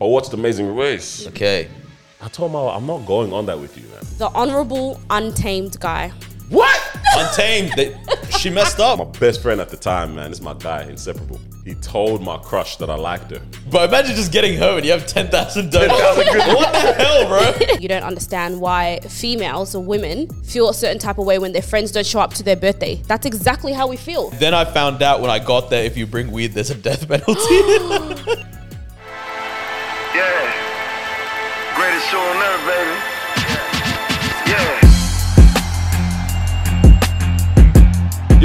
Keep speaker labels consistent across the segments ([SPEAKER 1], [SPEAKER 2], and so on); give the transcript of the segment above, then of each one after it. [SPEAKER 1] I watched Amazing Race.
[SPEAKER 2] Okay.
[SPEAKER 1] I told Mao, I'm not going on that with you, man.
[SPEAKER 3] The honorable, untamed guy.
[SPEAKER 1] What?
[SPEAKER 2] Untamed. They, she messed
[SPEAKER 1] My
[SPEAKER 2] up.
[SPEAKER 1] best friend at the time, man, this is my guy, inseparable. He told my crush that I liked her.
[SPEAKER 2] Bro, imagine just getting home and you have 10,000 donuts.
[SPEAKER 1] 10,000 good-
[SPEAKER 2] what the hell, bro?
[SPEAKER 3] You don't understand why females or women feel a certain type of way when their friends don't show up to their birthday. That's exactly how we feel.
[SPEAKER 2] Then I found out when I got there, if you bring weed, there's a death penalty.
[SPEAKER 4] Yeah. Greatest show on earth, baby. Yeah.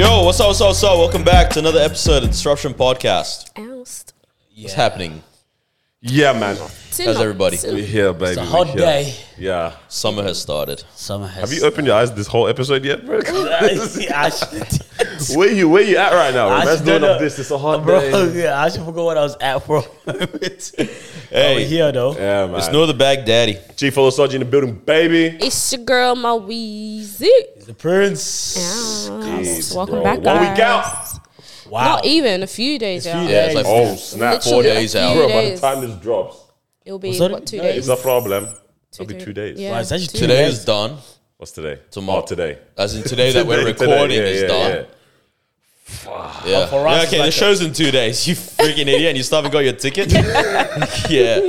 [SPEAKER 2] Yo, what's up, what's up, what's up? Welcome back to another episode of Disruption Podcast.
[SPEAKER 3] Oust.
[SPEAKER 2] What's happening?
[SPEAKER 1] Yeah, man.
[SPEAKER 2] How's everybody?
[SPEAKER 1] We're here, baby.
[SPEAKER 5] a hot
[SPEAKER 1] We're here.
[SPEAKER 5] day.
[SPEAKER 1] Yeah.
[SPEAKER 2] Summer has started.
[SPEAKER 5] Summer has.
[SPEAKER 1] Have you opened your eyes this whole episode yet, bro?
[SPEAKER 5] I, should-
[SPEAKER 1] where you where you at right now?
[SPEAKER 5] I
[SPEAKER 1] Bro? That's
[SPEAKER 5] should
[SPEAKER 1] doing
[SPEAKER 5] know.
[SPEAKER 1] up this. It's a hot
[SPEAKER 5] bro.
[SPEAKER 1] day.
[SPEAKER 5] Yeah, I should forgot what I was at for a moment. Over
[SPEAKER 2] Hey,
[SPEAKER 5] here though.
[SPEAKER 1] Yeah, man.
[SPEAKER 2] it's no the bag daddy.
[SPEAKER 1] G Follow Soji in the building, baby.
[SPEAKER 3] It's your girl, my Weezy.
[SPEAKER 5] The prince.
[SPEAKER 1] Jeez,
[SPEAKER 3] Welcome
[SPEAKER 1] bro.
[SPEAKER 3] back,
[SPEAKER 1] One
[SPEAKER 3] guys.
[SPEAKER 1] week out.
[SPEAKER 5] Wow.
[SPEAKER 3] Not even a few days
[SPEAKER 5] It's
[SPEAKER 3] out.
[SPEAKER 5] few
[SPEAKER 2] Yeah, it's like
[SPEAKER 1] Oh, snap.
[SPEAKER 3] Literally
[SPEAKER 2] four days
[SPEAKER 3] a few
[SPEAKER 1] Bro,
[SPEAKER 2] out.
[SPEAKER 1] by the
[SPEAKER 3] days.
[SPEAKER 1] time this drops,
[SPEAKER 3] It'll be
[SPEAKER 5] Was that
[SPEAKER 3] what
[SPEAKER 5] it?
[SPEAKER 3] two
[SPEAKER 5] No,
[SPEAKER 3] days?
[SPEAKER 1] it's a problem. It'll be
[SPEAKER 3] days.
[SPEAKER 1] two days.
[SPEAKER 3] Yeah,
[SPEAKER 5] Wow, it's actually
[SPEAKER 3] two
[SPEAKER 5] two
[SPEAKER 2] Today
[SPEAKER 5] days.
[SPEAKER 2] is done.
[SPEAKER 1] What's today?
[SPEAKER 2] Tomorrow.
[SPEAKER 1] Oh, today.
[SPEAKER 2] As in today that we're
[SPEAKER 1] Today, today.
[SPEAKER 2] recording
[SPEAKER 1] Yeah,
[SPEAKER 2] is
[SPEAKER 1] yeah,
[SPEAKER 2] done. Yeah.
[SPEAKER 5] But Oh, for us,
[SPEAKER 2] Yeah,
[SPEAKER 5] it's
[SPEAKER 2] okay, the
[SPEAKER 5] like a-
[SPEAKER 2] show's in two days. You freaking idiot, and you still haven't got your ticket. yeah.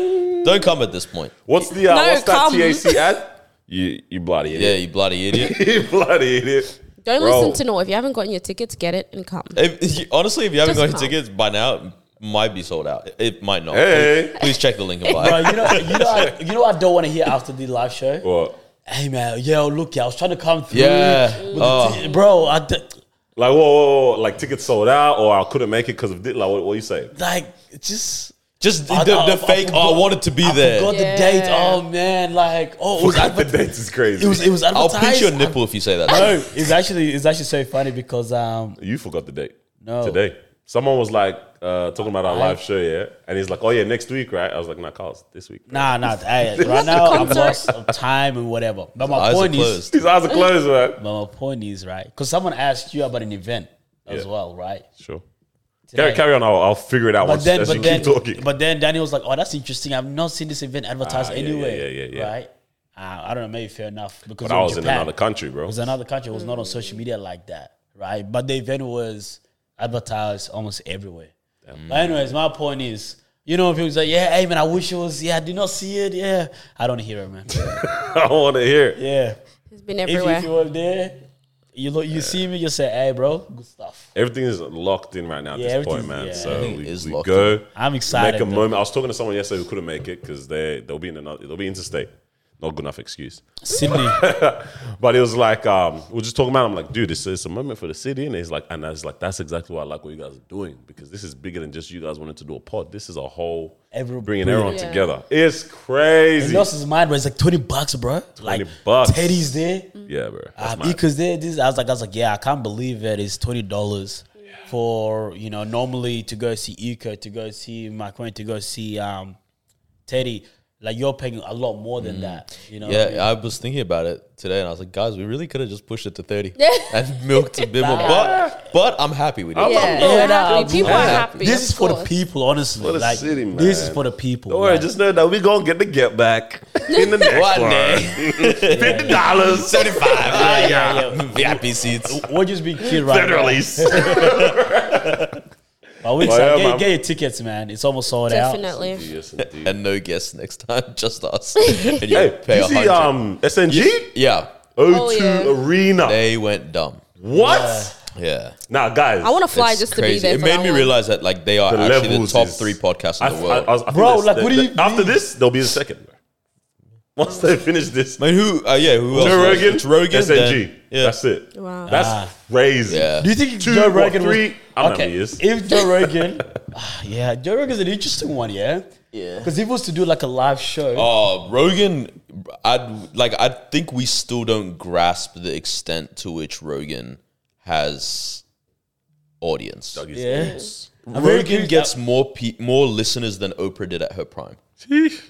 [SPEAKER 2] Don't come at this point.
[SPEAKER 1] What's the uh,
[SPEAKER 3] No,
[SPEAKER 1] what's
[SPEAKER 3] come.
[SPEAKER 1] that TAC ad? You you bloody
[SPEAKER 2] Yeah,
[SPEAKER 1] idiot.
[SPEAKER 2] you bloody idiot.
[SPEAKER 1] you bloody idiot.
[SPEAKER 3] Don't
[SPEAKER 1] Bro.
[SPEAKER 3] listen to no. If you haven't gotten your tickets, get it and come.
[SPEAKER 2] If, you- honestly, if you haven't
[SPEAKER 3] Just
[SPEAKER 2] got your
[SPEAKER 3] come.
[SPEAKER 2] tickets by now, it might be sold out. It might not.
[SPEAKER 1] Hey.
[SPEAKER 2] Please, please check the link and buy.
[SPEAKER 5] Bro, you know, you know, I, you know, what I don't want to hear after the live show.
[SPEAKER 1] What?
[SPEAKER 5] Hey man, yo, look, yeah, I was trying to come through.
[SPEAKER 2] Yeah.
[SPEAKER 5] with the
[SPEAKER 2] Oh.
[SPEAKER 5] t- bro, I d-
[SPEAKER 1] Like whoa, whoa, whoa, like tickets sold out, or I couldn't make it because of this. Like what, what you say?
[SPEAKER 5] like just.
[SPEAKER 2] Just the,
[SPEAKER 5] I-
[SPEAKER 2] the,
[SPEAKER 5] I- I
[SPEAKER 2] fake. oh, I
[SPEAKER 5] forgot-
[SPEAKER 2] wanted to be
[SPEAKER 5] I
[SPEAKER 2] there.
[SPEAKER 5] Forgot
[SPEAKER 3] Yeah.
[SPEAKER 5] the date. Oh man, like oh, it was,
[SPEAKER 1] Forgot the
[SPEAKER 5] adver-
[SPEAKER 1] dates is crazy.
[SPEAKER 5] it was it was
[SPEAKER 2] I'll
[SPEAKER 5] advertised.
[SPEAKER 2] pinch your nipple if you say that.
[SPEAKER 5] No, it's actually it's actually so funny because um
[SPEAKER 1] you forgot the date.
[SPEAKER 5] No.
[SPEAKER 1] Today. Someone was like uh, talking about our live show, yeah, and he's like, "Oh yeah, next week, right?" I was like, "Nah, Carl's this week."
[SPEAKER 5] Nah, nah. Hey, right now I'm lost of time and whatever. But my
[SPEAKER 2] Eyes are
[SPEAKER 5] point is,
[SPEAKER 2] closed.
[SPEAKER 1] His eyes are closed, man.
[SPEAKER 5] but my point is right because someone asked you about an event as
[SPEAKER 1] Yeah.
[SPEAKER 5] well, right?
[SPEAKER 1] Sure. Carry, carry on. I'll, I'll figure it out.
[SPEAKER 5] But
[SPEAKER 1] once,
[SPEAKER 5] then,
[SPEAKER 1] as
[SPEAKER 5] but
[SPEAKER 1] you
[SPEAKER 5] then,
[SPEAKER 1] keep talking.
[SPEAKER 5] but then Daniel was like, "Oh, that's interesting. I've not seen this event advertised
[SPEAKER 1] Ah, yeah, yeah,
[SPEAKER 5] anywhere,
[SPEAKER 1] yeah, yeah, yeah.
[SPEAKER 5] right?" Uh, I don't know. Maybe fair enough because
[SPEAKER 1] But I
[SPEAKER 5] it
[SPEAKER 1] was
[SPEAKER 5] Japan.
[SPEAKER 1] in another country, bro.
[SPEAKER 5] It was another country. It was not on social media like that, right? But the event was advertised almost everywhere. But anyways, my point is, you know, if it was like, yeah, hey man, I wish it was, yeah, I did not see it, yeah, I don't hear it, man.
[SPEAKER 1] I want to hear. it.
[SPEAKER 5] yeah,
[SPEAKER 3] It's been
[SPEAKER 5] if,
[SPEAKER 3] everywhere.
[SPEAKER 5] if you were there, you look, you see me, you say, hey, bro, good stuff.
[SPEAKER 1] Everything is locked in right now at
[SPEAKER 5] Yeah,
[SPEAKER 1] this point,
[SPEAKER 5] everything's-
[SPEAKER 1] man.
[SPEAKER 5] yeah.
[SPEAKER 1] So
[SPEAKER 2] Everything
[SPEAKER 1] we,
[SPEAKER 2] is
[SPEAKER 1] we
[SPEAKER 2] locked
[SPEAKER 1] go.
[SPEAKER 5] I'm
[SPEAKER 1] Make
[SPEAKER 5] excited.
[SPEAKER 1] a
[SPEAKER 5] though.
[SPEAKER 1] moment. I was talking to someone yesterday who couldn't make it because they they'll be in another they'll be interstate. Not good enough excuse.
[SPEAKER 5] Sydney.
[SPEAKER 1] But it was like um, we are just talking about. it. I'm like, dude, this is a moment for the city, and he's like, and I was like, that's exactly what I like what you guys are doing because this is bigger than just you guys wanting to do a pod. This is a whole
[SPEAKER 5] Every-
[SPEAKER 1] bringing everyone
[SPEAKER 3] Yeah.
[SPEAKER 1] together. It's crazy.
[SPEAKER 5] he lost his mind, bro. It's like 20 bucks, bro.
[SPEAKER 1] 20
[SPEAKER 5] like,
[SPEAKER 1] bucks.
[SPEAKER 5] Teddy's there.
[SPEAKER 1] yeah, bro. That's
[SPEAKER 5] Uh,
[SPEAKER 1] mad.
[SPEAKER 5] because they, this, I was like, I was like, yeah, I can't believe it. It's twenty dollars for you know normally to go see Eco, to go see my friend, to go see um Teddy. Like you're paying a lot more than
[SPEAKER 1] Mm.
[SPEAKER 5] that, you know.
[SPEAKER 2] Yeah, I was thinking about it today, and I was like, guys, we really could have just pushed it to thirty and milked a bit more. But but I'm happy we did.
[SPEAKER 1] I'm-
[SPEAKER 2] it.
[SPEAKER 3] yeah,
[SPEAKER 1] Yeah,
[SPEAKER 3] we're
[SPEAKER 5] nah,
[SPEAKER 3] happy.
[SPEAKER 5] I'm-
[SPEAKER 3] people
[SPEAKER 2] yeah.
[SPEAKER 3] are happy.
[SPEAKER 5] this
[SPEAKER 3] of
[SPEAKER 5] is for the
[SPEAKER 3] course.
[SPEAKER 5] people, honestly.
[SPEAKER 1] For the
[SPEAKER 5] like
[SPEAKER 1] city, man.
[SPEAKER 5] this is for the people.
[SPEAKER 1] Don't worry,
[SPEAKER 5] like,
[SPEAKER 1] just know that we're gonna get the get back in the next
[SPEAKER 2] One
[SPEAKER 1] one.
[SPEAKER 2] day.
[SPEAKER 1] Fifty dollars.
[SPEAKER 2] Seventy-five
[SPEAKER 5] yeah, yeah, yeah.
[SPEAKER 2] VIP seats.
[SPEAKER 5] We're just being cute right
[SPEAKER 1] Then
[SPEAKER 5] now.
[SPEAKER 1] release.
[SPEAKER 5] But we
[SPEAKER 1] Well,
[SPEAKER 5] excited.
[SPEAKER 1] Oh, yeah,
[SPEAKER 5] get,
[SPEAKER 1] man.
[SPEAKER 5] get your tickets, man. It's almost sold out.
[SPEAKER 3] Definitely.
[SPEAKER 1] yes, indeed.
[SPEAKER 2] And no guests next time, just us. And you
[SPEAKER 1] Hey,
[SPEAKER 2] pay
[SPEAKER 1] you
[SPEAKER 2] a
[SPEAKER 1] see,
[SPEAKER 2] hundred.
[SPEAKER 1] um, SNG
[SPEAKER 2] yeah,
[SPEAKER 1] O2
[SPEAKER 3] Oh, yeah.
[SPEAKER 1] Arena.
[SPEAKER 2] they went dumb.
[SPEAKER 1] what?
[SPEAKER 2] Yeah,
[SPEAKER 1] Nah, guys.
[SPEAKER 3] I want to fly
[SPEAKER 2] It's
[SPEAKER 3] just to be there.
[SPEAKER 2] It
[SPEAKER 3] for
[SPEAKER 2] made
[SPEAKER 3] that
[SPEAKER 2] me
[SPEAKER 3] one.
[SPEAKER 2] realize that like they are actually the
[SPEAKER 1] levels
[SPEAKER 2] top
[SPEAKER 1] is-
[SPEAKER 2] three podcasts
[SPEAKER 1] I-
[SPEAKER 2] in the
[SPEAKER 1] I-
[SPEAKER 2] world.
[SPEAKER 1] I was- I think
[SPEAKER 5] Bro,
[SPEAKER 1] that's-
[SPEAKER 5] like,
[SPEAKER 1] that-
[SPEAKER 5] what do you
[SPEAKER 1] that- After this, there'll be a second. Once they finish this,
[SPEAKER 2] I mean, who? Uh, yeah, who else?
[SPEAKER 1] Joe
[SPEAKER 2] was it?
[SPEAKER 1] Rogan,
[SPEAKER 2] It's Rogan.
[SPEAKER 1] SNG.
[SPEAKER 2] then- yeah.
[SPEAKER 1] That's it.
[SPEAKER 3] Wow.
[SPEAKER 1] That's crazy.
[SPEAKER 2] Yeah.
[SPEAKER 5] Do you think
[SPEAKER 1] Two,
[SPEAKER 5] Joe
[SPEAKER 1] what,
[SPEAKER 5] Rogan was-
[SPEAKER 1] three? I don't know how many
[SPEAKER 5] okay?
[SPEAKER 1] it is.
[SPEAKER 5] If Joe Rogan, Ah, yeah, Joe Rogan's an interesting one, yeah.
[SPEAKER 2] Yeah.
[SPEAKER 5] Because if he was to do like a live show,
[SPEAKER 2] Oh, Rogan. I'd like. I think we still don't grasp the extent to which Rogan has audience.
[SPEAKER 1] Doggies.
[SPEAKER 5] yeah. very
[SPEAKER 2] Rogan
[SPEAKER 5] curious-
[SPEAKER 2] gets more pe- more listeners than Oprah did at her prime.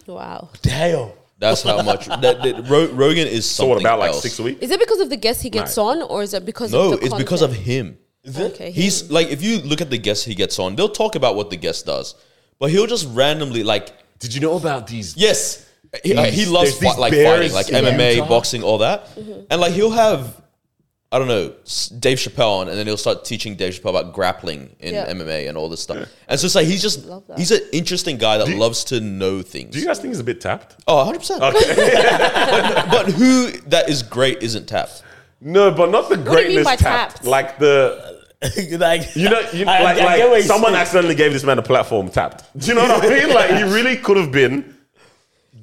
[SPEAKER 3] Wow.
[SPEAKER 5] Damn.
[SPEAKER 2] That's how much. that, that- Ro- Rogan is
[SPEAKER 1] So
[SPEAKER 2] something
[SPEAKER 1] what about like
[SPEAKER 2] else.
[SPEAKER 1] six a week?
[SPEAKER 3] Is it because of the guests he gets on, or is it because
[SPEAKER 2] No,
[SPEAKER 3] of
[SPEAKER 2] it's
[SPEAKER 3] the
[SPEAKER 2] because of him.
[SPEAKER 3] okay. he-
[SPEAKER 2] He's like, if you look at the guests he gets on, they'll talk about what the guest does, but he'll just randomly like
[SPEAKER 1] Did you know about these?
[SPEAKER 2] Yes. He, like, he
[SPEAKER 1] These-
[SPEAKER 2] loves
[SPEAKER 1] there's these
[SPEAKER 2] fight, like
[SPEAKER 1] bears
[SPEAKER 2] fighting, like
[SPEAKER 1] in Uh-huh.
[SPEAKER 2] MMA,
[SPEAKER 1] Utah.
[SPEAKER 2] boxing, all that.
[SPEAKER 3] Mm-hmm.
[SPEAKER 2] And like he'll have, I don't know, s- Dave Chappelle on, and then he'll start teaching Dave Chappelle about grappling in
[SPEAKER 3] Yeah.
[SPEAKER 2] MMA and all this stuff. And so it's like he's just
[SPEAKER 3] Love that.
[SPEAKER 2] he's an interesting guy that
[SPEAKER 1] you-
[SPEAKER 2] loves to know things.
[SPEAKER 1] Do you guys think he's a bit tapped?
[SPEAKER 2] oh, 100 percent.
[SPEAKER 1] Okay.
[SPEAKER 2] But, but who that is great isn't tapped.
[SPEAKER 1] no, but not the
[SPEAKER 3] do you mean
[SPEAKER 1] greatness
[SPEAKER 3] by
[SPEAKER 1] tapped.
[SPEAKER 3] tapped?
[SPEAKER 1] Like the
[SPEAKER 5] like
[SPEAKER 1] you know, you,
[SPEAKER 5] I- I-
[SPEAKER 1] like,
[SPEAKER 5] I get
[SPEAKER 1] like
[SPEAKER 5] what you're
[SPEAKER 1] someone
[SPEAKER 5] saying.
[SPEAKER 1] accidentally gave this man a platform tapped. Do you know what I mean? Like he really could have been.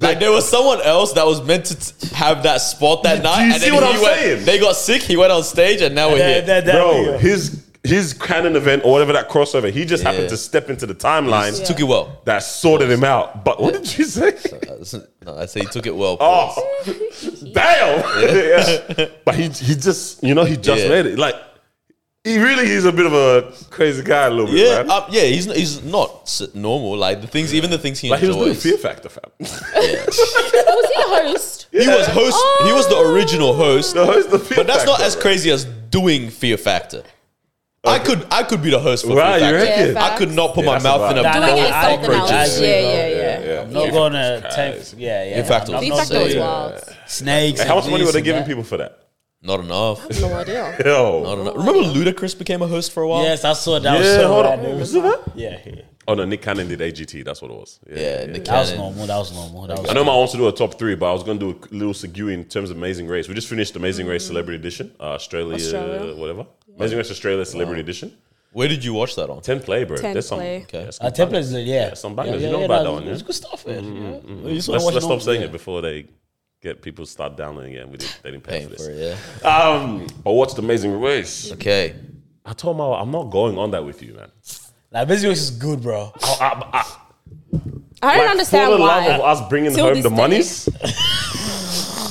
[SPEAKER 2] Like there was someone else that was meant to t- have that spot that night.
[SPEAKER 1] you
[SPEAKER 2] and
[SPEAKER 1] see
[SPEAKER 2] then
[SPEAKER 1] what
[SPEAKER 2] he
[SPEAKER 1] I'm
[SPEAKER 2] went-
[SPEAKER 1] saying?
[SPEAKER 2] They got sick. He went on stage, and now we're
[SPEAKER 5] That-
[SPEAKER 2] here.
[SPEAKER 5] that- that-
[SPEAKER 1] Bro, his his canon event or whatever that crossover, he just happened
[SPEAKER 2] Yeah.
[SPEAKER 1] to step into the timeline
[SPEAKER 2] Took it well. Uh,
[SPEAKER 1] that sorted him out. But what did you say?
[SPEAKER 2] No, I say he took it well.
[SPEAKER 1] Oh, damn! Yeah. But he he just you know he just
[SPEAKER 2] Yeah.
[SPEAKER 1] made it. Like he really is a bit of a crazy guy a little
[SPEAKER 2] Yeah,
[SPEAKER 1] bit. Man.
[SPEAKER 2] uh, yeah, he's he's not s- normal. Like the things, even the things he
[SPEAKER 1] like he was doing
[SPEAKER 2] enjoys.
[SPEAKER 1] Fear Factor, fam.
[SPEAKER 3] Was he the host?
[SPEAKER 2] he was host. He was the
[SPEAKER 3] Oh.
[SPEAKER 2] original host,
[SPEAKER 1] the host of Fear
[SPEAKER 2] but that's not
[SPEAKER 1] Factor,
[SPEAKER 2] as
[SPEAKER 1] bro.
[SPEAKER 2] crazy as doing Fear Factor. I could I could be the host for
[SPEAKER 1] Right,
[SPEAKER 2] Fear
[SPEAKER 1] you
[SPEAKER 2] Factor.
[SPEAKER 1] reckon?
[SPEAKER 3] Yeah,
[SPEAKER 2] I could not put
[SPEAKER 1] Yeah,
[SPEAKER 2] my
[SPEAKER 1] that's
[SPEAKER 2] mouth in a
[SPEAKER 5] about it.
[SPEAKER 2] bowl of
[SPEAKER 5] Doing it is something else.
[SPEAKER 2] cockroaches.
[SPEAKER 5] Yeah,
[SPEAKER 3] Yeah, yeah, yeah.
[SPEAKER 5] I'm not gonna take. Yeah, yeah.
[SPEAKER 2] In fact,
[SPEAKER 3] Fear
[SPEAKER 5] I'm
[SPEAKER 2] I'm
[SPEAKER 5] not
[SPEAKER 3] Factor
[SPEAKER 2] saying-
[SPEAKER 3] was
[SPEAKER 5] saying
[SPEAKER 3] wild.
[SPEAKER 5] snakes.
[SPEAKER 1] How much money were
[SPEAKER 5] would
[SPEAKER 1] they giving people for that?
[SPEAKER 2] Not enough.
[SPEAKER 3] No idea.
[SPEAKER 1] Yo,
[SPEAKER 2] Not enough. Remember Ludacris became a host for a while.
[SPEAKER 5] Yes, I saw that.
[SPEAKER 1] yeah,
[SPEAKER 5] was so
[SPEAKER 1] hold
[SPEAKER 5] bad,
[SPEAKER 1] on.
[SPEAKER 5] dude.
[SPEAKER 1] Was it that?
[SPEAKER 5] Yeah, yeah.
[SPEAKER 1] Oh no, Nick Cannon did AGT. That's what it was.
[SPEAKER 2] Yeah, Nick
[SPEAKER 5] that was
[SPEAKER 2] Cannon.
[SPEAKER 5] normal. That was normal. That was
[SPEAKER 1] I know I want to do a top three, but I was going to do a little segue in terms of Amazing Race. We just finished Amazing Race Celebrity Edition, uh, Australia,
[SPEAKER 3] Australia.
[SPEAKER 1] whatever. Amazing Race Australia Celebrity Edition.
[SPEAKER 2] Where did you watch that on?
[SPEAKER 1] 10 play, bro.
[SPEAKER 3] 10
[SPEAKER 1] There's some.
[SPEAKER 3] play.
[SPEAKER 2] Okay.
[SPEAKER 1] there's some
[SPEAKER 5] Uh,
[SPEAKER 1] bangers.
[SPEAKER 5] templates, yeah.
[SPEAKER 1] Yeah, some bangers.
[SPEAKER 5] Yeah,
[SPEAKER 1] you know
[SPEAKER 5] yeah,
[SPEAKER 1] about
[SPEAKER 5] no,
[SPEAKER 1] that one, yeah? Mm-hmm,
[SPEAKER 5] It's good stuff, man. Yeah. You just wanna
[SPEAKER 1] Let's,
[SPEAKER 5] watch
[SPEAKER 1] let's stop
[SPEAKER 5] normal,
[SPEAKER 1] saying
[SPEAKER 5] yeah.
[SPEAKER 1] it before they get people start downloading it and we didn't, they didn't pay
[SPEAKER 2] Paying
[SPEAKER 1] for
[SPEAKER 2] for
[SPEAKER 1] this.
[SPEAKER 2] it, yeah.
[SPEAKER 1] Um, I watched Amazing Race.
[SPEAKER 2] Okay.
[SPEAKER 1] I told my I'm not going on that with you, man.
[SPEAKER 5] Like, basically, it's just good, bro.
[SPEAKER 1] I, I- I-
[SPEAKER 3] I don't
[SPEAKER 1] like,
[SPEAKER 3] understand
[SPEAKER 1] for the
[SPEAKER 3] why.
[SPEAKER 1] love of us bringing
[SPEAKER 3] Till
[SPEAKER 1] home
[SPEAKER 3] this
[SPEAKER 1] the
[SPEAKER 3] day.
[SPEAKER 1] monies.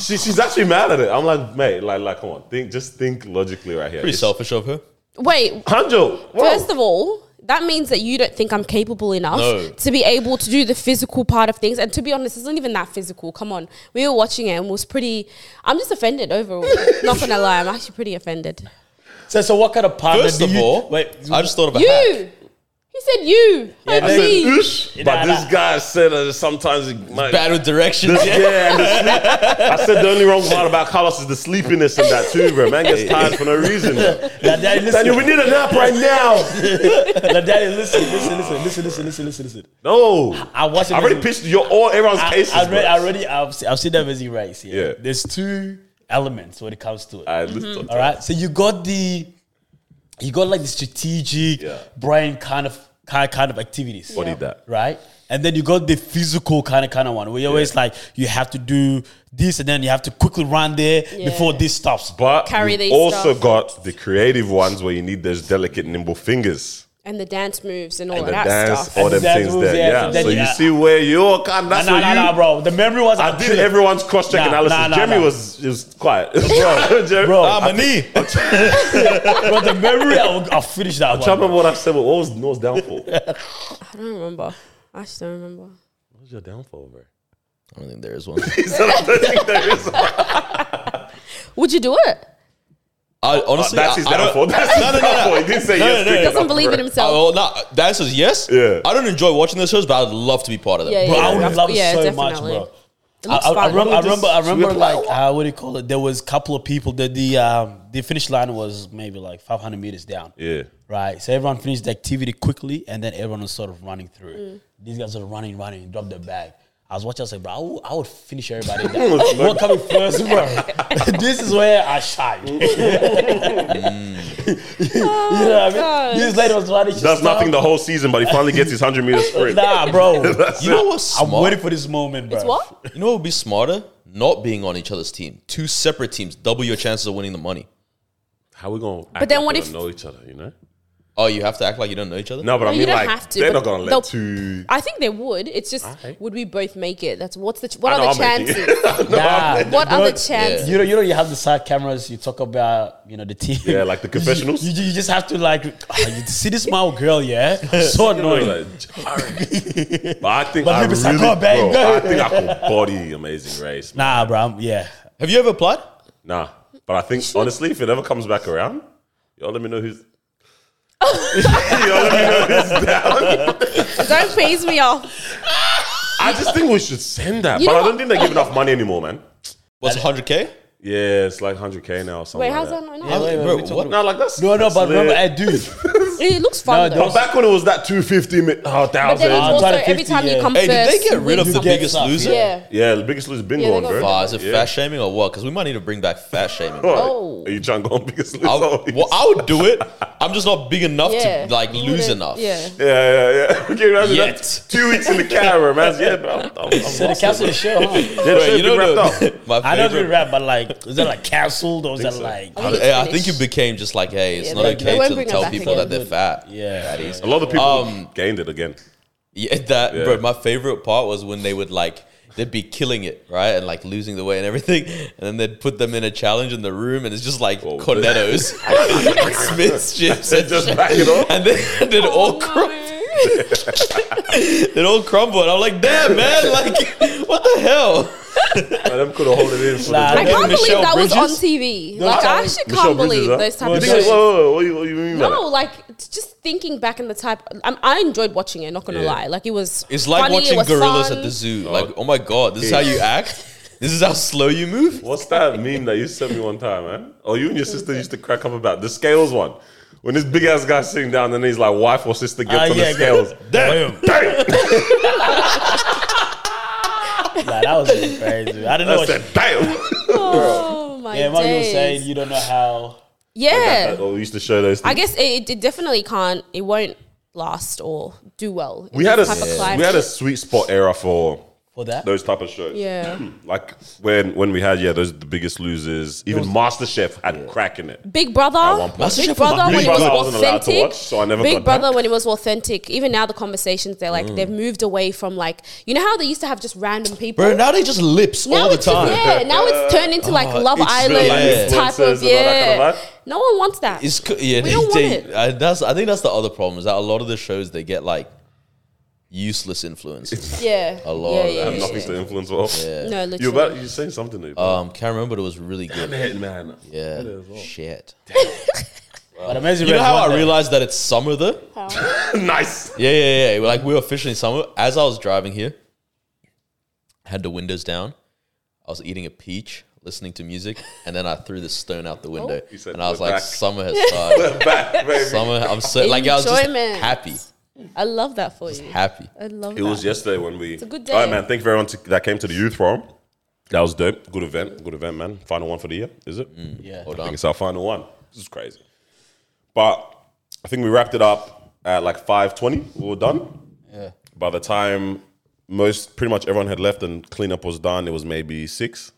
[SPEAKER 1] she, she's actually mad at it. I'm like, mate, like, like, come on, think, just think logically right here.
[SPEAKER 2] Pretty
[SPEAKER 1] It's-
[SPEAKER 2] selfish of her.
[SPEAKER 3] Wait,
[SPEAKER 1] Hanjo, whoa.
[SPEAKER 3] first of all, that means that you don't think I'm capable enough
[SPEAKER 2] No.
[SPEAKER 3] to be able to do the physical part of things. And to be honest, it's not even that physical. Come on. We were watching it and it was pretty. I'm just offended overall. not gonna lie, I'm actually pretty offended.
[SPEAKER 5] So, so what kind of partner
[SPEAKER 2] First
[SPEAKER 5] do
[SPEAKER 2] of
[SPEAKER 5] you-
[SPEAKER 2] all,
[SPEAKER 5] Wait,
[SPEAKER 2] I just thought of a
[SPEAKER 3] You!
[SPEAKER 2] hack.
[SPEAKER 3] He said you!
[SPEAKER 5] Yeah,
[SPEAKER 1] I
[SPEAKER 3] Not
[SPEAKER 1] said,
[SPEAKER 3] me.
[SPEAKER 1] "Oosh," but
[SPEAKER 5] Nah,
[SPEAKER 1] this
[SPEAKER 5] nah.
[SPEAKER 1] guy said that sometimes it might.
[SPEAKER 2] Bad with directions.
[SPEAKER 1] Yeah, and the sleep. I said the only wrong part about Carlos is the sleepiness in that too, bro. Man gets tired for no reason. bro.
[SPEAKER 5] Now, daddy, listen,
[SPEAKER 1] Daniel, we need a nap right now.
[SPEAKER 5] Now, daddy, listen, listen, listen, listen, listen, listen, listen, listen.
[SPEAKER 1] No,
[SPEAKER 5] I watched.
[SPEAKER 1] I already pitched your all everyone's
[SPEAKER 5] I,
[SPEAKER 1] cases.
[SPEAKER 5] I, read,
[SPEAKER 1] bro.
[SPEAKER 5] I already. I've, se- I've seen that busy rights. Yeah.
[SPEAKER 1] Yeah.
[SPEAKER 5] There's two elements when it comes to it.
[SPEAKER 1] I listen.
[SPEAKER 5] Mm-hmm. All right. So you got the, you got like the strategic,
[SPEAKER 1] Yeah.
[SPEAKER 5] brain kind of kind kind of activities.
[SPEAKER 1] Body that.
[SPEAKER 5] right? And then you got the physical kind of kind of one where you're always like you have to do this and then you have to quickly run there before
[SPEAKER 3] Yeah.
[SPEAKER 5] this stops.
[SPEAKER 1] But
[SPEAKER 3] Carry
[SPEAKER 1] you've
[SPEAKER 3] these
[SPEAKER 1] also
[SPEAKER 3] stuff.
[SPEAKER 1] got the creative ones where you need those delicate, nimble fingers.
[SPEAKER 3] And the dance moves and all
[SPEAKER 1] And
[SPEAKER 3] of
[SPEAKER 1] the
[SPEAKER 3] that
[SPEAKER 1] dance,
[SPEAKER 3] stuff.
[SPEAKER 1] all them
[SPEAKER 5] That
[SPEAKER 1] things
[SPEAKER 5] moves,
[SPEAKER 1] there.
[SPEAKER 5] yeah,
[SPEAKER 1] Yeah.
[SPEAKER 5] so then
[SPEAKER 1] So
[SPEAKER 5] you-
[SPEAKER 1] you see where you're kind that's
[SPEAKER 5] nah,
[SPEAKER 1] what
[SPEAKER 5] nah,
[SPEAKER 1] you
[SPEAKER 5] nah, bro. The memory was
[SPEAKER 1] I did everyone's cross check
[SPEAKER 5] Nah,
[SPEAKER 1] analysis.
[SPEAKER 5] nah, nah,
[SPEAKER 1] Jeremy
[SPEAKER 5] nah.
[SPEAKER 1] was just quiet. bro, Jeremy,
[SPEAKER 5] Bro.
[SPEAKER 1] I
[SPEAKER 2] Ah, my knee.
[SPEAKER 5] Bro, the memory. I'll, I'll finish that
[SPEAKER 1] can't
[SPEAKER 5] one.
[SPEAKER 1] remember what I said. but What was Noah's downfall? what
[SPEAKER 3] I don't remember. I just don't remember.
[SPEAKER 1] was your downfall, bro?
[SPEAKER 2] I don't think there is one.
[SPEAKER 1] I don't think there is.
[SPEAKER 3] Would you do it?
[SPEAKER 2] I honestly,
[SPEAKER 1] That's
[SPEAKER 2] I,
[SPEAKER 1] his
[SPEAKER 2] I don't-
[SPEAKER 1] downfall. That's his
[SPEAKER 2] No, no, no, no.
[SPEAKER 1] downfall. He didn't say
[SPEAKER 2] No, no,
[SPEAKER 1] yes.
[SPEAKER 2] no.
[SPEAKER 1] quick
[SPEAKER 2] Doesn't
[SPEAKER 1] enough,
[SPEAKER 3] Doesn't believe
[SPEAKER 1] bro.
[SPEAKER 3] in himself.
[SPEAKER 2] I- well, no, the answer is yes.
[SPEAKER 1] Yeah.
[SPEAKER 2] I don't enjoy watching those shows, but I'd love to be part of them.
[SPEAKER 3] Yeah, yeah,
[SPEAKER 5] Bro, I
[SPEAKER 3] yeah.
[SPEAKER 5] would love
[SPEAKER 3] Yeah,
[SPEAKER 5] it so
[SPEAKER 3] definitely.
[SPEAKER 5] much, bro.
[SPEAKER 3] It
[SPEAKER 5] I,
[SPEAKER 3] looks
[SPEAKER 5] I- I
[SPEAKER 3] fun.
[SPEAKER 5] remember, I
[SPEAKER 1] Just
[SPEAKER 5] remember, I remember,
[SPEAKER 1] whip it
[SPEAKER 5] like uh, what do you call it? There was a couple of people that the um, the finish line was maybe like 500 meters down.
[SPEAKER 1] Yeah.
[SPEAKER 5] Right. So everyone finished the activity quickly, and then everyone was sort of running through.
[SPEAKER 3] Mm.
[SPEAKER 5] These guys are running, running, drop their bag. I was watching. I was like, bro, I would, I would finish everybody. down. We're coming first, bro. this is where I shine. you know what I
[SPEAKER 3] Oh, God.
[SPEAKER 5] mean? This lady was running. she
[SPEAKER 1] Does nothing
[SPEAKER 5] stopped.
[SPEAKER 1] the whole season, but he finally gets his 100 meter sprint.
[SPEAKER 5] Nah, bro.
[SPEAKER 2] You know what's
[SPEAKER 5] I'm
[SPEAKER 2] smart?
[SPEAKER 5] waiting for this moment, bro.
[SPEAKER 3] It's what?
[SPEAKER 2] You know what would be smarter? Not being on each other's team. Two separate teams. Double your chances of winning the money.
[SPEAKER 1] How we going to
[SPEAKER 3] But then what if-
[SPEAKER 1] know each other, you know?
[SPEAKER 2] Oh, you have to act like you don't know each other?
[SPEAKER 1] No, but
[SPEAKER 3] No,
[SPEAKER 1] I
[SPEAKER 3] you
[SPEAKER 1] mean,
[SPEAKER 3] don't
[SPEAKER 1] like,
[SPEAKER 3] have to,
[SPEAKER 1] they're not
[SPEAKER 3] but
[SPEAKER 1] going to
[SPEAKER 3] they'll-
[SPEAKER 1] let two.
[SPEAKER 3] I think they would. It's just
[SPEAKER 1] Okay.
[SPEAKER 3] would we both make it? That's what's the ch- what
[SPEAKER 1] I
[SPEAKER 3] are
[SPEAKER 1] know
[SPEAKER 3] the
[SPEAKER 1] I'm making
[SPEAKER 3] chances?
[SPEAKER 5] Nah,
[SPEAKER 3] what
[SPEAKER 5] you
[SPEAKER 3] are the
[SPEAKER 5] know-
[SPEAKER 3] chances?
[SPEAKER 5] You know, you know, you have the side cameras. You talk about, you know, the team.
[SPEAKER 1] Yeah, like the
[SPEAKER 5] You-
[SPEAKER 1] confessionals.
[SPEAKER 5] You, you, just have to like ah, you see this small girl, yeah, so annoying.
[SPEAKER 1] But I think
[SPEAKER 5] But
[SPEAKER 1] I really,
[SPEAKER 5] maybe it's like, oh, bang,
[SPEAKER 1] bro, I
[SPEAKER 5] go.
[SPEAKER 1] think I could body Amazing Race. man.
[SPEAKER 5] Nah, bro, I'm- yeah.
[SPEAKER 2] Have you ever applied?
[SPEAKER 1] Nah, but I think honestly, if it ever comes back around, y'all let me know who's. y'all let me know who's down.
[SPEAKER 3] Don't phase me off.
[SPEAKER 1] I I just think we should send that,
[SPEAKER 3] You
[SPEAKER 1] but
[SPEAKER 3] know
[SPEAKER 1] I don't think
[SPEAKER 3] what?
[SPEAKER 1] they give enough money anymore, man.
[SPEAKER 2] What's 100k?
[SPEAKER 1] Yeah, it's like 100k now. Or something
[SPEAKER 3] Wait,
[SPEAKER 1] like
[SPEAKER 3] how's
[SPEAKER 1] that?
[SPEAKER 3] that not
[SPEAKER 5] Yeah,
[SPEAKER 3] enough?
[SPEAKER 5] wait, wait,
[SPEAKER 2] Bro,
[SPEAKER 5] we talking
[SPEAKER 2] what?
[SPEAKER 5] about-
[SPEAKER 1] No, like that's
[SPEAKER 5] No, no,
[SPEAKER 1] that's
[SPEAKER 5] but remember,
[SPEAKER 1] lit.
[SPEAKER 5] hey, dude.
[SPEAKER 3] It looks fun
[SPEAKER 5] No,
[SPEAKER 1] But
[SPEAKER 3] though.
[SPEAKER 1] back when it was that 250 mi- oh,
[SPEAKER 3] But then
[SPEAKER 1] thousand.
[SPEAKER 3] it's
[SPEAKER 5] Ah,
[SPEAKER 3] also
[SPEAKER 5] 250,
[SPEAKER 3] every time
[SPEAKER 5] yeah.
[SPEAKER 3] you come
[SPEAKER 2] Hey, did
[SPEAKER 3] first.
[SPEAKER 2] they get
[SPEAKER 3] you
[SPEAKER 2] rid
[SPEAKER 3] win
[SPEAKER 2] of the
[SPEAKER 3] something.
[SPEAKER 2] biggest
[SPEAKER 5] stuff,
[SPEAKER 2] loser?
[SPEAKER 3] Yeah.
[SPEAKER 1] yeah, the biggest loser has been
[SPEAKER 3] Yeah, they
[SPEAKER 1] gone,
[SPEAKER 3] got
[SPEAKER 1] bro.
[SPEAKER 3] rid of
[SPEAKER 2] Bah, is it
[SPEAKER 1] Yeah.
[SPEAKER 2] fat shaming or what? Because we might need to bring back fat shaming.
[SPEAKER 1] Right.
[SPEAKER 2] bro.
[SPEAKER 3] Oh.
[SPEAKER 1] Are you trying to go on biggest loser?
[SPEAKER 2] I'll- well, I would do it. I'm just not big enough
[SPEAKER 3] Yeah.
[SPEAKER 2] to like
[SPEAKER 3] You
[SPEAKER 2] lose
[SPEAKER 3] wouldn't-
[SPEAKER 2] enough.
[SPEAKER 3] Yeah.
[SPEAKER 1] yeah, yeah, yeah. Can you imagine
[SPEAKER 2] Yet.
[SPEAKER 1] that? Two weeks in the camera, man. Yeah, bro. I'm, I'm, I'm
[SPEAKER 5] So they
[SPEAKER 1] lost.
[SPEAKER 5] cancelled the show, huh?
[SPEAKER 1] Yeah,
[SPEAKER 2] Wait,
[SPEAKER 1] shit
[SPEAKER 2] you
[SPEAKER 1] been
[SPEAKER 2] know
[SPEAKER 1] wrapped
[SPEAKER 2] the,
[SPEAKER 1] up.
[SPEAKER 2] my
[SPEAKER 5] I don't do
[SPEAKER 2] favorite.
[SPEAKER 5] rap, but like, was that like cancelled or was that
[SPEAKER 1] so.
[SPEAKER 5] like?
[SPEAKER 3] I
[SPEAKER 2] I,
[SPEAKER 3] think it's
[SPEAKER 2] yeah, I
[SPEAKER 3] finished.
[SPEAKER 2] think it became just like, hey, it's
[SPEAKER 3] Yeah,
[SPEAKER 2] not
[SPEAKER 3] they- they
[SPEAKER 2] okay
[SPEAKER 3] won't
[SPEAKER 2] to
[SPEAKER 3] bring it
[SPEAKER 2] tell
[SPEAKER 3] back
[SPEAKER 2] people
[SPEAKER 3] again.
[SPEAKER 2] that they're fat.
[SPEAKER 5] Yeah.
[SPEAKER 2] that is.
[SPEAKER 1] A lot of people
[SPEAKER 2] Um,
[SPEAKER 1] gained it again.
[SPEAKER 2] Yeah, that
[SPEAKER 1] Yeah.
[SPEAKER 2] bro. My favorite part was when they would like they'd be killing it, right, and like losing the weight and everything, and then they'd put them in a challenge in the room, and it's just like
[SPEAKER 1] Whoa.
[SPEAKER 2] cornettos, and Smiths chips, and,
[SPEAKER 1] Just back it up.
[SPEAKER 2] and then and they'd
[SPEAKER 3] Oh
[SPEAKER 2] all crum- they'd all crumble, and I'm like, damn man, like what the hell?
[SPEAKER 1] Man, them could have held it in for
[SPEAKER 5] Nah,
[SPEAKER 1] the
[SPEAKER 3] I
[SPEAKER 2] then
[SPEAKER 3] can't
[SPEAKER 2] Michelle
[SPEAKER 3] believe that
[SPEAKER 2] Bridges?
[SPEAKER 3] was on TV. like, I actually can't
[SPEAKER 1] Michelle
[SPEAKER 3] believe
[SPEAKER 1] Bridges, huh?
[SPEAKER 3] those type
[SPEAKER 1] You
[SPEAKER 3] of
[SPEAKER 1] think-
[SPEAKER 3] shows.
[SPEAKER 1] whoa, whoa, whoa, what you, what you mean by
[SPEAKER 3] No,
[SPEAKER 1] that?
[SPEAKER 3] like it's just thinking back in the type, i I enjoyed watching it. Not gonna
[SPEAKER 1] Yeah.
[SPEAKER 3] lie, like it was.
[SPEAKER 2] It's like
[SPEAKER 3] funny, it
[SPEAKER 2] watching
[SPEAKER 3] was
[SPEAKER 2] gorillas
[SPEAKER 3] fun.
[SPEAKER 2] at the zoo. Like, oh my god, this is how you act. This is how slow you move.
[SPEAKER 1] What's that meme that you sent me one time, man? Oh, you and your sister used to crack up about the scales one. When this big ass guy's sitting down, and he's like, wife or sister gets
[SPEAKER 5] Ah,
[SPEAKER 1] on
[SPEAKER 5] yeah,
[SPEAKER 1] the scales.
[SPEAKER 5] Damn. Nah, that was crazy. I don't know
[SPEAKER 1] I
[SPEAKER 5] what.
[SPEAKER 1] said, damn.
[SPEAKER 3] Oh my
[SPEAKER 5] Yeah,
[SPEAKER 3] yeah,
[SPEAKER 5] Mom, you were saying you don't know how.
[SPEAKER 3] yeah,
[SPEAKER 1] oh, we used to show those things.
[SPEAKER 3] I guess it, it definitely can't. It won't last or do well. in
[SPEAKER 1] we had a
[SPEAKER 3] this type of climate.
[SPEAKER 1] we had a sweet spot era for
[SPEAKER 5] For that?
[SPEAKER 1] those type of shows.
[SPEAKER 3] Yeah.
[SPEAKER 1] like when when we had yeah those the biggest losers. Even MasterChef had crack in it.
[SPEAKER 3] Big Brother.
[SPEAKER 1] one point.
[SPEAKER 2] Masterchef
[SPEAKER 3] Big
[SPEAKER 2] was
[SPEAKER 3] Brother when
[SPEAKER 1] Big
[SPEAKER 3] it was
[SPEAKER 1] Brother I wasn't allowed to
[SPEAKER 3] authentic.
[SPEAKER 1] watch, so I never
[SPEAKER 3] Big
[SPEAKER 1] got
[SPEAKER 3] Brother
[SPEAKER 1] back. Hmm.
[SPEAKER 3] when it was authentic. Even now the conversations they're like they've moved away from like you know how they used to have just random people.
[SPEAKER 2] Bro, now they just lips
[SPEAKER 3] Now
[SPEAKER 2] all the
[SPEAKER 3] it's just-
[SPEAKER 2] time.
[SPEAKER 3] yeah, now it's turned into like Love
[SPEAKER 2] Oh, it's
[SPEAKER 3] Island
[SPEAKER 2] really like
[SPEAKER 3] type
[SPEAKER 1] influencers
[SPEAKER 3] of
[SPEAKER 1] and all that
[SPEAKER 3] yeah.
[SPEAKER 1] kind of vibe.
[SPEAKER 3] no one wants that.
[SPEAKER 2] It's co- yeah.
[SPEAKER 3] We
[SPEAKER 2] they,
[SPEAKER 3] don't want
[SPEAKER 2] they-
[SPEAKER 3] it.
[SPEAKER 2] I, that's I think that's the other problem is that a lot of the shows they get like useless influence.
[SPEAKER 3] yeah,
[SPEAKER 2] A lot
[SPEAKER 3] yeah,
[SPEAKER 2] of that
[SPEAKER 3] yeah,
[SPEAKER 1] Had
[SPEAKER 3] yeah,
[SPEAKER 1] nothing to
[SPEAKER 3] yeah. Uh,
[SPEAKER 1] influence off.
[SPEAKER 3] No, literally.
[SPEAKER 1] You're about you're saying something. Though, bro.
[SPEAKER 2] um, can't remember, but it was really good.
[SPEAKER 1] man, man.
[SPEAKER 2] Yeah, shit.
[SPEAKER 5] But amazing.
[SPEAKER 2] You know
[SPEAKER 5] Race
[SPEAKER 2] how
[SPEAKER 5] won
[SPEAKER 2] I
[SPEAKER 5] that.
[SPEAKER 2] realized that it's summer though.
[SPEAKER 1] nice.
[SPEAKER 2] Yeah, yeah, yeah. Like we were officially in summer. As I was driving here, had the windows down. I was eating a peach, listening to music, and then I threw the stone out the window,
[SPEAKER 1] Oh. You said,
[SPEAKER 2] and I was
[SPEAKER 1] "We're
[SPEAKER 2] like,
[SPEAKER 1] back."
[SPEAKER 2] "Summer has started.
[SPEAKER 1] Back, baby.
[SPEAKER 2] Summer. I'm so like I was just
[SPEAKER 3] Enjoyment.
[SPEAKER 2] happy,
[SPEAKER 3] I love that for you.
[SPEAKER 2] happy.
[SPEAKER 3] I love
[SPEAKER 1] It
[SPEAKER 3] that.
[SPEAKER 1] was yesterday when we. It's
[SPEAKER 3] a good
[SPEAKER 1] All right,
[SPEAKER 3] day.
[SPEAKER 1] man. Thank you for everyone to, that came to the youth forum. That was dope. Good event. Good event, man. Final one for the year, is it?
[SPEAKER 5] Mm, Yeah.
[SPEAKER 1] I think it's our final one. This is crazy. But I think we wrapped it up at like 5.20. We were done.
[SPEAKER 5] Yeah.
[SPEAKER 1] By the time most, pretty much everyone had left and cleanup was done, it was maybe six.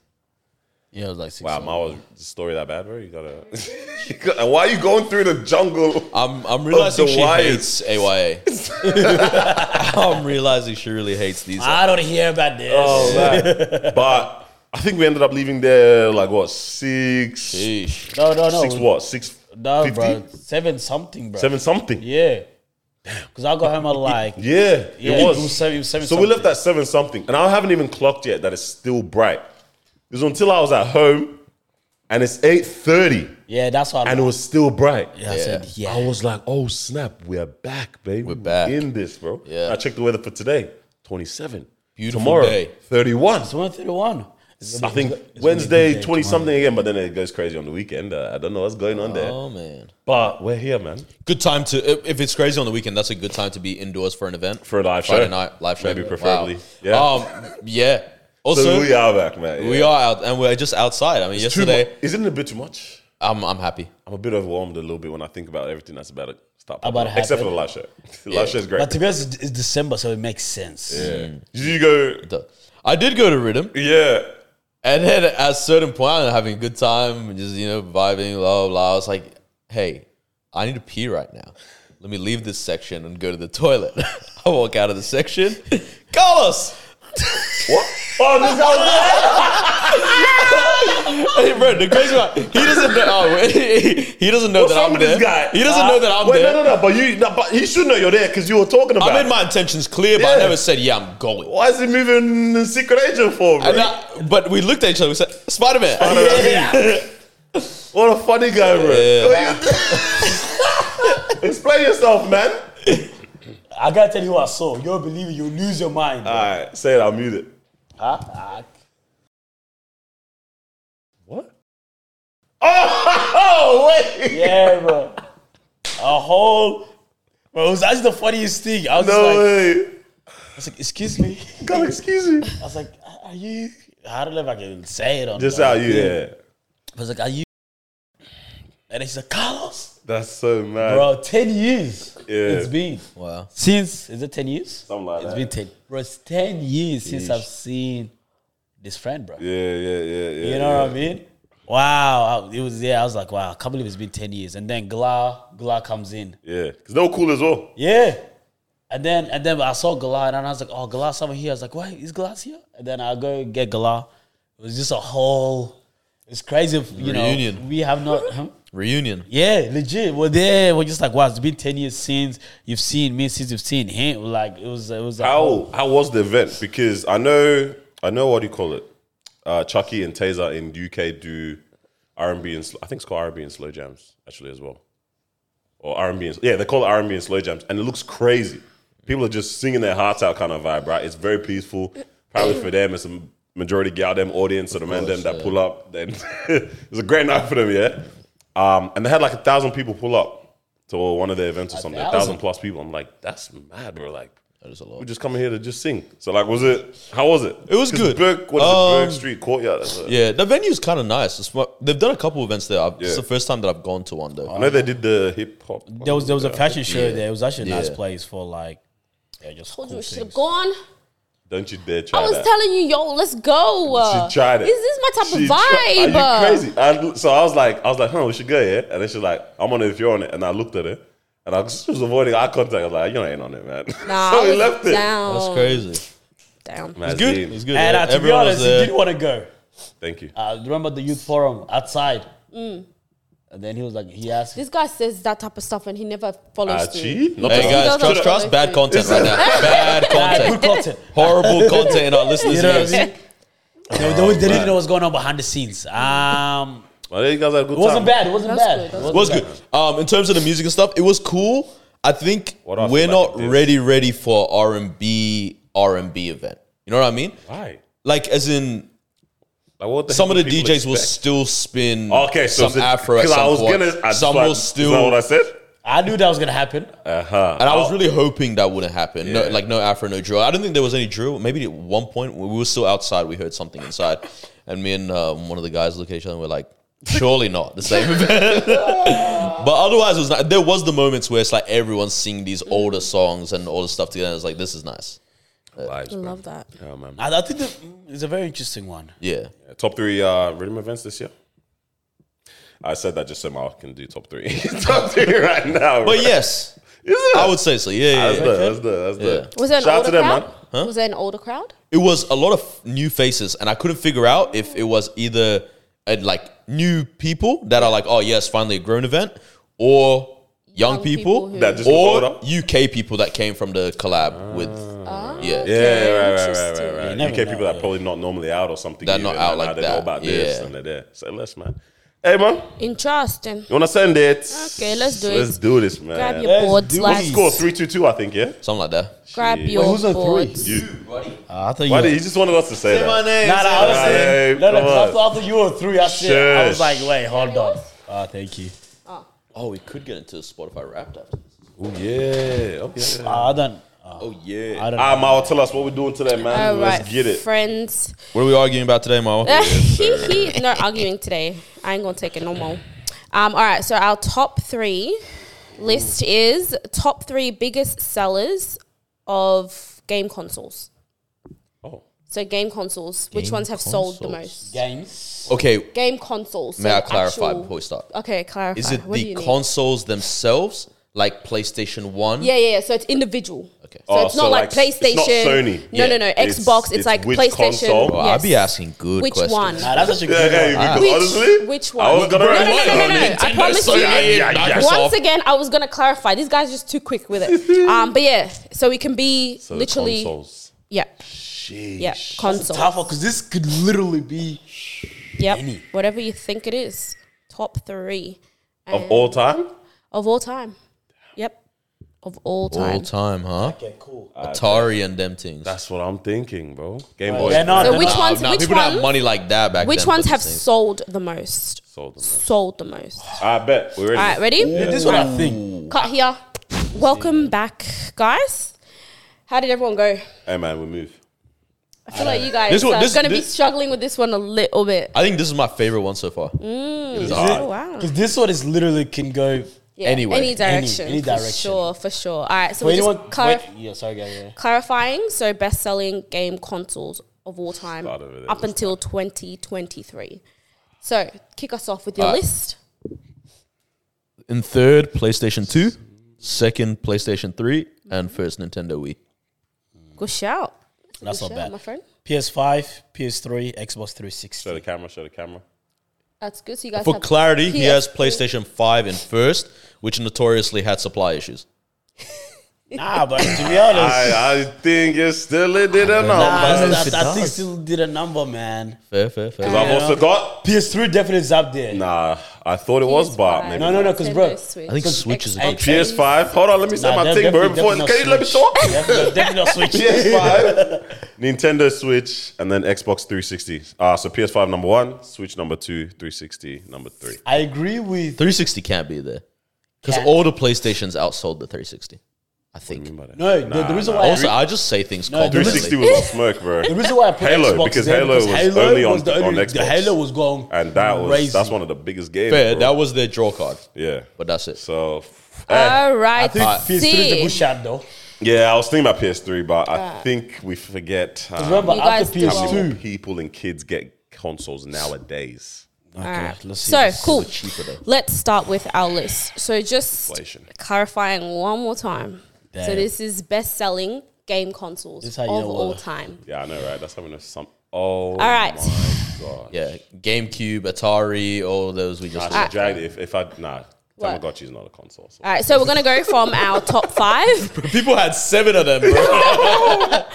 [SPEAKER 5] Yeah, it was like six.
[SPEAKER 1] Wow, my was the story that bad, bro. You gotta. you gotta- why are you going through the jungle?
[SPEAKER 2] I'm I'm realizing
[SPEAKER 1] the
[SPEAKER 2] she
[SPEAKER 1] wires.
[SPEAKER 2] hates AYA. I'm realizing she really hates these.
[SPEAKER 5] I don't hear about this.
[SPEAKER 1] Oh, but I think we ended up leaving there like what six, six
[SPEAKER 2] Sheesh.
[SPEAKER 5] no, no, no.
[SPEAKER 1] what six,
[SPEAKER 5] No,
[SPEAKER 1] 50?
[SPEAKER 5] bro. Seven something, bro.
[SPEAKER 1] seven something.
[SPEAKER 5] Yeah. Because I got home at like.
[SPEAKER 1] Yeah,
[SPEAKER 5] Yeah,
[SPEAKER 1] it was.
[SPEAKER 5] it was seven- it was seven
[SPEAKER 1] so we left at seven something, and I haven't even clocked yet that it's still bright. It was until I was at home, and it's eight thirty,
[SPEAKER 5] Yeah, that's what I
[SPEAKER 1] and it was still bright.
[SPEAKER 5] I said, yeah.
[SPEAKER 1] I was like, "Oh snap, we're back, baby. We're
[SPEAKER 2] back.
[SPEAKER 1] in this, bro."
[SPEAKER 2] Yeah.
[SPEAKER 1] I checked the weather for today, twenty-seven.
[SPEAKER 2] Beautiful
[SPEAKER 1] Tomorrow,
[SPEAKER 2] day.
[SPEAKER 1] thirty-one.
[SPEAKER 5] It's 131.
[SPEAKER 1] I think Wednesday, twenty something again, but then it goes crazy on the weekend. Uh, I don't know what's going on there,
[SPEAKER 2] Oh man.
[SPEAKER 1] but we're here, man,
[SPEAKER 2] Good time to if- if it's crazy on the weekend, that's a good time to be indoors for an event
[SPEAKER 1] for a live
[SPEAKER 2] Friday
[SPEAKER 1] show,
[SPEAKER 2] night live show.
[SPEAKER 1] maybe
[SPEAKER 2] Wow.
[SPEAKER 1] preferably. Yeah.
[SPEAKER 2] Um. Yeah. Also,
[SPEAKER 1] so
[SPEAKER 2] we,
[SPEAKER 1] we are
[SPEAKER 2] are,
[SPEAKER 1] back, man. Yeah.
[SPEAKER 2] out and we're just outside. I mean,
[SPEAKER 1] Too mu-
[SPEAKER 2] yesterday
[SPEAKER 1] Isn't it a bit too much?
[SPEAKER 2] I'm I'm happy.
[SPEAKER 1] I'm a bit overwhelmed a little bit when I think about everything that's about to stop.
[SPEAKER 5] About to
[SPEAKER 1] Except for the
[SPEAKER 5] happen.
[SPEAKER 1] last show. The last show is great.
[SPEAKER 5] But to be honest, it's it's December, so it makes sense.
[SPEAKER 1] Did you go,
[SPEAKER 2] Duh. I did go to Rhythm,
[SPEAKER 1] yeah.
[SPEAKER 2] and then at a certain point, I'm having a good time, just you know, vibing, blah blah. blah. I was like, hey, I need to pee right now. Let me leave this section and go to the toilet. I walk out of the section. Carlos,
[SPEAKER 1] What? Oh, this guy
[SPEAKER 2] Hey, bro, the crazy part, he doesn't know. oh, he, he doesn't know
[SPEAKER 1] was
[SPEAKER 2] that
[SPEAKER 1] wrong
[SPEAKER 2] I'm
[SPEAKER 1] with
[SPEAKER 2] there.
[SPEAKER 1] this guy.
[SPEAKER 2] He doesn't
[SPEAKER 1] Uh,
[SPEAKER 2] know that I'm
[SPEAKER 1] wait,
[SPEAKER 2] there.
[SPEAKER 1] No, no, no. But, you, no, but he should know you're there because you were talking about
[SPEAKER 2] I made
[SPEAKER 1] it.
[SPEAKER 2] my intentions clear, but I
[SPEAKER 1] Yeah.
[SPEAKER 2] never said, "Yeah, I'm going."
[SPEAKER 1] Why is he moving in secret agent for, bro?
[SPEAKER 2] And I- but we looked at each other. We said, "Spider Man."
[SPEAKER 1] what a funny guy, bro.
[SPEAKER 2] Yeah.
[SPEAKER 1] What you- Explain yourself, man.
[SPEAKER 5] I gotta tell you what I saw. You'll believe it. You'll lose your mind.
[SPEAKER 1] All right, say it. I'll mute it.
[SPEAKER 5] huh? Ah,
[SPEAKER 1] What? Oh, wait.
[SPEAKER 5] yeah, bro. A whole. Bro, it was actually the funniest thing. I was just like,
[SPEAKER 1] No way.
[SPEAKER 5] I was like, excuse me.
[SPEAKER 1] God, excuse me.
[SPEAKER 5] I was like, are you? I don't know if I can say it on.
[SPEAKER 1] Just
[SPEAKER 5] on
[SPEAKER 1] out you.
[SPEAKER 5] here.
[SPEAKER 1] Yeah.
[SPEAKER 5] I was like, are you? And then she's like, Carlos,
[SPEAKER 1] That's so mad.
[SPEAKER 5] bro, ten years.
[SPEAKER 1] Yeah.
[SPEAKER 5] It's been
[SPEAKER 2] Wow.
[SPEAKER 5] since is it ten years?
[SPEAKER 1] Something like
[SPEAKER 5] It's
[SPEAKER 1] that.
[SPEAKER 5] been ten. Bro, it's ten years since
[SPEAKER 1] Yeesh.
[SPEAKER 5] I've seen this friend, bro.
[SPEAKER 1] yeah, yeah, yeah, yeah.
[SPEAKER 5] You know
[SPEAKER 1] yeah.
[SPEAKER 5] what I mean? Wow, I- it was yeah. I was like, wow, I can't believe it's been ten years. And then Gla Gla comes in,
[SPEAKER 1] Yeah. Cause they were cool as well.
[SPEAKER 5] yeah. And then and then I saw Gla and I was like, oh, Gla's over here. I was like, wait, is Gla's here? And then I go get Gla. It was just a whole. It's crazy, if, you know.
[SPEAKER 2] Reunion.
[SPEAKER 5] We have not. huh?
[SPEAKER 2] Reunion.
[SPEAKER 5] Yeah, legit. We're there. We're just like, wow, it's been ten years since you've seen me, since you've seen him. Like it was, it was. a whole-
[SPEAKER 1] How how was the event? Because I know I know what do you call it? Uh, Chucky and Taser in UK do R and B and sl- I think it's called R and B and slow jams actually as well, or R and B. Yeah, they call it R and B and slow jams, and it looks crazy. People are just singing their hearts out kind of vibe, right? It's very peaceful. Probably for them, it's a majority gal them audience, so the man them that pull up. Then it's a great night for them, yeah. Um, and they had like a thousand people pull up to one of their events or something, a thousand
[SPEAKER 2] thousand?
[SPEAKER 1] plus people. I'm like, that's mad, bro. Like,
[SPEAKER 2] That is a
[SPEAKER 1] we
[SPEAKER 2] lot.
[SPEAKER 1] just coming here to just sing. So like, was it? How was it?
[SPEAKER 2] It was
[SPEAKER 1] 'Cause
[SPEAKER 2] good.
[SPEAKER 1] Burke, what is it?
[SPEAKER 2] Um,
[SPEAKER 1] Burke Street Courtyard. That's it.
[SPEAKER 2] Yeah, the venue's kind of nice. It's mo- they've done a couple events there. I've, It's
[SPEAKER 1] Yeah.
[SPEAKER 2] the first time that I've gone to one though.
[SPEAKER 3] Oh.
[SPEAKER 1] I know they did the hip hop. one.
[SPEAKER 5] there was there was a fashion show there. It was actually a nice
[SPEAKER 2] Yeah.
[SPEAKER 5] place for like, yeah, just cool
[SPEAKER 3] Told you it should have
[SPEAKER 5] things.
[SPEAKER 3] gone.
[SPEAKER 1] Don't you dare try
[SPEAKER 3] I was
[SPEAKER 1] that.
[SPEAKER 3] telling you, yo, let's go.
[SPEAKER 1] she tried it.
[SPEAKER 3] This is my type
[SPEAKER 1] She
[SPEAKER 3] of
[SPEAKER 1] tri-
[SPEAKER 3] vibe.
[SPEAKER 1] Are you crazy? I, so I was like, I was like, huh, we should go here. And then she's like, I'm on it if you're on it. And I looked at her, and I was just avoiding eye contact. I was like, you ain't on it, man.
[SPEAKER 3] Nah,
[SPEAKER 1] so
[SPEAKER 3] I
[SPEAKER 1] we
[SPEAKER 3] was
[SPEAKER 1] left it.
[SPEAKER 3] down.
[SPEAKER 2] That's crazy.
[SPEAKER 3] Down.
[SPEAKER 1] It's
[SPEAKER 2] Good. It was good.
[SPEAKER 5] And
[SPEAKER 2] yeah.
[SPEAKER 5] uh, to be
[SPEAKER 2] Everyone was
[SPEAKER 5] honest, he
[SPEAKER 2] there.
[SPEAKER 5] didn't want to go.
[SPEAKER 1] Thank you.
[SPEAKER 5] I remember the youth forum outside,
[SPEAKER 2] Mm.
[SPEAKER 5] and then he was like, he asked,
[SPEAKER 3] This guy says that type of stuff and he never follows
[SPEAKER 1] Ah,
[SPEAKER 3] through.
[SPEAKER 1] Achi, not
[SPEAKER 2] Hey
[SPEAKER 1] to-
[SPEAKER 2] guys,
[SPEAKER 3] He
[SPEAKER 2] trust,
[SPEAKER 3] doesn't follow
[SPEAKER 2] trust bad
[SPEAKER 3] through.
[SPEAKER 2] content right now. Bad
[SPEAKER 5] "Ah, good
[SPEAKER 2] content.
[SPEAKER 5] content."
[SPEAKER 2] Horrible content in our listeners'
[SPEAKER 5] You know what I
[SPEAKER 2] ears.
[SPEAKER 5] mean? They, they, they didn't know what's going on behind the scenes. Um,
[SPEAKER 1] Well, you guys had a good
[SPEAKER 5] it
[SPEAKER 1] time.
[SPEAKER 5] wasn't bad. It wasn't
[SPEAKER 3] That's
[SPEAKER 5] bad.
[SPEAKER 3] good,
[SPEAKER 5] It
[SPEAKER 3] that's
[SPEAKER 5] wasn't
[SPEAKER 2] was
[SPEAKER 5] bad.
[SPEAKER 2] good. Um, in terms of the music and stuff, it was cool. I think
[SPEAKER 1] What I
[SPEAKER 2] we're
[SPEAKER 1] feel like
[SPEAKER 2] not
[SPEAKER 1] it is.
[SPEAKER 2] ready, ready for R and B R and B event. You know what I mean?
[SPEAKER 1] Why?
[SPEAKER 2] Like, as in,
[SPEAKER 1] Like, what the
[SPEAKER 2] some of
[SPEAKER 1] heck
[SPEAKER 2] the
[SPEAKER 1] do
[SPEAKER 2] DJs
[SPEAKER 1] people
[SPEAKER 2] will
[SPEAKER 1] expect?
[SPEAKER 2] still spin.
[SPEAKER 1] Okay, so
[SPEAKER 2] some Afro at
[SPEAKER 1] because
[SPEAKER 2] some
[SPEAKER 1] I was
[SPEAKER 2] point.
[SPEAKER 1] gonna, I just
[SPEAKER 2] some
[SPEAKER 1] like-
[SPEAKER 2] will
[SPEAKER 1] Is that what I
[SPEAKER 2] still.
[SPEAKER 1] said?
[SPEAKER 5] I knew that was gonna happen.
[SPEAKER 1] Uh huh.
[SPEAKER 2] And I was really hoping that wouldn't happen. No,
[SPEAKER 1] Yeah.
[SPEAKER 2] like no afro, no drill. I don't think there was any drill. Maybe at one point we were still outside. We heard something inside, and me and um, one of the guys look at each other and we're like, "Surely not the same event." but otherwise, it was. Not, there was the moments where it's like everyone's singing these older songs and all the stuff together. And it's like this is nice.
[SPEAKER 1] Vibes,
[SPEAKER 3] I
[SPEAKER 1] bro.
[SPEAKER 3] love that.
[SPEAKER 1] Yeah, man.
[SPEAKER 5] I, I think that mm, it's a very interesting one.
[SPEAKER 2] Yeah,
[SPEAKER 1] Top three uh, rhythm events this year. I said that just so Mark can do top three. top three right now.
[SPEAKER 2] but yes,
[SPEAKER 1] Is it?
[SPEAKER 2] I would say so. Yeah, yeah.
[SPEAKER 1] That's
[SPEAKER 2] yeah.
[SPEAKER 1] the, that's the, that's the.
[SPEAKER 3] Was there an
[SPEAKER 1] Shout out
[SPEAKER 3] older
[SPEAKER 1] to them,
[SPEAKER 3] crowd?
[SPEAKER 1] man.
[SPEAKER 3] Was there an older crowd?
[SPEAKER 2] it was a lot of new faces, and I couldn't figure out if it was either uh, like new people that are like, "Oh yes, finally a grown event," or young,
[SPEAKER 3] Young people
[SPEAKER 2] people,
[SPEAKER 3] who-
[SPEAKER 1] That just
[SPEAKER 2] or
[SPEAKER 1] look older?
[SPEAKER 2] UK people that came from the collab with,
[SPEAKER 3] Ah.
[SPEAKER 2] yeah,
[SPEAKER 1] Yeah,
[SPEAKER 3] Okay,
[SPEAKER 1] right, right,
[SPEAKER 3] interesting.
[SPEAKER 1] right, right, right.
[SPEAKER 5] never
[SPEAKER 1] UK
[SPEAKER 5] know,
[SPEAKER 1] people that probably not normally out or something.
[SPEAKER 2] They're not
[SPEAKER 1] even,
[SPEAKER 2] out
[SPEAKER 1] and
[SPEAKER 2] like
[SPEAKER 1] now they know
[SPEAKER 2] that.
[SPEAKER 1] about this
[SPEAKER 2] Yeah.
[SPEAKER 1] and they're there. Say less, man. Hey, man, you
[SPEAKER 3] Interesting.
[SPEAKER 1] wanna send it?
[SPEAKER 3] Okay, let's do it.
[SPEAKER 1] Let's do this, man.
[SPEAKER 3] Grab your
[SPEAKER 5] Let's
[SPEAKER 3] boards,
[SPEAKER 5] do
[SPEAKER 3] like
[SPEAKER 5] it.
[SPEAKER 1] Score three two two, I think. Yeah.
[SPEAKER 2] something like that.
[SPEAKER 3] grab
[SPEAKER 1] Shit.
[SPEAKER 3] your
[SPEAKER 5] Who's on
[SPEAKER 3] boards.
[SPEAKER 5] three?
[SPEAKER 1] You.
[SPEAKER 5] Uh, I thought you.
[SPEAKER 1] Why
[SPEAKER 5] Were,
[SPEAKER 1] did he just wanted us to say that?
[SPEAKER 2] name.
[SPEAKER 5] nah, nah, I was saying,
[SPEAKER 1] Hey,
[SPEAKER 5] no, no,
[SPEAKER 1] come
[SPEAKER 5] 'cause I
[SPEAKER 1] on.
[SPEAKER 5] thought- I thought you were three. I said, I was
[SPEAKER 1] Shush.
[SPEAKER 5] like, wait, hold on. Ah, thank you.
[SPEAKER 2] oh, we could get into Spotify Wrapped after this.
[SPEAKER 1] Oh yeah. Okay.
[SPEAKER 5] Uh, I don't. Uh,
[SPEAKER 2] Oh yeah.
[SPEAKER 5] I don't.
[SPEAKER 1] Ah, Mao, tell us what we're doing today, man.
[SPEAKER 3] All right,
[SPEAKER 1] Let's get it.
[SPEAKER 3] friends.
[SPEAKER 2] What are we arguing about today, Marwa?
[SPEAKER 3] no arguing today. I ain't gonna take it no more. Um, all right, so our top three list is top three biggest sellers of game consoles.
[SPEAKER 1] Oh.
[SPEAKER 3] So game consoles, which
[SPEAKER 2] Game
[SPEAKER 3] ones have sold the
[SPEAKER 2] consoles.
[SPEAKER 3] most?
[SPEAKER 5] games.
[SPEAKER 1] Oh.
[SPEAKER 2] Okay,
[SPEAKER 3] Game consoles. so
[SPEAKER 2] may I clarify
[SPEAKER 3] actual-
[SPEAKER 2] before we start?
[SPEAKER 3] Okay, clarify.
[SPEAKER 2] Is it
[SPEAKER 3] What do
[SPEAKER 2] the
[SPEAKER 3] you need?
[SPEAKER 2] consoles themselves, like PlayStation One?
[SPEAKER 3] Yeah, yeah, yeah. So it's individual.
[SPEAKER 2] Okay.
[SPEAKER 3] So
[SPEAKER 1] Oh,
[SPEAKER 3] it's not
[SPEAKER 1] so
[SPEAKER 3] like,
[SPEAKER 1] like, it's
[SPEAKER 3] PlayStation.
[SPEAKER 1] not Sony.
[SPEAKER 3] No, no, no.
[SPEAKER 1] It's-
[SPEAKER 3] Xbox. It's,
[SPEAKER 1] it's
[SPEAKER 3] like
[SPEAKER 1] which
[SPEAKER 3] PlayStation.
[SPEAKER 1] console?
[SPEAKER 2] Well,
[SPEAKER 3] yes.
[SPEAKER 2] I'll be asking good
[SPEAKER 3] Which
[SPEAKER 2] questions.
[SPEAKER 3] one?
[SPEAKER 5] Nah, Ah, that's such
[SPEAKER 1] Yeah,
[SPEAKER 5] a good
[SPEAKER 1] yeah,
[SPEAKER 5] one.
[SPEAKER 1] because
[SPEAKER 3] Which-
[SPEAKER 1] honestly,
[SPEAKER 3] which
[SPEAKER 1] I
[SPEAKER 3] one?
[SPEAKER 1] was gonna
[SPEAKER 3] No, no, no, no, no, no. I promise you.
[SPEAKER 1] yeah, yeah.
[SPEAKER 3] Once again, I was gonna clarify. These guys are just too quick with it. Um, but yeah, so it can be
[SPEAKER 1] So
[SPEAKER 3] literally,
[SPEAKER 1] consoles.
[SPEAKER 3] yeah,
[SPEAKER 1] Sheesh.
[SPEAKER 3] yeah, console,
[SPEAKER 5] Tough because this could literally be
[SPEAKER 3] yep,
[SPEAKER 5] Any.
[SPEAKER 3] whatever you think it is, top three
[SPEAKER 1] Of all time,
[SPEAKER 3] of all time. Yep, of all time.
[SPEAKER 2] All time, huh?
[SPEAKER 5] Okay, cool. Uh,
[SPEAKER 2] Atari and them things.
[SPEAKER 1] That's what I'm thinking, bro. Game
[SPEAKER 5] Well,
[SPEAKER 1] Boy
[SPEAKER 5] they're not-
[SPEAKER 3] So
[SPEAKER 5] they're
[SPEAKER 3] which
[SPEAKER 5] not-
[SPEAKER 2] Nah,
[SPEAKER 3] ones?
[SPEAKER 2] nah,
[SPEAKER 3] which
[SPEAKER 2] people don't
[SPEAKER 3] ones?
[SPEAKER 2] have money like that back
[SPEAKER 3] Which
[SPEAKER 2] then for
[SPEAKER 3] ones
[SPEAKER 2] these
[SPEAKER 3] have
[SPEAKER 2] things.
[SPEAKER 3] sold the most?
[SPEAKER 1] sold them.
[SPEAKER 3] Sold the most.
[SPEAKER 1] I bet we're ready.
[SPEAKER 3] All right, ready?
[SPEAKER 5] Yeah, this is what I think.
[SPEAKER 3] Cut here. Welcome back, guys. How did everyone go?
[SPEAKER 1] Hey man, we move.
[SPEAKER 3] I feel like you guys
[SPEAKER 2] This one-
[SPEAKER 3] are
[SPEAKER 2] this-
[SPEAKER 3] going to be
[SPEAKER 2] this-
[SPEAKER 3] struggling with this one a little bit.
[SPEAKER 2] I think this is my favorite one so far.
[SPEAKER 3] Oh, wow.
[SPEAKER 5] Because this one is literally can go
[SPEAKER 3] Yeah,
[SPEAKER 2] Anyway.
[SPEAKER 3] any
[SPEAKER 2] Any-
[SPEAKER 3] direction,
[SPEAKER 5] any
[SPEAKER 3] for
[SPEAKER 5] direction.
[SPEAKER 3] sure, for sure. All right, so
[SPEAKER 5] for
[SPEAKER 3] we're just
[SPEAKER 5] anyone.
[SPEAKER 3] clarif-
[SPEAKER 5] wait, yeah, sorry, guys. Yeah.
[SPEAKER 3] clarifying. So, best-selling game consoles of all time
[SPEAKER 1] Start over there
[SPEAKER 3] up
[SPEAKER 1] this
[SPEAKER 3] until 2023. So, kick us off with your
[SPEAKER 2] All right.
[SPEAKER 3] list.
[SPEAKER 2] In third, PlayStation 2. Second, PlayStation 3. And first, Nintendo Wii.
[SPEAKER 3] Good shout.
[SPEAKER 5] That's
[SPEAKER 3] Good
[SPEAKER 5] not
[SPEAKER 3] shout,
[SPEAKER 5] bad.
[SPEAKER 3] my friend.
[SPEAKER 5] PS5, PS3, Xbox 360.
[SPEAKER 1] Show the camera. Show the camera.
[SPEAKER 3] That's good. So you guys
[SPEAKER 2] For
[SPEAKER 3] have
[SPEAKER 2] clarity, he has
[SPEAKER 3] PS3.
[SPEAKER 2] PlayStation 5 in first, which notoriously had supply issues.
[SPEAKER 5] Nah, but to be honest,
[SPEAKER 1] I, I think you still did not
[SPEAKER 5] nah,
[SPEAKER 1] know.
[SPEAKER 2] know.
[SPEAKER 5] that,
[SPEAKER 2] It
[SPEAKER 5] that thing
[SPEAKER 2] does.
[SPEAKER 5] still did a number, man.
[SPEAKER 2] Fair, fair, fair.
[SPEAKER 1] I've also got.
[SPEAKER 5] PS3 definitely is up there.
[SPEAKER 1] Nah, I thought it was, but
[SPEAKER 3] PS5.
[SPEAKER 1] maybe.
[SPEAKER 5] No, no, no, because bro,
[SPEAKER 3] Nintendo Switch.
[SPEAKER 2] I think Switch is a
[SPEAKER 5] Hey,
[SPEAKER 2] good
[SPEAKER 5] hey,
[SPEAKER 1] PS5. Hold on, let me say
[SPEAKER 5] nah,
[SPEAKER 1] my
[SPEAKER 5] def-
[SPEAKER 1] thing, bro.
[SPEAKER 5] definitely-
[SPEAKER 1] Before
[SPEAKER 5] definitely
[SPEAKER 1] can you let me
[SPEAKER 5] not
[SPEAKER 1] talk?
[SPEAKER 5] Switch. Definitely definitely not Switch.
[SPEAKER 1] PS5, Nintendo Switch, and then Xbox 360. Ah, so PS5 number one, Switch number two, 360 number three.
[SPEAKER 5] I agree with.
[SPEAKER 2] 360 can't be there. Because
[SPEAKER 5] Can't.
[SPEAKER 2] all the PlayStations outsold the 360. I think.
[SPEAKER 5] No, the, the reason why
[SPEAKER 2] Also,
[SPEAKER 5] I,
[SPEAKER 2] I just say things
[SPEAKER 5] No,
[SPEAKER 2] confidently.
[SPEAKER 1] 360 was on smoke, bro.
[SPEAKER 5] the reason why I put
[SPEAKER 1] Halo,
[SPEAKER 5] Xbox
[SPEAKER 1] because
[SPEAKER 5] there,
[SPEAKER 1] Halo was only on- on
[SPEAKER 5] The
[SPEAKER 1] Xbox.
[SPEAKER 5] Halo was going
[SPEAKER 1] And that was
[SPEAKER 5] crazy.
[SPEAKER 1] that's one of the biggest games.
[SPEAKER 2] Fair,
[SPEAKER 1] bro.
[SPEAKER 2] that was their draw card,
[SPEAKER 1] yeah.
[SPEAKER 2] but that's it.
[SPEAKER 1] So f- eh,
[SPEAKER 3] All right,
[SPEAKER 5] I think PS3 is a
[SPEAKER 3] see.
[SPEAKER 5] good shot though.
[SPEAKER 1] yeah, I was thinking about PS3, but I think we forget um,
[SPEAKER 5] Remember
[SPEAKER 3] You guys
[SPEAKER 5] after
[SPEAKER 3] do.
[SPEAKER 1] how many more
[SPEAKER 5] PS2,
[SPEAKER 1] people and kids get consoles nowadays.
[SPEAKER 3] Alright.
[SPEAKER 5] let's see.
[SPEAKER 3] So
[SPEAKER 5] This is
[SPEAKER 3] cool.
[SPEAKER 2] cheaper though.
[SPEAKER 3] Let's start with our list. So just
[SPEAKER 1] Inflation.
[SPEAKER 3] clarifying one more time. So
[SPEAKER 5] Damn.
[SPEAKER 3] this is best-selling game consoles
[SPEAKER 5] This
[SPEAKER 3] of
[SPEAKER 5] how you know what-
[SPEAKER 3] all time.
[SPEAKER 1] Yeah, I know, right? That's how we know some. Oh, all
[SPEAKER 3] right.
[SPEAKER 1] My God.
[SPEAKER 2] Yeah, GameCube, Atari, all those we
[SPEAKER 1] Nah,
[SPEAKER 2] just.
[SPEAKER 1] she dragged it. If, if I nah,
[SPEAKER 3] Uh, What?
[SPEAKER 1] Tamagotchi's not a console. So.
[SPEAKER 3] All right, so we're gonna go from our top five.
[SPEAKER 2] People had seven of them, bro.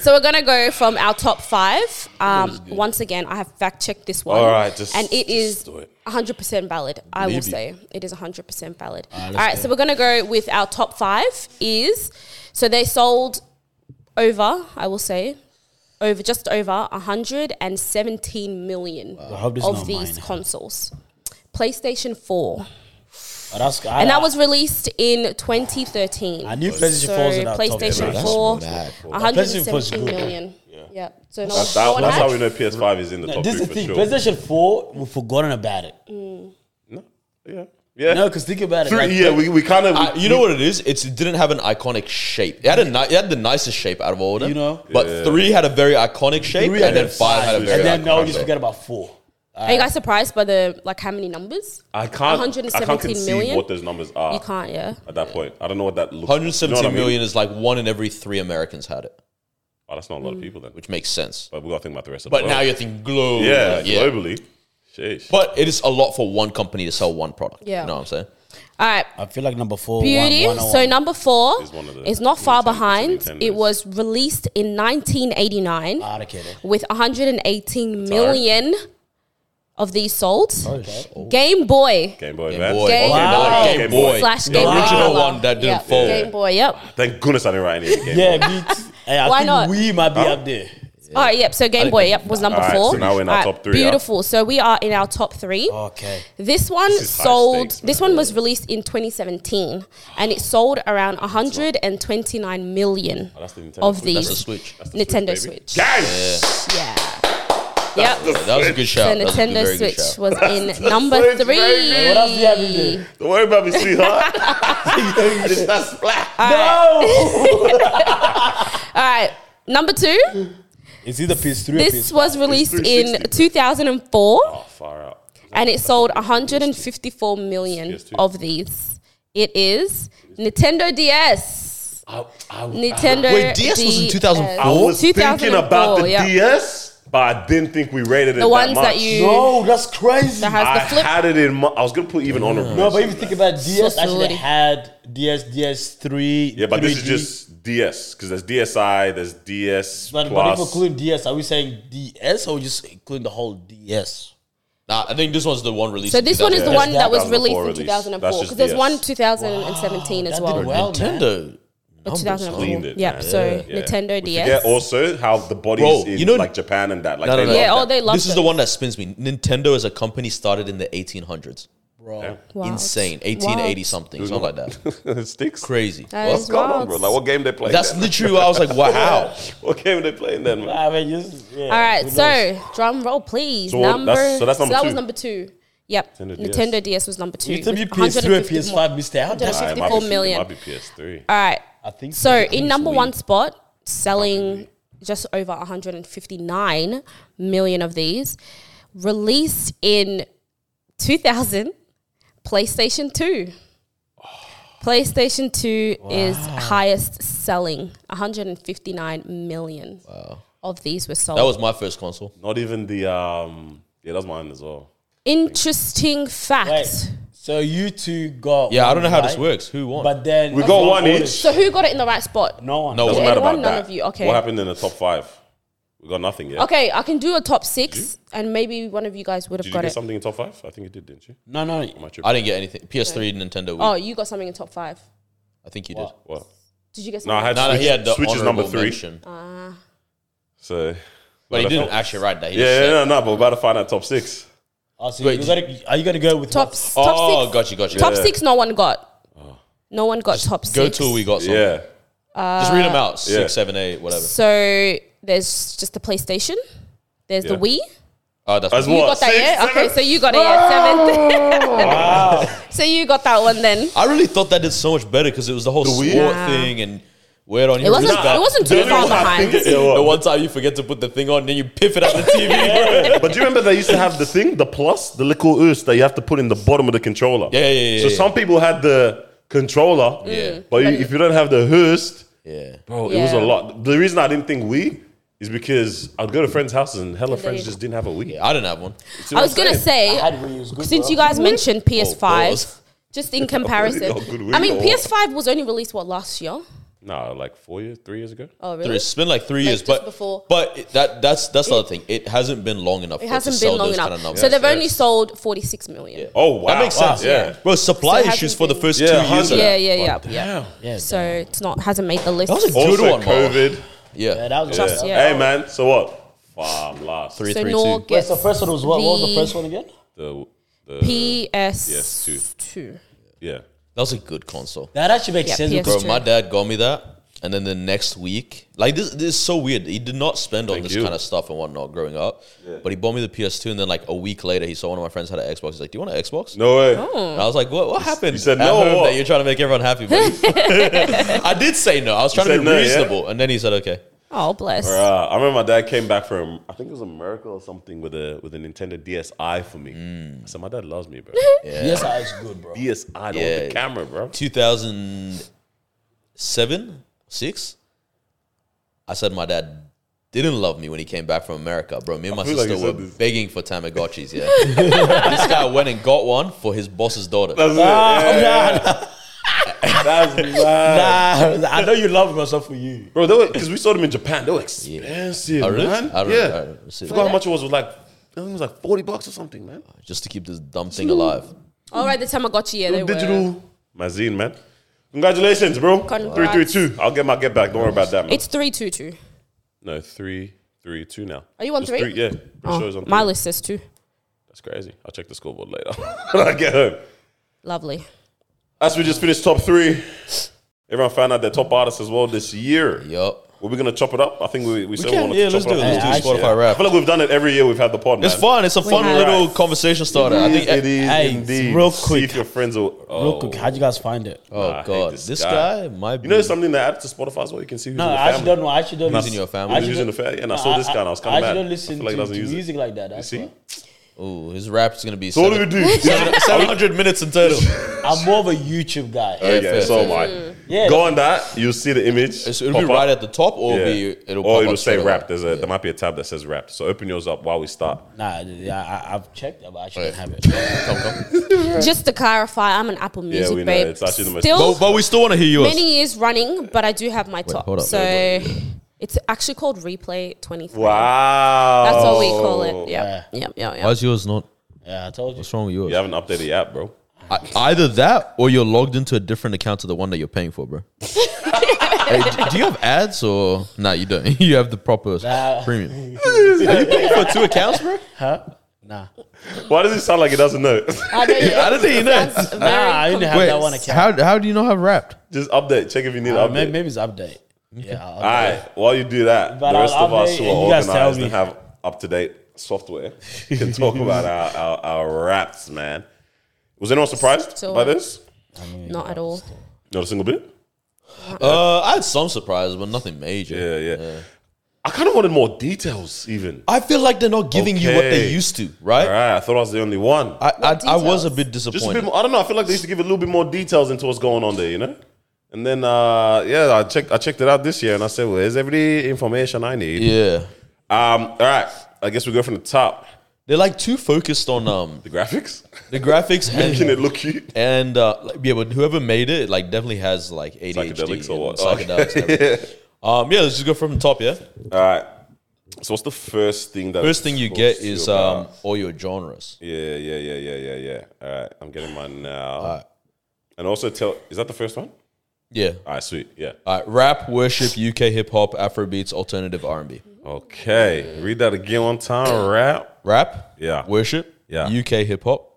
[SPEAKER 3] So we're gonna go from our top five. Um, once again, I have fact checked this one.
[SPEAKER 1] All right, just-
[SPEAKER 3] and it
[SPEAKER 1] just
[SPEAKER 3] is
[SPEAKER 1] do it.
[SPEAKER 3] 100% valid. I will
[SPEAKER 2] Believe you.
[SPEAKER 3] say it is 100% valid. All right,
[SPEAKER 5] let's go.
[SPEAKER 3] so we're gonna go with our top five. Is so they sold over. I will say over just over 117 million
[SPEAKER 5] I hope this is
[SPEAKER 3] of
[SPEAKER 5] not
[SPEAKER 3] these
[SPEAKER 5] mine.
[SPEAKER 3] consoles. PlayStation 4,
[SPEAKER 5] Oh, that's, I,
[SPEAKER 3] and that was released in 2013.
[SPEAKER 5] I knew PlayStation
[SPEAKER 3] So
[SPEAKER 5] 4 was in that top
[SPEAKER 3] PlayStation
[SPEAKER 5] three.
[SPEAKER 2] That's
[SPEAKER 3] 4,
[SPEAKER 2] mad.
[SPEAKER 5] PlayStation 4 is
[SPEAKER 3] 117
[SPEAKER 5] good.
[SPEAKER 3] million. Yeah. So no one,
[SPEAKER 1] That,
[SPEAKER 3] no
[SPEAKER 1] that,
[SPEAKER 3] one
[SPEAKER 1] that's
[SPEAKER 3] had.
[SPEAKER 1] how we know PS5 is in the top
[SPEAKER 5] This is
[SPEAKER 1] three
[SPEAKER 5] the
[SPEAKER 1] for
[SPEAKER 5] thing.
[SPEAKER 1] sure.
[SPEAKER 5] PlayStation 4, we've forgotten about it.
[SPEAKER 1] No, yeah, yeah.
[SPEAKER 5] No, because think about it.
[SPEAKER 1] Three-
[SPEAKER 5] like,
[SPEAKER 1] yeah, we, we kind of
[SPEAKER 2] I- you know what it is? It's, it didn't have an iconic shape. It had, a ni- it had the nicest shape out of all of them.
[SPEAKER 5] You know?
[SPEAKER 2] but three had a very iconic shape,
[SPEAKER 5] three
[SPEAKER 2] and then
[SPEAKER 5] out of
[SPEAKER 2] five had a
[SPEAKER 5] five.
[SPEAKER 2] very.
[SPEAKER 5] And then
[SPEAKER 2] iconic
[SPEAKER 5] now we just
[SPEAKER 2] shape.
[SPEAKER 5] forget about four.
[SPEAKER 3] Are you guys surprised by the like how many numbers?
[SPEAKER 1] I can't. I
[SPEAKER 3] 117
[SPEAKER 1] can't conceive
[SPEAKER 3] million?
[SPEAKER 1] what those numbers are.
[SPEAKER 3] You can't, yeah.
[SPEAKER 1] at that point. I don't know what that looks.
[SPEAKER 2] 117
[SPEAKER 1] you know what I mean?
[SPEAKER 2] million is like one in every three Americans had it,
[SPEAKER 1] Oh, that's not a lot
[SPEAKER 3] Mm.
[SPEAKER 1] of people then.
[SPEAKER 2] which makes sense.
[SPEAKER 1] But we got to think about the rest of.
[SPEAKER 2] But
[SPEAKER 1] the
[SPEAKER 2] now
[SPEAKER 1] world.
[SPEAKER 2] you're thinking global.
[SPEAKER 1] yeah,
[SPEAKER 2] yeah.
[SPEAKER 1] globally, sheesh.
[SPEAKER 2] But it is a lot for one company to sell one product.
[SPEAKER 3] Yeah.
[SPEAKER 2] You know what I'm saying?
[SPEAKER 3] All right.
[SPEAKER 5] I feel like number four.
[SPEAKER 3] Beauty.
[SPEAKER 5] One, one, oh
[SPEAKER 3] so
[SPEAKER 5] one.
[SPEAKER 3] number four
[SPEAKER 1] Is one of the-
[SPEAKER 3] is not far
[SPEAKER 1] Nintendo-
[SPEAKER 3] behind.
[SPEAKER 1] it's a Nintendo
[SPEAKER 3] It
[SPEAKER 1] list.
[SPEAKER 3] was released in 1989
[SPEAKER 5] Ah, okay, then.
[SPEAKER 3] with 118 million of these sold.
[SPEAKER 5] Okay.
[SPEAKER 3] Game Boy
[SPEAKER 1] Game Boy
[SPEAKER 2] Game
[SPEAKER 1] Advance.
[SPEAKER 2] Boy.
[SPEAKER 3] Game
[SPEAKER 2] Game,
[SPEAKER 5] Wow.
[SPEAKER 2] Boy. Game Boy.
[SPEAKER 3] slash
[SPEAKER 2] the
[SPEAKER 3] Game Boy
[SPEAKER 2] original
[SPEAKER 3] Color.
[SPEAKER 2] one that didn't
[SPEAKER 3] Yep.
[SPEAKER 2] fold.
[SPEAKER 3] Game Boy, yep.
[SPEAKER 1] Thank goodness I didn't write any of the Game Boy.
[SPEAKER 5] Yeah, beat. Hey, I
[SPEAKER 3] Why
[SPEAKER 5] think
[SPEAKER 3] not?
[SPEAKER 5] We might be up there.
[SPEAKER 3] All right, yep. So Game
[SPEAKER 2] think
[SPEAKER 3] Boy,
[SPEAKER 2] that's-
[SPEAKER 3] yep, was number
[SPEAKER 1] All right,
[SPEAKER 3] four.
[SPEAKER 1] so now we're in our
[SPEAKER 3] All
[SPEAKER 1] top three, yeah. Oh,
[SPEAKER 3] Beautiful. So we are in our top three.
[SPEAKER 5] Okay.
[SPEAKER 3] This one
[SPEAKER 1] is high
[SPEAKER 3] sold.
[SPEAKER 1] stakes, man.
[SPEAKER 3] this one was released in 2017, and it sold around 129 million
[SPEAKER 1] Oh, that's the Nintendo
[SPEAKER 3] of
[SPEAKER 1] Switch.
[SPEAKER 2] That's
[SPEAKER 3] these
[SPEAKER 2] a Switch.
[SPEAKER 1] That's the
[SPEAKER 3] Nintendo
[SPEAKER 1] baby.
[SPEAKER 3] Switch.
[SPEAKER 1] Guys,
[SPEAKER 3] Yeah. Yep.
[SPEAKER 2] That was a good
[SPEAKER 3] The
[SPEAKER 2] shout. That was a
[SPEAKER 3] Nintendo
[SPEAKER 2] very good
[SPEAKER 3] Switch
[SPEAKER 2] shout.
[SPEAKER 3] was in number
[SPEAKER 1] Switch,
[SPEAKER 3] three.
[SPEAKER 1] baby.
[SPEAKER 5] What else do you have in there?
[SPEAKER 1] don't worry about me, sweetheart. it's not splat.
[SPEAKER 5] No!
[SPEAKER 3] All right, number two.
[SPEAKER 5] It's either PS3
[SPEAKER 3] This
[SPEAKER 5] or PS4.
[SPEAKER 3] was released in
[SPEAKER 1] 360.
[SPEAKER 3] 2004,
[SPEAKER 1] Oh, far out.
[SPEAKER 3] and it sold 154 million
[SPEAKER 1] PS2.
[SPEAKER 3] of these. It is Nintendo DS.
[SPEAKER 1] I, I,
[SPEAKER 3] Nintendo.
[SPEAKER 2] Wait, DS was in 2004?
[SPEAKER 1] I was thinking about the
[SPEAKER 3] 2004, yep.
[SPEAKER 1] DS, but I didn't think we rated it
[SPEAKER 3] The
[SPEAKER 1] that
[SPEAKER 3] ones
[SPEAKER 1] much.
[SPEAKER 3] that you
[SPEAKER 5] No, that's crazy.
[SPEAKER 3] that has
[SPEAKER 1] I
[SPEAKER 3] the flip.
[SPEAKER 1] had it in. My, I was gonna put even on a.
[SPEAKER 5] No, but if you think about it, DS
[SPEAKER 3] Sociality.
[SPEAKER 5] actually had DS, DS3.
[SPEAKER 1] yeah, but this is
[SPEAKER 5] 3D.
[SPEAKER 1] just DS because there's DSi, there's DS
[SPEAKER 5] But, but if
[SPEAKER 1] plus.
[SPEAKER 5] we're including DS, are we saying DS or just including the whole DS?
[SPEAKER 2] Nah, I think this one's the one released.
[SPEAKER 3] So
[SPEAKER 2] in
[SPEAKER 3] this one is the
[SPEAKER 2] 2008.
[SPEAKER 3] one that was
[SPEAKER 1] 2004
[SPEAKER 3] released in
[SPEAKER 1] release.
[SPEAKER 3] 2004
[SPEAKER 1] That's just
[SPEAKER 3] because there's
[SPEAKER 1] DS.
[SPEAKER 3] one 2017 as
[SPEAKER 5] That
[SPEAKER 3] well.
[SPEAKER 5] did well.
[SPEAKER 2] Nintendo.
[SPEAKER 3] But
[SPEAKER 2] numbers, huh?
[SPEAKER 3] 2004.
[SPEAKER 1] Cleaned it.
[SPEAKER 3] Yep.
[SPEAKER 1] man.
[SPEAKER 3] So
[SPEAKER 1] Yeah.
[SPEAKER 3] Nintendo
[SPEAKER 1] We
[SPEAKER 3] DS.
[SPEAKER 1] forget also how the bodies
[SPEAKER 2] Bro,
[SPEAKER 1] in
[SPEAKER 2] you know-
[SPEAKER 1] like Japan and that. Like
[SPEAKER 2] No, no,
[SPEAKER 1] they
[SPEAKER 2] no.
[SPEAKER 1] love
[SPEAKER 3] yeah. Oh,
[SPEAKER 1] that.
[SPEAKER 3] they love
[SPEAKER 2] This is the one that spins me. Nintendo as a company started in the 1800s.
[SPEAKER 5] bro.
[SPEAKER 2] Insane. 1880 something. Something like that.
[SPEAKER 1] it sticks.
[SPEAKER 2] Crazy.
[SPEAKER 3] That
[SPEAKER 2] What?
[SPEAKER 1] What's going on,
[SPEAKER 3] wild.
[SPEAKER 1] bro? Like what game they playing?
[SPEAKER 2] That's
[SPEAKER 1] then?
[SPEAKER 2] literally what I was like, wow.
[SPEAKER 1] what game they playing then, man?
[SPEAKER 5] I mean, just, yeah,
[SPEAKER 3] All right,
[SPEAKER 5] who knows?
[SPEAKER 3] so drum roll, please.
[SPEAKER 1] So
[SPEAKER 3] number.
[SPEAKER 1] that's- so that's number
[SPEAKER 3] that
[SPEAKER 1] two.
[SPEAKER 3] was number two. Yep.
[SPEAKER 1] Nintendo
[SPEAKER 3] Nintendo
[SPEAKER 1] DS.
[SPEAKER 3] DS, was number two.
[SPEAKER 5] you tell me
[SPEAKER 3] with
[SPEAKER 5] PS3 or
[SPEAKER 3] 150 more.
[SPEAKER 5] PS5 missed out.
[SPEAKER 3] Hundred-
[SPEAKER 5] That's,
[SPEAKER 1] Nah, it might
[SPEAKER 3] 54
[SPEAKER 1] be-
[SPEAKER 3] million.
[SPEAKER 1] It might be PS3.
[SPEAKER 3] All right.
[SPEAKER 5] I think
[SPEAKER 3] So
[SPEAKER 5] I
[SPEAKER 3] in
[SPEAKER 5] think
[SPEAKER 3] number
[SPEAKER 5] so.
[SPEAKER 3] one spot, selling just over 159 million of these, released in 2000, PlayStation 2. PlayStation 2 is highest selling, 159 million of these were sold.
[SPEAKER 2] That was my first console.
[SPEAKER 1] Not even the um. Yeah, that's mine as well.
[SPEAKER 3] Interesting fact.
[SPEAKER 5] Wait, so you two got.
[SPEAKER 2] Yeah, I don't know how
[SPEAKER 5] one, right?
[SPEAKER 2] this works. Who won?
[SPEAKER 5] But then
[SPEAKER 1] We got one
[SPEAKER 5] order.
[SPEAKER 1] each.
[SPEAKER 3] So who got it in the right spot?
[SPEAKER 5] No one.
[SPEAKER 2] No
[SPEAKER 1] Doesn't
[SPEAKER 2] one.
[SPEAKER 1] matter
[SPEAKER 3] anyone,
[SPEAKER 1] about
[SPEAKER 3] none
[SPEAKER 1] that.
[SPEAKER 3] of you, okay.
[SPEAKER 1] What happened in the top five? We got nothing yet.
[SPEAKER 3] Okay, I can do a top six, and maybe one of you guys would have
[SPEAKER 1] Did you
[SPEAKER 3] got
[SPEAKER 1] get
[SPEAKER 3] it.
[SPEAKER 1] something in top five? I think you did, didn't you?
[SPEAKER 5] No,
[SPEAKER 1] Am
[SPEAKER 5] no.
[SPEAKER 1] I tripping?
[SPEAKER 2] I didn't get anything. PS3, Nintendo Wii.
[SPEAKER 3] Oh, you got something in top five.
[SPEAKER 2] I think you
[SPEAKER 5] What?
[SPEAKER 1] What?
[SPEAKER 3] Did you get
[SPEAKER 1] No, I
[SPEAKER 3] something?
[SPEAKER 1] had Switch,
[SPEAKER 2] did. No, no, he had the
[SPEAKER 1] Switch is number
[SPEAKER 2] honorable
[SPEAKER 1] three.
[SPEAKER 2] mention.
[SPEAKER 1] So,
[SPEAKER 2] But he
[SPEAKER 1] Gotta
[SPEAKER 2] didn't
[SPEAKER 1] find-
[SPEAKER 2] actually write that. He just
[SPEAKER 1] Yeah,
[SPEAKER 2] said-
[SPEAKER 1] yeah, no, no, but we're about to find out top six.
[SPEAKER 5] Oh, so
[SPEAKER 2] Wait,
[SPEAKER 5] you gotta, are you going to go with
[SPEAKER 3] top,
[SPEAKER 5] what?
[SPEAKER 3] s- top
[SPEAKER 2] Oh,
[SPEAKER 3] six.
[SPEAKER 2] gotcha, gotcha.
[SPEAKER 3] Top
[SPEAKER 1] Yeah.
[SPEAKER 3] six. No one got. No one got top six.
[SPEAKER 2] Go till we got some.
[SPEAKER 1] Yeah.
[SPEAKER 2] Just read them out.
[SPEAKER 1] yeah.
[SPEAKER 2] Six, seven, eight, whatever.
[SPEAKER 3] So there's just the PlayStation. There's the
[SPEAKER 1] Yeah.
[SPEAKER 3] Wii.
[SPEAKER 2] Oh, that's
[SPEAKER 1] As
[SPEAKER 2] what-
[SPEAKER 1] what?
[SPEAKER 3] Got that?
[SPEAKER 1] Six,
[SPEAKER 3] yeah.
[SPEAKER 1] seven?
[SPEAKER 3] Okay, so you got it. Yeah, seventh. so you got that one then.
[SPEAKER 2] I really thought that did so much better because it was the whole sport
[SPEAKER 3] Nah.
[SPEAKER 2] thing and wear it on your
[SPEAKER 3] It wasn't.
[SPEAKER 2] wristband.
[SPEAKER 3] It wasn't too
[SPEAKER 1] Don't know
[SPEAKER 3] far
[SPEAKER 1] what I think
[SPEAKER 3] behind.
[SPEAKER 1] it
[SPEAKER 2] The
[SPEAKER 1] was.
[SPEAKER 2] one time you forget to put the thing on, then you piff it at the TV. bro.
[SPEAKER 1] But do you remember they used to have the thing, the plus, the little oost that you have to put in the bottom of the controller?
[SPEAKER 2] Yeah, yeah, yeah,
[SPEAKER 1] So
[SPEAKER 2] yeah.
[SPEAKER 1] some people had the
[SPEAKER 3] Mm.
[SPEAKER 1] controller,
[SPEAKER 2] Yeah.
[SPEAKER 1] but you, if you don't have the hoost,
[SPEAKER 2] Yeah.
[SPEAKER 1] bro, it was a
[SPEAKER 3] Yeah.
[SPEAKER 1] lot. The reason I didn't think we is because I'd go to friends' houses and hella friends
[SPEAKER 3] they-
[SPEAKER 1] just didn't have a Wii.
[SPEAKER 2] I didn't have one.
[SPEAKER 1] See what
[SPEAKER 3] I was
[SPEAKER 1] I'm
[SPEAKER 3] gonna
[SPEAKER 1] saying?
[SPEAKER 3] say,
[SPEAKER 5] I had Wii, it was good,
[SPEAKER 3] since
[SPEAKER 5] bro.
[SPEAKER 3] you guys mentioned PS5,
[SPEAKER 2] pause.
[SPEAKER 3] just in comparison,
[SPEAKER 1] Oh, good
[SPEAKER 3] I
[SPEAKER 1] Wii
[SPEAKER 3] mean
[SPEAKER 1] or-
[SPEAKER 3] PS5 was only released what last year.
[SPEAKER 1] Nah, like four years, three years ago.
[SPEAKER 3] Oh really?
[SPEAKER 2] Three- It's been like three years,
[SPEAKER 3] just
[SPEAKER 2] but
[SPEAKER 3] before.
[SPEAKER 2] but it- that that's that's the other thing. It hasn't been long enough. for
[SPEAKER 3] It
[SPEAKER 2] to
[SPEAKER 3] hasn't
[SPEAKER 2] sell
[SPEAKER 3] been long
[SPEAKER 2] those
[SPEAKER 3] enough.
[SPEAKER 2] Kind of numbers.
[SPEAKER 3] so they've
[SPEAKER 1] yes.
[SPEAKER 3] only sold 46 million.
[SPEAKER 1] Oh, wow.
[SPEAKER 2] that makes
[SPEAKER 1] Wow,
[SPEAKER 2] sense.
[SPEAKER 1] Yeah.
[SPEAKER 2] bro. Supply
[SPEAKER 3] So it
[SPEAKER 2] issues
[SPEAKER 3] hasn't
[SPEAKER 2] for the
[SPEAKER 3] been-
[SPEAKER 2] first
[SPEAKER 1] Yeah,
[SPEAKER 2] two years. of
[SPEAKER 3] Yeah,
[SPEAKER 2] that.
[SPEAKER 3] yeah, yeah, yeah.
[SPEAKER 1] Damn.
[SPEAKER 5] Yeah,
[SPEAKER 3] So it's not hasn't made the list.
[SPEAKER 2] That was a good
[SPEAKER 1] Also,
[SPEAKER 2] one, bro.
[SPEAKER 1] COVID.
[SPEAKER 2] Yeah.
[SPEAKER 5] Yeah, that was
[SPEAKER 1] Yeah.
[SPEAKER 5] just.
[SPEAKER 3] yeah.
[SPEAKER 1] Hey, man. So what? Farm last.
[SPEAKER 2] Three,
[SPEAKER 3] so
[SPEAKER 2] three,
[SPEAKER 3] Nor
[SPEAKER 2] two.
[SPEAKER 5] Wait,
[SPEAKER 3] gets
[SPEAKER 5] so first one was what? What was the
[SPEAKER 3] the-
[SPEAKER 5] first one again?
[SPEAKER 1] The, the
[SPEAKER 3] PS
[SPEAKER 1] two.
[SPEAKER 3] two.
[SPEAKER 1] yeah.
[SPEAKER 2] That was a good console.
[SPEAKER 5] That actually makes
[SPEAKER 3] Yeah,
[SPEAKER 5] sense.
[SPEAKER 3] PS2.
[SPEAKER 5] because
[SPEAKER 2] Bro, my dad got me that, and then the next week, like this, this is so weird. He did not spend on
[SPEAKER 1] Thank
[SPEAKER 2] this
[SPEAKER 1] you.
[SPEAKER 2] kind of stuff and whatnot growing up, but he bought me the PS2, and then like a week later, he saw one of my friends had an Xbox. He's like, "Do you want an Xbox?"
[SPEAKER 1] No way.
[SPEAKER 3] Oh.
[SPEAKER 2] And I was like, "What? What happened?"
[SPEAKER 1] you said
[SPEAKER 2] at
[SPEAKER 1] no,
[SPEAKER 2] home
[SPEAKER 1] what?
[SPEAKER 2] that you're trying to make everyone happy. But I did say no. I was trying to
[SPEAKER 1] said
[SPEAKER 2] be
[SPEAKER 1] no, yeah?
[SPEAKER 2] reasonable, and then he said, "Okay."
[SPEAKER 3] Oh bless.
[SPEAKER 1] Bruh, I remember my dad came back from I think it was America or something with a with a Nintendo DSi for me. So my dad loves me, bro.
[SPEAKER 5] Yes, I is good, bro.
[SPEAKER 1] DSi, the,
[SPEAKER 2] Yeah.
[SPEAKER 1] the camera, bro.
[SPEAKER 2] 2007, six. I said my dad didn't love me when he came back from America, bro. Me and my
[SPEAKER 1] feel like
[SPEAKER 2] sister
[SPEAKER 1] you said
[SPEAKER 2] were
[SPEAKER 1] this.
[SPEAKER 2] begging for Tamagotchis. Yeah, this guy went and got one for his boss's daughter.
[SPEAKER 1] That's
[SPEAKER 3] Ah,
[SPEAKER 1] it. Yeah, that's mad.
[SPEAKER 5] Nah, I know you love me, so for you.
[SPEAKER 1] Bro, they were because we saw them in Japan. They were expensive,
[SPEAKER 2] I really,
[SPEAKER 1] man.
[SPEAKER 2] I really,
[SPEAKER 1] yeah,
[SPEAKER 2] I really- see.
[SPEAKER 1] forgot how much it was. It was like I think it was like forty bucks or something, man.
[SPEAKER 2] just to keep this dumb thing alive.
[SPEAKER 3] All right, the Tamagotchi. Yeah, they
[SPEAKER 1] Digital
[SPEAKER 3] were.
[SPEAKER 1] magazine, man. Congratulations, bro. Three,
[SPEAKER 3] Congrats.
[SPEAKER 1] three, two. I'll get my get back. Don't worry about that, man.
[SPEAKER 3] It's three two two.
[SPEAKER 1] no, three, three, two now.
[SPEAKER 3] Are you on
[SPEAKER 1] It's
[SPEAKER 3] three? Oh,
[SPEAKER 1] Yeah, pretty sure it's on
[SPEAKER 3] My
[SPEAKER 1] three.
[SPEAKER 3] list says two.
[SPEAKER 1] That's crazy. I'll check the scoreboard later when I get home.
[SPEAKER 3] Lovely.
[SPEAKER 1] As we just finished top three, everyone found out their top artists as well this year.
[SPEAKER 2] Yup.
[SPEAKER 1] Were we gonna chop it up? I think we, we, said we
[SPEAKER 2] can,
[SPEAKER 1] want to
[SPEAKER 2] yeah,
[SPEAKER 1] chop
[SPEAKER 2] let's
[SPEAKER 1] it up.
[SPEAKER 2] do it. Let's
[SPEAKER 5] do a
[SPEAKER 2] Spotify
[SPEAKER 1] Yeah.
[SPEAKER 2] wrap.
[SPEAKER 1] I feel like we've done it every year. We've had the pod.
[SPEAKER 2] It's
[SPEAKER 1] man.
[SPEAKER 2] fun. It's a fun
[SPEAKER 3] have-
[SPEAKER 2] little
[SPEAKER 1] Right.
[SPEAKER 2] conversation starter. I think.
[SPEAKER 1] It is
[SPEAKER 5] Uh, Hey,
[SPEAKER 1] indeed.
[SPEAKER 5] real
[SPEAKER 1] See
[SPEAKER 5] quick.
[SPEAKER 1] if your friends will. Oh.
[SPEAKER 5] Real quick, how'd you guys find it?
[SPEAKER 2] oh
[SPEAKER 1] I hate
[SPEAKER 2] god,
[SPEAKER 1] this
[SPEAKER 2] this,
[SPEAKER 1] guy.
[SPEAKER 2] guy. might be.
[SPEAKER 1] You know something that added to Spotify as well. You can see who's
[SPEAKER 5] No,
[SPEAKER 1] in the
[SPEAKER 5] I actually
[SPEAKER 1] family.
[SPEAKER 5] don't know. I actually don't
[SPEAKER 2] Who's
[SPEAKER 5] listen-
[SPEAKER 2] in your family?
[SPEAKER 5] I
[SPEAKER 1] Who's
[SPEAKER 5] actually
[SPEAKER 1] in the
[SPEAKER 5] don't-
[SPEAKER 1] family? And I
[SPEAKER 5] No,
[SPEAKER 1] saw this guy and I was kinda
[SPEAKER 5] I
[SPEAKER 1] mad.
[SPEAKER 5] actually don't
[SPEAKER 1] I
[SPEAKER 5] listen
[SPEAKER 1] feel like he
[SPEAKER 5] to,
[SPEAKER 1] doesn't
[SPEAKER 5] to
[SPEAKER 1] use it.
[SPEAKER 5] music like that.
[SPEAKER 1] You
[SPEAKER 5] That's
[SPEAKER 1] see,
[SPEAKER 5] why.
[SPEAKER 2] Ooh, his rap's gonna be
[SPEAKER 1] so what do we
[SPEAKER 2] seven-
[SPEAKER 1] do?
[SPEAKER 2] 700 minutes in total.
[SPEAKER 5] I'm more of a YouTube guy.
[SPEAKER 1] okay,
[SPEAKER 2] fair,
[SPEAKER 1] so
[SPEAKER 2] fair.
[SPEAKER 1] am I.
[SPEAKER 5] Yeah.
[SPEAKER 1] Go on that. You'll see the image.
[SPEAKER 2] It's- it'll be
[SPEAKER 1] pop up.
[SPEAKER 2] right at the top, or
[SPEAKER 1] Yeah.
[SPEAKER 2] be it'll pop
[SPEAKER 1] or
[SPEAKER 2] up
[SPEAKER 1] it'll say
[SPEAKER 2] straight away.
[SPEAKER 1] wrapped. There's a there might be a tab that says wrapped. So open yours up while we start.
[SPEAKER 5] Nah, yeah, I, I've checked, but I actually
[SPEAKER 2] Right.
[SPEAKER 5] don't have it.
[SPEAKER 2] Come, come.
[SPEAKER 3] Just to clarify, I'm an Apple Music
[SPEAKER 1] we know.
[SPEAKER 3] babe.
[SPEAKER 1] It's actually the most-
[SPEAKER 2] but,
[SPEAKER 3] Still
[SPEAKER 2] but we still want to hear yours.
[SPEAKER 3] many years running, but I do have my top.
[SPEAKER 2] hold up.
[SPEAKER 3] so it's actually called Replay 23.
[SPEAKER 1] Wow.
[SPEAKER 3] That's what we call it. Yeah.
[SPEAKER 5] Wow.
[SPEAKER 3] Yep. Yeah. Yeah.
[SPEAKER 2] Why is yours not?
[SPEAKER 5] Yeah, I told you.
[SPEAKER 2] What's wrong with yours?
[SPEAKER 1] You haven't updated your app, bro.
[SPEAKER 2] I- either that or you're logged into a different account to the one that you're paying for, bro. Hey, d- do you have ads or nah? You don't. You have the proper
[SPEAKER 5] Nah.
[SPEAKER 2] premium. Are you paying for two accounts, bro?
[SPEAKER 5] Huh? Nah.
[SPEAKER 1] Why does it sound like it doesn't know?
[SPEAKER 3] I know you.
[SPEAKER 2] I don't think you know.
[SPEAKER 3] Very
[SPEAKER 5] Nah, I only have
[SPEAKER 2] Wait,
[SPEAKER 5] that one account.
[SPEAKER 2] how how do you not have wrapped?
[SPEAKER 1] Just update. Check if you need
[SPEAKER 5] Uh,
[SPEAKER 1] an update.
[SPEAKER 5] maybe, maybe it's update. Yeah. I'll
[SPEAKER 1] All right. While you do that,
[SPEAKER 5] But
[SPEAKER 1] the rest
[SPEAKER 5] I'll
[SPEAKER 1] of us who
[SPEAKER 5] update
[SPEAKER 1] are
[SPEAKER 5] and you guys tell
[SPEAKER 1] organized
[SPEAKER 5] me.
[SPEAKER 1] and have up to date software can talk about our, our, our raps, man. Was anyone surprised
[SPEAKER 3] So-
[SPEAKER 1] by this?
[SPEAKER 3] Not at all.
[SPEAKER 1] Not a single bit.
[SPEAKER 2] Uh, I had some surprises, but nothing major.
[SPEAKER 1] Yeah, yeah. I kind of wanted more details, even.
[SPEAKER 2] I feel like they're not giving you what they
[SPEAKER 1] Okay.
[SPEAKER 2] used to, right?
[SPEAKER 1] All right. I thought I was the only one.
[SPEAKER 2] I, I, I was
[SPEAKER 3] details?
[SPEAKER 2] a bit
[SPEAKER 1] Just a bit
[SPEAKER 2] disappointed.
[SPEAKER 1] more. I don't know. I feel like they used to give a little bit more details into what's going on there, you know. And then, uh, yeah, I checked. I checked it out this year, and I said, "Well, there's every information I need."
[SPEAKER 2] yeah,
[SPEAKER 1] Um. All right. I guess we go from the top.
[SPEAKER 2] they're like too focused on um
[SPEAKER 1] The graphics,
[SPEAKER 2] the graphics
[SPEAKER 1] making
[SPEAKER 2] and
[SPEAKER 1] it look cute.
[SPEAKER 2] and uh, like, yeah, but whoever made it like definitely has like ADHD
[SPEAKER 1] Psychedelics or
[SPEAKER 2] and
[SPEAKER 1] what?
[SPEAKER 2] Psychedelics. and everything. Um, yeah, let's just go from the top. Yeah,
[SPEAKER 1] All right. So what's the first thing that
[SPEAKER 2] first thing you get
[SPEAKER 1] talks to
[SPEAKER 2] is
[SPEAKER 1] about?
[SPEAKER 2] um all your genres.
[SPEAKER 1] yeah yeah yeah yeah yeah yeah. All right, I'm getting mine now. And also tell is that the first one?
[SPEAKER 2] Yeah,
[SPEAKER 1] All right, sweet. Yeah.
[SPEAKER 2] all right, rap, worship, UK hip hop, Afrobeats, alternative R and B.
[SPEAKER 1] Okay. Read that again one time. Rap.
[SPEAKER 2] Rap,
[SPEAKER 1] Yeah.
[SPEAKER 2] worship,
[SPEAKER 1] Yeah.
[SPEAKER 2] UK hip hop,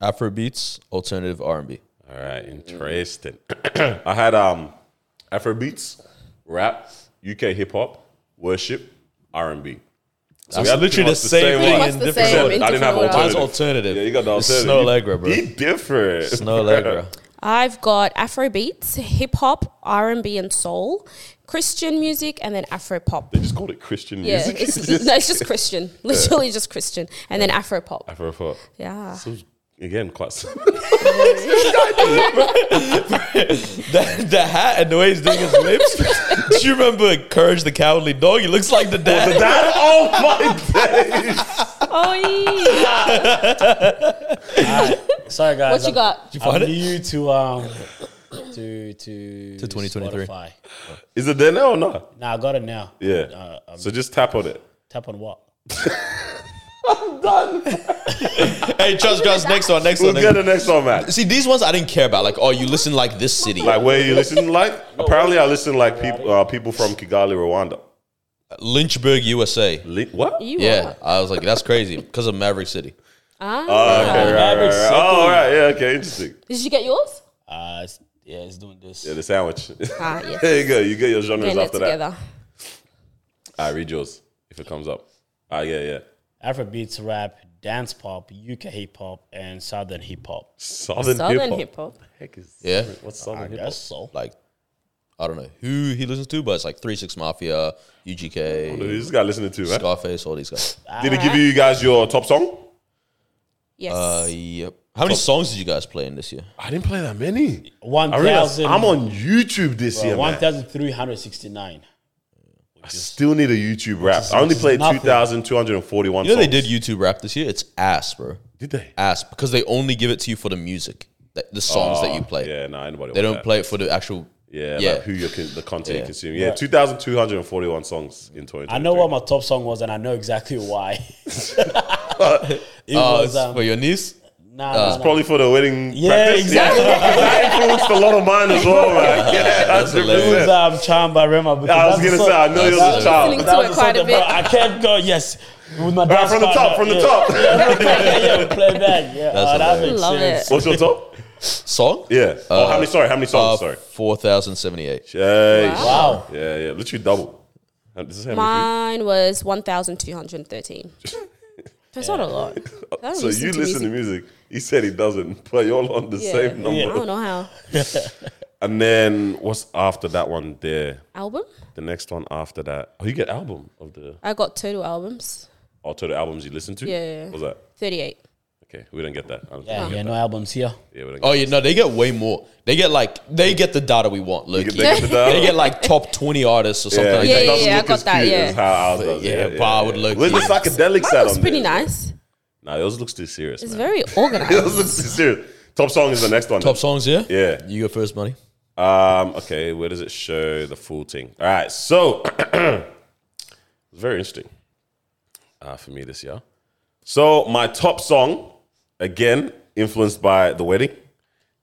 [SPEAKER 2] Afrobeats, alternative R and B.
[SPEAKER 1] All right. Interesting. I had um Afrobeats, rap, UK hip hop, worship, R and B. So we
[SPEAKER 2] That's
[SPEAKER 1] had pretty
[SPEAKER 2] literally the
[SPEAKER 1] much
[SPEAKER 2] same
[SPEAKER 3] Pretty
[SPEAKER 2] thing
[SPEAKER 3] much
[SPEAKER 2] in
[SPEAKER 3] the
[SPEAKER 2] different
[SPEAKER 3] same
[SPEAKER 2] order.
[SPEAKER 3] in
[SPEAKER 1] I didn't have
[SPEAKER 3] different
[SPEAKER 2] Mine's
[SPEAKER 3] order.
[SPEAKER 1] alternative.
[SPEAKER 2] alternative.
[SPEAKER 1] Yeah, you got the
[SPEAKER 2] It's
[SPEAKER 1] alternative.
[SPEAKER 2] Snow
[SPEAKER 1] You-
[SPEAKER 2] Allegra, bro.
[SPEAKER 1] Be different.
[SPEAKER 2] Snow Allegra.
[SPEAKER 3] I've got Afrobeats, hip hop, R and B, and soul, Christian music, and then Afro pop.
[SPEAKER 1] They just called it Christian
[SPEAKER 3] Yeah,
[SPEAKER 1] music.
[SPEAKER 3] it's, no, it's just Christian, literally just Christian, and then Afro pop.
[SPEAKER 1] Afro pop.
[SPEAKER 3] Yeah,
[SPEAKER 1] So it's, again, quite simple.
[SPEAKER 2] the, the hat and the way he's doing his lips. Do you remember Courage the Cowardly Dog? He looks like the dad.
[SPEAKER 1] that, oh my days.
[SPEAKER 3] oh yeah.
[SPEAKER 5] Sorry,
[SPEAKER 3] What
[SPEAKER 5] guys.
[SPEAKER 3] you
[SPEAKER 5] I'm-
[SPEAKER 3] got?
[SPEAKER 5] I'm
[SPEAKER 2] find it?
[SPEAKER 5] new to um to to to
[SPEAKER 2] 2023.
[SPEAKER 1] Is it there now or not?
[SPEAKER 5] Nah, I got it now.
[SPEAKER 1] Yeah.
[SPEAKER 5] Uh, um,
[SPEAKER 1] so just tap on it.
[SPEAKER 5] tap on what?
[SPEAKER 2] hey, trust, trust. Next one, next
[SPEAKER 1] We'll
[SPEAKER 2] one.
[SPEAKER 1] get
[SPEAKER 2] Next one.
[SPEAKER 1] the next one, man.
[SPEAKER 2] See, these ones I didn't care about. Like, oh, you listen like this city.
[SPEAKER 1] Like where you listen like? Apparently, I listen like people uh, people from Kigali, Rwanda.
[SPEAKER 2] Lynchburg, USA.
[SPEAKER 1] Li- what?
[SPEAKER 3] You
[SPEAKER 2] Yeah,
[SPEAKER 3] are.
[SPEAKER 2] I was like, that's crazy because of Maverick City.
[SPEAKER 3] Ah.
[SPEAKER 1] Oh, okay, right, right,
[SPEAKER 5] Maverick
[SPEAKER 1] right.
[SPEAKER 5] City.
[SPEAKER 1] Oh, all right, yeah, okay, interesting.
[SPEAKER 3] Did you get yours?
[SPEAKER 5] Uh, it's, yeah, it's doing this.
[SPEAKER 1] Yeah, the sandwich.
[SPEAKER 3] Ah, yes.
[SPEAKER 1] there you go. You get your genres
[SPEAKER 3] Getting it
[SPEAKER 1] after that.
[SPEAKER 3] together.
[SPEAKER 1] I read yours if it comes up. Ah, yeah, yeah.
[SPEAKER 5] Afrobeats, rap, dance pop, UK hip hop, and southern hip hop.
[SPEAKER 1] Southern,
[SPEAKER 3] Southern hip
[SPEAKER 1] hip hop.
[SPEAKER 3] hop.
[SPEAKER 1] Heck is Ah,
[SPEAKER 2] Yeah,
[SPEAKER 1] what's Southern hip hop?
[SPEAKER 5] That's so.
[SPEAKER 2] like I don't know who he listens to, but it's like Three Six Mafia, UGK,
[SPEAKER 1] Who's this guy listening to, man?
[SPEAKER 2] Scarface, all these guys.
[SPEAKER 1] Did it give you guys your top song?
[SPEAKER 3] Yes.
[SPEAKER 2] Uh, yep. How many songs did you guys play in this year?
[SPEAKER 1] I didn't play that many.
[SPEAKER 5] One
[SPEAKER 1] I realized
[SPEAKER 5] thousand.
[SPEAKER 1] I'm on YouTube this year, man.
[SPEAKER 5] One thousand three hundred sixty-nine.
[SPEAKER 1] I still need a YouTube rap. I only played
[SPEAKER 5] nothing.
[SPEAKER 1] 2,241
[SPEAKER 2] You know they
[SPEAKER 1] songs.
[SPEAKER 2] did YouTube rap this year. It's ass, bro.
[SPEAKER 1] Did they?
[SPEAKER 2] ass because they only give it to you for the music, that, the songs that you play.
[SPEAKER 1] Yeah, no, nah, anybody.
[SPEAKER 2] They don't play it for the actual.
[SPEAKER 1] Yeah,
[SPEAKER 2] yeah.
[SPEAKER 1] Like who you're con- the content
[SPEAKER 2] Yeah.
[SPEAKER 1] you're consuming. Yeah, 2,241 songs in 2020.
[SPEAKER 5] I know what my top song was, and I know exactly why. it
[SPEAKER 2] Oh,
[SPEAKER 5] was
[SPEAKER 2] it's
[SPEAKER 5] um,
[SPEAKER 2] for your niece.
[SPEAKER 5] nah, nah, nah.
[SPEAKER 1] Probably for the wedding.
[SPEAKER 5] Yeah,
[SPEAKER 1] practice.
[SPEAKER 5] exactly.
[SPEAKER 1] that influenced a lot of mine as well, man. Yeah, that's
[SPEAKER 5] It was
[SPEAKER 2] hilarious.
[SPEAKER 1] hilarious.
[SPEAKER 5] um, Chamba Rema. because
[SPEAKER 1] I was
[SPEAKER 5] that's
[SPEAKER 1] gonna
[SPEAKER 5] the
[SPEAKER 1] say, I
[SPEAKER 5] song-
[SPEAKER 1] know you're
[SPEAKER 2] That's
[SPEAKER 1] the
[SPEAKER 2] it.
[SPEAKER 1] child.
[SPEAKER 3] Listening
[SPEAKER 1] All
[SPEAKER 3] to
[SPEAKER 5] That
[SPEAKER 3] it
[SPEAKER 5] was
[SPEAKER 3] quite
[SPEAKER 5] the
[SPEAKER 3] a
[SPEAKER 5] song that-
[SPEAKER 3] bit.
[SPEAKER 5] bro, I can't go. Yes, with my
[SPEAKER 1] right,
[SPEAKER 5] dance
[SPEAKER 1] from the top, from the
[SPEAKER 5] partner,
[SPEAKER 1] top.
[SPEAKER 5] yeah, yeah, yeah, play back. Yeah,
[SPEAKER 2] That's
[SPEAKER 5] oh, that
[SPEAKER 2] hilarious.
[SPEAKER 5] makes
[SPEAKER 3] Love
[SPEAKER 5] sense.
[SPEAKER 3] it.
[SPEAKER 1] What's your top?
[SPEAKER 2] Song? Uh,
[SPEAKER 1] Yeah. oh, how many? Sorry, how many songs? sorry.
[SPEAKER 2] Four thousand seventy-eight.
[SPEAKER 1] Jeez.
[SPEAKER 5] Wow.
[SPEAKER 1] Yeah, yeah. Literally double. And This is how many.
[SPEAKER 3] Mine was 1,213. That's not a lot. I don't
[SPEAKER 1] So you listen to music. He said he doesn't, but you're all on the
[SPEAKER 3] Yeah.
[SPEAKER 1] same
[SPEAKER 3] Yeah.
[SPEAKER 1] number.
[SPEAKER 3] I don't know how.
[SPEAKER 1] And then what's after that one there?
[SPEAKER 3] Album?
[SPEAKER 1] The next one after that. Oh, you get album of the
[SPEAKER 3] I got total albums.
[SPEAKER 1] or to the albums you listen to?
[SPEAKER 3] Yeah.
[SPEAKER 1] What's that?
[SPEAKER 3] 38.
[SPEAKER 1] Okay, we don't get that. I don't
[SPEAKER 5] Yeah,
[SPEAKER 1] think we
[SPEAKER 5] yeah,
[SPEAKER 1] get
[SPEAKER 5] no albums here.
[SPEAKER 1] that. yeah, we don't
[SPEAKER 2] Oh yeah, no, they get way more. They get like they get the data we want. Look,
[SPEAKER 1] get-
[SPEAKER 2] they,
[SPEAKER 1] they get the data.
[SPEAKER 2] get like top twenty artists or
[SPEAKER 1] get
[SPEAKER 2] something.
[SPEAKER 1] that.
[SPEAKER 2] like
[SPEAKER 3] Yeah,
[SPEAKER 1] it
[SPEAKER 2] Oh, that.
[SPEAKER 1] doesn't
[SPEAKER 3] yeah, I
[SPEAKER 1] look
[SPEAKER 3] got
[SPEAKER 1] as
[SPEAKER 3] that,
[SPEAKER 1] cute
[SPEAKER 3] yeah.
[SPEAKER 1] as how ours does.
[SPEAKER 2] Yeah, but I would look
[SPEAKER 1] Where's the
[SPEAKER 2] cute.
[SPEAKER 1] psychedelics
[SPEAKER 3] Mine
[SPEAKER 1] at
[SPEAKER 3] was
[SPEAKER 1] on
[SPEAKER 3] pretty
[SPEAKER 1] there?
[SPEAKER 3] nice.
[SPEAKER 1] Nah, yours looks too serious.
[SPEAKER 3] It's
[SPEAKER 1] man.
[SPEAKER 3] very
[SPEAKER 1] Yours
[SPEAKER 3] organized.
[SPEAKER 1] looks too serious. Top song is the next one.
[SPEAKER 2] Top songs, yeah.
[SPEAKER 1] Yeah.
[SPEAKER 2] You go first, money.
[SPEAKER 1] Um, okay, where does it show the full thing? All right, so it's very interesting uh, for me this year. So my top song again influenced by the wedding,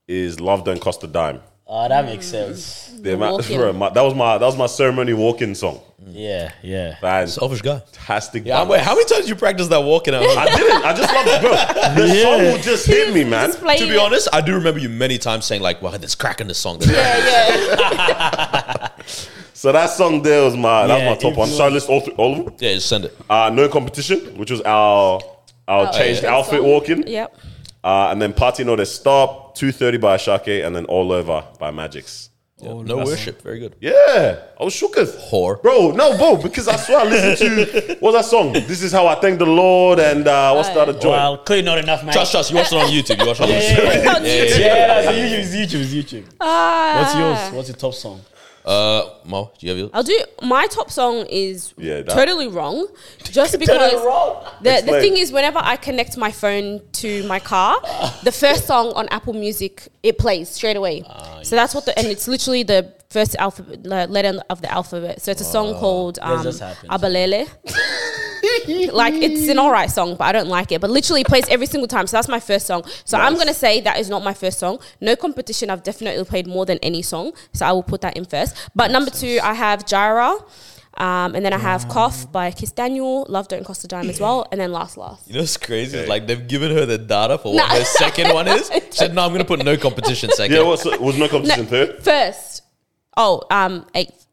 [SPEAKER 1] is love don't cost a dime.
[SPEAKER 5] Oh, that makes sense.
[SPEAKER 1] The amount-
[SPEAKER 3] Walk-in.
[SPEAKER 1] bro, my- that was my that was my ceremony walk-in song.
[SPEAKER 5] Yeah, yeah.
[SPEAKER 2] Selfish guy.
[SPEAKER 1] Fantastic.
[SPEAKER 2] Yeah, wait, how many times did you practice that walking out?
[SPEAKER 1] I didn't. I just loved it, bro. The song will just hit me, man.
[SPEAKER 3] Just playing
[SPEAKER 2] to be
[SPEAKER 3] it.
[SPEAKER 2] honest, I do remember you many times saying like, "Wow, there's crack in this song." There's crack.
[SPEAKER 3] Yeah, yeah.
[SPEAKER 1] So that song there was my that
[SPEAKER 5] Yeah,
[SPEAKER 1] was my top one. So I list all three, all of them.
[SPEAKER 2] Yeah, just send it.
[SPEAKER 1] Uh, no competition, which was our our
[SPEAKER 3] Oh,
[SPEAKER 1] changed
[SPEAKER 3] yeah.
[SPEAKER 1] outfit
[SPEAKER 3] Song.
[SPEAKER 1] walking.
[SPEAKER 3] yep.
[SPEAKER 1] Uh, and then Party No They Stop, 230 by Ashake, and then All Over by Magics.
[SPEAKER 2] Yeah, no worship. Very good.
[SPEAKER 1] Yeah, I was shooketh.
[SPEAKER 2] Whore.
[SPEAKER 1] Bro, no, bro, because I swear I listened to, what's that song? This is how I thank the Lord and uh, what's the other joint?
[SPEAKER 5] Well, clearly not enough, mate.
[SPEAKER 2] Trust, trust. You watched it on YouTube. You watched it on YouTube.
[SPEAKER 3] yeah, yeah.
[SPEAKER 5] Yeah, that's YouTube. It's YouTube. It's YouTube.
[SPEAKER 3] Ah.
[SPEAKER 5] What's yours? What's your top song?
[SPEAKER 2] Uh, Mo, do you have yours?
[SPEAKER 3] I'll do my top song is
[SPEAKER 1] Yeah, that-
[SPEAKER 3] totally wrong. Just because
[SPEAKER 5] Totally wrong.
[SPEAKER 3] the the
[SPEAKER 1] Explain.
[SPEAKER 3] thing is whenever I connect my phone to my car, the first song on Apple Music it plays straight away.
[SPEAKER 5] Ah,
[SPEAKER 3] so that's what the and it's literally the first alphabet the letter of the alphabet. So it's a song called um,
[SPEAKER 5] Ah, just happened.
[SPEAKER 3] Abalele. like it's an alright song, but I don't like it. But literally it plays every single time. So that's my first song. So I'm gonna say that is not my first song. No competition. I've definitely played more than any song, so I will put that in first. But number two, I have Gyra. Um, and then I have Cough by Kiss Daniel, Love Don't Cost a Dime as well, and then Last Last.
[SPEAKER 2] You know what's crazy? is Like they've given her the data for what
[SPEAKER 3] No.
[SPEAKER 2] her second one is. She said, "No, I'm going to put no competition second.
[SPEAKER 1] yeah, what's, was no competition third?
[SPEAKER 3] First, oh, um, eighth.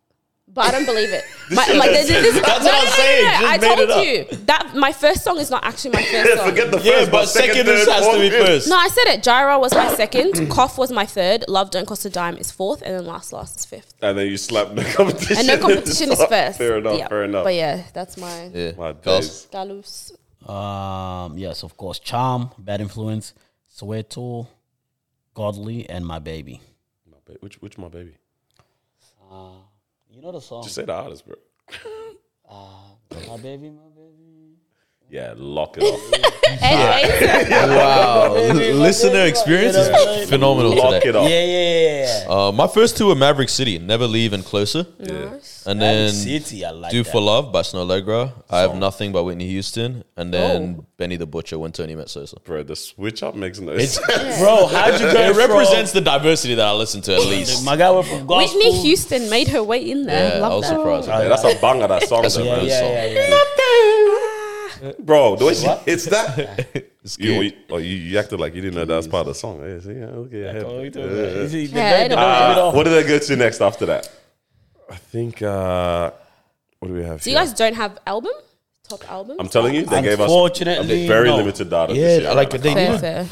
[SPEAKER 3] But I don't believe it. My, my, this, this,
[SPEAKER 2] That's what I'm saying. Just
[SPEAKER 3] I
[SPEAKER 2] made
[SPEAKER 3] told
[SPEAKER 2] it up.
[SPEAKER 3] you that my first song is not actually my first
[SPEAKER 1] Yeah,
[SPEAKER 3] song.
[SPEAKER 1] forget the first.
[SPEAKER 2] yeah, but second is has to be
[SPEAKER 1] fourth,
[SPEAKER 2] first.
[SPEAKER 3] No, I said it. Gyra was my second. Cough was my third. Love Don't Cost a Dime is fourth. And then Last Last is fifth.
[SPEAKER 1] yeah. And then you slap no competition.
[SPEAKER 3] And no
[SPEAKER 1] at the
[SPEAKER 3] competition is
[SPEAKER 1] top.
[SPEAKER 3] first.
[SPEAKER 1] Fair enough,
[SPEAKER 3] Yeah.
[SPEAKER 1] fair enough.
[SPEAKER 3] But yeah, that's my
[SPEAKER 2] Yeah,
[SPEAKER 1] My
[SPEAKER 2] Carlos.
[SPEAKER 1] days.
[SPEAKER 3] Galus.
[SPEAKER 5] Um, yes, of course. Charm, Bad Influence, Soweto, Godly, and My Baby.
[SPEAKER 1] My ba- Which, which my baby?
[SPEAKER 2] Ah.
[SPEAKER 5] You know the song?
[SPEAKER 1] Just say the artist, bro.
[SPEAKER 5] my Baby, My Baby.
[SPEAKER 1] Yeah, lock it off.
[SPEAKER 3] Anyway,
[SPEAKER 2] Wow, listener experience is phenomenal
[SPEAKER 1] lock
[SPEAKER 2] today.
[SPEAKER 1] it off.
[SPEAKER 5] Yeah, yeah, yeah. yeah.
[SPEAKER 2] Uh, my first two were Maverick City, Never Leave, and Closer,
[SPEAKER 3] nice.
[SPEAKER 2] and
[SPEAKER 5] Magic
[SPEAKER 2] then
[SPEAKER 5] City, I like
[SPEAKER 2] Do
[SPEAKER 5] that.
[SPEAKER 2] for Love by Snow Allegra. I have Nothing by Whitney Houston, and then
[SPEAKER 3] Oh.
[SPEAKER 2] Benny the Butcher when Tony met Sosa.
[SPEAKER 1] Bro, the switch up makes no
[SPEAKER 2] It's-
[SPEAKER 1] sense.
[SPEAKER 5] Bro, how'd you go?
[SPEAKER 2] It represents the diversity that I listen to at
[SPEAKER 5] from,
[SPEAKER 2] least.
[SPEAKER 5] my guy went from gospel.
[SPEAKER 3] Whitney Houston made her way in there.
[SPEAKER 2] Yeah, I
[SPEAKER 3] Love
[SPEAKER 2] was
[SPEAKER 3] that.
[SPEAKER 2] surprised.
[SPEAKER 1] Yeah, that's a banger, that song,
[SPEAKER 2] That's a
[SPEAKER 1] though,
[SPEAKER 5] Yeah,
[SPEAKER 1] man.
[SPEAKER 2] really
[SPEAKER 5] yeah,
[SPEAKER 2] song.
[SPEAKER 5] yeah, yeah.
[SPEAKER 1] Bro, the way she hits that.
[SPEAKER 2] It's
[SPEAKER 1] you, or
[SPEAKER 2] good.
[SPEAKER 1] you, or you, you acted like you didn't know that was part of the song. Yeah, see, yeah, okay, I heard it.
[SPEAKER 5] You see, the
[SPEAKER 3] Yeah, I know.
[SPEAKER 5] baby don't give it
[SPEAKER 1] Uh,
[SPEAKER 5] off.
[SPEAKER 1] what did I go to next after that? I think, uh, what do we have
[SPEAKER 3] So
[SPEAKER 1] here?
[SPEAKER 3] you guys don't have album? Top album?
[SPEAKER 1] I'm telling you, they gave us
[SPEAKER 5] Unfortunately,
[SPEAKER 1] very
[SPEAKER 5] no.
[SPEAKER 1] limited data. this
[SPEAKER 2] Yeah,
[SPEAKER 1] year,
[SPEAKER 2] like
[SPEAKER 1] man.
[SPEAKER 2] they
[SPEAKER 3] fair,
[SPEAKER 2] need
[SPEAKER 3] fair.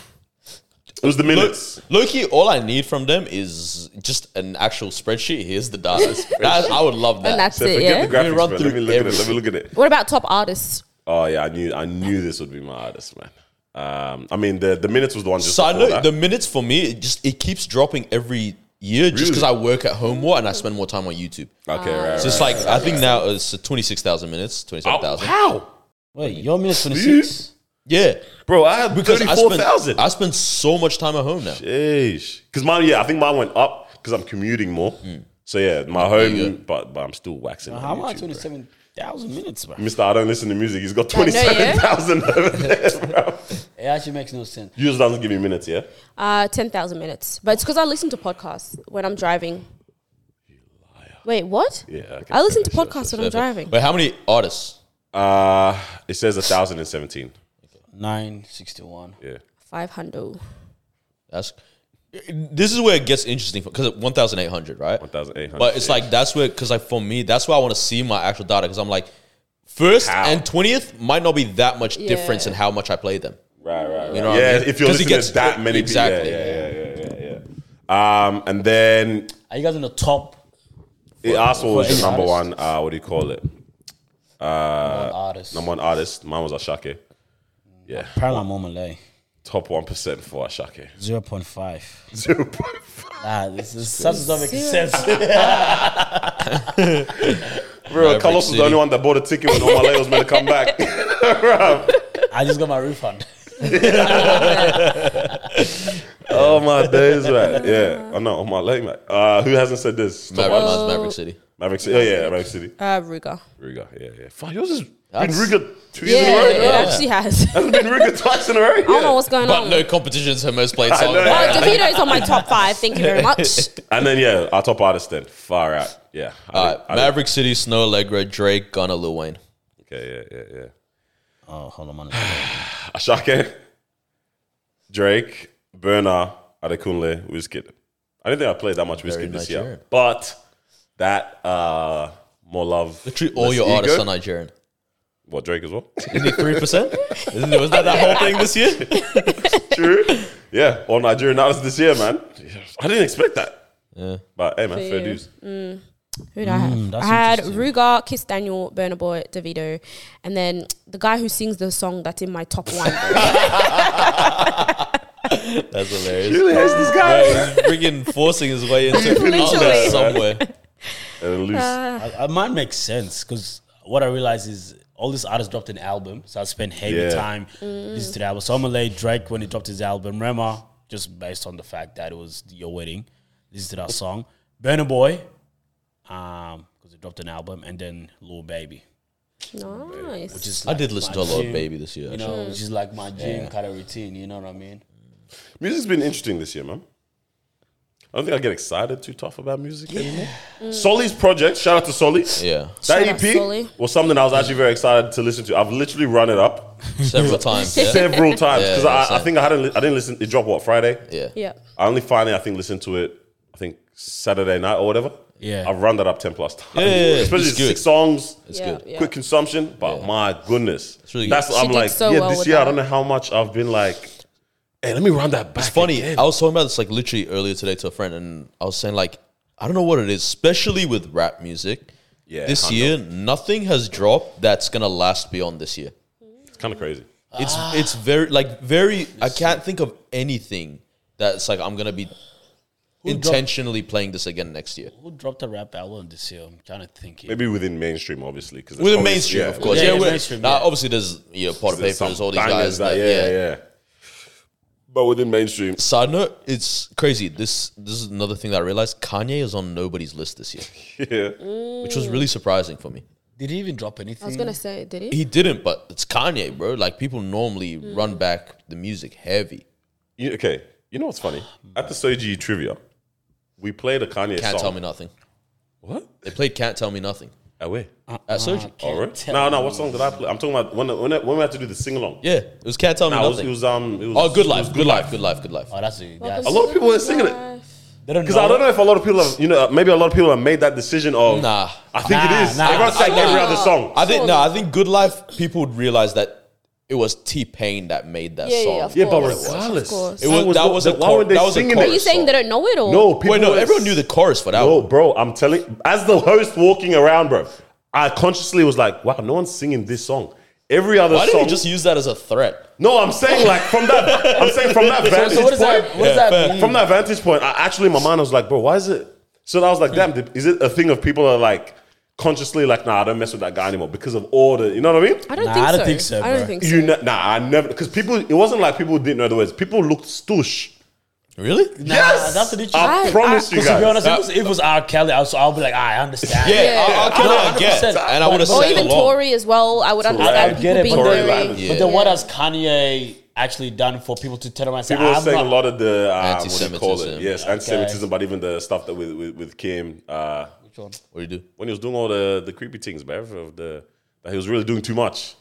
[SPEAKER 1] It was the minutes.
[SPEAKER 2] Loki, all I need from them is just an actual spreadsheet. Here's the data. That- I would love
[SPEAKER 3] And
[SPEAKER 2] that.
[SPEAKER 3] that's
[SPEAKER 1] So
[SPEAKER 3] it,
[SPEAKER 1] forget
[SPEAKER 3] yeah?
[SPEAKER 1] the graphics,
[SPEAKER 2] run
[SPEAKER 1] bro.
[SPEAKER 2] through
[SPEAKER 1] Let me look at it. Let me
[SPEAKER 2] everything.
[SPEAKER 1] look at it.
[SPEAKER 3] What about top artists?
[SPEAKER 1] Oh yeah, I knew, I knew this would be my artist, man. Um, I mean, the the minutes was the one just.
[SPEAKER 2] So I
[SPEAKER 1] before
[SPEAKER 2] know
[SPEAKER 1] that.
[SPEAKER 2] the minutes for me, it just it keeps dropping every year just because I
[SPEAKER 1] Really?
[SPEAKER 2] work at home more and I spend more time on YouTube.
[SPEAKER 1] Okay,
[SPEAKER 3] Uh,
[SPEAKER 1] right, right.
[SPEAKER 2] So it's like I think now it's twenty six thousand minutes, twenty seven thousand.
[SPEAKER 1] How,
[SPEAKER 5] Wait, your minute's 26?
[SPEAKER 2] Yeah,
[SPEAKER 1] bro? I had
[SPEAKER 2] because I
[SPEAKER 1] thirty-four
[SPEAKER 2] spend
[SPEAKER 1] thousand.
[SPEAKER 2] I spend so much time at home now.
[SPEAKER 1] Jeez. Because mine, yeah, I think mine went up because I'm commuting more. So yeah, my home,
[SPEAKER 2] Hmm. you
[SPEAKER 1] but but I'm still waxing. on
[SPEAKER 5] How am I
[SPEAKER 1] YouTube,
[SPEAKER 5] 27,000 minutes, bro?
[SPEAKER 1] bro. Mister, I don't listen to music. He's got
[SPEAKER 3] know, yeah.
[SPEAKER 1] twenty-seven thousand over there, bro.
[SPEAKER 5] It actually makes no sense.
[SPEAKER 1] You just doesn't give me minutes, yeah.
[SPEAKER 3] Uh, 10,000 minutes. But it's because I listen to podcasts when I'm driving. Wait, what?
[SPEAKER 1] Yeah, okay.
[SPEAKER 3] I listen to
[SPEAKER 1] Sure,
[SPEAKER 3] podcasts when I'm driving.
[SPEAKER 2] Wait, how many artists?
[SPEAKER 1] Uh it says thousand and seventeen.
[SPEAKER 5] 961.
[SPEAKER 1] Yeah.
[SPEAKER 3] 500.
[SPEAKER 2] That's this is where it gets interesting because one thousand eight hundred, right?
[SPEAKER 1] 1,800,
[SPEAKER 2] But it's
[SPEAKER 1] yeah.
[SPEAKER 2] like that's where because like for me, that's why I want to see my actual data because I'm like first
[SPEAKER 1] How?
[SPEAKER 2] and twentieth might not be that much difference
[SPEAKER 3] Yeah.
[SPEAKER 2] in how much I play them.
[SPEAKER 1] Right, right, right.
[SPEAKER 2] know what I
[SPEAKER 1] yeah,
[SPEAKER 2] mean?
[SPEAKER 1] if you're
[SPEAKER 2] 'Cause
[SPEAKER 1] listening
[SPEAKER 2] it gets-
[SPEAKER 1] to that many
[SPEAKER 2] exactly.
[SPEAKER 1] people. Yeah, yeah, yeah, yeah, yeah. Um, and then
[SPEAKER 5] Are you guys in the top
[SPEAKER 1] it asked what
[SPEAKER 5] for
[SPEAKER 1] was
[SPEAKER 5] any
[SPEAKER 1] your number
[SPEAKER 5] artist?
[SPEAKER 1] one, uh, what do you call it?
[SPEAKER 5] uh, artists?
[SPEAKER 1] Uh, Number one artist. Mine was Ashake. Yeah.
[SPEAKER 5] Apparently, I'm on Malay.
[SPEAKER 1] Top 1% for Ashake.
[SPEAKER 5] 0.5.
[SPEAKER 1] 0.5.
[SPEAKER 5] Ah, this is such doesn't make sense.
[SPEAKER 1] Bro, Carlos was
[SPEAKER 2] City.
[SPEAKER 1] the only one that bought a ticket when Omale was meant to come back.
[SPEAKER 5] I just got my refund.
[SPEAKER 1] oh, my days, right. Yeah. I know, Omale, mate. Uh, who hasn't said this? Top
[SPEAKER 2] Maverick,
[SPEAKER 1] artist.
[SPEAKER 2] Maverick City.
[SPEAKER 1] Maverick City. Oh yeah, Maverick City.
[SPEAKER 3] Uh, Ruger.
[SPEAKER 1] Riga. Yeah, yeah. Fuck, yours has been
[SPEAKER 2] That's-
[SPEAKER 1] Riga two years
[SPEAKER 3] Yeah,
[SPEAKER 1] in a row.
[SPEAKER 3] it actually has. I
[SPEAKER 1] It's been Riga twice in a row.
[SPEAKER 3] don't know
[SPEAKER 1] Yeah.
[SPEAKER 3] what's going
[SPEAKER 2] But
[SPEAKER 3] on.
[SPEAKER 2] no competition's her most played song.
[SPEAKER 1] know.
[SPEAKER 3] Oh,
[SPEAKER 1] Well,
[SPEAKER 3] Davido's on my top five. Thank you very much.
[SPEAKER 1] And then yeah, our top artist then. Far out. Yeah. I
[SPEAKER 2] All
[SPEAKER 1] don't-
[SPEAKER 2] right,
[SPEAKER 1] I don't-
[SPEAKER 2] Maverick City, Snow Allegra, Drake, Gunna, Lil Wayne.
[SPEAKER 1] Okay, yeah, yeah, yeah.
[SPEAKER 5] Oh, hold on, a minute.
[SPEAKER 1] Ashake, Drake, Burner, Adekunle, Wizkid. I don't think I played that much
[SPEAKER 2] Very
[SPEAKER 1] Wizkid this
[SPEAKER 2] Nigerian.
[SPEAKER 1] year. But that uh more love.
[SPEAKER 2] Literally, all
[SPEAKER 1] less
[SPEAKER 2] your
[SPEAKER 1] ego.
[SPEAKER 2] artists are Nigerian.
[SPEAKER 1] What Drake as well?
[SPEAKER 2] Isn't it three percent? Isn't it, was that that whole thing this year?
[SPEAKER 1] True. Yeah, all Nigerian artists this year, man. I didn't expect that. Yeah. But hey man, fair
[SPEAKER 3] you.
[SPEAKER 1] dues.
[SPEAKER 3] Who did I have?
[SPEAKER 5] Mm, that's
[SPEAKER 3] I had
[SPEAKER 5] interesting.
[SPEAKER 3] Ruger, Kiss Daniel, Burner Boy, Davido, and then the guy who sings the song that's in my top one.
[SPEAKER 2] That's hilarious.
[SPEAKER 1] Really hates this guy.
[SPEAKER 2] He's freaking forcing his way into
[SPEAKER 3] Literally.
[SPEAKER 2] outlet somewhere.
[SPEAKER 1] And loose.
[SPEAKER 3] Uh,
[SPEAKER 5] I, I might make Uh, sense because what I realize is all these artists dropped an album, so I spent heavy
[SPEAKER 1] Yeah.
[SPEAKER 5] time listening to the album. So I'm gonna lay Drake when he dropped his album, Rema, just based on the fact that it was your wedding. Listen to that song, Burner Boy, um, because he dropped an album, and then Lil Baby, which
[SPEAKER 3] nice.
[SPEAKER 5] is
[SPEAKER 2] I
[SPEAKER 5] like
[SPEAKER 2] did listen
[SPEAKER 5] my
[SPEAKER 2] to a lot of
[SPEAKER 5] gym,
[SPEAKER 2] Baby this year.
[SPEAKER 5] you
[SPEAKER 2] Actually.
[SPEAKER 5] know, which is like my gym kind of routine. You know what I mean?
[SPEAKER 1] Music's been interesting this year, man. I don't think I get excited too tough about music anymore. Solly's project, shout out to Solly.
[SPEAKER 2] Yeah,
[SPEAKER 3] Shout
[SPEAKER 1] That
[SPEAKER 3] out
[SPEAKER 1] EP
[SPEAKER 3] Solly.
[SPEAKER 1] was something I was actually very excited to listen to. I've literally run it up
[SPEAKER 2] several times. Yeah,
[SPEAKER 1] several times
[SPEAKER 2] Yeah,
[SPEAKER 1] because
[SPEAKER 2] yeah,
[SPEAKER 1] I, I
[SPEAKER 2] same.
[SPEAKER 1] think I hadn't. Li- I didn't listen. It dropped what Friday.
[SPEAKER 2] yeah.
[SPEAKER 3] Yeah.
[SPEAKER 1] I only finally I think listened to it. I think Saturday night or whatever.
[SPEAKER 5] Yeah.
[SPEAKER 1] I've run that up ten plus times.
[SPEAKER 2] yeah, yeah.
[SPEAKER 1] Especially
[SPEAKER 2] It's good.
[SPEAKER 1] six songs.
[SPEAKER 2] It's
[SPEAKER 3] yeah,
[SPEAKER 2] good.
[SPEAKER 3] yeah.
[SPEAKER 1] Quick consumption, but my goodness, that's,
[SPEAKER 2] really good.
[SPEAKER 1] what
[SPEAKER 3] She
[SPEAKER 1] I'm
[SPEAKER 3] did
[SPEAKER 1] like.
[SPEAKER 3] so
[SPEAKER 1] yeah,
[SPEAKER 3] well
[SPEAKER 1] this
[SPEAKER 3] with
[SPEAKER 1] year I
[SPEAKER 3] that.
[SPEAKER 1] don't know how much I've been like. Hey, let me run that back.
[SPEAKER 2] It's funny.
[SPEAKER 1] again."
[SPEAKER 2] I was talking about this like literally earlier today to a friend, and I was saying like I don't know what it is, especially with rap music.
[SPEAKER 1] Yeah,
[SPEAKER 2] this
[SPEAKER 1] kinda.
[SPEAKER 2] year nothing has dropped that's gonna last beyond this year.
[SPEAKER 1] It's kind of crazy.
[SPEAKER 2] It's it's very like very. I can't think of anything that's like I'm gonna be
[SPEAKER 5] dropped-
[SPEAKER 2] intentionally playing this again next year.
[SPEAKER 5] Who dropped a rap album this year? I'm trying to think. here.
[SPEAKER 1] Maybe within mainstream, obviously. Because
[SPEAKER 2] With the mainstream, of course.
[SPEAKER 5] Yeah,
[SPEAKER 2] Yeah,
[SPEAKER 5] yeah,
[SPEAKER 2] with-
[SPEAKER 5] mainstream,
[SPEAKER 2] Now,
[SPEAKER 5] yeah.
[SPEAKER 2] obviously, there's you know, Potter
[SPEAKER 1] There's some
[SPEAKER 2] Papers, all these
[SPEAKER 1] bangers
[SPEAKER 2] guys.
[SPEAKER 1] that-
[SPEAKER 2] that-
[SPEAKER 1] yeah, yeah, yeah. But within mainstream,
[SPEAKER 2] Side note: It's crazy. This this is another thing that I realized. Kanye is on nobody's list this year,
[SPEAKER 1] yeah.
[SPEAKER 2] which was really surprising for me.
[SPEAKER 5] Did he even drop anything?
[SPEAKER 3] I was going to say, did he?
[SPEAKER 2] He didn't, but it's Kanye, bro. Like people normally run back the music heavy.
[SPEAKER 1] You- okay, you know what's funny? At the Soji trivia, we played a Kanye
[SPEAKER 2] Can't
[SPEAKER 1] song.
[SPEAKER 2] tell me nothing.
[SPEAKER 1] What?
[SPEAKER 2] They played "Can't Tell Me Nothing"
[SPEAKER 1] Away.
[SPEAKER 2] at Soji.
[SPEAKER 1] All right. No, no. What song did I play? I'm talking about when when, when we had to do the sing along.
[SPEAKER 2] Yeah, it was "Can't Tell Me
[SPEAKER 1] No, it was,
[SPEAKER 2] Nothing."
[SPEAKER 1] it was um. It was,
[SPEAKER 2] oh, good
[SPEAKER 1] it
[SPEAKER 2] life,
[SPEAKER 1] was
[SPEAKER 2] good life, good life, good life.
[SPEAKER 5] Oh, that's a, that's
[SPEAKER 1] A lot of people were singing it
[SPEAKER 5] they don't
[SPEAKER 1] because I don't know if a lot of people have you know uh, maybe a lot of people have made that decision of
[SPEAKER 2] Nah.
[SPEAKER 1] I think
[SPEAKER 5] Nah,
[SPEAKER 1] it is.
[SPEAKER 5] nah.
[SPEAKER 1] Everyone's saying every other song.
[SPEAKER 2] I think no, I think "Good Life" people would realize that it was T Pain that made that
[SPEAKER 3] Yeah, yeah,
[SPEAKER 2] song.
[SPEAKER 3] of
[SPEAKER 1] yeah, but
[SPEAKER 3] course, of
[SPEAKER 1] regardless,
[SPEAKER 3] course.
[SPEAKER 2] It was,
[SPEAKER 1] Songs
[SPEAKER 2] that
[SPEAKER 1] were-
[SPEAKER 2] was a
[SPEAKER 1] why were
[SPEAKER 2] chorus.
[SPEAKER 1] they
[SPEAKER 2] That was a
[SPEAKER 1] singing
[SPEAKER 3] Are you
[SPEAKER 1] it?
[SPEAKER 2] chorus
[SPEAKER 3] saying
[SPEAKER 2] song.
[SPEAKER 3] they don't know it all?
[SPEAKER 1] No, people.
[SPEAKER 2] Wait, no,
[SPEAKER 1] were-
[SPEAKER 2] everyone knew the chorus for that
[SPEAKER 1] No,
[SPEAKER 2] one.
[SPEAKER 1] bro, I'm telling. As the host walking around, bro, I consciously was like, "Wow, no one's singing this song." Every other
[SPEAKER 2] Why
[SPEAKER 1] song.
[SPEAKER 2] didn't you just use that as a threat?
[SPEAKER 1] no, I'm saying like from that. I'm saying from that vantage
[SPEAKER 5] So what does
[SPEAKER 1] point.
[SPEAKER 5] that? What does that mean?
[SPEAKER 1] From that vantage point, I actually in my mind I was like, "Bro, why is it?" So I was like, "Damn, did- is it a thing of people are like consciously like, nah, I don't mess with that guy anymore because of all the, you know what I mean?"
[SPEAKER 3] I don't
[SPEAKER 5] Nah,
[SPEAKER 3] think
[SPEAKER 5] I
[SPEAKER 3] so.
[SPEAKER 5] don't think so,
[SPEAKER 3] I don't
[SPEAKER 5] bro.
[SPEAKER 3] think so.
[SPEAKER 1] You know, nah, I never because people. It wasn't like people didn't know the words. People looked stush.
[SPEAKER 2] Really?
[SPEAKER 5] Nah,
[SPEAKER 1] yes,
[SPEAKER 5] that's literally.
[SPEAKER 1] I,
[SPEAKER 3] I-
[SPEAKER 1] promise
[SPEAKER 3] I-
[SPEAKER 1] you
[SPEAKER 5] Because to
[SPEAKER 1] guys.
[SPEAKER 5] be honest, if it was, if it was R. Kelly, I was, I'll be like, I understand.
[SPEAKER 2] Yeah,
[SPEAKER 3] Yeah.
[SPEAKER 2] I, I can
[SPEAKER 1] No,
[SPEAKER 2] get,
[SPEAKER 5] 100%.
[SPEAKER 2] and I would have
[SPEAKER 3] Or
[SPEAKER 2] sang
[SPEAKER 3] even
[SPEAKER 2] along.
[SPEAKER 3] Tory as well. I would
[SPEAKER 5] I,
[SPEAKER 3] understand
[SPEAKER 5] get
[SPEAKER 3] people
[SPEAKER 5] it,
[SPEAKER 3] being
[SPEAKER 5] but
[SPEAKER 1] Tory
[SPEAKER 5] then,
[SPEAKER 1] Lanez.
[SPEAKER 3] very.
[SPEAKER 1] Yeah.
[SPEAKER 5] but then what has Kanye actually done for people to turn around and say,
[SPEAKER 1] People were
[SPEAKER 5] I'm
[SPEAKER 1] saying
[SPEAKER 5] not?
[SPEAKER 1] a lot of the uh, what do you call it?
[SPEAKER 2] Anti-Semitism.
[SPEAKER 1] Yes, anti-Semitism, but even the stuff that with with, with Kim uh,
[SPEAKER 2] What do you do?
[SPEAKER 1] when he was doing all the the creepy things, but of the that he was really doing too much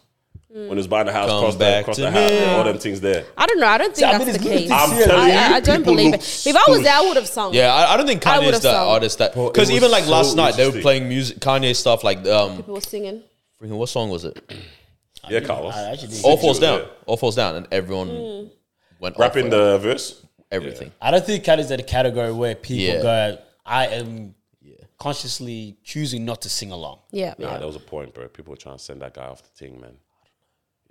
[SPEAKER 1] when he was buying the house,
[SPEAKER 2] Come
[SPEAKER 1] across the,
[SPEAKER 2] back
[SPEAKER 1] across
[SPEAKER 2] to
[SPEAKER 1] the house,
[SPEAKER 2] me.
[SPEAKER 1] all them things there.
[SPEAKER 3] I don't know. I don't think
[SPEAKER 5] I mean,
[SPEAKER 3] that's the case.
[SPEAKER 5] it's good to
[SPEAKER 3] I,
[SPEAKER 1] I'm
[SPEAKER 5] Seriously,
[SPEAKER 1] telling you,
[SPEAKER 3] I, I don't
[SPEAKER 1] people
[SPEAKER 3] believe
[SPEAKER 1] look
[SPEAKER 3] it. If I was
[SPEAKER 1] stush.
[SPEAKER 3] there, I would have sung.
[SPEAKER 2] Yeah, I, I don't think Kanye
[SPEAKER 3] would've
[SPEAKER 2] is the
[SPEAKER 3] sung.
[SPEAKER 2] artist that
[SPEAKER 1] Bro, it
[SPEAKER 2] because
[SPEAKER 1] was
[SPEAKER 2] even like
[SPEAKER 1] so
[SPEAKER 2] last night they were
[SPEAKER 1] interesting.
[SPEAKER 2] playing music Kanye stuff like um
[SPEAKER 3] People were singing.
[SPEAKER 2] freaking what song was it?
[SPEAKER 1] Yeah, Carlos,
[SPEAKER 5] I actually didn't
[SPEAKER 2] All
[SPEAKER 5] get
[SPEAKER 2] falls
[SPEAKER 1] yeah.
[SPEAKER 2] down, all falls down, and everyone
[SPEAKER 3] Mm.
[SPEAKER 2] went
[SPEAKER 1] rapping
[SPEAKER 2] off
[SPEAKER 1] the verse.
[SPEAKER 2] everything.
[SPEAKER 5] I don't think Kelly's in the category where people
[SPEAKER 2] Yeah.
[SPEAKER 5] go, I am consciously choosing not to sing along.
[SPEAKER 3] Yeah.
[SPEAKER 1] Nah,
[SPEAKER 3] yeah.
[SPEAKER 1] there was a point, bro. People were trying to send that guy off the thing, man.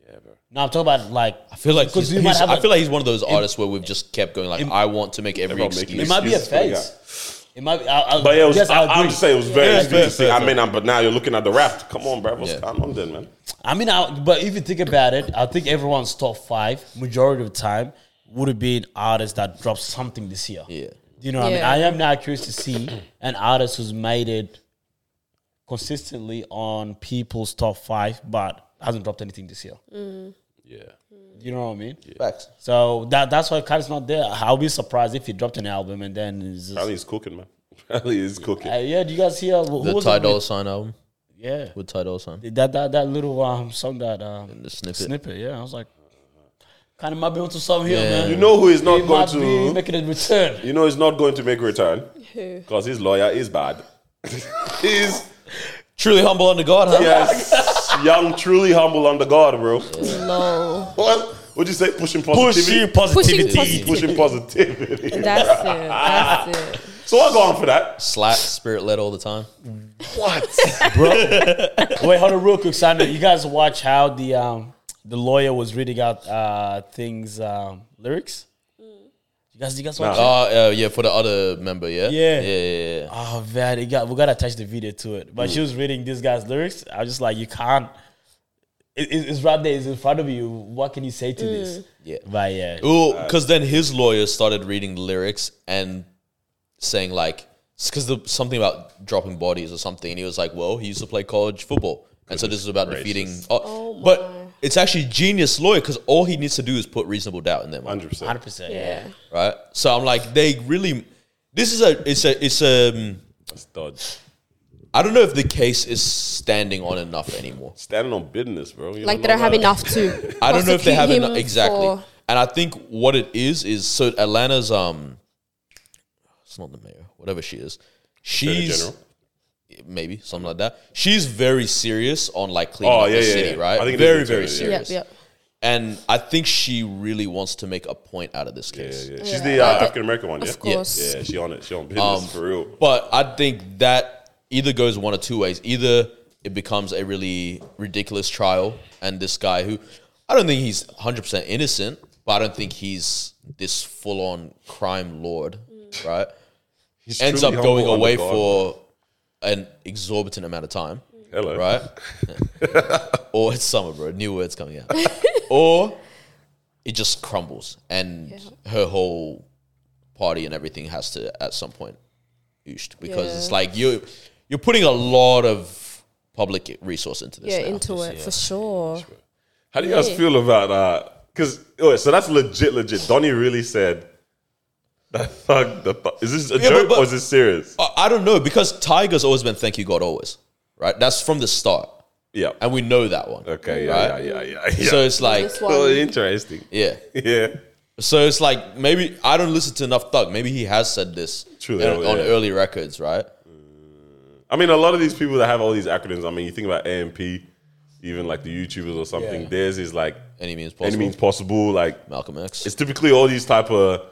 [SPEAKER 1] Yeah, bro.
[SPEAKER 5] Now, I'm talking about like,
[SPEAKER 2] I feel like he's,
[SPEAKER 5] Because you might
[SPEAKER 2] he's-
[SPEAKER 5] have
[SPEAKER 2] I
[SPEAKER 5] a-
[SPEAKER 2] feel like he's one of those artists where we've just kept going like I want to make every
[SPEAKER 1] Everyone making
[SPEAKER 2] excuse.
[SPEAKER 5] it might be a
[SPEAKER 1] excuses for the guy.
[SPEAKER 5] phase. It might be, I, I,
[SPEAKER 1] But yeah, it was,
[SPEAKER 5] yes,
[SPEAKER 1] I,
[SPEAKER 5] I,
[SPEAKER 1] am
[SPEAKER 5] agree.
[SPEAKER 1] just saying it was very
[SPEAKER 2] Yeah,
[SPEAKER 1] interesting
[SPEAKER 2] fair,
[SPEAKER 1] to see.
[SPEAKER 2] fair,
[SPEAKER 1] I mean, I'm, but now you're looking at the rap. Come on, bro. What's
[SPEAKER 2] Yeah.
[SPEAKER 1] going on then, man?
[SPEAKER 5] I mean, I, but if you think about it, I think everyone's top five majority of the time would have been artists that dropped something this year.
[SPEAKER 2] Yeah.
[SPEAKER 5] Do you know what I mean?
[SPEAKER 3] Yeah.
[SPEAKER 5] I am now curious to see an artist who's made it consistently on people's top five, but hasn't dropped anything this year.
[SPEAKER 1] Yeah.
[SPEAKER 5] You know what I mean?
[SPEAKER 2] Facts.
[SPEAKER 5] So that that's why Kyrie's not there. I'll be surprised if he dropped an album and then it's just,
[SPEAKER 1] Apparently he's cooking, man. Apparently he's cooking.
[SPEAKER 5] Uh, yeah. Do you guys hear who
[SPEAKER 2] The
[SPEAKER 5] was
[SPEAKER 2] Ty
[SPEAKER 5] it
[SPEAKER 2] Dolla
[SPEAKER 5] with?
[SPEAKER 2] Sign album
[SPEAKER 5] Yeah,
[SPEAKER 2] with Ty Dolla Sign.
[SPEAKER 5] that that that little um song that um
[SPEAKER 2] The snippet.
[SPEAKER 5] snippet. Yeah, I was like, kind of might be onto something here,
[SPEAKER 2] Yeah.
[SPEAKER 5] man.
[SPEAKER 1] You know who is not
[SPEAKER 5] he
[SPEAKER 1] going
[SPEAKER 5] might be
[SPEAKER 1] to.
[SPEAKER 5] making a return.
[SPEAKER 1] you know he's not going to make a return
[SPEAKER 3] Who?
[SPEAKER 1] because his lawyer is bad. he's
[SPEAKER 2] Truly humble under God, huh?
[SPEAKER 1] yes, young, truly humble under God, bro.
[SPEAKER 3] No.
[SPEAKER 1] What would you say? Pushing positivity.
[SPEAKER 3] Pushing
[SPEAKER 1] Pushing, positivity.
[SPEAKER 3] That's it. That's it.
[SPEAKER 1] So I go on for that.
[SPEAKER 2] Slack, spirit led all the time.
[SPEAKER 1] What?
[SPEAKER 5] Wait, hold on, real quick, Sandra. You guys watch how the um the lawyer was reading out uh things um lyrics. You guys, you guys watch? it?
[SPEAKER 2] Oh, uh, yeah, for the other member, yeah? Yeah,
[SPEAKER 5] Yeah.
[SPEAKER 2] yeah, yeah.
[SPEAKER 5] Oh man, it got, we gotta attach the video to it.
[SPEAKER 2] Mm.
[SPEAKER 5] But she was reading this guy's lyrics. I was just like, you can't. It, it- it's right there. It's in front of you. What can you say to
[SPEAKER 3] Mm.
[SPEAKER 5] this?
[SPEAKER 2] Yeah.
[SPEAKER 5] But yeah,
[SPEAKER 2] Ooh, because then his lawyer started reading the lyrics and saying like, because something about dropping bodies or something, and he was like, "Well, he used to play college football, and so this is about defeating." Oh, but it's actually genius lawyer because all he needs to do is put reasonable doubt in their mind,
[SPEAKER 1] Hundred percent.
[SPEAKER 5] hundred percent.
[SPEAKER 3] Yeah.
[SPEAKER 5] Yeah.
[SPEAKER 2] right? So I'm like, they really, this is a, it's a, it's a.
[SPEAKER 1] That's dodge.
[SPEAKER 2] I don't know if the case is standing on enough anymore.
[SPEAKER 1] Standing on business, bro. You
[SPEAKER 3] Like they don't
[SPEAKER 1] know
[SPEAKER 3] have
[SPEAKER 1] that.
[SPEAKER 3] enough to.
[SPEAKER 2] I don't know if they
[SPEAKER 3] prosecute
[SPEAKER 2] have
[SPEAKER 3] him
[SPEAKER 2] enough exactly.
[SPEAKER 3] for-
[SPEAKER 2] And I think what it is is so Atlanta's um, it's not the mayor, whatever she is.
[SPEAKER 1] Attorney
[SPEAKER 2] She's
[SPEAKER 1] General.
[SPEAKER 2] maybe something like that. She's very serious on like cleaning
[SPEAKER 1] Oh,
[SPEAKER 2] up
[SPEAKER 1] yeah,
[SPEAKER 2] the
[SPEAKER 1] yeah,
[SPEAKER 2] city,
[SPEAKER 1] yeah.
[SPEAKER 2] right?
[SPEAKER 1] I think it is
[SPEAKER 2] very
[SPEAKER 1] Attorney
[SPEAKER 2] very
[SPEAKER 1] General,
[SPEAKER 3] Yep,
[SPEAKER 2] serious.
[SPEAKER 3] yep.
[SPEAKER 2] And I think she really wants to make a point out of this
[SPEAKER 1] Yeah,
[SPEAKER 2] case.
[SPEAKER 1] yeah. She's the uh, African American one, yeah.
[SPEAKER 3] Of course.
[SPEAKER 1] Yeah, she on it. She on business for real.
[SPEAKER 2] Um, But I think that either goes one or two ways. Either it becomes a really ridiculous trial, and this guy who I don't think he's 100% innocent, but I don't think he's this full on crime lord, right?
[SPEAKER 1] Mm. He's
[SPEAKER 2] Ends up
[SPEAKER 1] truly
[SPEAKER 2] going
[SPEAKER 1] humble under
[SPEAKER 2] away
[SPEAKER 1] God.
[SPEAKER 2] for an exorbitant amount of time,
[SPEAKER 1] Hello.
[SPEAKER 2] right? or it's summer, bro. New words coming out. or it just crumbles, and her whole party and everything has to at some point ooshed because it's
[SPEAKER 3] Yeah.
[SPEAKER 2] like you you're putting a lot of public resource into this.
[SPEAKER 3] Yeah,
[SPEAKER 2] now.
[SPEAKER 3] into it for sure.
[SPEAKER 1] How do you guys feel about that? Because oh, so that's legit, legit. Donnie really said that thug. The thug. Is this a
[SPEAKER 2] Yeah, but-
[SPEAKER 1] joke
[SPEAKER 2] but-
[SPEAKER 1] or is this serious?
[SPEAKER 2] I I don't know because Tiger's always been thank you God always, right? That's from the start,
[SPEAKER 1] Yeah.
[SPEAKER 2] and we know that one.
[SPEAKER 1] Okay. Yeah.
[SPEAKER 2] right?
[SPEAKER 1] Yeah. Yeah. Yeah. yeah.
[SPEAKER 2] So it's like,
[SPEAKER 3] This
[SPEAKER 1] Oh,
[SPEAKER 3] one.
[SPEAKER 1] interesting.
[SPEAKER 2] yeah.
[SPEAKER 1] Yeah.
[SPEAKER 2] So it's like maybe I don't listen to enough Thug. Maybe he has said this
[SPEAKER 1] True,
[SPEAKER 2] in-
[SPEAKER 1] yeah.
[SPEAKER 2] on early records, right?
[SPEAKER 1] I mean, a lot of these people that have all these acronyms. I mean, you think about AMP, even like the YouTubers or something.
[SPEAKER 5] Yeah.
[SPEAKER 1] Theirs is like
[SPEAKER 2] Any means possible.
[SPEAKER 1] any means possible. Like
[SPEAKER 2] Malcolm X.
[SPEAKER 1] it's typically all these type of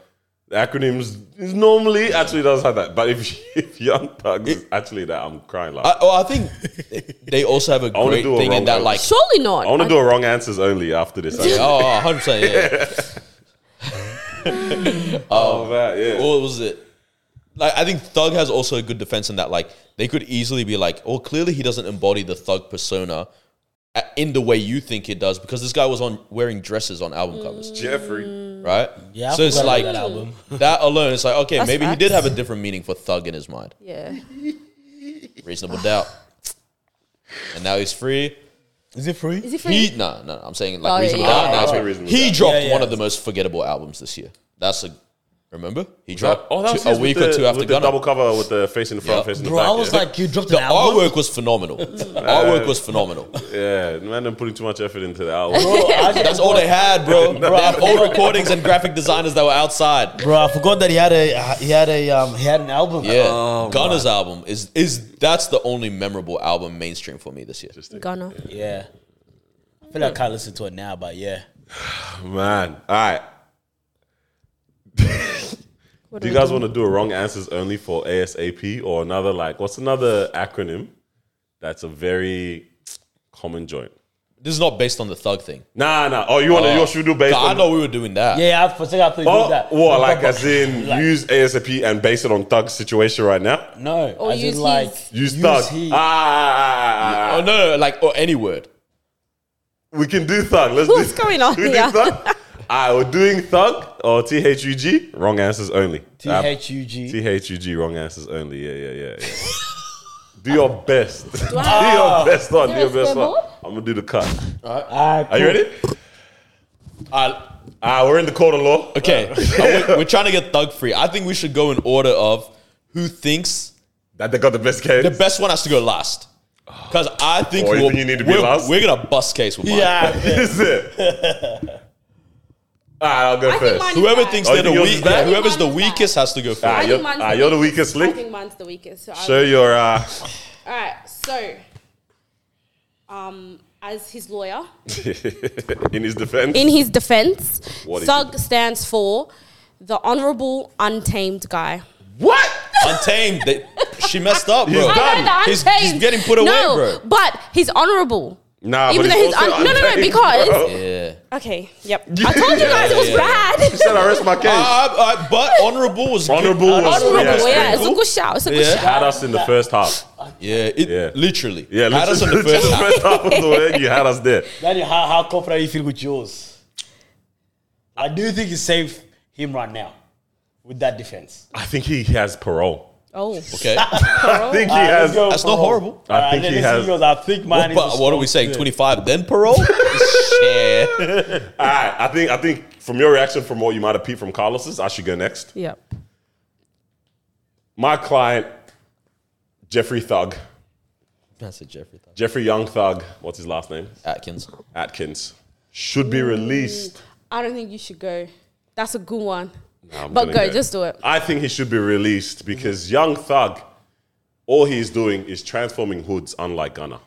[SPEAKER 1] acronyms. It's Normally, actually, doesn't have that. But if, if Young Thug is actually that, I'm crying. Like
[SPEAKER 2] I, oh, I think they also have a
[SPEAKER 1] wanna
[SPEAKER 2] great
[SPEAKER 1] do a
[SPEAKER 2] thing in
[SPEAKER 1] wrong
[SPEAKER 2] that,
[SPEAKER 1] one.
[SPEAKER 2] like,
[SPEAKER 3] Surely not.
[SPEAKER 1] I want to do a wrong answers only after this. actually.
[SPEAKER 2] oh, 100%. Yeah.
[SPEAKER 1] Oh, man, yeah.
[SPEAKER 2] what was it? Like I think Thug has also a good defense in that like they could easily be like, oh, clearly he doesn't embody the Thug persona a- in the way you think it does because this guy was on wearing dresses on album covers,
[SPEAKER 1] Jeffrey.
[SPEAKER 2] right?
[SPEAKER 5] Mm. Yeah, I
[SPEAKER 2] so it's
[SPEAKER 5] forgot about
[SPEAKER 2] like
[SPEAKER 5] that
[SPEAKER 2] that,
[SPEAKER 5] album.
[SPEAKER 2] alone. It's like okay,
[SPEAKER 3] That's
[SPEAKER 2] maybe
[SPEAKER 3] facts.
[SPEAKER 2] he did have a different meaning for Thug in his mind.
[SPEAKER 3] yeah.
[SPEAKER 2] Reasonable doubt. And now he's free.
[SPEAKER 5] Is it free?
[SPEAKER 3] Is it free?
[SPEAKER 2] He no no. I'm saying like
[SPEAKER 3] Oh, yeah,
[SPEAKER 2] reasonable
[SPEAKER 3] yeah,
[SPEAKER 2] doubt.
[SPEAKER 3] yeah,
[SPEAKER 2] now he's
[SPEAKER 1] yeah.
[SPEAKER 2] free.
[SPEAKER 1] Reasonable
[SPEAKER 2] He
[SPEAKER 1] Doubt.
[SPEAKER 2] dropped
[SPEAKER 5] Yeah, yeah.
[SPEAKER 2] one of the most forgettable albums this year. That's a remember he dropped
[SPEAKER 1] Oh, that was
[SPEAKER 2] two- a
[SPEAKER 1] his
[SPEAKER 2] week
[SPEAKER 1] with
[SPEAKER 2] or
[SPEAKER 1] the-
[SPEAKER 2] two after
[SPEAKER 1] with the
[SPEAKER 2] Gunna.
[SPEAKER 1] double cover with the face in the front,
[SPEAKER 2] Yeah.
[SPEAKER 1] face in the
[SPEAKER 5] Bro,
[SPEAKER 1] back.
[SPEAKER 5] I was
[SPEAKER 1] yeah.
[SPEAKER 5] like, you dropped
[SPEAKER 2] The
[SPEAKER 5] an album.
[SPEAKER 2] artwork was phenomenal. The artwork was phenomenal.
[SPEAKER 1] yeah, man, I'm putting too much effort into the album.
[SPEAKER 5] Bro, I
[SPEAKER 2] That's all they had, bro. They had
[SPEAKER 5] I
[SPEAKER 2] all
[SPEAKER 5] forgot-
[SPEAKER 2] recordings and graphic designers that were outside.
[SPEAKER 5] Bro, I forgot that he had a he had a um he had an album.
[SPEAKER 2] Yeah,
[SPEAKER 1] oh
[SPEAKER 2] Gunna's album is is that's the only memorable album mainstream for me this year.
[SPEAKER 3] Ghana.
[SPEAKER 5] yeah. I feel like I can't listen to it now, but yeah.
[SPEAKER 1] man, all right. Do you guys want to do a wrong answers only for ASAP or another like what's another acronym that's a very common joint?
[SPEAKER 2] This is not based on the thug thing.
[SPEAKER 1] Nah, nah. Oh, you want to?
[SPEAKER 2] Uh,
[SPEAKER 1] you should do based
[SPEAKER 2] I
[SPEAKER 1] on.
[SPEAKER 2] know we were doing that.
[SPEAKER 5] Yeah, I for a second I thought you
[SPEAKER 1] Oh,
[SPEAKER 5] did that.
[SPEAKER 1] what?
[SPEAKER 5] But-
[SPEAKER 1] Like
[SPEAKER 5] but-
[SPEAKER 1] as in
[SPEAKER 5] like-
[SPEAKER 1] use ASAP and base it on Thug's situation right now.
[SPEAKER 5] no,
[SPEAKER 3] Or
[SPEAKER 5] as in
[SPEAKER 3] use
[SPEAKER 5] like
[SPEAKER 3] his-
[SPEAKER 1] Use, Thug.
[SPEAKER 5] his-
[SPEAKER 1] Ah, ah, ah, ah, ah.
[SPEAKER 2] Oh no, no, like or any word.
[SPEAKER 1] We can do thug. Let's
[SPEAKER 3] What's
[SPEAKER 1] do,
[SPEAKER 3] going on
[SPEAKER 1] we
[SPEAKER 3] here?
[SPEAKER 1] Do thug. I we're doing thug or T H U G. Wrong answers only. Ah,
[SPEAKER 5] T H U G.
[SPEAKER 1] T H U G. Wrong answers only. Yeah, yeah, yeah. yeah. Do your best. do
[SPEAKER 3] I-
[SPEAKER 1] your best one.
[SPEAKER 3] Is
[SPEAKER 1] Do
[SPEAKER 3] there
[SPEAKER 1] your
[SPEAKER 3] a
[SPEAKER 1] best
[SPEAKER 3] spare
[SPEAKER 1] one.
[SPEAKER 3] ball?
[SPEAKER 1] I'm gonna do the cut.
[SPEAKER 5] Ah,
[SPEAKER 1] Are you ready? Ah, ah, we're in the court of law.
[SPEAKER 2] Okay, uh, we- we're trying to get thug free. I think we should go in order of who thinks
[SPEAKER 1] That they got the best case.
[SPEAKER 2] the best one has to go last. Because I think
[SPEAKER 1] Oh, you
[SPEAKER 2] we'll-
[SPEAKER 1] think you need to be
[SPEAKER 2] we're,
[SPEAKER 1] last?
[SPEAKER 2] we're gonna bust case with mine.
[SPEAKER 5] Yeah.
[SPEAKER 1] this is it. All right, I'll go
[SPEAKER 3] I think
[SPEAKER 1] first.
[SPEAKER 3] mine is
[SPEAKER 2] Whoever
[SPEAKER 3] bad.
[SPEAKER 2] thinks
[SPEAKER 1] Oh, you
[SPEAKER 2] they're
[SPEAKER 1] think
[SPEAKER 2] the
[SPEAKER 1] yours
[SPEAKER 2] weak,
[SPEAKER 1] is bad?
[SPEAKER 2] yeah, whoever's the
[SPEAKER 3] Mine is bad.
[SPEAKER 2] weakest has to go
[SPEAKER 1] Ah,
[SPEAKER 2] first.
[SPEAKER 3] think
[SPEAKER 1] you're,
[SPEAKER 3] mine's
[SPEAKER 1] ah,
[SPEAKER 3] bad.
[SPEAKER 1] you're the weakest
[SPEAKER 3] I
[SPEAKER 1] link.
[SPEAKER 3] think mine's the weakest. So
[SPEAKER 1] Show
[SPEAKER 3] I,
[SPEAKER 1] your. Uh,
[SPEAKER 3] all right, so um, as his lawyer,
[SPEAKER 1] in his defense.
[SPEAKER 3] in his defense,
[SPEAKER 1] What is
[SPEAKER 3] SUG stands for the Honorable Untamed Guy.
[SPEAKER 1] what?
[SPEAKER 2] Untamed, they, she messed up, bro.
[SPEAKER 1] He's done.
[SPEAKER 3] Ah. No,
[SPEAKER 2] He's-
[SPEAKER 3] untamed.
[SPEAKER 2] he's getting put away,
[SPEAKER 3] no,
[SPEAKER 2] bro.
[SPEAKER 3] But he's honorable.
[SPEAKER 1] Nah,
[SPEAKER 3] Even
[SPEAKER 1] but
[SPEAKER 3] though
[SPEAKER 1] it's
[SPEAKER 3] he's
[SPEAKER 1] also
[SPEAKER 3] un- no, no, no,
[SPEAKER 1] untamed,
[SPEAKER 3] because-
[SPEAKER 1] bro.
[SPEAKER 2] Yeah.
[SPEAKER 3] Okay, yep. I told you guys it was bad.
[SPEAKER 1] He said I rest my case.
[SPEAKER 2] I- I- Uh, but honorable was good.
[SPEAKER 1] Honorable was-
[SPEAKER 3] Uh, honorable, yeah,
[SPEAKER 1] yeah,
[SPEAKER 3] it's a good shout. It's a good
[SPEAKER 2] Yeah.
[SPEAKER 3] shout.
[SPEAKER 1] had us in the first half.
[SPEAKER 2] Yeah, it,
[SPEAKER 1] Yeah.
[SPEAKER 2] literally.
[SPEAKER 1] Yeah,
[SPEAKER 2] had us in the
[SPEAKER 1] literally
[SPEAKER 2] first half.
[SPEAKER 1] first half of the way you had us there.
[SPEAKER 5] Danny, how, how confident you feel with yours? I do think it's safe him right now with that defense.
[SPEAKER 1] I think he has parole.
[SPEAKER 3] Oh,
[SPEAKER 2] Okay,
[SPEAKER 1] I think he
[SPEAKER 5] Alright, let's
[SPEAKER 1] has.
[SPEAKER 5] go
[SPEAKER 2] that's
[SPEAKER 5] for
[SPEAKER 2] not
[SPEAKER 5] all.
[SPEAKER 2] horrible.
[SPEAKER 1] I
[SPEAKER 5] Alright,
[SPEAKER 1] think
[SPEAKER 5] let-
[SPEAKER 1] he
[SPEAKER 5] let's see
[SPEAKER 1] has-
[SPEAKER 5] yours. I think mine
[SPEAKER 2] What,
[SPEAKER 5] is
[SPEAKER 2] but what are we
[SPEAKER 5] responsible.
[SPEAKER 2] saying? Twenty five, then parole? Shit.
[SPEAKER 1] All right, I think. I think from your reaction, from what you might have peeped from Carlos's, I should go next.
[SPEAKER 3] yep.
[SPEAKER 1] My client, Jeffrey Thug,
[SPEAKER 2] That's a Jeffrey Thug.
[SPEAKER 1] Jeffrey Young Thug. What's his last name?
[SPEAKER 2] Atkins.
[SPEAKER 1] Atkins should be released.
[SPEAKER 3] I don't think you should go. That's a good one.
[SPEAKER 1] I'm
[SPEAKER 3] but
[SPEAKER 1] gonna
[SPEAKER 3] go, just do it.
[SPEAKER 1] I think he should be released because Young Thug, all he's doing is transforming hoods, unlike Ghana.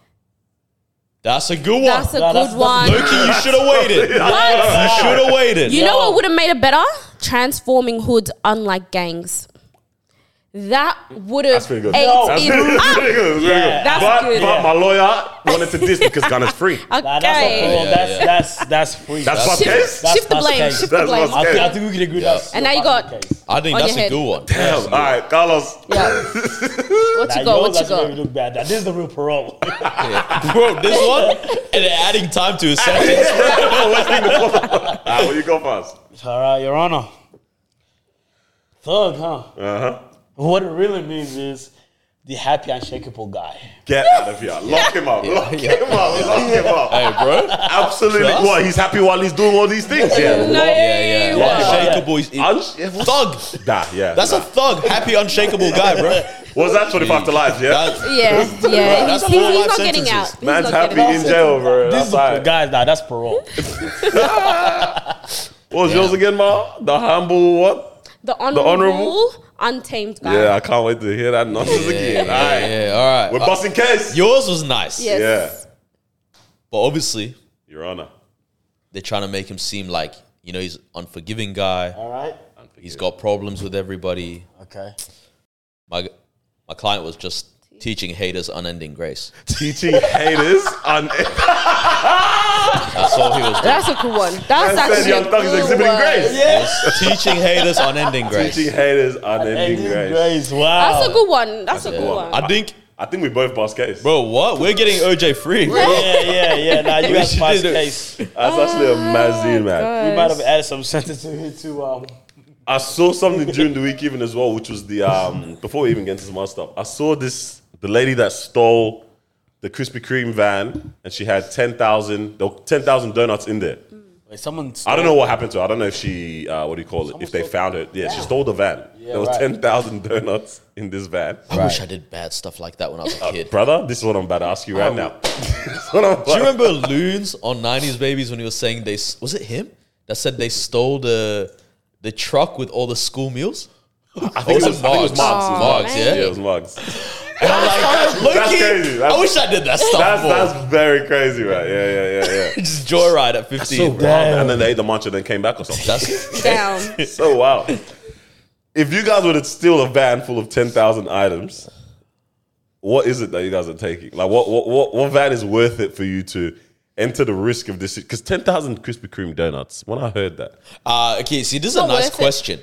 [SPEAKER 2] That's a good one.
[SPEAKER 3] That's a
[SPEAKER 5] No, that's-
[SPEAKER 3] good one.
[SPEAKER 2] Loki, you should have waited. You
[SPEAKER 3] What?
[SPEAKER 2] should have waited.
[SPEAKER 3] You know what would have made it better? Transforming hoods unlike gangs. That would have
[SPEAKER 1] That's pretty good.
[SPEAKER 3] ate
[SPEAKER 5] No.
[SPEAKER 1] That's pretty
[SPEAKER 3] it
[SPEAKER 1] good.
[SPEAKER 3] up.
[SPEAKER 1] Pretty good, pretty
[SPEAKER 5] Yeah.
[SPEAKER 1] good.
[SPEAKER 3] That's
[SPEAKER 1] but,
[SPEAKER 3] good.
[SPEAKER 1] but my lawyer wanted to diss because Ghana's free.
[SPEAKER 5] Nah, that's not
[SPEAKER 3] Okay.
[SPEAKER 5] parole.
[SPEAKER 2] Yeah,
[SPEAKER 5] that's,
[SPEAKER 2] yeah.
[SPEAKER 5] that's that's free.
[SPEAKER 1] That's
[SPEAKER 5] bro.
[SPEAKER 1] what case.
[SPEAKER 5] That's-
[SPEAKER 3] shift the
[SPEAKER 5] that's
[SPEAKER 3] blame.
[SPEAKER 5] okay.
[SPEAKER 3] Shift the
[SPEAKER 1] That's
[SPEAKER 3] blame.
[SPEAKER 1] what's
[SPEAKER 5] I,
[SPEAKER 1] okay.
[SPEAKER 5] think, I think we can agree that's
[SPEAKER 3] And now you
[SPEAKER 5] that's
[SPEAKER 3] got-
[SPEAKER 5] the case.
[SPEAKER 2] I think
[SPEAKER 3] On
[SPEAKER 2] that's
[SPEAKER 3] your
[SPEAKER 2] a
[SPEAKER 3] head.
[SPEAKER 2] good one.
[SPEAKER 1] All right, Carlos.
[SPEAKER 3] Yeah. What you
[SPEAKER 5] Nah,
[SPEAKER 3] got?
[SPEAKER 5] yours
[SPEAKER 3] What you
[SPEAKER 5] actually made me
[SPEAKER 3] got?
[SPEAKER 5] look bad. This is the real parole.
[SPEAKER 2] Bro, this one and adding time to his sentence.
[SPEAKER 1] All right, well, uh, you go first.
[SPEAKER 5] All right, Your Honor. Thug, huh?
[SPEAKER 1] Uh huh.
[SPEAKER 5] What it really means is the happy, unshakable guy.
[SPEAKER 1] Get out of here. Lock him up. Lock him up. Lock him up.
[SPEAKER 2] Hey, bro.
[SPEAKER 1] Absolutely.
[SPEAKER 2] Trust?
[SPEAKER 1] What? He's happy while he's doing all these things. Yeah.
[SPEAKER 3] No,
[SPEAKER 2] Yeah,
[SPEAKER 3] you
[SPEAKER 1] Lock
[SPEAKER 3] are.
[SPEAKER 1] him up.
[SPEAKER 2] Unshakable. is-
[SPEAKER 1] Unsh-
[SPEAKER 2] Thug.
[SPEAKER 1] Nah, yeah.
[SPEAKER 2] That's a
[SPEAKER 1] nah.
[SPEAKER 2] thug. Happy, unshakable guy, bro.
[SPEAKER 1] Was that 25 to life? Yeah.
[SPEAKER 2] That-
[SPEAKER 3] Yeah, yeah. He's,
[SPEAKER 2] That's
[SPEAKER 3] he's,
[SPEAKER 2] four
[SPEAKER 3] he's
[SPEAKER 2] life
[SPEAKER 3] not getting out.
[SPEAKER 2] sentences.
[SPEAKER 3] He's
[SPEAKER 1] Man's
[SPEAKER 3] not
[SPEAKER 1] happy
[SPEAKER 3] getting out.
[SPEAKER 1] in jail, bro.
[SPEAKER 5] This is
[SPEAKER 1] That's all right.
[SPEAKER 5] guys. Nah, that's parole.
[SPEAKER 1] What was yours again, Ma? The humble what?
[SPEAKER 3] The honorable,
[SPEAKER 1] honourable?
[SPEAKER 3] untamed guy.
[SPEAKER 1] Yeah, I can't wait to hear that nonsense
[SPEAKER 2] Yeah,
[SPEAKER 1] again. All right.
[SPEAKER 2] yeah, all right.
[SPEAKER 1] We're
[SPEAKER 2] Uh,
[SPEAKER 1] busting case.
[SPEAKER 2] Yours was nice.
[SPEAKER 3] Yes.
[SPEAKER 1] Yeah.
[SPEAKER 2] But obviously,
[SPEAKER 1] Your Honor.
[SPEAKER 2] they're trying to make him seem like, you know, he's an unforgiving guy.
[SPEAKER 5] All right.
[SPEAKER 2] He's got problems with everybody.
[SPEAKER 5] Okay.
[SPEAKER 2] My, my client was just teaching haters unending grace.
[SPEAKER 1] Teaching haters on.
[SPEAKER 2] That's all he was doing.
[SPEAKER 3] That's a cool one. That's
[SPEAKER 1] said
[SPEAKER 3] actually
[SPEAKER 1] Young
[SPEAKER 3] a
[SPEAKER 1] Thug is
[SPEAKER 3] good
[SPEAKER 1] exhibiting
[SPEAKER 3] one.
[SPEAKER 1] grace.
[SPEAKER 2] Yes, teaching haters unending grace.
[SPEAKER 1] Teaching haters on
[SPEAKER 5] And
[SPEAKER 1] ending
[SPEAKER 5] this
[SPEAKER 1] grace.
[SPEAKER 5] grace. Wow.
[SPEAKER 3] That's a good one. That's, a good one.
[SPEAKER 2] I think,
[SPEAKER 1] I think we both bust case.
[SPEAKER 2] bro, what? We're getting OJ free. Bro.
[SPEAKER 5] Yeah, yeah, yeah. Nah, you
[SPEAKER 2] We
[SPEAKER 5] have
[SPEAKER 2] should
[SPEAKER 5] fast
[SPEAKER 2] do-
[SPEAKER 5] case. We
[SPEAKER 1] That's actually
[SPEAKER 2] Ah,
[SPEAKER 1] amazing, man.
[SPEAKER 5] might have added some sentence to it too. Um,
[SPEAKER 1] I saw something during the week even as well, which was the um before we even get into some other stuff. I saw this the lady that stole the Krispy Kreme van and she had ten thousand ten thousand donuts in there.
[SPEAKER 5] wait, someone.
[SPEAKER 1] I don't know what happened to her. I don't know if she uh, what do you call it? If they found her. Yeah, she stole the van. there were
[SPEAKER 5] right.
[SPEAKER 1] ten thousand donuts in this van.
[SPEAKER 2] I wish I did bad stuff like that when I was
[SPEAKER 1] Uh,
[SPEAKER 2] a kid.
[SPEAKER 1] Brother, this is what I'm about to ask you right now. This is what I'm about-
[SPEAKER 2] Do you remember Loons on '90s Babies when he was saying they s- was it him that said they stole the the truck with all the school meals?
[SPEAKER 1] I think it was, I think it was
[SPEAKER 2] Margs.
[SPEAKER 1] Marks. It was
[SPEAKER 2] Margs,
[SPEAKER 1] Marks.
[SPEAKER 2] yeah.
[SPEAKER 1] it was Marks.
[SPEAKER 2] And I'm like,
[SPEAKER 1] That's
[SPEAKER 2] Loki,
[SPEAKER 1] crazy. That's-
[SPEAKER 2] I wish I did that stuff.
[SPEAKER 1] That's
[SPEAKER 2] more.
[SPEAKER 1] that's very crazy, right? Yeah, yeah, yeah, yeah.
[SPEAKER 2] just joyride at 15.
[SPEAKER 1] So
[SPEAKER 2] bro.
[SPEAKER 1] wild. And then they ate the muncher, then came back or something.
[SPEAKER 2] That's
[SPEAKER 3] Down.
[SPEAKER 1] So Oh, wow. If you guys were to steal a van full of ten thousand items, what is it that you guys are taking? Like, what what what, what van is worth it for you to enter the risk of this? Because ten thousand Krispy Kreme donuts. When I heard that,
[SPEAKER 2] uh, okay. See, this is a
[SPEAKER 3] Not
[SPEAKER 2] nice
[SPEAKER 3] worth it.
[SPEAKER 2] question.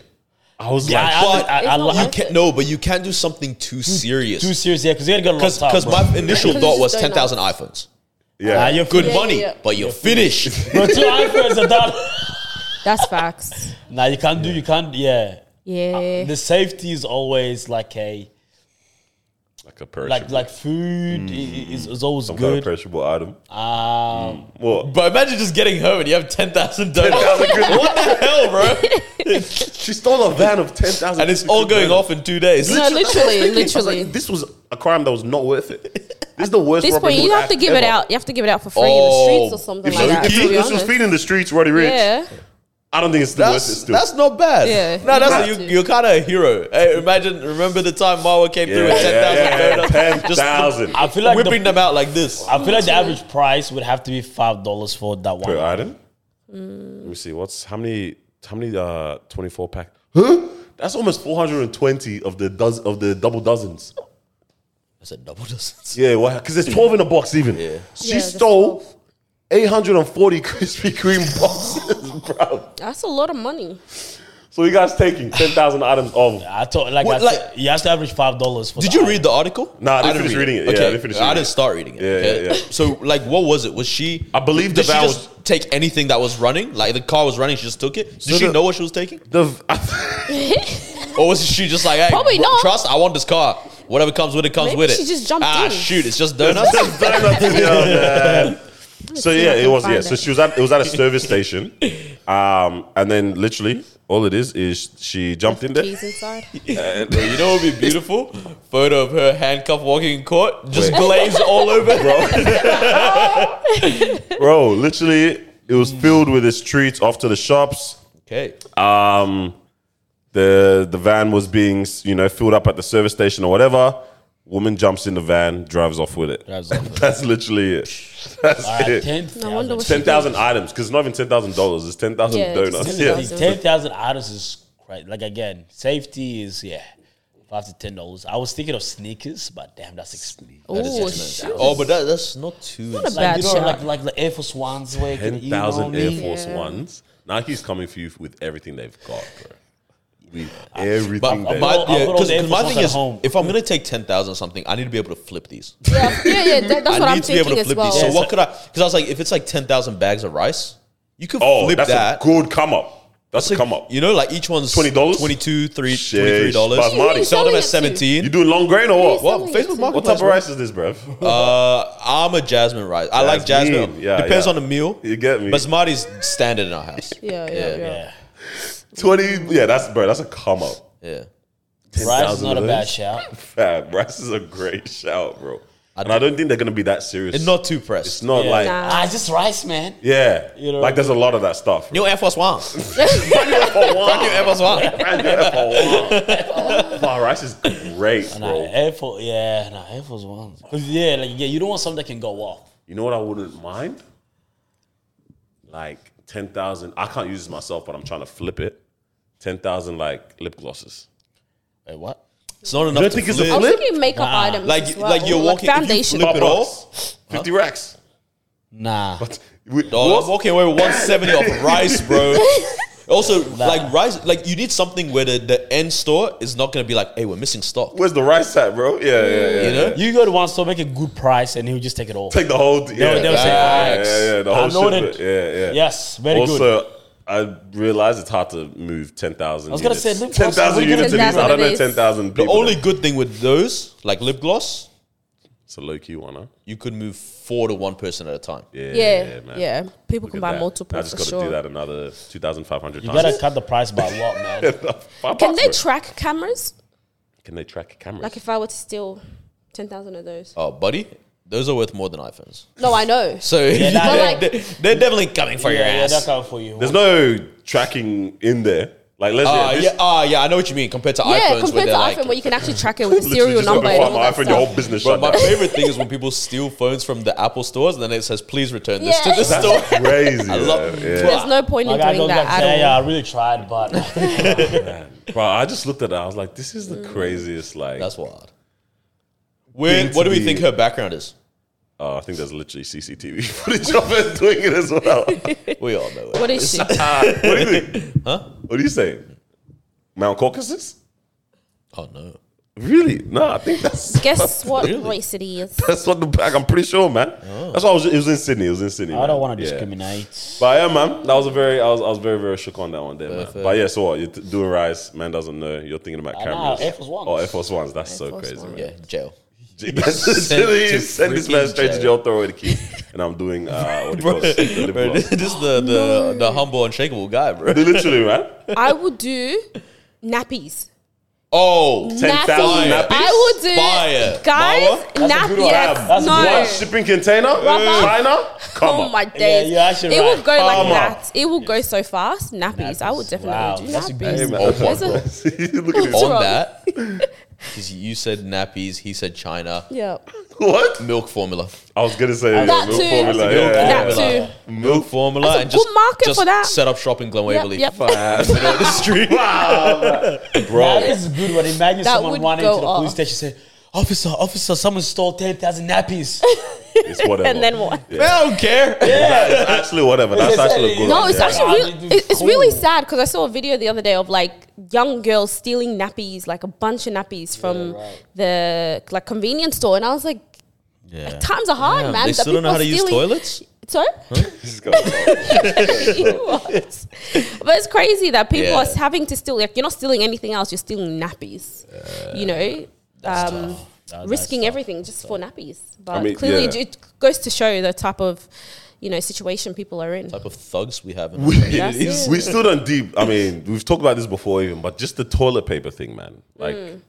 [SPEAKER 1] I was
[SPEAKER 5] Yeah,
[SPEAKER 1] like,
[SPEAKER 5] I, I, I, I,
[SPEAKER 3] It's not
[SPEAKER 5] like
[SPEAKER 2] You can no, but you can do something too serious.
[SPEAKER 5] too serious. Yeah, because you gotta get a lot of time.
[SPEAKER 2] Because
[SPEAKER 5] bro.
[SPEAKER 2] my initial
[SPEAKER 3] Because
[SPEAKER 2] thought
[SPEAKER 3] it's
[SPEAKER 2] was
[SPEAKER 3] donuts.
[SPEAKER 2] ten thousand iPhones.
[SPEAKER 5] Nah,
[SPEAKER 1] yeah,
[SPEAKER 5] you're
[SPEAKER 2] Good
[SPEAKER 5] finished.
[SPEAKER 2] money,
[SPEAKER 3] yeah.
[SPEAKER 2] but you're finished.
[SPEAKER 5] Bro, two iPhones are done.
[SPEAKER 3] That's facts.
[SPEAKER 5] Nah, you can't do. You can't. Yeah.
[SPEAKER 3] Yeah.
[SPEAKER 5] The safety is always like a.
[SPEAKER 1] Like a perishable.
[SPEAKER 5] Like like food
[SPEAKER 2] Mm.
[SPEAKER 5] i- i- is, is always
[SPEAKER 1] some kind of
[SPEAKER 5] good.
[SPEAKER 1] perishable item.
[SPEAKER 5] Um,
[SPEAKER 1] What?
[SPEAKER 2] But imagine just getting home and you have 10,000 donuts.
[SPEAKER 1] That's a good-
[SPEAKER 2] what the hell, bro?
[SPEAKER 1] she stole a van of 10,000.
[SPEAKER 2] And it's all going off in two days.
[SPEAKER 3] No,
[SPEAKER 1] That's what I was
[SPEAKER 3] literally,
[SPEAKER 1] thinking. I was like,
[SPEAKER 3] literally.
[SPEAKER 1] this was a crime that was not worth it. This is the worst.
[SPEAKER 3] At this
[SPEAKER 1] robbery
[SPEAKER 3] point, you have
[SPEAKER 1] act
[SPEAKER 3] to give it
[SPEAKER 1] ever.
[SPEAKER 3] out. You have to give it out for free
[SPEAKER 2] Oh,
[SPEAKER 3] in the streets or something
[SPEAKER 1] If
[SPEAKER 3] like that.
[SPEAKER 1] this-
[SPEAKER 3] To be
[SPEAKER 1] this was
[SPEAKER 3] honest.
[SPEAKER 1] feeding the streets, Roddy Rich.
[SPEAKER 3] Yeah.
[SPEAKER 1] I don't think it's the worth it
[SPEAKER 2] That's,
[SPEAKER 1] still.
[SPEAKER 2] that's not bad.
[SPEAKER 3] Yeah,
[SPEAKER 2] No,
[SPEAKER 3] you
[SPEAKER 2] that's
[SPEAKER 3] have
[SPEAKER 2] you,
[SPEAKER 3] to.
[SPEAKER 2] you're kind of a hero. Hey, imagine, remember the time Marwa came through with 10,000 donuts? just
[SPEAKER 1] 10,000
[SPEAKER 5] I feel like the-
[SPEAKER 2] whipping them out like this.
[SPEAKER 5] I feel like the average price would have to be five dollars for that one.
[SPEAKER 1] per item. Let me see. What's how many? How many? Uh, twenty-four pack. Huh? That's almost four hundred and twenty of the does of the double dozens.
[SPEAKER 2] I said double dozens.
[SPEAKER 1] Yeah, wow. Because there's twelve in a box. Even she
[SPEAKER 3] Yeah, there's
[SPEAKER 1] stole eight hundred and forty Krispy Kreme boxes, bro.
[SPEAKER 3] That's a lot of money.
[SPEAKER 1] So you guys taking ten thousand items off?
[SPEAKER 5] I thought like,
[SPEAKER 2] What,
[SPEAKER 5] I said,
[SPEAKER 2] like-
[SPEAKER 5] you have to average five dollars for.
[SPEAKER 2] Did
[SPEAKER 5] the
[SPEAKER 2] you
[SPEAKER 5] item.
[SPEAKER 2] read the article?
[SPEAKER 1] Nah, I didn't
[SPEAKER 2] didn't
[SPEAKER 1] finish
[SPEAKER 2] read
[SPEAKER 1] reading it. Yeah, I didn't finish
[SPEAKER 2] I
[SPEAKER 1] reading
[SPEAKER 2] didn't
[SPEAKER 1] it.
[SPEAKER 2] start reading it.
[SPEAKER 1] Yeah,
[SPEAKER 2] okay?
[SPEAKER 1] yeah, yeah.
[SPEAKER 2] So, like, what was it? Was she?
[SPEAKER 1] I believe
[SPEAKER 2] did
[SPEAKER 1] the
[SPEAKER 2] she
[SPEAKER 1] van
[SPEAKER 2] just take anything that was running? Like the car was running, she just took it. Did
[SPEAKER 1] No,
[SPEAKER 2] she
[SPEAKER 1] no.
[SPEAKER 2] know what she was taking,
[SPEAKER 1] The
[SPEAKER 2] or was she just like, "Hey,
[SPEAKER 3] Probably
[SPEAKER 2] w-
[SPEAKER 3] not.
[SPEAKER 2] trust, I want this car. Whatever comes with it, comes
[SPEAKER 3] Maybe
[SPEAKER 2] with it."
[SPEAKER 3] she just jumped
[SPEAKER 2] Ah,
[SPEAKER 3] in.
[SPEAKER 2] shoot! It's just donuts.
[SPEAKER 1] uh, So yeah, it was
[SPEAKER 3] find
[SPEAKER 1] yeah.
[SPEAKER 3] it.
[SPEAKER 1] So she was at it was at a service station, um, and then literally all it is is she jumped in there.
[SPEAKER 3] Keys inside.
[SPEAKER 2] Bro, you know what would be beautiful? Photo of her handcuffed walking in court, just glaze all over. Bro.
[SPEAKER 1] bro. Literally, it was filled with the streets off to the shops.
[SPEAKER 2] Okay.
[SPEAKER 1] Um, the the van was being you know filled up at the service station or whatever. Woman jumps in the van, drives off with it.
[SPEAKER 5] Drives off with
[SPEAKER 1] That's literally it. That's
[SPEAKER 5] All right,
[SPEAKER 1] it.
[SPEAKER 5] ten
[SPEAKER 3] No wonder
[SPEAKER 5] thousand.
[SPEAKER 3] what
[SPEAKER 1] Ten
[SPEAKER 3] she did.
[SPEAKER 1] thousand items because it's not even ten thousand dollars. It's ten thousand
[SPEAKER 3] Yeah, just
[SPEAKER 1] donuts. Yeah.
[SPEAKER 3] 10,000.
[SPEAKER 5] Ten thousand items is great. Like again, safety is yeah. Five to ten dollars. I was thinking of sneakers, but damn, that's expensive.
[SPEAKER 3] Oh, shoot.
[SPEAKER 2] Oh, but that, that's not too.
[SPEAKER 3] Not a
[SPEAKER 5] Like,
[SPEAKER 3] bad
[SPEAKER 5] you know, like
[SPEAKER 3] shot.
[SPEAKER 5] like the Air Force Ones, where you
[SPEAKER 1] Ten
[SPEAKER 5] can- you know what I
[SPEAKER 1] thousand Air
[SPEAKER 5] mean?
[SPEAKER 1] Force
[SPEAKER 3] Yeah.
[SPEAKER 1] Ones. Nike's coming for you with everything they've got, bro. With everything.
[SPEAKER 2] But
[SPEAKER 1] they've
[SPEAKER 2] my,
[SPEAKER 5] I'll put
[SPEAKER 2] yeah,
[SPEAKER 5] all
[SPEAKER 2] 'cause-
[SPEAKER 5] the
[SPEAKER 2] 'cause my
[SPEAKER 5] infos
[SPEAKER 2] thing
[SPEAKER 5] at
[SPEAKER 2] is,
[SPEAKER 5] home.
[SPEAKER 2] if I'm gonna take ten thousand or something, I need to be able to flip these.
[SPEAKER 3] Yeah, yeah, yeah. that- that's
[SPEAKER 2] I need
[SPEAKER 3] what I'm
[SPEAKER 2] to be able
[SPEAKER 3] thinking
[SPEAKER 2] to
[SPEAKER 3] as
[SPEAKER 2] flip these.
[SPEAKER 3] well.
[SPEAKER 2] So
[SPEAKER 5] Yeah,
[SPEAKER 2] what
[SPEAKER 5] so-
[SPEAKER 2] could I? Because I was like, if it's like ten thousand bags of rice, you could
[SPEAKER 1] oh,
[SPEAKER 2] flip
[SPEAKER 1] that's
[SPEAKER 2] that.
[SPEAKER 1] a good come up. That's,
[SPEAKER 2] So,
[SPEAKER 1] a come up.
[SPEAKER 2] You know, like each one's
[SPEAKER 1] $20?
[SPEAKER 2] 22 three,
[SPEAKER 1] Sheesh,
[SPEAKER 2] 23 dollars.
[SPEAKER 1] Basmati. Who are you
[SPEAKER 2] Sell them
[SPEAKER 3] selling
[SPEAKER 2] at
[SPEAKER 3] it to?
[SPEAKER 1] You
[SPEAKER 2] seventeen.
[SPEAKER 1] doing long grain or what?
[SPEAKER 3] Yes.
[SPEAKER 1] What,
[SPEAKER 2] Well,
[SPEAKER 3] selling it
[SPEAKER 2] Facebook
[SPEAKER 3] to?
[SPEAKER 2] Marketplace.
[SPEAKER 1] what type of
[SPEAKER 2] bro.
[SPEAKER 1] rice is this, bruv?
[SPEAKER 2] Uh, I'm a jasmine rice. I like jasmine.
[SPEAKER 1] Jasmine, yeah,
[SPEAKER 2] Depends
[SPEAKER 1] yeah.
[SPEAKER 2] on the meal.
[SPEAKER 1] You get me?
[SPEAKER 2] Basmati's standard in our house.
[SPEAKER 3] Yeah, yeah, yeah.
[SPEAKER 5] Yeah,
[SPEAKER 1] Twenty. Yeah, that's bro. That's a come up.
[SPEAKER 2] Yeah.
[SPEAKER 5] rice is
[SPEAKER 1] 10,000
[SPEAKER 5] not a
[SPEAKER 1] of
[SPEAKER 5] bad
[SPEAKER 1] those.
[SPEAKER 5] shout.
[SPEAKER 1] Fab. Rice is a great shout, bro.
[SPEAKER 2] I
[SPEAKER 1] and I don't think they're gonna be that serious.
[SPEAKER 2] It's not too pressed.
[SPEAKER 1] It's not like
[SPEAKER 3] Nah.
[SPEAKER 5] Ah, it's just rice, man.
[SPEAKER 1] yeah.
[SPEAKER 5] You know what
[SPEAKER 1] like
[SPEAKER 5] I
[SPEAKER 1] there's a lot of that stuff.
[SPEAKER 2] New Air Force One.
[SPEAKER 1] For
[SPEAKER 2] Brand new Air Force One.
[SPEAKER 1] Wow, rice is great,
[SPEAKER 5] Nah,
[SPEAKER 1] bro.
[SPEAKER 5] Air Force, yeah, nah, Air Force Ones. 'Cause yeah, like yeah, you don't want something that can go off.
[SPEAKER 1] You know what I wouldn't mind? Like ten thousand. I can't use this myself, but I'm trying to flip it. Ten thousand like lip glosses.
[SPEAKER 5] Wait, what?
[SPEAKER 2] It's not enough.
[SPEAKER 1] don't
[SPEAKER 2] to
[SPEAKER 1] think it's a
[SPEAKER 3] I
[SPEAKER 2] flip.
[SPEAKER 3] was thinking makeup items.
[SPEAKER 2] Like-
[SPEAKER 3] as well,
[SPEAKER 2] like you're
[SPEAKER 3] or
[SPEAKER 2] walking- if you
[SPEAKER 3] foundation.
[SPEAKER 2] flip- it all?
[SPEAKER 1] bucks. Fifty racks.
[SPEAKER 5] Nah.
[SPEAKER 1] We-
[SPEAKER 2] Oh,
[SPEAKER 1] what?
[SPEAKER 2] I'm walking away with 170 off rice, bro. Also, like rice, like you need something where the, the end store is not gonna be like, hey, we're missing stock.
[SPEAKER 1] Where's the rice at, bro? Yeah, yeah, yeah.
[SPEAKER 2] You know?
[SPEAKER 5] You go to one store, make a good price, and he'll just take it all.
[SPEAKER 1] Take the whole. Yeah,
[SPEAKER 5] they'll say,
[SPEAKER 1] yeah,
[SPEAKER 5] "Facts."
[SPEAKER 1] yeah, yeah, the
[SPEAKER 5] I
[SPEAKER 1] whole
[SPEAKER 5] know
[SPEAKER 1] shit.
[SPEAKER 5] that-
[SPEAKER 1] Yeah, yeah.
[SPEAKER 5] Yes, very good.
[SPEAKER 1] also, I realize it's hard to move 10,000 I
[SPEAKER 5] was gonna say, lip gloss
[SPEAKER 1] ten thousand
[SPEAKER 5] is
[SPEAKER 1] units in
[SPEAKER 3] 10,000
[SPEAKER 1] these. I don't know
[SPEAKER 3] is-
[SPEAKER 1] ten thousand
[SPEAKER 2] The
[SPEAKER 1] people.
[SPEAKER 2] only
[SPEAKER 1] there.
[SPEAKER 2] good thing with those, like lip gloss,
[SPEAKER 1] it's a low key one, huh?
[SPEAKER 2] you could move four to one person at a time.
[SPEAKER 1] Yeah,
[SPEAKER 3] Yeah, yeah. People
[SPEAKER 1] Look
[SPEAKER 3] can
[SPEAKER 1] at
[SPEAKER 3] buy
[SPEAKER 1] that.
[SPEAKER 3] multiple
[SPEAKER 1] I just
[SPEAKER 3] for
[SPEAKER 1] gotta
[SPEAKER 3] sure.
[SPEAKER 1] do that another two thousand five hundred
[SPEAKER 5] You
[SPEAKER 1] times.
[SPEAKER 5] gotta cut the price by a lot, man.
[SPEAKER 1] Five
[SPEAKER 3] Can
[SPEAKER 1] bucks,
[SPEAKER 3] they
[SPEAKER 1] bro.
[SPEAKER 3] track cameras?
[SPEAKER 1] Can they track cameras?
[SPEAKER 3] Like if I were to steal ten thousand of those?
[SPEAKER 2] Oh, buddy, those are worth more than iPhones.
[SPEAKER 3] No, I know.
[SPEAKER 2] So
[SPEAKER 5] nah,
[SPEAKER 2] they're,
[SPEAKER 3] like-
[SPEAKER 2] they're- they're definitely coming for your
[SPEAKER 5] yeah, yeah, that's
[SPEAKER 2] ass.
[SPEAKER 5] how for you.
[SPEAKER 1] There's no tracking in there. Like let's
[SPEAKER 2] Ah,
[SPEAKER 1] this-
[SPEAKER 2] yeah, ah, yeah, I know what you mean. Compared to
[SPEAKER 3] yeah,
[SPEAKER 2] iPhones, where
[SPEAKER 3] compared to
[SPEAKER 2] they're
[SPEAKER 3] iPhone,
[SPEAKER 2] like,
[SPEAKER 3] where you can actually track it with a
[SPEAKER 1] literally
[SPEAKER 3] serial
[SPEAKER 1] just
[SPEAKER 3] number
[SPEAKER 1] open
[SPEAKER 3] and all
[SPEAKER 1] my
[SPEAKER 3] that
[SPEAKER 1] iPhone, your whole
[SPEAKER 3] stuff.
[SPEAKER 1] business
[SPEAKER 2] Bro,
[SPEAKER 1] shut
[SPEAKER 2] my
[SPEAKER 1] down.
[SPEAKER 2] favorite thing is when people steal phones from the Apple stores and then it says, "Please return this to the
[SPEAKER 3] Yeah.
[SPEAKER 2] store."
[SPEAKER 1] Crazy. I
[SPEAKER 2] love-
[SPEAKER 1] yeah.
[SPEAKER 3] There's no point in
[SPEAKER 5] Like I
[SPEAKER 3] doing
[SPEAKER 5] go back
[SPEAKER 3] that
[SPEAKER 5] and say,
[SPEAKER 3] at
[SPEAKER 5] yeah,
[SPEAKER 3] all.
[SPEAKER 5] I really tried, but
[SPEAKER 1] Bro, I just looked at it. I was like, this is the craziest. Like,
[SPEAKER 2] Mm. That's wild. Where,
[SPEAKER 1] Thing
[SPEAKER 2] what
[SPEAKER 1] to
[SPEAKER 2] do we
[SPEAKER 1] be-
[SPEAKER 2] think her background is?
[SPEAKER 1] oh, I think there's literally CCTV footage of her doing it as well.
[SPEAKER 2] We all know it.
[SPEAKER 3] What is she?
[SPEAKER 1] what do you think? Huh? What do you say? Mount Caucasus?
[SPEAKER 2] Oh no!
[SPEAKER 1] Really? No, I think that's
[SPEAKER 3] Guess what race it is?
[SPEAKER 1] that's what the bag. I'm pretty sure, man.
[SPEAKER 2] Oh.
[SPEAKER 1] That's why I was. It was in Sydney. It was in Sydney.
[SPEAKER 5] I
[SPEAKER 1] man.
[SPEAKER 5] don't want to
[SPEAKER 1] Yeah.
[SPEAKER 5] discriminate.
[SPEAKER 1] But yeah, man, that was a very. I was. I was very very shook on that one there, man.
[SPEAKER 2] Perfect.
[SPEAKER 1] But yeah, so what? You're t- doing rice. Man doesn't know. You're thinking about
[SPEAKER 5] I know,
[SPEAKER 1] cameras.
[SPEAKER 5] Air Force Ones.
[SPEAKER 1] Oh, Air Force Ones. That's so
[SPEAKER 3] Force
[SPEAKER 1] crazy,
[SPEAKER 3] Ones.
[SPEAKER 1] man.
[SPEAKER 2] Yeah, jail.
[SPEAKER 1] send,
[SPEAKER 2] to
[SPEAKER 1] send this man
[SPEAKER 2] freaking
[SPEAKER 1] straight to
[SPEAKER 2] jail.
[SPEAKER 1] jail, throw away the key. And I'm doing, uh, what do you
[SPEAKER 2] Bro,
[SPEAKER 1] call it? The lip
[SPEAKER 2] bro,
[SPEAKER 1] gloss.
[SPEAKER 2] this is the, the, the humble, unshakable guy, bro.
[SPEAKER 1] Literally, man.
[SPEAKER 3] I would do nappies.
[SPEAKER 2] Oh,
[SPEAKER 1] 10,000 nappies?
[SPEAKER 3] I would do
[SPEAKER 2] Fire.
[SPEAKER 3] guys
[SPEAKER 1] Mama,
[SPEAKER 5] a
[SPEAKER 3] nappies.
[SPEAKER 5] good one. That's a
[SPEAKER 3] no.
[SPEAKER 5] good
[SPEAKER 1] One shipping container,
[SPEAKER 3] Rubber.
[SPEAKER 1] China, come
[SPEAKER 3] Oh
[SPEAKER 1] on.
[SPEAKER 3] my days!
[SPEAKER 5] you're actually
[SPEAKER 3] it will
[SPEAKER 5] right.
[SPEAKER 3] go like
[SPEAKER 1] Palmer.
[SPEAKER 3] that. It will go so fast. Nappies. I would definitely
[SPEAKER 5] Wow,
[SPEAKER 3] do
[SPEAKER 5] that's a
[SPEAKER 3] nappies.
[SPEAKER 5] good
[SPEAKER 1] Hey, man.
[SPEAKER 2] Oh my
[SPEAKER 3] There's a-
[SPEAKER 1] Look at this.
[SPEAKER 3] Oh.
[SPEAKER 2] on
[SPEAKER 3] wrong?
[SPEAKER 2] that, because you said nappies, he said China,
[SPEAKER 3] yeah,
[SPEAKER 1] What?
[SPEAKER 2] milk formula,
[SPEAKER 1] I was gonna say yeah,
[SPEAKER 3] That
[SPEAKER 1] milk
[SPEAKER 3] too.
[SPEAKER 1] formula.
[SPEAKER 3] That's
[SPEAKER 1] Yeah, yeah,
[SPEAKER 3] that
[SPEAKER 1] yeah.
[SPEAKER 3] too.
[SPEAKER 1] Milk formula.
[SPEAKER 2] formula,
[SPEAKER 3] That's a
[SPEAKER 2] and just
[SPEAKER 3] good market
[SPEAKER 2] just
[SPEAKER 3] for that.
[SPEAKER 2] set up shop in Glen Waverley.
[SPEAKER 3] Yep, yep.
[SPEAKER 2] Middle of the street.
[SPEAKER 5] That
[SPEAKER 1] Bro,
[SPEAKER 5] is a good one. Imagine
[SPEAKER 3] That
[SPEAKER 5] someone
[SPEAKER 3] would
[SPEAKER 5] running to
[SPEAKER 3] go
[SPEAKER 5] the police
[SPEAKER 3] off.
[SPEAKER 5] station say, Officer, officer, someone stole 10,000 nappies.
[SPEAKER 1] it's whatever.
[SPEAKER 3] And then what?
[SPEAKER 2] I don't care.
[SPEAKER 1] That's actually whatever. That's actually a good
[SPEAKER 3] No,
[SPEAKER 1] one,
[SPEAKER 3] it's
[SPEAKER 1] yeah.
[SPEAKER 3] actually
[SPEAKER 5] Yeah.
[SPEAKER 3] really, it- it's really sad because I saw a video the other day of like young girls stealing nappies, like a bunch of nappies from the like convenience store, and I was like,
[SPEAKER 5] Yeah.
[SPEAKER 3] times are hard, man.
[SPEAKER 2] they
[SPEAKER 3] The
[SPEAKER 2] still don't know how
[SPEAKER 3] people
[SPEAKER 2] to use
[SPEAKER 3] stealing-
[SPEAKER 2] toilets.
[SPEAKER 3] Sorry,
[SPEAKER 1] Just go.
[SPEAKER 3] What? but it's crazy that people
[SPEAKER 2] Yeah.
[SPEAKER 3] are having to steal. Like you're not stealing anything else; you're stealing nappies. you know, um, risking everything just for nappies. But
[SPEAKER 1] mean,
[SPEAKER 3] clearly,
[SPEAKER 1] yeah.
[SPEAKER 3] it goes to show the type of you know situation people are in.
[SPEAKER 2] Type of thugs we have. In
[SPEAKER 1] We,
[SPEAKER 2] our
[SPEAKER 3] That's it.
[SPEAKER 1] we still don't deep. I mean, we've talked about this before, even, but just the toilet paper thing, man. Like,
[SPEAKER 3] Mm.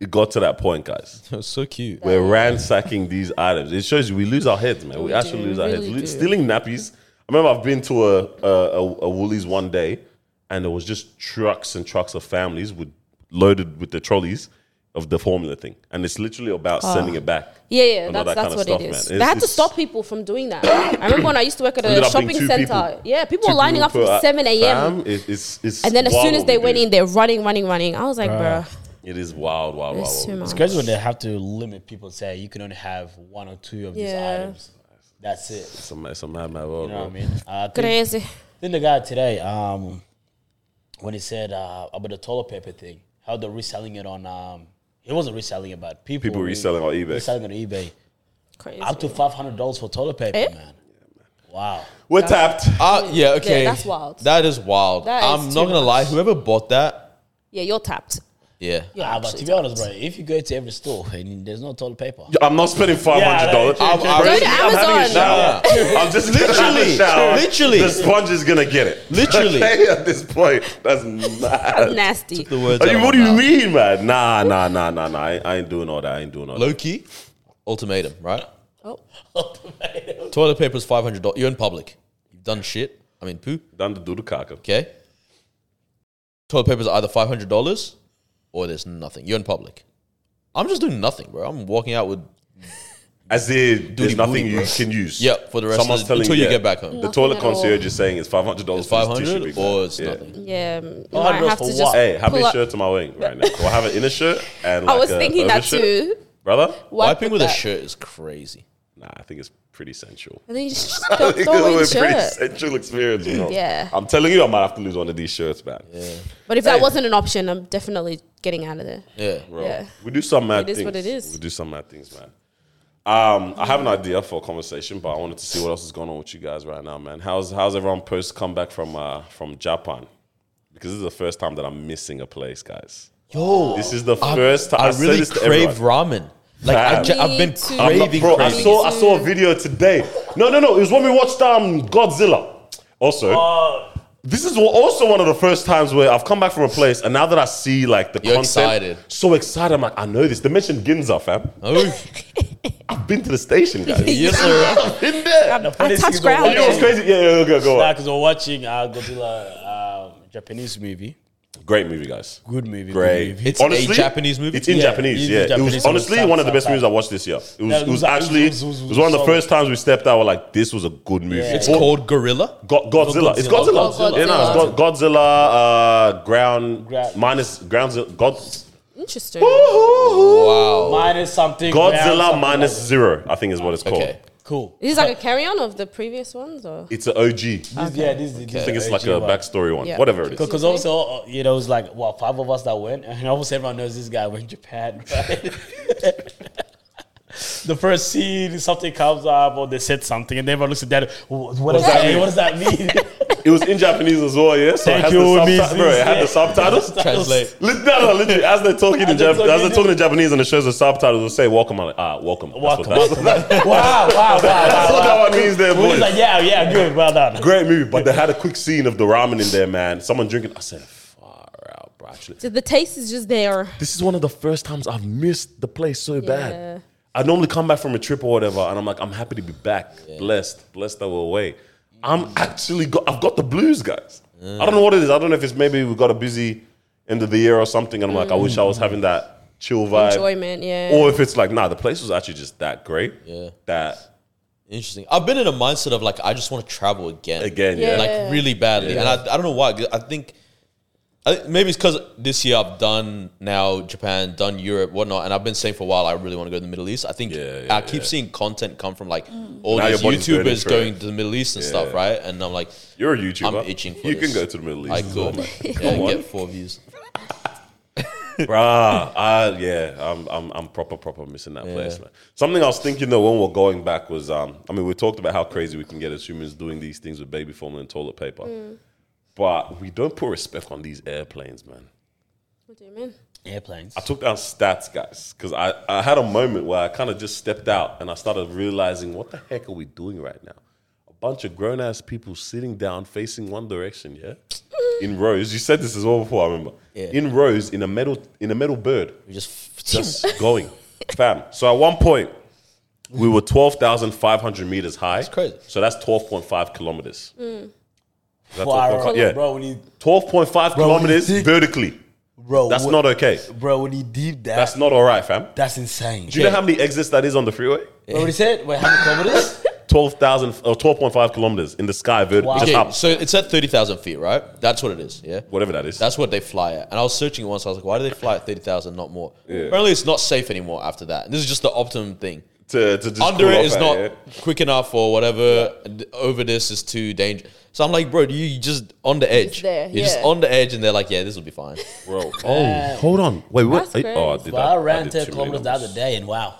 [SPEAKER 1] it got to that point, guys.
[SPEAKER 2] That was so cute.
[SPEAKER 1] We're ransacking these items. It shows you we lose our heads, man. We,
[SPEAKER 3] We
[SPEAKER 1] actually
[SPEAKER 3] do,
[SPEAKER 1] lose
[SPEAKER 3] we
[SPEAKER 1] our
[SPEAKER 3] really
[SPEAKER 1] heads.
[SPEAKER 3] do.
[SPEAKER 1] Lo- Stealing nappies. I remember I've been to a, a, a, a Woolies one day, and there was just trucks and trucks of families with loaded with the trolleys of the formula thing, and it's literally about
[SPEAKER 3] Ah.
[SPEAKER 1] sending it back.
[SPEAKER 3] Yeah, yeah,
[SPEAKER 1] and
[SPEAKER 3] that's
[SPEAKER 1] all that
[SPEAKER 3] that's
[SPEAKER 1] kind of
[SPEAKER 3] what
[SPEAKER 1] stuff,
[SPEAKER 3] it
[SPEAKER 1] man.
[SPEAKER 3] is.
[SPEAKER 1] It's-
[SPEAKER 3] they had to
[SPEAKER 1] it's-
[SPEAKER 3] stop people from doing that. I remember when I used to work at
[SPEAKER 1] Ended
[SPEAKER 3] a
[SPEAKER 1] up being
[SPEAKER 3] shopping
[SPEAKER 1] two
[SPEAKER 3] center.
[SPEAKER 1] people.
[SPEAKER 3] yeah, people
[SPEAKER 1] Two
[SPEAKER 3] were lining
[SPEAKER 1] people
[SPEAKER 3] up from
[SPEAKER 1] per-
[SPEAKER 3] seven a.m.
[SPEAKER 1] Fam, it- it's, it's
[SPEAKER 3] and then as
[SPEAKER 1] wild
[SPEAKER 3] soon as
[SPEAKER 1] what
[SPEAKER 3] they
[SPEAKER 1] we
[SPEAKER 3] went
[SPEAKER 1] do.
[SPEAKER 3] in, they're running, running, running. I was like, bruh,
[SPEAKER 1] it is wild, wild, wild.
[SPEAKER 3] it's
[SPEAKER 1] wild.
[SPEAKER 3] too much.
[SPEAKER 5] It's crazy when they have to limit people, say you can only have one or two of these
[SPEAKER 3] Yeah.
[SPEAKER 5] items. That's it.
[SPEAKER 1] It's a, it's a mad, mad world.
[SPEAKER 5] You know what I
[SPEAKER 1] bro.
[SPEAKER 5] mean? Uh, I think-
[SPEAKER 3] Crazy.
[SPEAKER 5] Then the guy today, um, when he said uh, about the toilet paper thing, how they're reselling it on, um, he wasn't reselling it, but people
[SPEAKER 1] People
[SPEAKER 5] were
[SPEAKER 1] reselling on eBay.
[SPEAKER 5] reselling it on eBay
[SPEAKER 3] Crazy.
[SPEAKER 5] up to five hundred dollars for toilet paper,
[SPEAKER 3] Eh?
[SPEAKER 5] man. Wow,
[SPEAKER 1] We're tapped.
[SPEAKER 2] Uh, yeah, okay.
[SPEAKER 3] that's wild.
[SPEAKER 2] That is wild.
[SPEAKER 3] That is
[SPEAKER 2] I'm
[SPEAKER 3] too
[SPEAKER 2] not gonna
[SPEAKER 3] much.
[SPEAKER 2] lie. Whoever bought that,
[SPEAKER 3] yeah, you're tapped.
[SPEAKER 2] yeah.
[SPEAKER 5] Ah, but to be honest, bro, if you go to every store and there's no toilet paper,
[SPEAKER 1] I'm not spending five hundred dollars.
[SPEAKER 5] Yeah,
[SPEAKER 2] I'm- I'm- Go to
[SPEAKER 3] Amazon.
[SPEAKER 1] I'm just literally,
[SPEAKER 2] Literally,
[SPEAKER 1] shower.
[SPEAKER 2] literally.
[SPEAKER 1] the sponge is gonna get it.
[SPEAKER 2] Literally.
[SPEAKER 1] Okay, at this point, that's mad.
[SPEAKER 3] Nasty.
[SPEAKER 2] The words.
[SPEAKER 1] Are you,
[SPEAKER 2] out of
[SPEAKER 1] what
[SPEAKER 2] my
[SPEAKER 1] do you
[SPEAKER 2] mouth.
[SPEAKER 1] mean, man? Nah, nah, nah, nah, nah. I, I ain't doing all that. I ain't doing all that.
[SPEAKER 2] Low key, ultimatum, right?
[SPEAKER 3] Oh,
[SPEAKER 2] Toilet paper is five hundred dollars. You're in public. You've done shit. I mean, poo.
[SPEAKER 1] Done the doodle caca.
[SPEAKER 2] Okay. Toilet paper is either five hundred dollars or there's nothing. You're in public. I'm just doing nothing, bro. I'm walking out with
[SPEAKER 1] As in,
[SPEAKER 2] Doody
[SPEAKER 1] there's nothing
[SPEAKER 2] booty,
[SPEAKER 1] you
[SPEAKER 2] bro.
[SPEAKER 1] can use.
[SPEAKER 2] yeah for the rest
[SPEAKER 1] Someone's
[SPEAKER 2] of the,
[SPEAKER 1] telling
[SPEAKER 2] until you
[SPEAKER 1] yeah,
[SPEAKER 2] get back home.
[SPEAKER 1] The
[SPEAKER 3] Nothing
[SPEAKER 1] toilet
[SPEAKER 3] at all.
[SPEAKER 1] concierge is saying it's five hundred dollars for
[SPEAKER 2] Five
[SPEAKER 1] this tissue.
[SPEAKER 2] hundred
[SPEAKER 1] big man.
[SPEAKER 2] or it's
[SPEAKER 1] Yeah.
[SPEAKER 2] nothing.
[SPEAKER 3] yeah. You might
[SPEAKER 5] $100
[SPEAKER 3] have
[SPEAKER 5] for
[SPEAKER 3] to
[SPEAKER 5] what?
[SPEAKER 3] just.
[SPEAKER 1] Hey, have
[SPEAKER 3] pull
[SPEAKER 1] a
[SPEAKER 3] up-
[SPEAKER 1] shirt to my wing right now. Or have an inner shirt and like
[SPEAKER 3] I was
[SPEAKER 1] a
[SPEAKER 3] thinking that
[SPEAKER 1] overshirt.
[SPEAKER 3] too.
[SPEAKER 1] brother.
[SPEAKER 2] Wiping with a
[SPEAKER 3] that?
[SPEAKER 2] shirt is crazy.
[SPEAKER 1] Nah, I think it's pretty sensual.
[SPEAKER 3] And then you just throw throw away the
[SPEAKER 1] It's a pretty
[SPEAKER 3] shirt.
[SPEAKER 1] sensual experience, you know.
[SPEAKER 3] Yeah.
[SPEAKER 1] I'm telling you, I might have to lose one of these shirts, man.
[SPEAKER 3] But if that wasn't an option, I'm definitely getting out of there.
[SPEAKER 2] Yeah.
[SPEAKER 1] Bro,
[SPEAKER 3] Yeah.
[SPEAKER 1] we do some mad
[SPEAKER 3] It is
[SPEAKER 1] things.
[SPEAKER 3] what it is.
[SPEAKER 1] We do some mad things, man. Um, I have an idea for a conversation, but I wanted to see what else is going on with you guys right now, man. How's how's everyone post come back from uh, from Japan? Because this is the first time that I'm missing a place, guys.
[SPEAKER 2] Yo,
[SPEAKER 1] This is the first time.
[SPEAKER 2] I,
[SPEAKER 1] said
[SPEAKER 2] really
[SPEAKER 1] this to
[SPEAKER 2] crave
[SPEAKER 1] everyone.
[SPEAKER 2] ramen. Like I
[SPEAKER 1] Fam.
[SPEAKER 2] ju- I've been
[SPEAKER 3] Me too.
[SPEAKER 1] I'm not-
[SPEAKER 2] craving.
[SPEAKER 1] bro, I
[SPEAKER 2] craving.
[SPEAKER 1] saw I saw a video today. No, no, no. It was when we watched um Godzilla. Also,
[SPEAKER 2] Oh,
[SPEAKER 1] this is wa- also one of the first times where I've come back from a place, and now that I see like the
[SPEAKER 2] You're
[SPEAKER 1] content,
[SPEAKER 2] excited.
[SPEAKER 1] so excited. I'm like, I know this. They mentioned Ginza, fam.
[SPEAKER 2] Oh,
[SPEAKER 1] I've been to the station, guys.
[SPEAKER 2] yes, sir.
[SPEAKER 1] I've been there.
[SPEAKER 5] The
[SPEAKER 3] I
[SPEAKER 5] funniest thing
[SPEAKER 3] touched
[SPEAKER 5] is we're
[SPEAKER 3] ground.
[SPEAKER 1] You know what's crazy? Yeah, yeah, go, go. on.
[SPEAKER 5] because we're watching uh, Godzilla um, Japanese movie,
[SPEAKER 1] Great movie, guys.
[SPEAKER 5] good movie,
[SPEAKER 1] Great.
[SPEAKER 5] good movie.
[SPEAKER 2] It's a Japanese movie.
[SPEAKER 1] It's in
[SPEAKER 5] Yeah,
[SPEAKER 1] Japanese.
[SPEAKER 5] it's
[SPEAKER 1] Yeah,
[SPEAKER 5] Japanese.
[SPEAKER 1] it was
[SPEAKER 5] It was
[SPEAKER 1] honestly
[SPEAKER 5] sub-
[SPEAKER 1] one of the best
[SPEAKER 5] subtitled.
[SPEAKER 1] movies I watched this year. It was,
[SPEAKER 5] Yeah,
[SPEAKER 1] it was actually it was, one of the
[SPEAKER 5] solid.
[SPEAKER 1] first times we stepped out. We're like, this was a good movie.
[SPEAKER 5] Yeah. It's
[SPEAKER 2] It's called Gorilla.
[SPEAKER 1] Go- Godzilla. It's
[SPEAKER 2] Godzilla.
[SPEAKER 1] Godzilla.
[SPEAKER 3] Godzilla.
[SPEAKER 1] Yeah, no, it's Go- Godzilla. Uh, ground
[SPEAKER 5] Gra-
[SPEAKER 1] minus ground zero. God.
[SPEAKER 3] Interesting.
[SPEAKER 2] Wow.
[SPEAKER 5] minus something. ground,
[SPEAKER 1] Oh. Godzilla
[SPEAKER 5] something
[SPEAKER 1] minus
[SPEAKER 5] like
[SPEAKER 1] zero. I think is what it's called.
[SPEAKER 2] Okay.
[SPEAKER 5] that. cool.
[SPEAKER 3] Is this like a carry on of the previous ones, or
[SPEAKER 1] It's an OG. I
[SPEAKER 5] This, yeah, this, this I
[SPEAKER 1] think it's like a backstory one.
[SPEAKER 3] Yeah.
[SPEAKER 1] Whatever it is.
[SPEAKER 5] Because also, uh, you know, it was like, well, five of us that went, and almost everyone knows this guy went to Japan, right? the first scene, something comes up, or they said something, and everyone looks at that. What, what, does,
[SPEAKER 1] does that
[SPEAKER 5] that
[SPEAKER 1] mean?
[SPEAKER 5] mean? what does that mean?
[SPEAKER 1] It was in Japanese as well, yeah. So it
[SPEAKER 5] Thank
[SPEAKER 1] has
[SPEAKER 5] you,
[SPEAKER 1] the subti-
[SPEAKER 5] Mrs.
[SPEAKER 1] bro, it had
[SPEAKER 5] Yeah.
[SPEAKER 1] the subtitles.
[SPEAKER 2] Translate.
[SPEAKER 1] Lit- No, no, literally, as they're talking in
[SPEAKER 5] As they're
[SPEAKER 1] Jap- as they're
[SPEAKER 5] talking-
[SPEAKER 1] talking in Japanese and it shows the subtitles, will say "Welcome." I'm like, ah, welcome. That's
[SPEAKER 5] Welcome,
[SPEAKER 1] what that-
[SPEAKER 5] welcome. wow, wow, wow,
[SPEAKER 1] That's what
[SPEAKER 5] wow.
[SPEAKER 1] that one means there,
[SPEAKER 5] He's
[SPEAKER 1] boys.
[SPEAKER 5] like, yeah, yeah, good, well done.
[SPEAKER 1] Great movie, but they had a quick scene of the ramen in there, man. Someone drinking. I said, "Far out, bro." Actually,
[SPEAKER 3] So the taste is just there.
[SPEAKER 1] this is one of the first times I've missed the place so
[SPEAKER 3] Yeah.
[SPEAKER 1] bad. I normally come back from a trip or whatever, and I'm like, I'm happy to be back. Blessed, blessed that we're away. I'm actually got, I've got the blues, guys. I don't know what it is. I don't know if it's maybe we got a busy end of the year or something, and I'm like, I wish I was having that chill vibe,
[SPEAKER 3] Enjoyment, yeah.
[SPEAKER 1] or if it's like, nah, the place was actually just that great.
[SPEAKER 2] Yeah.
[SPEAKER 1] That
[SPEAKER 2] Interesting. I've been in a mindset of like I just want to travel again,
[SPEAKER 1] again, yeah.
[SPEAKER 3] Yeah.
[SPEAKER 2] like really badly, and I, I don't know why. 'cause I think I, think maybe it's because this year I've done now Japan, done Europe, whatnot, and I've been saying for a while I really want to go to the Middle East. I think
[SPEAKER 1] Yeah, yeah,
[SPEAKER 2] I keep
[SPEAKER 1] yeah.
[SPEAKER 2] seeing content come from like all
[SPEAKER 1] Now
[SPEAKER 2] these
[SPEAKER 1] your body's burning
[SPEAKER 2] YouTubers
[SPEAKER 1] for it.
[SPEAKER 2] going to the Middle East and stuff, right? And I'm like,
[SPEAKER 1] You're a YouTuber.
[SPEAKER 2] I'm itching for
[SPEAKER 1] You can
[SPEAKER 2] this.
[SPEAKER 1] go to the Middle East.
[SPEAKER 2] I
[SPEAKER 1] as well,
[SPEAKER 2] could,
[SPEAKER 1] man.
[SPEAKER 2] yeah, get four views.
[SPEAKER 1] Bruh, I, yeah, I'm, I'm, I'm proper, proper missing that place, man. Something I was thinking though when we're going back was, um, I mean, we talked about how crazy we can get as humans doing these things with baby formula and toilet paper, but we don't put respect on these airplanes, man.
[SPEAKER 3] What do you mean?
[SPEAKER 5] Airplanes.
[SPEAKER 1] I took down stats, guys, because I, I had a moment where I kind of just stepped out and I started realizing what the heck are we doing right now? A bunch of grown ass people sitting down facing one direction, yeah, in rows. You said this as well before, I remember. In rows, in a metal, in a metal bird
[SPEAKER 2] We just,
[SPEAKER 1] just going, fam. So at one point, we were twelve thousand five hundred meters high. That's
[SPEAKER 2] crazy.
[SPEAKER 1] So that's twelve point five kilometers. Is that
[SPEAKER 5] Far
[SPEAKER 1] 12.5?
[SPEAKER 5] out.
[SPEAKER 1] yeah,
[SPEAKER 5] Mm. Bro, when you,
[SPEAKER 1] twelve point five
[SPEAKER 5] Bro, when you
[SPEAKER 1] kilometers
[SPEAKER 5] dig-
[SPEAKER 1] vertically.
[SPEAKER 5] bro,
[SPEAKER 1] That's
[SPEAKER 5] what-
[SPEAKER 1] not okay.
[SPEAKER 5] Bro, when you deep that,
[SPEAKER 1] That's
[SPEAKER 5] that's,
[SPEAKER 1] not all right, fam.
[SPEAKER 5] insane.
[SPEAKER 1] Do you know how many exits that is on the freeway?
[SPEAKER 5] Bro, what he said? Wait, how many kilometers?
[SPEAKER 1] 12,000 or 12.5 kilometers in the sky, vertical,
[SPEAKER 5] Wow.
[SPEAKER 1] just
[SPEAKER 2] okay,
[SPEAKER 1] up,
[SPEAKER 2] so it's at thirty thousand feet, right? That's what it is. Yeah.
[SPEAKER 1] whatever that is.
[SPEAKER 2] That's what they fly at. And I was searching it once. I was like, why do they fly at 30,000, not more? Apparently, it's not safe anymore after that. And this is just the optimum thing.
[SPEAKER 1] to, to just
[SPEAKER 2] Under
[SPEAKER 1] cool
[SPEAKER 2] it
[SPEAKER 1] off
[SPEAKER 2] is
[SPEAKER 1] at,
[SPEAKER 2] not
[SPEAKER 1] yeah?
[SPEAKER 2] quick enough or whatever. and Over this is too dangerous. So I'm like, bro, you you just on the edge.
[SPEAKER 3] there,
[SPEAKER 2] You're just
[SPEAKER 3] yeah.
[SPEAKER 2] on the edge, and they're like, yeah, this will be fine.
[SPEAKER 1] Bro. Oh, hold on. Wait, what?
[SPEAKER 3] That's crazy.
[SPEAKER 1] Oh, I did
[SPEAKER 5] Bro, I
[SPEAKER 1] that.
[SPEAKER 5] ran
[SPEAKER 1] did
[SPEAKER 5] 10
[SPEAKER 1] too many
[SPEAKER 5] kilometers the
[SPEAKER 1] numbers.
[SPEAKER 5] other day and wow.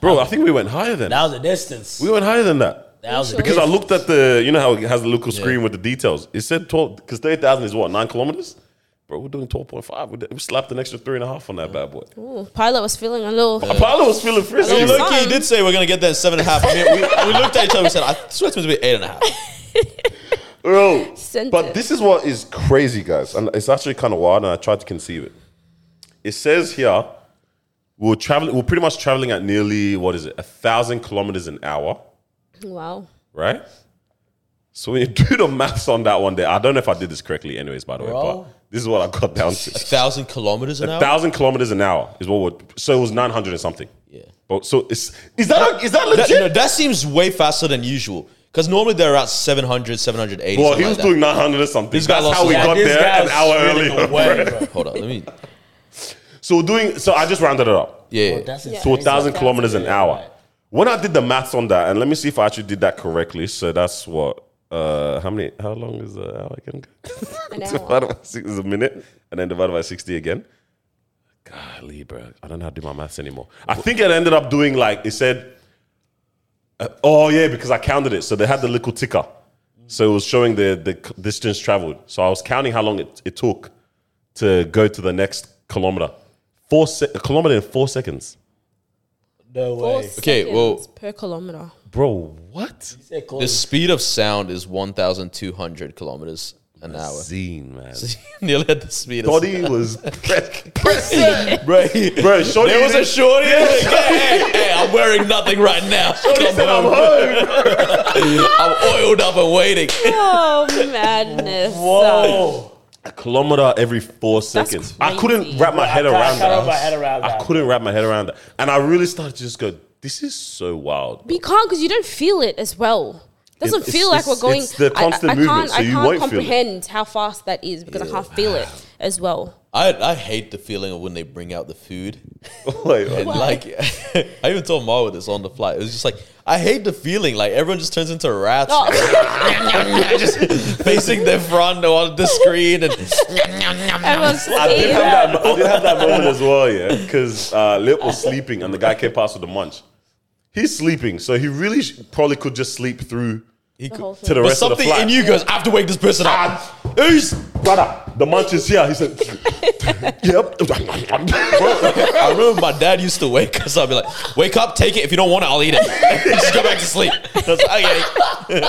[SPEAKER 1] Bro, I think we went higher than
[SPEAKER 5] That was a distance.
[SPEAKER 1] We went higher than that.
[SPEAKER 5] that was a
[SPEAKER 1] Because I
[SPEAKER 5] distance.
[SPEAKER 1] looked at the, you know how it has the little screen with the details. It said 12, because 30,000 is what, nine kilometers? Bro, we're doing 12.5. We, did- we slapped an extra three and a half on that bad boy.
[SPEAKER 3] Ooh, pilot was feeling a little.
[SPEAKER 1] A pilot was feeling frisky.
[SPEAKER 3] Yeah.
[SPEAKER 1] bro.
[SPEAKER 2] Loki did say we're going to get there in seven and a half. We, we- we looked at each other and said, I swear it's going to be eight and a half.
[SPEAKER 1] Bro,
[SPEAKER 3] Sent
[SPEAKER 1] but
[SPEAKER 3] it.
[SPEAKER 1] this is what is crazy, guys, and it's actually kind of wild. And I tried to conceive it. It says here we're traveling. We're pretty much traveling at nearly what is it, a thousand kilometers an hour,
[SPEAKER 3] Wow.
[SPEAKER 1] right? So when you do the maths on that one, there, I don't know if I did this correctly. Anyways, by the way,
[SPEAKER 5] Bro.
[SPEAKER 1] but this is what I got down
[SPEAKER 2] A
[SPEAKER 1] to:
[SPEAKER 2] thousand kilometers an
[SPEAKER 1] a
[SPEAKER 2] hour?
[SPEAKER 1] thousand kilometers an hour is what. We're, so it was nine hundred and something.
[SPEAKER 2] Yeah.
[SPEAKER 1] But so is is that is that legit?
[SPEAKER 2] That, no, that seems way faster than usual. Because normally they're around 700, 780.
[SPEAKER 1] well,
[SPEAKER 2] something
[SPEAKER 1] he was
[SPEAKER 2] like that.
[SPEAKER 1] doing nine hundred or something.
[SPEAKER 2] This guy
[SPEAKER 1] That's
[SPEAKER 2] lost
[SPEAKER 1] how
[SPEAKER 2] his
[SPEAKER 1] we
[SPEAKER 2] mind.
[SPEAKER 1] got
[SPEAKER 5] this
[SPEAKER 1] there
[SPEAKER 5] guy
[SPEAKER 1] an
[SPEAKER 5] was
[SPEAKER 1] hour
[SPEAKER 5] spinning
[SPEAKER 1] earlier.
[SPEAKER 5] away,
[SPEAKER 1] bro.
[SPEAKER 5] bro.
[SPEAKER 2] Hold on, let me.
[SPEAKER 1] So we're doing. So I just rounded it up.
[SPEAKER 2] Yeah.
[SPEAKER 5] Bro, that's
[SPEAKER 3] Yeah.
[SPEAKER 1] to a
[SPEAKER 5] insane.
[SPEAKER 1] thousand kilometers an
[SPEAKER 5] Yeah,
[SPEAKER 1] hour.
[SPEAKER 5] right.
[SPEAKER 1] When I did the maths on that, and let me see if I actually did that correctly. So that's what. Uh, how many? How long is an hour again?
[SPEAKER 3] An hour.
[SPEAKER 1] divided by six is a minute, and then divided by sixty again. Golly, bro, I don't know how to do my maths anymore. I think it ended up doing like it said. uh, oh yeah, because I counted it. So they had the little ticker, so it was showing the the c- distance traveled. So I was counting how long it, it took to go to the next kilometer. Four se- a kilometer in four seconds.
[SPEAKER 5] No
[SPEAKER 3] Four
[SPEAKER 5] way.
[SPEAKER 2] Okay,
[SPEAKER 3] seconds
[SPEAKER 2] well-
[SPEAKER 3] Per kilometer.
[SPEAKER 1] Bro, what?
[SPEAKER 5] Say close.
[SPEAKER 2] The speed of sound is 1,200 kilometers an hour.
[SPEAKER 1] Zine, man.
[SPEAKER 2] Nearly at the speed of
[SPEAKER 1] Body was pressed. pressed.
[SPEAKER 2] Bro,
[SPEAKER 1] Bro, shorty
[SPEAKER 2] there was a
[SPEAKER 1] didn't-
[SPEAKER 2] shorty. Like, hey, hey, hey, I'm wearing nothing right now.
[SPEAKER 1] He
[SPEAKER 2] Come
[SPEAKER 1] said, I'm
[SPEAKER 2] on.
[SPEAKER 1] home.
[SPEAKER 2] I'm oiled up and waiting.
[SPEAKER 3] Oh, madness.
[SPEAKER 5] Whoa.
[SPEAKER 1] A kilometer every four seconds. I
[SPEAKER 3] crazy.
[SPEAKER 1] couldn't wrap my head
[SPEAKER 5] I can't- I
[SPEAKER 1] around
[SPEAKER 5] can't wrap my head
[SPEAKER 1] that.
[SPEAKER 5] around
[SPEAKER 1] I
[SPEAKER 5] that.
[SPEAKER 1] couldn't wrap my head around that. And I really started to just go, this is so wild.
[SPEAKER 3] But you can't because you don't feel it as well. Doesn't
[SPEAKER 1] It's-
[SPEAKER 3] feel
[SPEAKER 1] it's-
[SPEAKER 3] like we're going.
[SPEAKER 1] it's the constant movement, so
[SPEAKER 3] I
[SPEAKER 1] you
[SPEAKER 3] can't
[SPEAKER 1] won't feel it.
[SPEAKER 3] comprehend how fast that is because I can't feel it as well.
[SPEAKER 2] I, I hate the feeling of when they bring out the food.
[SPEAKER 1] Wait, wait.
[SPEAKER 2] And like, I even told Marwa this on the flight. It was just like, I hate the feeling. Like, everyone just turns into rats.
[SPEAKER 3] Oh,
[SPEAKER 2] just facing their front on the screen and
[SPEAKER 3] everyone's
[SPEAKER 1] I did,
[SPEAKER 3] scared.
[SPEAKER 1] have that, I did have that moment as well, yeah. Because uh, Lip was sleeping and the guy came past with the munch. He's sleeping, so he really sh- probably could just sleep through
[SPEAKER 2] He
[SPEAKER 3] whole
[SPEAKER 2] could,
[SPEAKER 3] thing.
[SPEAKER 1] to the
[SPEAKER 2] but
[SPEAKER 1] rest of the Ah,
[SPEAKER 2] something
[SPEAKER 1] flat.
[SPEAKER 2] in you goes, I have to wake this person up. Who's?
[SPEAKER 1] brother, the munch is here. He said, yep.
[SPEAKER 2] I remember my dad used to wake us up. Be like, wake up, take it. If you don't want it, I'll eat it. Just go back to sleep. I was like, okay.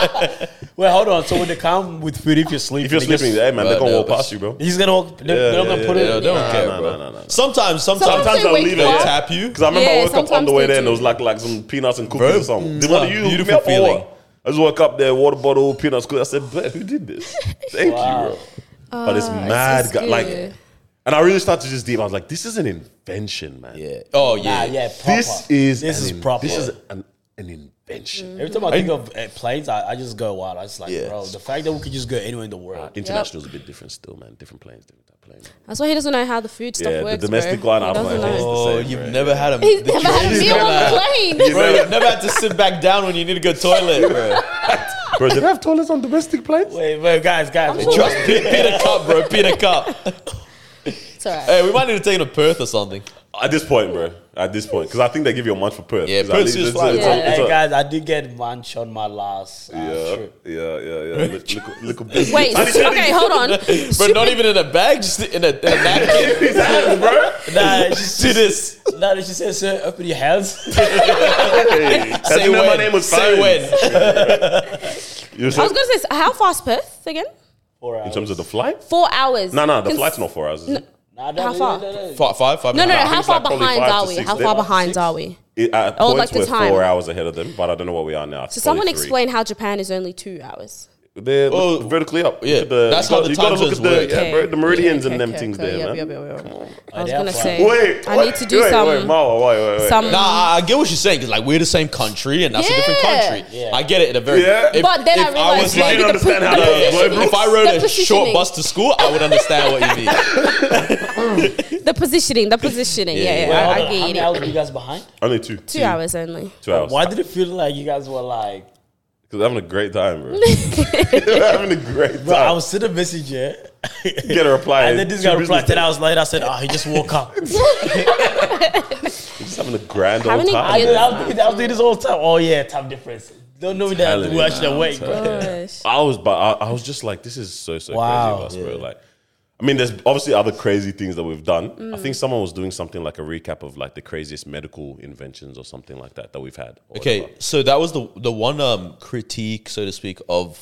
[SPEAKER 5] Wait, hold on. So when they come with food, if you're sleeping,
[SPEAKER 1] if you're
[SPEAKER 5] they just-
[SPEAKER 1] sleeping, hey man,
[SPEAKER 2] Bro,
[SPEAKER 1] they're gonna
[SPEAKER 2] no,
[SPEAKER 1] walk
[SPEAKER 2] that's-
[SPEAKER 1] past you, bro.
[SPEAKER 5] he's gonna walk. They're,
[SPEAKER 1] Yeah,
[SPEAKER 5] they're not
[SPEAKER 1] yeah,
[SPEAKER 5] gonna put
[SPEAKER 1] yeah.
[SPEAKER 2] They don't,
[SPEAKER 5] it.
[SPEAKER 2] they don't
[SPEAKER 1] Nah,
[SPEAKER 2] care,
[SPEAKER 1] nah,
[SPEAKER 2] bro.
[SPEAKER 1] nah, nah, nah.
[SPEAKER 2] Sometimes, sometimes,
[SPEAKER 3] Sometimes
[SPEAKER 1] I'll leave
[SPEAKER 3] they
[SPEAKER 1] it.
[SPEAKER 3] wake you
[SPEAKER 1] Yeah.
[SPEAKER 2] they'll
[SPEAKER 3] up.
[SPEAKER 2] tap you.
[SPEAKER 1] Because I remember I
[SPEAKER 3] Yeah,
[SPEAKER 1] woke up on
[SPEAKER 3] sometimes
[SPEAKER 1] the way
[SPEAKER 3] they
[SPEAKER 1] there and it
[SPEAKER 3] do.
[SPEAKER 1] was like like some peanuts and cookies
[SPEAKER 2] Bro,
[SPEAKER 1] or something.
[SPEAKER 2] mm,
[SPEAKER 1] They wanted
[SPEAKER 2] ah,
[SPEAKER 1] you
[SPEAKER 2] beautiful
[SPEAKER 1] milk or
[SPEAKER 2] feeling.
[SPEAKER 1] what? I just woke up there, water bottle, peanuts, cookies. I said, "Bet who did this? Thank you, bro." But it's mad,
[SPEAKER 3] Ah, just
[SPEAKER 1] guy. like,
[SPEAKER 3] good.
[SPEAKER 1] and I really started to just deep. I was like, "This is an invention, man.
[SPEAKER 2] Yeah. Oh, yeah.
[SPEAKER 5] Nah, yeah, proper.
[SPEAKER 1] This is
[SPEAKER 5] this
[SPEAKER 1] an
[SPEAKER 5] is
[SPEAKER 1] in-
[SPEAKER 5] proper.
[SPEAKER 1] This is an, an
[SPEAKER 3] Mm.
[SPEAKER 1] invention.
[SPEAKER 5] Every time I think of uh, planes, I, I just go wild. I just like,
[SPEAKER 2] Yeah.
[SPEAKER 5] bro, the fact that we could just go anywhere in the world.
[SPEAKER 1] International's a bit different still, man. Different planes, different type of planes.
[SPEAKER 3] That's why he doesn't know how the food stuff
[SPEAKER 1] Yeah, the
[SPEAKER 3] works.
[SPEAKER 1] domestic
[SPEAKER 3] bro.
[SPEAKER 1] line,
[SPEAKER 3] He
[SPEAKER 1] I'm
[SPEAKER 3] doesn't
[SPEAKER 1] like,
[SPEAKER 3] know.
[SPEAKER 2] Oh,
[SPEAKER 1] It's the same,
[SPEAKER 2] you've
[SPEAKER 1] bro.
[SPEAKER 2] never had a
[SPEAKER 3] He's never had a
[SPEAKER 2] train's
[SPEAKER 3] meal
[SPEAKER 2] never
[SPEAKER 3] on the
[SPEAKER 2] had-
[SPEAKER 3] plane.
[SPEAKER 2] Bro, you've never had to sit back down when you need to go toilet, bro.
[SPEAKER 1] Bro, did they have toilets on domestic planes?
[SPEAKER 5] Wait, wait, guys, guys.
[SPEAKER 3] sure-
[SPEAKER 2] Trust Peter, Peter Cup, bro. Peter Cup.
[SPEAKER 3] It's all right.
[SPEAKER 2] Hey, we might need to take him to Perth or something.
[SPEAKER 1] At this point, bro. At this point, because I think they give you a month for Perth.
[SPEAKER 2] Yeah,
[SPEAKER 1] 'Cause I
[SPEAKER 2] Perth's
[SPEAKER 1] think
[SPEAKER 2] just
[SPEAKER 1] it's a-
[SPEAKER 2] like-
[SPEAKER 1] it's a-
[SPEAKER 5] Hey,
[SPEAKER 1] it's a-
[SPEAKER 5] guys, I did get munch on my last uh,
[SPEAKER 1] Yeah,
[SPEAKER 5] trip.
[SPEAKER 1] yeah, yeah, yeah. Little, little business.
[SPEAKER 3] Wait,
[SPEAKER 1] And it's
[SPEAKER 3] okay, hold on.
[SPEAKER 2] But not even in a bag, just in a, in a napkin.
[SPEAKER 1] his hands, bro.
[SPEAKER 5] Nah, she,
[SPEAKER 2] Just do this.
[SPEAKER 5] nah, she said, sir, open your hands.
[SPEAKER 1] Hey, I
[SPEAKER 2] Say
[SPEAKER 1] didn't know
[SPEAKER 2] when.
[SPEAKER 1] my name was
[SPEAKER 2] Say
[SPEAKER 1] Fine.
[SPEAKER 2] when.
[SPEAKER 1] You
[SPEAKER 3] I
[SPEAKER 1] said,
[SPEAKER 3] was going to say, how fast Perth again?
[SPEAKER 5] Four
[SPEAKER 1] in
[SPEAKER 5] hours.
[SPEAKER 1] terms of the flight?
[SPEAKER 3] Four hours.
[SPEAKER 1] No, no, the
[SPEAKER 3] Cons-
[SPEAKER 1] flight's not four hours. is it?
[SPEAKER 5] Nah, nah,
[SPEAKER 3] how
[SPEAKER 5] nah,
[SPEAKER 3] far?
[SPEAKER 5] nah, nah, nah.
[SPEAKER 2] Five, five, five.
[SPEAKER 3] No, no,
[SPEAKER 2] and
[SPEAKER 3] no.
[SPEAKER 2] a half.
[SPEAKER 1] think
[SPEAKER 3] How
[SPEAKER 1] it's
[SPEAKER 3] far
[SPEAKER 1] like probably
[SPEAKER 3] behind
[SPEAKER 1] five to
[SPEAKER 3] are we?
[SPEAKER 1] six
[SPEAKER 3] How
[SPEAKER 1] days.
[SPEAKER 3] far behind are we?
[SPEAKER 1] It, at
[SPEAKER 3] Oh,
[SPEAKER 1] points
[SPEAKER 3] like the
[SPEAKER 1] we're
[SPEAKER 3] time.
[SPEAKER 1] four hours ahead of them, but I don't know what we are now.
[SPEAKER 3] So someone explain how Japan is only two hours.
[SPEAKER 1] They're
[SPEAKER 2] Oh,
[SPEAKER 1] vertically up. Look
[SPEAKER 2] yeah,
[SPEAKER 1] at the,
[SPEAKER 2] that's
[SPEAKER 1] you
[SPEAKER 2] how
[SPEAKER 1] got-
[SPEAKER 2] the
[SPEAKER 1] you gotta
[SPEAKER 2] time
[SPEAKER 1] look at
[SPEAKER 2] zones
[SPEAKER 1] the,
[SPEAKER 2] work.
[SPEAKER 1] yeah, bro, the meridians
[SPEAKER 3] Okay,
[SPEAKER 1] and them
[SPEAKER 3] okay,
[SPEAKER 1] things
[SPEAKER 3] okay,
[SPEAKER 1] there,
[SPEAKER 3] yep,
[SPEAKER 1] man.
[SPEAKER 3] yep, yep, yep, yep. I
[SPEAKER 5] Oh,
[SPEAKER 3] was
[SPEAKER 5] that's
[SPEAKER 3] gonna
[SPEAKER 5] fine.
[SPEAKER 3] say
[SPEAKER 1] Wait,
[SPEAKER 3] I
[SPEAKER 1] wait,
[SPEAKER 3] need to do
[SPEAKER 1] wait,
[SPEAKER 3] some
[SPEAKER 1] Wait, Mara, wait, wait, wait.
[SPEAKER 3] some
[SPEAKER 2] Nah, I I get what you're saying. Cause like we're the same country, and that's a different
[SPEAKER 3] Yeah.
[SPEAKER 2] country.
[SPEAKER 5] Yeah.
[SPEAKER 2] I get it in a very.
[SPEAKER 1] Yeah.
[SPEAKER 3] But then I realized
[SPEAKER 2] was
[SPEAKER 1] You
[SPEAKER 2] like, uh,
[SPEAKER 3] maybe
[SPEAKER 1] didn't
[SPEAKER 3] the
[SPEAKER 1] understand
[SPEAKER 3] po-
[SPEAKER 1] how
[SPEAKER 3] the
[SPEAKER 1] the
[SPEAKER 3] positioning.
[SPEAKER 1] road
[SPEAKER 2] if I
[SPEAKER 3] It's
[SPEAKER 2] rode
[SPEAKER 3] the
[SPEAKER 2] a short
[SPEAKER 3] positioning.
[SPEAKER 2] bus to school, I would understand what you mean.
[SPEAKER 3] the positioning, the positioning. yeah, yeah,
[SPEAKER 5] Wait, hold
[SPEAKER 3] I,
[SPEAKER 5] on.
[SPEAKER 3] I
[SPEAKER 5] How
[SPEAKER 3] get
[SPEAKER 5] many
[SPEAKER 3] it.
[SPEAKER 5] hours were you guys behind?
[SPEAKER 1] Only two.
[SPEAKER 3] Two hours only.
[SPEAKER 1] Two hours.
[SPEAKER 5] Why did it feel like you guys were like?
[SPEAKER 1] Because I'm having a great time, bro. We're having a great time.
[SPEAKER 5] Bro, I was sent a message, yeah.
[SPEAKER 1] get a reply.
[SPEAKER 5] And then this
[SPEAKER 1] Two
[SPEAKER 5] guy replied
[SPEAKER 1] business
[SPEAKER 5] ten hours later. I said, "Oh, he just woke up."
[SPEAKER 1] days. Just having a grand
[SPEAKER 3] How
[SPEAKER 1] old
[SPEAKER 3] many
[SPEAKER 5] I
[SPEAKER 1] time.
[SPEAKER 3] kids-
[SPEAKER 5] did. I was doing- I was doing this all time. Oh yeah, time difference. Don't know that
[SPEAKER 1] Telling
[SPEAKER 5] we're
[SPEAKER 1] you,
[SPEAKER 5] actually
[SPEAKER 1] man,
[SPEAKER 5] awake,
[SPEAKER 1] I'm
[SPEAKER 5] bro.
[SPEAKER 3] Gosh.
[SPEAKER 1] I was, but I, I was just like, this is so so
[SPEAKER 5] Wow.
[SPEAKER 1] crazy of us, bro. Like, I mean, there's obviously other crazy things that we've done.
[SPEAKER 3] Mm.
[SPEAKER 1] I think someone was doing something like a recap of like the craziest medical inventions or something like that that we've had. or
[SPEAKER 2] Okay,
[SPEAKER 1] whatever.
[SPEAKER 2] so that was the the one um, critique, so to speak, of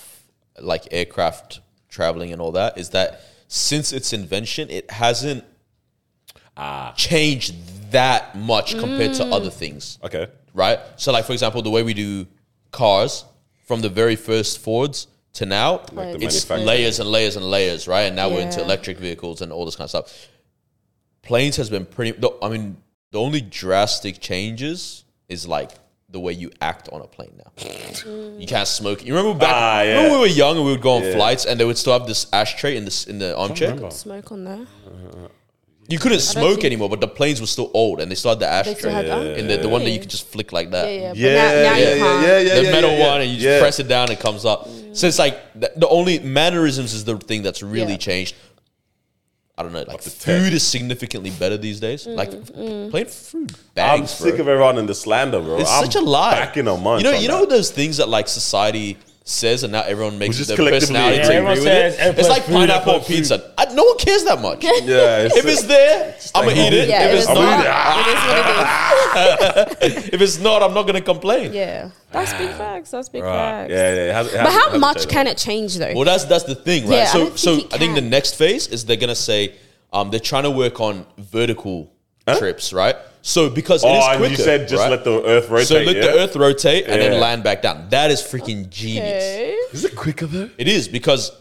[SPEAKER 2] like aircraft traveling and all that is that since its invention, it hasn't changed that much compared to other things,
[SPEAKER 1] okay,
[SPEAKER 2] right? So, like for example, the way we do cars from the very first Fords to now,
[SPEAKER 1] like the
[SPEAKER 3] It's
[SPEAKER 2] it's
[SPEAKER 1] manufacturing.
[SPEAKER 2] layers and layers and layers, right? And now we're into
[SPEAKER 3] Yeah.
[SPEAKER 2] electric vehicles and all this kind of stuff. Planes has been pretty. The, I mean, the only drastic changes is like the way you act on a plane now. you can't smoke. You remember back
[SPEAKER 1] Ah, yeah.
[SPEAKER 2] remember when we were young and we would go on
[SPEAKER 1] Yeah.
[SPEAKER 2] flights and they would still have this ashtray in this in the armchair.
[SPEAKER 1] remember.
[SPEAKER 3] Smoke on there.
[SPEAKER 2] You couldn't smoke
[SPEAKER 3] think-
[SPEAKER 2] anymore, but the planes were still old and they still had the ashtray
[SPEAKER 3] They still had that.
[SPEAKER 2] and the, the one that you
[SPEAKER 3] Really?
[SPEAKER 2] could just flick like that.
[SPEAKER 3] Yeah, yeah. But
[SPEAKER 1] Yeah,
[SPEAKER 3] now, now
[SPEAKER 1] yeah,
[SPEAKER 3] you
[SPEAKER 1] yeah,
[SPEAKER 3] can't.
[SPEAKER 1] yeah, yeah,
[SPEAKER 2] the
[SPEAKER 1] yeah,
[SPEAKER 2] metal
[SPEAKER 1] yeah, yeah.
[SPEAKER 2] one, and you just
[SPEAKER 1] Yeah.
[SPEAKER 2] press it down, it comes up. So it's like the, the only mannerisms is the thing that's really
[SPEAKER 3] Yeah.
[SPEAKER 2] changed. I don't know, like
[SPEAKER 1] the tech.
[SPEAKER 2] food is significantly better these days. Like plain food
[SPEAKER 1] I'm
[SPEAKER 2] bags,
[SPEAKER 1] sick of everyone in the slander, bro.
[SPEAKER 2] it's
[SPEAKER 1] I'm
[SPEAKER 2] such a lie.
[SPEAKER 1] Back in a month,
[SPEAKER 2] you know,
[SPEAKER 1] on
[SPEAKER 2] you
[SPEAKER 1] that.
[SPEAKER 2] know those things that like society says, and now everyone makes
[SPEAKER 1] just
[SPEAKER 2] their
[SPEAKER 1] collectively
[SPEAKER 2] personality
[SPEAKER 1] agree.
[SPEAKER 2] to
[SPEAKER 5] Everyone
[SPEAKER 2] agree with it.
[SPEAKER 5] says, "Airplane
[SPEAKER 2] It's like
[SPEAKER 5] food,
[SPEAKER 2] pineapple on
[SPEAKER 5] airplane
[SPEAKER 2] pizza. I, no one cares that much.
[SPEAKER 1] Yeah, it's,
[SPEAKER 2] If it's there, I'm
[SPEAKER 1] like,
[SPEAKER 2] gonna eat it.
[SPEAKER 3] Yeah,
[SPEAKER 2] if it's
[SPEAKER 1] I'm gonna
[SPEAKER 2] not,
[SPEAKER 1] eat it.
[SPEAKER 3] It is what it is.
[SPEAKER 2] if it's not, I'm not gonna complain.
[SPEAKER 3] Yeah, that's big facts. That's big
[SPEAKER 1] right.
[SPEAKER 3] facts.
[SPEAKER 1] yeah, yeah. It has, it
[SPEAKER 3] But
[SPEAKER 1] has- it
[SPEAKER 3] how
[SPEAKER 1] has
[SPEAKER 3] much
[SPEAKER 1] changed.
[SPEAKER 3] can it change though?
[SPEAKER 2] Well, that's that's the thing, right?
[SPEAKER 3] Yeah, I
[SPEAKER 2] so,
[SPEAKER 3] don't
[SPEAKER 2] so
[SPEAKER 3] think it
[SPEAKER 2] I think the
[SPEAKER 3] can.
[SPEAKER 2] next phase is they're gonna say um, they're trying to work on vertical trips, right? So because it
[SPEAKER 1] Oh,
[SPEAKER 2] is quicker,
[SPEAKER 1] and you said just
[SPEAKER 2] right?
[SPEAKER 1] let the Earth rotate.
[SPEAKER 2] so let
[SPEAKER 1] yeah?
[SPEAKER 2] the Earth rotate and
[SPEAKER 1] Yeah.
[SPEAKER 2] then land back down. That is freaking genius.
[SPEAKER 3] Okay.
[SPEAKER 1] Is it quicker though?
[SPEAKER 2] It is because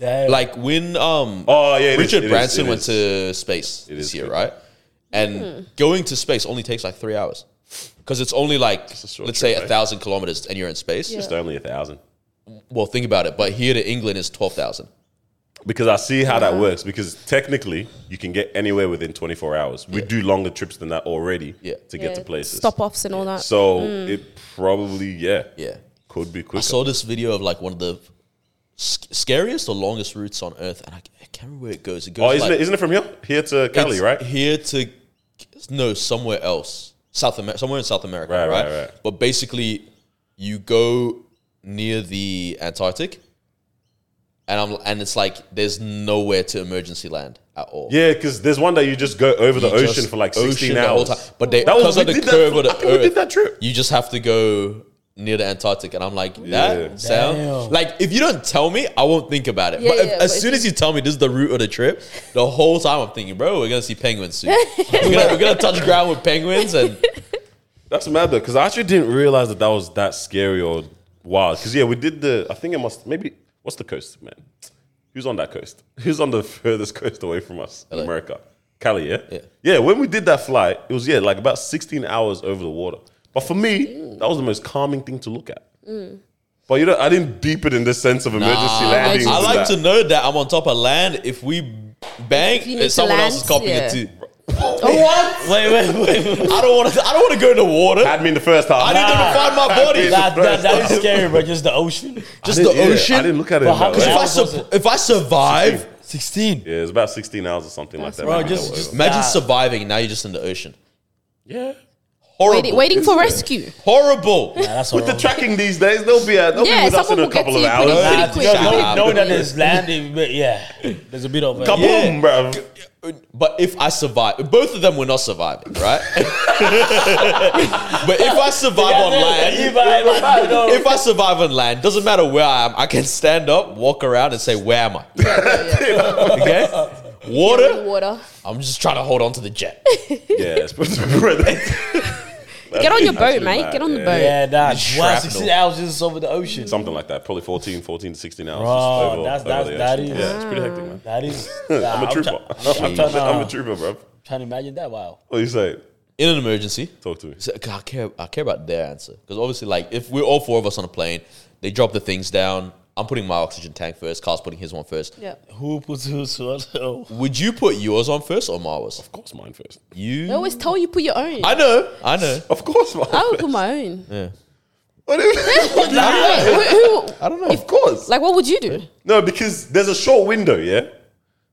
[SPEAKER 5] Damn.
[SPEAKER 2] like when um
[SPEAKER 1] Oh yeah, it is, it
[SPEAKER 2] Richard
[SPEAKER 1] is,
[SPEAKER 2] Branson
[SPEAKER 1] it
[SPEAKER 2] went
[SPEAKER 1] is.
[SPEAKER 2] to space
[SPEAKER 1] It
[SPEAKER 2] this
[SPEAKER 1] is
[SPEAKER 2] year,
[SPEAKER 1] quicker.
[SPEAKER 2] right? And
[SPEAKER 3] Hmm.
[SPEAKER 2] going to space only takes like three hours because it's only like
[SPEAKER 1] a
[SPEAKER 2] let's
[SPEAKER 1] short
[SPEAKER 2] say
[SPEAKER 1] trip,
[SPEAKER 2] a
[SPEAKER 1] eh?
[SPEAKER 2] thousand kilometers and you're in space.
[SPEAKER 3] Yeah.
[SPEAKER 1] It's only a thousand.
[SPEAKER 2] Well, think about it. But here to England is twelve thousand.
[SPEAKER 1] Because I see how that works. Because technically, you can get anywhere within 24 hours. We do longer trips than that already
[SPEAKER 2] Yeah.
[SPEAKER 1] to
[SPEAKER 3] Yeah,
[SPEAKER 1] get to places.
[SPEAKER 3] Stop Mm. offs and all that.
[SPEAKER 1] So it probably, yeah,
[SPEAKER 2] Yeah.
[SPEAKER 1] could be
[SPEAKER 2] I
[SPEAKER 1] quicker.
[SPEAKER 2] saw this video of like one of the sc- scariest or longest routes on earth, and I, I can't remember where it goes. It goes
[SPEAKER 1] oh, isn't,
[SPEAKER 2] like,
[SPEAKER 1] it, isn't it from here? Here to Cali,
[SPEAKER 2] it's
[SPEAKER 1] right?
[SPEAKER 2] Here to no, somewhere else, South America, somewhere in South America,
[SPEAKER 1] Right,
[SPEAKER 2] right,
[SPEAKER 1] right, right.
[SPEAKER 2] But basically, you go near the Antarctic, and I'm and it's like there's nowhere to emergency land at all.
[SPEAKER 1] Yeah, because there's one that you just go over the
[SPEAKER 2] You just
[SPEAKER 1] ocean for like 16
[SPEAKER 2] ocean the whole
[SPEAKER 1] hours.
[SPEAKER 2] time. But they,
[SPEAKER 1] That was-
[SPEAKER 2] because of
[SPEAKER 1] we
[SPEAKER 2] the
[SPEAKER 1] did that
[SPEAKER 2] curve
[SPEAKER 1] for-
[SPEAKER 2] of the
[SPEAKER 1] I think we
[SPEAKER 2] earth,
[SPEAKER 1] did that trip.
[SPEAKER 2] you just have to go near the Antarctic. And I'm like, that
[SPEAKER 1] Yeah.
[SPEAKER 2] sound?
[SPEAKER 5] Damn.
[SPEAKER 2] Like, if you don't tell me, I won't think about it.
[SPEAKER 3] Yeah,
[SPEAKER 2] but if,
[SPEAKER 3] yeah,
[SPEAKER 2] as
[SPEAKER 3] but
[SPEAKER 2] soon
[SPEAKER 3] if
[SPEAKER 2] as you tell me this is the route of the trip, the whole time I'm thinking, bro, we're going to see penguins soon. we're going we're gonna touch ground with penguins. And
[SPEAKER 1] That's mad though, because I actually didn't realize that that was that scary or wild. Because yeah, we did the. I think it must maybe what's the coast, man? Who's on that coast? Who's on the furthest coast away from us? in America, Cali, yeah?
[SPEAKER 2] Yeah.
[SPEAKER 1] When we did that flight, it was yeah like about sixteen hours over the water. But for me, that was the most calming thing to look at. But you know, I didn't deep it in the sense of emergency landing.
[SPEAKER 2] I like to know that I'm on top of land. If we bang,
[SPEAKER 3] you need to
[SPEAKER 2] someone else
[SPEAKER 3] land,
[SPEAKER 2] is copying it
[SPEAKER 3] yeah.
[SPEAKER 2] too.
[SPEAKER 3] Oh, what?
[SPEAKER 5] Wait, wait, wait. wait.
[SPEAKER 2] I don't want to. I don't want to go in the water.
[SPEAKER 1] Had me in the first half.
[SPEAKER 2] I need them to find my body.
[SPEAKER 5] that, that, that is scary, bro. Just the ocean.
[SPEAKER 2] Just
[SPEAKER 1] I
[SPEAKER 2] the
[SPEAKER 1] didn't- yeah,
[SPEAKER 2] ocean.
[SPEAKER 1] I didn't look at it.
[SPEAKER 5] But
[SPEAKER 1] in
[SPEAKER 5] how
[SPEAKER 1] that
[SPEAKER 5] could
[SPEAKER 1] way.
[SPEAKER 2] if
[SPEAKER 5] you-
[SPEAKER 2] I su- if I survive,
[SPEAKER 5] 16.
[SPEAKER 1] Yeah, it was about sixteen hours or something like that.
[SPEAKER 5] Bro,
[SPEAKER 1] maybe
[SPEAKER 5] just-
[SPEAKER 1] that way.
[SPEAKER 5] just-
[SPEAKER 2] Imagine
[SPEAKER 5] Nah.
[SPEAKER 2] surviving. Now you're just in the ocean.
[SPEAKER 1] yeah.
[SPEAKER 2] Horrible.
[SPEAKER 3] Waiting, waiting for rescue.
[SPEAKER 2] Horrible.
[SPEAKER 5] Nah, that's
[SPEAKER 1] With the
[SPEAKER 5] horrible.
[SPEAKER 1] tracking these days, they'll be at, they'll
[SPEAKER 3] Yeah,
[SPEAKER 1] be with us in
[SPEAKER 3] someone
[SPEAKER 1] a
[SPEAKER 3] will get
[SPEAKER 1] couple
[SPEAKER 3] to
[SPEAKER 1] of
[SPEAKER 3] you pretty
[SPEAKER 1] hours.
[SPEAKER 5] Nah,
[SPEAKER 3] Pretty
[SPEAKER 5] you know,
[SPEAKER 3] quick.
[SPEAKER 5] knowing- knowing that there's landing, but yeah, there's a bit of a.
[SPEAKER 1] Kaboom,
[SPEAKER 2] Yeah.
[SPEAKER 1] bro.
[SPEAKER 2] But if I survive, both of them were not surviving, right? but if I survive on land, if I survive on land, doesn't matter where I am, I can stand up, walk around, and say, "Where am I?" Okay. Water.
[SPEAKER 3] Water.
[SPEAKER 2] I'm just trying to hold on to the jet.
[SPEAKER 1] Yeah, it's supposed to be red.
[SPEAKER 3] Get on your
[SPEAKER 1] That's
[SPEAKER 3] boat,
[SPEAKER 1] too
[SPEAKER 3] mate.
[SPEAKER 1] bad,
[SPEAKER 3] Get on the
[SPEAKER 1] yeah.
[SPEAKER 3] boat.
[SPEAKER 5] yeah, nah. Wow,
[SPEAKER 2] Shrapnel.
[SPEAKER 5] 16 hours just over the ocean.
[SPEAKER 1] Something like that, probably 14, 14 to 16 hours.
[SPEAKER 5] Bro,
[SPEAKER 1] just over,
[SPEAKER 5] that's-
[SPEAKER 1] over
[SPEAKER 5] that's-
[SPEAKER 1] the
[SPEAKER 5] that
[SPEAKER 1] ocean.
[SPEAKER 5] is-
[SPEAKER 1] Yeah, it's pretty hectic, man.
[SPEAKER 5] That is. nah,
[SPEAKER 1] I'm a
[SPEAKER 5] try-
[SPEAKER 1] trooper.
[SPEAKER 5] I'm
[SPEAKER 1] I'm,
[SPEAKER 5] trying,
[SPEAKER 1] trying to, I'm
[SPEAKER 5] uh,
[SPEAKER 1] a trooper, bro.
[SPEAKER 5] trying to imagine that. Wow.
[SPEAKER 1] What do you say?
[SPEAKER 2] In an emergency,
[SPEAKER 1] Talk to me.
[SPEAKER 2] So, I care. I care about their answer because obviously, like, if we're all four of us on a plane, they drop the things down. I'm putting my oxygen tank first. Carl's putting his one first.
[SPEAKER 3] Yeah.
[SPEAKER 5] Who puts who Oh. so
[SPEAKER 2] Would you put yours on first or Marwa's?
[SPEAKER 1] Of course, mine first.
[SPEAKER 2] You.
[SPEAKER 3] They always tell you put your own.
[SPEAKER 2] I
[SPEAKER 3] I,
[SPEAKER 2] know. I know.
[SPEAKER 1] Of course, mine.
[SPEAKER 3] would
[SPEAKER 1] first.
[SPEAKER 3] put my own.
[SPEAKER 1] What do you mean? What do you mean?
[SPEAKER 3] Wait, who, who,
[SPEAKER 2] I don't know.
[SPEAKER 1] Of course.
[SPEAKER 3] like, what would you do?
[SPEAKER 1] No, because there's a short window, yeah,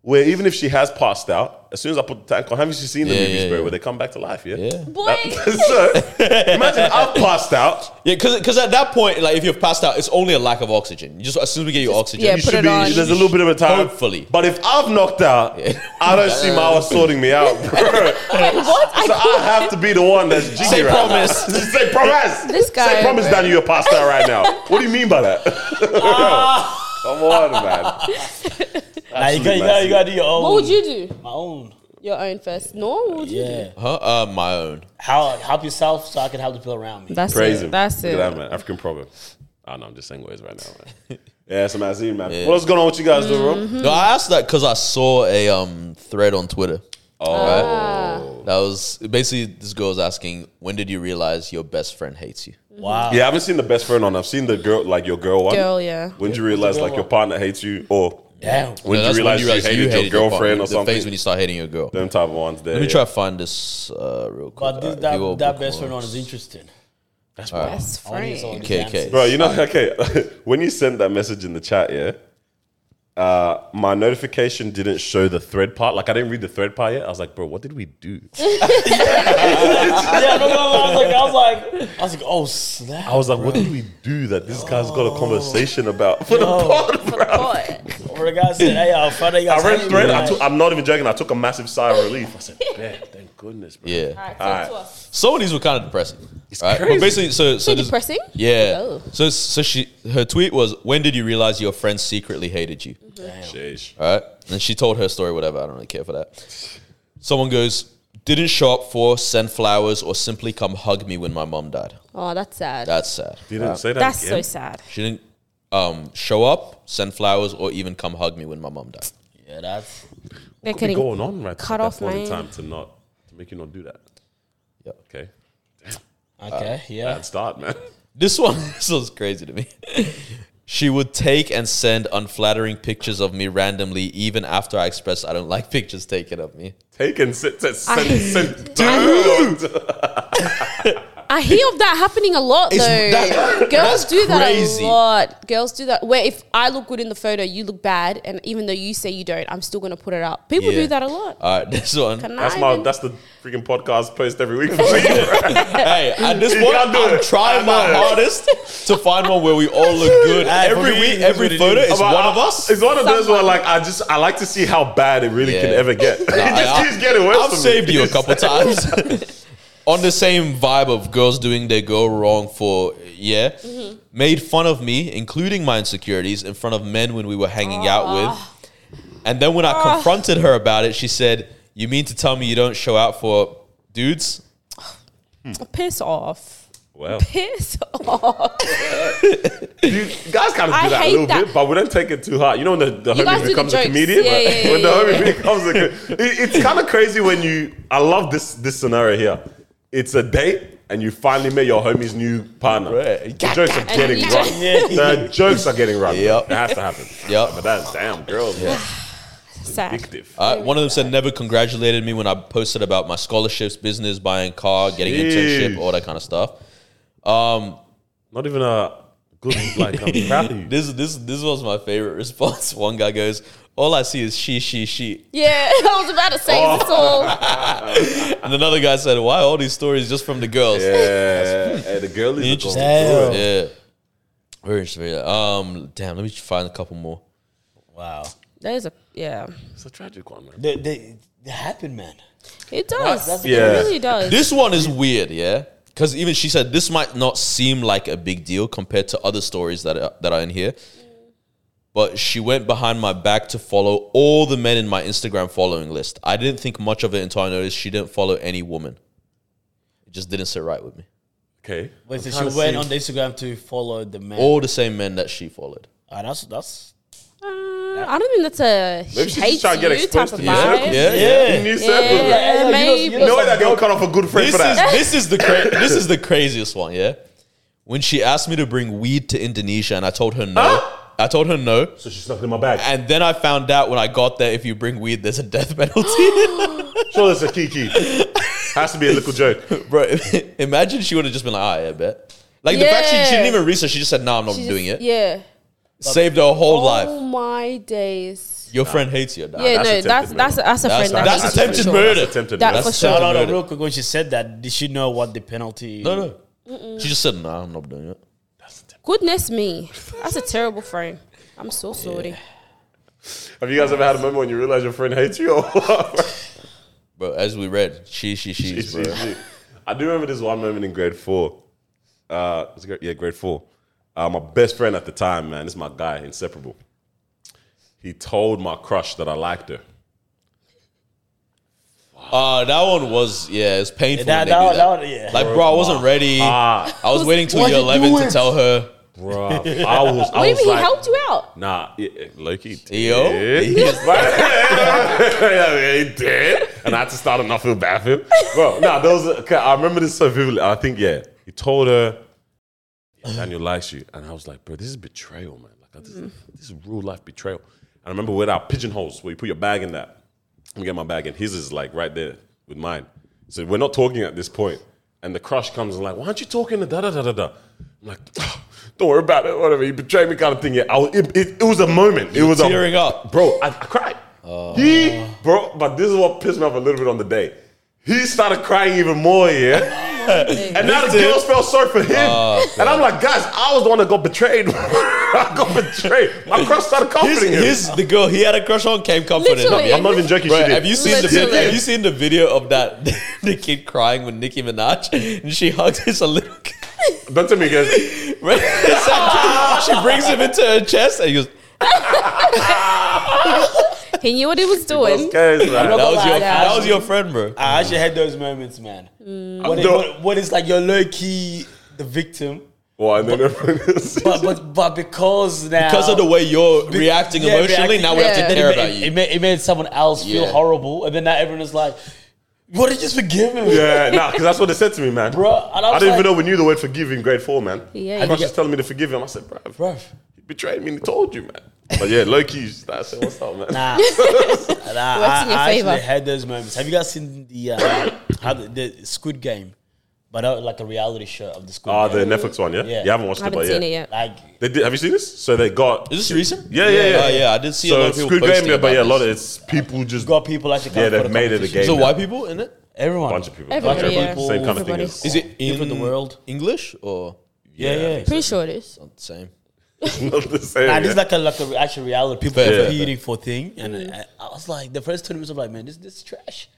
[SPEAKER 1] where even if she has passed out, as soon as I put the tank on, haven't you seen the
[SPEAKER 2] Yeah,
[SPEAKER 1] movies,
[SPEAKER 2] yeah,
[SPEAKER 1] bro,
[SPEAKER 2] yeah.
[SPEAKER 1] where they come back to life, yeah?
[SPEAKER 2] Yeah.
[SPEAKER 3] Boy.
[SPEAKER 1] That- so imagine I've passed out.
[SPEAKER 2] Yeah, because at that point, like if you've passed out, it's only a lack of oxygen. You just as soon as we get your oxygen,
[SPEAKER 3] yeah,
[SPEAKER 1] You
[SPEAKER 3] put
[SPEAKER 1] should
[SPEAKER 3] it
[SPEAKER 1] be.
[SPEAKER 3] on.
[SPEAKER 1] There's a little bit of a time.
[SPEAKER 2] Hopefully.
[SPEAKER 1] But if I've knocked out, I don't see my wife sorting me out, bro.
[SPEAKER 3] Wait, what? I
[SPEAKER 1] So I have to be the one that's jiggy
[SPEAKER 2] Say
[SPEAKER 1] right now.
[SPEAKER 2] promise.
[SPEAKER 1] Say promise.
[SPEAKER 3] This guy
[SPEAKER 1] Say promise,
[SPEAKER 3] over-
[SPEAKER 1] Danny, you're passed out right now. What do you mean by that? Come on, man.
[SPEAKER 5] Nah, you got you got you got to do your own.
[SPEAKER 3] what would you do?
[SPEAKER 5] My own.
[SPEAKER 3] Your own first. No, what would you do?
[SPEAKER 5] Yeah.
[SPEAKER 2] huh? Uh, my own.
[SPEAKER 5] How help yourself so I can help the people around me.
[SPEAKER 3] That's
[SPEAKER 1] Praise
[SPEAKER 3] it.
[SPEAKER 1] him.
[SPEAKER 3] That's
[SPEAKER 1] Look
[SPEAKER 3] it.
[SPEAKER 1] at that, man. African proverb. I know, I'm just saying words right now, man. Yeah, so man, I see you, man. What's going on with you guys, though, bro?
[SPEAKER 3] Mm-hmm.
[SPEAKER 2] No, I asked that because I saw a um thread on Twitter.
[SPEAKER 1] Oh.
[SPEAKER 2] That was basically this girl was asking, when did you realize your best friend hates you?
[SPEAKER 5] Wow.
[SPEAKER 1] Yeah, I haven't seen the best friend on. I've seen the girl, like your girl one.
[SPEAKER 3] Girl, yeah.
[SPEAKER 1] When did you realize, like, your partner hates you or
[SPEAKER 5] Damn.
[SPEAKER 1] when
[SPEAKER 2] No,
[SPEAKER 1] did you
[SPEAKER 2] that's
[SPEAKER 1] realize you, hated, your, girlfriend
[SPEAKER 2] partner,
[SPEAKER 1] or
[SPEAKER 2] the phase when
[SPEAKER 1] something?
[SPEAKER 2] you start hating your girl.
[SPEAKER 1] Them type of ones there.
[SPEAKER 2] Let me
[SPEAKER 1] yeah.
[SPEAKER 2] try to find this uh, real quick.
[SPEAKER 5] But this,
[SPEAKER 2] Alright, you all
[SPEAKER 5] that, that
[SPEAKER 2] bookmarks.
[SPEAKER 5] best friend on is interesting.
[SPEAKER 1] That's
[SPEAKER 3] Best
[SPEAKER 5] I wanna hear some of
[SPEAKER 3] friend.
[SPEAKER 5] these
[SPEAKER 2] Okay,
[SPEAKER 5] answers.
[SPEAKER 2] okay.
[SPEAKER 1] Bro, you know, okay, when you sent that message in the chat, yeah, uh, my notification didn't show the thread part. Like, I didn't read the thread part yet. I was like, bro, what did we do?
[SPEAKER 5] yeah, no, no, no, I was like, I was like, I was like, oh snap.
[SPEAKER 1] I was like, what did we do that this guy's got a
[SPEAKER 2] Oh.
[SPEAKER 1] conversation about for the pod, bro?
[SPEAKER 3] But
[SPEAKER 5] Or the guy said, hey, uh, Friday, you
[SPEAKER 1] I
[SPEAKER 5] guys
[SPEAKER 1] read
[SPEAKER 5] hate
[SPEAKER 1] thread.
[SPEAKER 5] me,
[SPEAKER 1] I
[SPEAKER 5] like,
[SPEAKER 1] took, I'm not even joking. I took a massive sigh of relief. I said, man, thank goodness, bro.
[SPEAKER 2] Yeah.
[SPEAKER 1] Alright.
[SPEAKER 2] Some of these were kind of depressing. right? But
[SPEAKER 1] crazy.
[SPEAKER 2] basically, so so
[SPEAKER 3] Too
[SPEAKER 2] this-
[SPEAKER 3] depressing?
[SPEAKER 2] Yeah.
[SPEAKER 3] Oh.
[SPEAKER 2] So so she her tweet was, "When did you realize your friend secretly hated you?"
[SPEAKER 1] Sheesh.
[SPEAKER 2] All right, and she told her story. Whatever. I don't really care for that. Someone goes, "Didn't show up for, send flowers, or simply come hug me when my mom died."
[SPEAKER 3] oh, that's sad.
[SPEAKER 2] That's sad.
[SPEAKER 1] Didn't say that
[SPEAKER 3] That's so
[SPEAKER 1] again.
[SPEAKER 3] sad.
[SPEAKER 2] She didn't um, show up, send flowers, or even come hug me when my mom died.
[SPEAKER 5] Yeah, that's.
[SPEAKER 3] They're
[SPEAKER 1] What's
[SPEAKER 3] kidding.
[SPEAKER 1] going on right
[SPEAKER 3] Cut
[SPEAKER 1] at that
[SPEAKER 3] off,
[SPEAKER 1] point in
[SPEAKER 3] man.
[SPEAKER 1] time to not to make you not do that.
[SPEAKER 2] Yep.
[SPEAKER 1] Okay.
[SPEAKER 5] Okay, yeah.
[SPEAKER 1] Bad start, man.
[SPEAKER 2] This one, this one's crazy to me. She would take and send unflattering pictures of me randomly, even after I expressed I don't like pictures taken of me.
[SPEAKER 1] Take and sit. sit-
[SPEAKER 3] I-
[SPEAKER 1] sit- sit- Dude.
[SPEAKER 3] I hear of that happening a lot
[SPEAKER 2] It's-
[SPEAKER 3] though.
[SPEAKER 2] that-
[SPEAKER 3] Girls
[SPEAKER 2] that's
[SPEAKER 3] do that
[SPEAKER 2] crazy.
[SPEAKER 3] a lot. Girls do that. Where if I look good in the photo, you look bad, and even though you say you don't, I'm still gonna put it up. People
[SPEAKER 2] Yeah.
[SPEAKER 3] do that a lot.
[SPEAKER 2] All right, this one.
[SPEAKER 3] Can
[SPEAKER 1] That's
[SPEAKER 3] I
[SPEAKER 1] my.
[SPEAKER 3] even-
[SPEAKER 1] That's the freaking podcast post every week. For you.
[SPEAKER 2] hey, at this
[SPEAKER 1] You
[SPEAKER 2] point,
[SPEAKER 1] gotta do
[SPEAKER 2] I'm
[SPEAKER 1] it.
[SPEAKER 2] trying my hardest to find one where we all look good.
[SPEAKER 5] Hey, for
[SPEAKER 2] every
[SPEAKER 5] me,
[SPEAKER 2] week,
[SPEAKER 5] it is what
[SPEAKER 2] every
[SPEAKER 5] it
[SPEAKER 2] photo
[SPEAKER 5] is.
[SPEAKER 2] is
[SPEAKER 1] But
[SPEAKER 2] one
[SPEAKER 1] I-
[SPEAKER 2] of us.
[SPEAKER 1] It's one of those where like I just I like to see how bad it really can
[SPEAKER 2] Yeah.
[SPEAKER 1] ever get. it
[SPEAKER 2] I-
[SPEAKER 1] just
[SPEAKER 2] I-
[SPEAKER 1] keeps getting worse.
[SPEAKER 2] I've
[SPEAKER 1] for me.
[SPEAKER 2] saved you a
[SPEAKER 1] It's-
[SPEAKER 2] couple times. On the same vibe of girls doing their girl wrong for yeah, made fun of me, including my insecurities, in front of men when we were hanging out with. And then when I confronted her about it, she said, "You mean to tell me you don't show out for dudes?"
[SPEAKER 3] Piss off.
[SPEAKER 1] Well,
[SPEAKER 3] Piss off.
[SPEAKER 1] you guys kind of
[SPEAKER 3] I
[SPEAKER 1] do that a
[SPEAKER 3] hate
[SPEAKER 1] little
[SPEAKER 3] that.
[SPEAKER 1] bit, but we don't take it too hard. You know when the, the
[SPEAKER 3] You guys do
[SPEAKER 1] homie
[SPEAKER 3] the
[SPEAKER 1] becomes a
[SPEAKER 3] jokes.
[SPEAKER 1] comedian.
[SPEAKER 3] Yeah, yeah, yeah,
[SPEAKER 1] when
[SPEAKER 3] yeah,
[SPEAKER 1] the homie
[SPEAKER 3] yeah.
[SPEAKER 1] becomes a, co- it, it's kind of crazy when you. I love this this scenario here. It's a date. And you finally met your homie's new partner.
[SPEAKER 2] Right.
[SPEAKER 1] The jokes are
[SPEAKER 3] And
[SPEAKER 1] getting
[SPEAKER 3] you
[SPEAKER 1] run.
[SPEAKER 3] just-
[SPEAKER 1] The jokes are getting run.
[SPEAKER 2] Yep.
[SPEAKER 1] It has to happen.
[SPEAKER 2] Yep.
[SPEAKER 1] But that's damn girls. Yeah.
[SPEAKER 3] Sad.
[SPEAKER 2] Uh, one of them said never congratulated me when I posted about my scholarships, business, buying car, getting
[SPEAKER 1] Jeez.
[SPEAKER 2] internship, all that kind of stuff.
[SPEAKER 1] Not even a good like. um, I'm proud of you.
[SPEAKER 2] This this this was my favorite response. One guy goes, "All I see is she, she, she,"
[SPEAKER 3] Yeah, I was about to say it's
[SPEAKER 1] Oh.
[SPEAKER 3] all.
[SPEAKER 2] and another guy said, "Why all these stories just from the girls?" Yeah,
[SPEAKER 1] Yeah, and the girl is
[SPEAKER 2] Interesting.
[SPEAKER 5] Damn.
[SPEAKER 2] very interesting. yeah. Um, damn, let me find a couple more.
[SPEAKER 5] Wow.
[SPEAKER 3] That is a yeah.
[SPEAKER 1] It's a tragic one, man.
[SPEAKER 5] They, they, they happened, man.
[SPEAKER 3] It does.
[SPEAKER 5] that's-
[SPEAKER 1] Yeah.
[SPEAKER 3] It really does.
[SPEAKER 2] This one is weird, yeah, because even she said this might not seem like a big deal compared to other stories that are, that are in here. But she went behind my back to follow all the men in my Instagram following list. I didn't think much of it until I noticed she didn't follow any woman. It just didn't sit right with me.
[SPEAKER 1] Okay.
[SPEAKER 5] Wait,
[SPEAKER 1] I'm
[SPEAKER 5] so she
[SPEAKER 1] trying
[SPEAKER 5] went
[SPEAKER 1] to see. Oh.
[SPEAKER 5] on the Instagram to follow the man.
[SPEAKER 2] All the same men that she followed.
[SPEAKER 5] Ah, that's that's
[SPEAKER 3] Uh, I don't think that's a
[SPEAKER 1] Maybe she's
[SPEAKER 3] she
[SPEAKER 1] just
[SPEAKER 3] hates
[SPEAKER 1] trying to get
[SPEAKER 3] you type
[SPEAKER 1] exposed
[SPEAKER 3] of
[SPEAKER 1] to yourself.
[SPEAKER 3] vibe.
[SPEAKER 2] Yeah,
[SPEAKER 5] yeah.
[SPEAKER 1] In new circles.
[SPEAKER 3] Yeah,
[SPEAKER 1] Yeah.
[SPEAKER 5] yeah, you know-
[SPEAKER 3] maybe.
[SPEAKER 5] you know
[SPEAKER 1] No way that girl cut off a good friend
[SPEAKER 2] This
[SPEAKER 1] for
[SPEAKER 2] is
[SPEAKER 1] that.
[SPEAKER 2] this is the cra- this is the craziest one, yeah. When she asked me to bring weed to Indonesia and I told her no. I told her no.
[SPEAKER 1] so she snuck it in my bag.
[SPEAKER 2] And then I found out when I got there if you bring weed there's a death penalty.
[SPEAKER 1] Sure, that's a kiki. Has to be a little joke.
[SPEAKER 2] Bro, imagine she would have just been like, "Ah, yeah, bet." Like the fact she, she didn't
[SPEAKER 3] Yeah.
[SPEAKER 2] even research, she just said, "No, I'm not
[SPEAKER 3] She just-
[SPEAKER 2] doing it."
[SPEAKER 3] Yeah.
[SPEAKER 2] Saved her whole
[SPEAKER 3] Oh
[SPEAKER 2] life.
[SPEAKER 3] my days.
[SPEAKER 2] Your friend hates you. Nah,
[SPEAKER 3] Yeah,
[SPEAKER 1] that's
[SPEAKER 3] no,
[SPEAKER 1] attempted
[SPEAKER 3] that's that's
[SPEAKER 1] murder.
[SPEAKER 3] that's a
[SPEAKER 2] That's-
[SPEAKER 3] friend. that
[SPEAKER 2] that's
[SPEAKER 3] hates
[SPEAKER 2] attempted
[SPEAKER 3] you.
[SPEAKER 1] That's
[SPEAKER 2] murder.
[SPEAKER 1] Attempted
[SPEAKER 3] That
[SPEAKER 1] murder.
[SPEAKER 3] for
[SPEAKER 2] That's
[SPEAKER 3] sure.
[SPEAKER 2] so-
[SPEAKER 5] no, no,
[SPEAKER 2] murder.
[SPEAKER 5] no. Real quick, when she said that, did she know what the penalty?
[SPEAKER 2] No, no. She just said, "No, I'm not doing it."
[SPEAKER 3] Goodness me, that's a terrible friend. I'm so sorry.
[SPEAKER 1] Have you guys ever had a moment when you realize your friend hates you? Or what?
[SPEAKER 2] Bro, as we read, she, she, she's, bro.
[SPEAKER 1] I do remember this one moment in grade four. Uh, was it grade, yeah, grade four. Uh, my best friend at the time, man, this is my guy, inseparable. He told my crush that I liked her.
[SPEAKER 2] Uh, that one was yeah, it's painful. when
[SPEAKER 5] That-
[SPEAKER 2] they
[SPEAKER 5] that
[SPEAKER 2] do
[SPEAKER 5] one-
[SPEAKER 2] that.
[SPEAKER 5] that one, yeah.
[SPEAKER 2] Like, bro, I wasn't ready.
[SPEAKER 1] Ah,
[SPEAKER 2] I was waiting till
[SPEAKER 5] what
[SPEAKER 2] year
[SPEAKER 5] you
[SPEAKER 2] eleven to
[SPEAKER 5] doing?
[SPEAKER 2] tell her.
[SPEAKER 1] bro, I was. I
[SPEAKER 3] Maybe
[SPEAKER 1] was
[SPEAKER 3] he
[SPEAKER 1] like,
[SPEAKER 3] helped you out.
[SPEAKER 1] Nah, Loki.
[SPEAKER 2] Yo,
[SPEAKER 1] he did, and I had to start and not feel bad for him. Bro, nah, there was. A, okay, I remember this so vividly. I think yeah, he told her "Yeah, Daniel likes you, and I was like, bro, this is betrayal, man. Like I- this, this is real life betrayal. And I remember with our pigeonholes where you put your bag in that. Let me get my bag, and his is like right there with mine. So we're not talking at this point, and the crush comes and like, why aren't you talking to da da da da da? I'm like. "Ah, Don't worry about it, whatever. You betrayed me, kind of thing. Yeah, I was, it, it, it was a moment. It was
[SPEAKER 2] tearing
[SPEAKER 1] a,
[SPEAKER 2] up.
[SPEAKER 1] bro. I, I cried. He, bro, but this is what pissed me off a little bit on the day. He started crying even more, yeah. and now the girls felt sorry for him,
[SPEAKER 2] Oh,
[SPEAKER 1] and I'm like, guys, I was the one that got betrayed. I got betrayed. My crush started
[SPEAKER 2] his,
[SPEAKER 1] comforting him.
[SPEAKER 2] his the girl he had a crush on came comforting
[SPEAKER 3] Literally.
[SPEAKER 1] I'm
[SPEAKER 2] him.
[SPEAKER 1] not even joking.
[SPEAKER 2] Bro,
[SPEAKER 1] she did.
[SPEAKER 2] have you seen the
[SPEAKER 3] Literally.
[SPEAKER 2] video, have you seen the video of that the kid crying with Nicki Minaj and she hugs his little kid.
[SPEAKER 1] Don't tell me, guys.
[SPEAKER 2] Bro, it's like, she brings him into her chest and he goes,
[SPEAKER 3] He knew what he was
[SPEAKER 1] Those
[SPEAKER 3] doing.
[SPEAKER 1] guys, man.
[SPEAKER 2] That was your
[SPEAKER 3] like that.
[SPEAKER 2] that was your friend, bro.
[SPEAKER 5] I actually had those moments, man. What, it,
[SPEAKER 1] No.
[SPEAKER 5] what, what is like you're low key the victim,
[SPEAKER 1] Why? And then everyone else-
[SPEAKER 5] but but but because now
[SPEAKER 2] Because of the way you're reacting
[SPEAKER 5] yeah,
[SPEAKER 2] emotionally,
[SPEAKER 5] reacting-
[SPEAKER 2] now we
[SPEAKER 3] yeah.
[SPEAKER 2] have to
[SPEAKER 5] Then
[SPEAKER 2] care
[SPEAKER 5] it, ma-
[SPEAKER 2] about
[SPEAKER 5] it,
[SPEAKER 2] you.
[SPEAKER 5] It made, it made someone else
[SPEAKER 2] Yeah.
[SPEAKER 5] feel horrible, and then now everyone is like, "What did you just forgive him,
[SPEAKER 1] Yeah, nah, because that's what they said to me, man.
[SPEAKER 5] bro?" And I,
[SPEAKER 1] I
[SPEAKER 5] was
[SPEAKER 1] didn't
[SPEAKER 5] like,
[SPEAKER 1] even know we knew the word forgive in grade four, man.
[SPEAKER 3] Yeah,
[SPEAKER 1] My crush
[SPEAKER 5] yeah.
[SPEAKER 1] was telling me to forgive him. I said, bro,
[SPEAKER 5] bro.
[SPEAKER 1] he betrayed me and he told you, man. But yeah, low key, I said, what's up, man?
[SPEAKER 5] Nah, nah
[SPEAKER 3] Works in your
[SPEAKER 5] I, I
[SPEAKER 3] favor.
[SPEAKER 5] actually had those moments. Have you guys seen the, uh, how the, the Squid Game? but uh, like a reality show of the school.
[SPEAKER 1] Ah, the
[SPEAKER 5] yeah.
[SPEAKER 1] Netflix one, yeah?
[SPEAKER 5] Yeah.
[SPEAKER 1] You haven't watched
[SPEAKER 3] I haven't
[SPEAKER 1] it, but
[SPEAKER 3] seen
[SPEAKER 1] yeah.
[SPEAKER 3] it yet.
[SPEAKER 5] like
[SPEAKER 1] They did, have you seen this? So they got.
[SPEAKER 2] Is this recent?
[SPEAKER 1] Yeah, yeah, yeah.
[SPEAKER 2] Oh, yeah. I did see a
[SPEAKER 1] so
[SPEAKER 2] lot of
[SPEAKER 1] it's
[SPEAKER 2] people.
[SPEAKER 1] Squid Game,
[SPEAKER 2] posting
[SPEAKER 1] yeah, but yeah, a
[SPEAKER 2] about
[SPEAKER 1] lot of
[SPEAKER 2] this.
[SPEAKER 1] it's people just
[SPEAKER 5] got people actually.
[SPEAKER 1] Yeah,
[SPEAKER 5] come
[SPEAKER 1] they've
[SPEAKER 5] for the
[SPEAKER 1] made it a
[SPEAKER 5] competition.
[SPEAKER 1] game.
[SPEAKER 2] So
[SPEAKER 1] now.
[SPEAKER 2] white people in it?
[SPEAKER 5] Everyone,
[SPEAKER 1] bunch of people.
[SPEAKER 3] Everybody,
[SPEAKER 1] Bunch of
[SPEAKER 3] yeah.
[SPEAKER 1] people, Same kind of thing
[SPEAKER 3] Everybody.
[SPEAKER 1] as.
[SPEAKER 2] Is it in
[SPEAKER 5] Different the world.
[SPEAKER 2] English or
[SPEAKER 5] Yeah, yeah.
[SPEAKER 3] Pretty sure it is.
[SPEAKER 2] Not the same.
[SPEAKER 1] not the same.
[SPEAKER 5] Nah, this is
[SPEAKER 1] yeah.
[SPEAKER 5] like a like a re- actual reality. People
[SPEAKER 2] Fair, fair,
[SPEAKER 5] competing for thing, and I, I was like, the first two minutes, I'm like, man, this this is trash.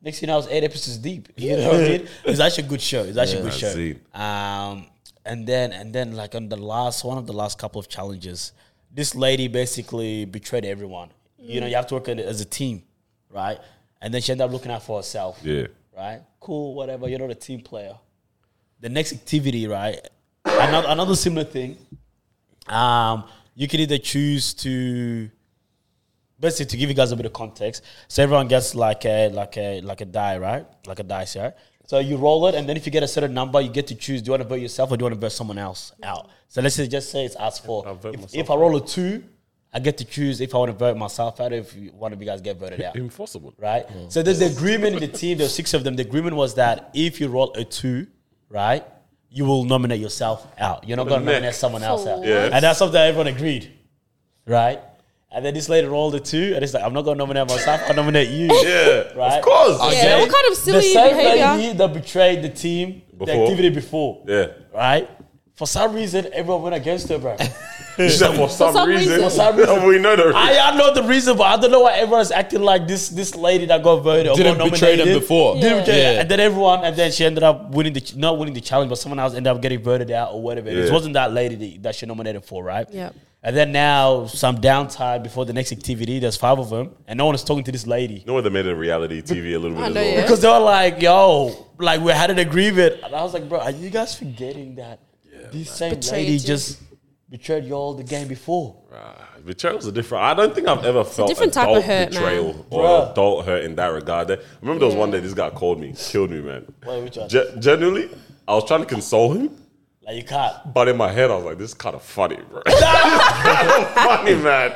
[SPEAKER 5] Next thing, I was eight episodes deep. You know what I mean? It's actually a good show. It's actually a
[SPEAKER 1] I
[SPEAKER 5] good show.
[SPEAKER 1] see.
[SPEAKER 5] Um, and then and then like on the last one of the last couple of challenges, this lady basically betrayed everyone. You know, you have to work on it as a team, right? And then she ended up looking out for herself
[SPEAKER 1] yeah.
[SPEAKER 5] right? Cool, whatever. You're not a team player. The next activity, right? another, another similar thing. Um, you can either choose to, basically, to give you guys a bit of context. So everyone gets like a like a like a die, right? Like a dice, right? So you roll it, and then if you get a certain number, you get to choose: do you want to vote yourself or do you want to vote someone else out? So let's say, just say it's us four.
[SPEAKER 1] I'll vote
[SPEAKER 5] If,
[SPEAKER 1] myself
[SPEAKER 5] if I roll a two, I get to choose if I want to vote myself out or if one of you guys get voted out
[SPEAKER 1] Impossible.
[SPEAKER 5] right? So there's the agreement in the team. There were six of them. The agreement was that if you roll a two, right, you will nominate yourself out. You're not
[SPEAKER 1] What a
[SPEAKER 5] going to nominate
[SPEAKER 1] neck.
[SPEAKER 5] someone else out.
[SPEAKER 1] Yeah.
[SPEAKER 5] And that's something everyone agreed, right? And then this lady rolled a two, and it's like, I'm not going to nominate myself. I'll nominate you.
[SPEAKER 1] Yeah,
[SPEAKER 5] Right? Oh,
[SPEAKER 1] of course.
[SPEAKER 2] I-
[SPEAKER 3] Yeah,
[SPEAKER 2] Yeah.
[SPEAKER 3] what kind of
[SPEAKER 5] The
[SPEAKER 3] silly
[SPEAKER 5] same
[SPEAKER 3] behavior?
[SPEAKER 5] lady that betrayed the team the
[SPEAKER 1] Before.
[SPEAKER 5] activity before,
[SPEAKER 1] yeah,
[SPEAKER 5] right? For some reason, everyone went against her, bro.
[SPEAKER 1] Except for some,
[SPEAKER 3] some
[SPEAKER 1] reason,
[SPEAKER 3] reason. For
[SPEAKER 5] some reason.
[SPEAKER 1] we know the.
[SPEAKER 5] I, I know the reason, but I don't know why everyone's acting like this. This lady that got voted or
[SPEAKER 2] Didn't
[SPEAKER 5] got
[SPEAKER 2] betray them
[SPEAKER 5] nominated.
[SPEAKER 2] before.
[SPEAKER 5] Didn't betray-
[SPEAKER 2] Yeah.
[SPEAKER 5] And then everyone, and then she ended up winning the not winning the challenge, but someone else ended up getting voted out or whatever. It
[SPEAKER 1] Yeah.
[SPEAKER 5] wasn't that lady that, that she nominated for, right?
[SPEAKER 3] Yep.
[SPEAKER 5] And then now some downtime before the next activity. There's five of them, and no one is talking to this lady
[SPEAKER 1] no one that made it a reality TV a little bit.
[SPEAKER 3] I
[SPEAKER 1] as
[SPEAKER 3] know,
[SPEAKER 1] well.
[SPEAKER 3] yeah.
[SPEAKER 5] because they were like, "Yo, like we had an agreement," and I was like, "Bro, are you guys forgetting that this same
[SPEAKER 3] Betrayed
[SPEAKER 5] lady
[SPEAKER 3] you.
[SPEAKER 5] just betrayed y'all the game before?"
[SPEAKER 1] Ah, Betrayals are different. I don't think I've ever felt
[SPEAKER 3] different type
[SPEAKER 1] adult
[SPEAKER 3] of hurt, man.
[SPEAKER 1] betrayal or
[SPEAKER 5] Bruh.
[SPEAKER 1] adult hurt in that regard. I remember there was one day this guy called me, killed me, man.
[SPEAKER 5] Wait, which one?
[SPEAKER 1] Ge- genuinely, I was trying to console him,
[SPEAKER 5] Like you can't.
[SPEAKER 1] but in my head, I was like, "This is kind of funny, bro. this is kind of funny, man."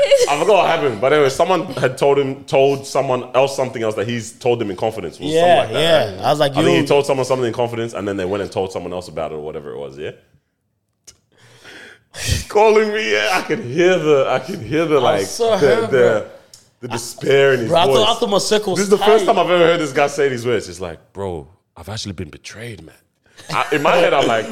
[SPEAKER 1] I forgot what happened, but anyway, someone had told him, told someone else something else that he's told them in confidence. or something
[SPEAKER 5] Yeah,
[SPEAKER 1] like that,
[SPEAKER 5] yeah.
[SPEAKER 1] right?
[SPEAKER 5] I was like,
[SPEAKER 1] I think
[SPEAKER 5] "Yo."
[SPEAKER 1] he told someone something in confidence, and then they went and told someone else about it or whatever it was. Yeah. He's calling me. Yeah, I can hear the, I can hear the like
[SPEAKER 5] so
[SPEAKER 1] the,
[SPEAKER 5] hurt, bro.
[SPEAKER 1] the, the despair in his
[SPEAKER 5] Bro, I
[SPEAKER 1] voice.
[SPEAKER 5] thought, I thought my circle was
[SPEAKER 1] This is the first
[SPEAKER 5] tight.
[SPEAKER 1] time I've ever heard this guy say these words. It's like, bro, I've actually been betrayed, man. I, in my head, I'm like,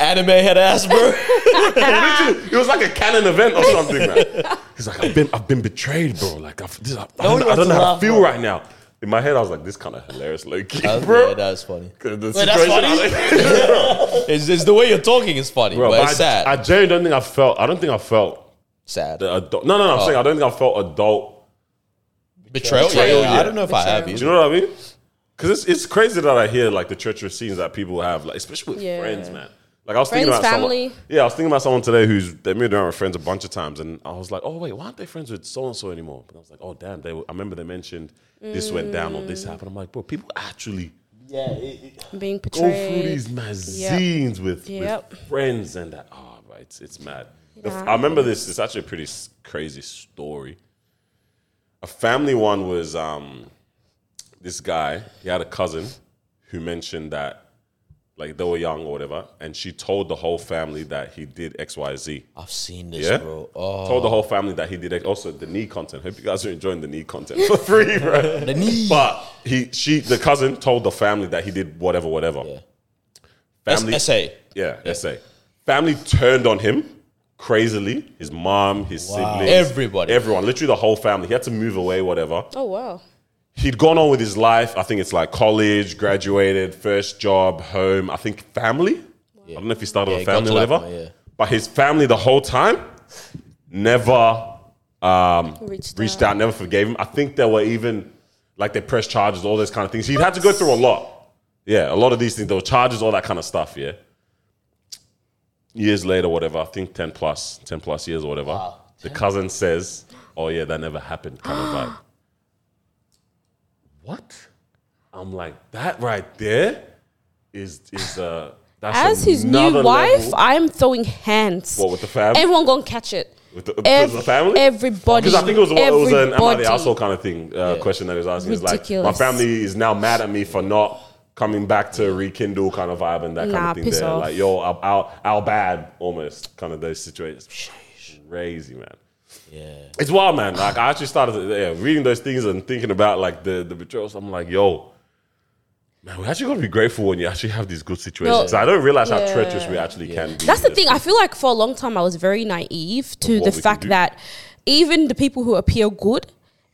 [SPEAKER 2] anime head ass, bro.
[SPEAKER 1] Literally, it was like a canon event or something, man. He's like, I've been, I've been betrayed, bro. Like, I've, this, I, I
[SPEAKER 5] one
[SPEAKER 1] don't, I
[SPEAKER 5] wants
[SPEAKER 1] don't
[SPEAKER 5] to
[SPEAKER 1] know how
[SPEAKER 5] laugh,
[SPEAKER 1] to feel
[SPEAKER 5] bro.
[SPEAKER 1] right now. In my head, I was like, this kind of hilarious, like,
[SPEAKER 2] yeah,
[SPEAKER 1] bro.
[SPEAKER 2] that's funny.
[SPEAKER 1] 'Cause the
[SPEAKER 5] that's
[SPEAKER 1] situation, I-
[SPEAKER 2] It's, it's the way you're talking is funny,
[SPEAKER 1] bro,
[SPEAKER 2] but
[SPEAKER 1] but
[SPEAKER 2] it's
[SPEAKER 1] I,
[SPEAKER 2] sad.
[SPEAKER 1] I genuinely don't think I felt. I don't think I felt
[SPEAKER 2] sad
[SPEAKER 1] the adult. No, no, no. I'm saying I don't think I felt adult.
[SPEAKER 2] betrayal.
[SPEAKER 1] Betrayal,
[SPEAKER 2] yeah,
[SPEAKER 1] yeah.
[SPEAKER 2] I don't know if I have.
[SPEAKER 3] Betrayal.
[SPEAKER 1] Do
[SPEAKER 2] Either.
[SPEAKER 1] you know what I mean? Because it's it's crazy that I hear like the treacherous scenes that people have, like especially with
[SPEAKER 3] Yeah.
[SPEAKER 1] friends, man. Like I was thinking
[SPEAKER 3] Friends,
[SPEAKER 1] about someone-
[SPEAKER 3] family.
[SPEAKER 1] yeah, I was thinking about someone today who's they moved around with friends a bunch of times, and I was like, oh wait, why aren't they friends with so and so anymore? But I was like, oh damn, they. Were, I remember they mentioned this went down or
[SPEAKER 3] Mm.
[SPEAKER 1] this happened. I'm like, bro, people actually
[SPEAKER 5] Yeah, it, it,
[SPEAKER 3] Being
[SPEAKER 1] go through
[SPEAKER 3] portrayed.
[SPEAKER 1] these magazines with,
[SPEAKER 3] Yep.
[SPEAKER 1] with friends and that. Oh, bro, it's it's mad. The f-
[SPEAKER 3] Yeah.
[SPEAKER 1] I remember this. It's actually a pretty s- crazy story. A family one was um, this guy. He had a cousin who mentioned that like they were young or whatever, and she told the whole family that he did X, Y, Z.
[SPEAKER 2] I've seen this,
[SPEAKER 1] Yeah.
[SPEAKER 2] bro. Oh,
[SPEAKER 1] Told the whole family that he did it. Also, the knee content. Hope you guys are enjoying the knee content for free, bro. the
[SPEAKER 2] knee.
[SPEAKER 1] But he, she, the cousin told the family that he did whatever, whatever. Family,
[SPEAKER 2] S- SA.
[SPEAKER 1] Yeah, SA. Family turned on him crazily. His mom, his siblings,
[SPEAKER 2] Everybody.
[SPEAKER 1] everyone, literally the whole family. He had to move away, whatever
[SPEAKER 3] Oh wow.
[SPEAKER 1] he'd gone on with his life. I think it's like college, graduated, first job, home. I think family. I don't know if he started
[SPEAKER 2] Yeah,
[SPEAKER 1] a
[SPEAKER 2] he
[SPEAKER 1] family or
[SPEAKER 2] got to
[SPEAKER 1] whatever.
[SPEAKER 2] that point, yeah.
[SPEAKER 1] But his family the whole time never um,
[SPEAKER 3] Reached
[SPEAKER 1] reached,
[SPEAKER 3] out.
[SPEAKER 1] out. never forgave him. I think there were even like they pressed charges, all those kind of things. He'd had to go through a lot. Yeah, a lot of these things. There were charges, all that kind of stuff. Yeah. Years later, whatever, I think 10 plus, 10 plus years or whatever, the cousin says, Oh, yeah, that never happened, kind of vibe what? I'm like, that right there is is uh that's
[SPEAKER 3] As his new
[SPEAKER 1] another
[SPEAKER 3] wife,
[SPEAKER 1] level.
[SPEAKER 3] I'm throwing hands.
[SPEAKER 1] What with the fam?
[SPEAKER 3] Everyone gonna catch it.
[SPEAKER 1] with the,
[SPEAKER 3] Ev-
[SPEAKER 1] with the family?
[SPEAKER 3] Everybody.
[SPEAKER 1] Because I think it was, it was an am I
[SPEAKER 3] everybody.
[SPEAKER 1] the asshole kind of thing uh, question that he was asking. It's like my
[SPEAKER 3] Ridiculous.
[SPEAKER 1] family is now mad at me for not coming back to rekindle kind of vibe and that kind
[SPEAKER 3] Nah,
[SPEAKER 1] of thing
[SPEAKER 3] piss
[SPEAKER 1] there.
[SPEAKER 3] off.
[SPEAKER 1] Like, yo, our, our, our bad almost kind of those situations. Crazy, man.
[SPEAKER 5] Yeah.
[SPEAKER 1] It's wild, man. Like, I actually started yeah, reading those things and thinking about like the, the betrayals. I'm like, yo, man, we actually got to be grateful when you actually have these good situations. I don't realize how
[SPEAKER 3] Yeah.
[SPEAKER 1] treacherous we actually can be.
[SPEAKER 3] That's the
[SPEAKER 1] Yes.
[SPEAKER 3] thing. I feel like for a long time I was very naive to
[SPEAKER 1] Of what
[SPEAKER 3] the
[SPEAKER 1] we can
[SPEAKER 3] fact
[SPEAKER 1] do.
[SPEAKER 3] that even the people who appear good,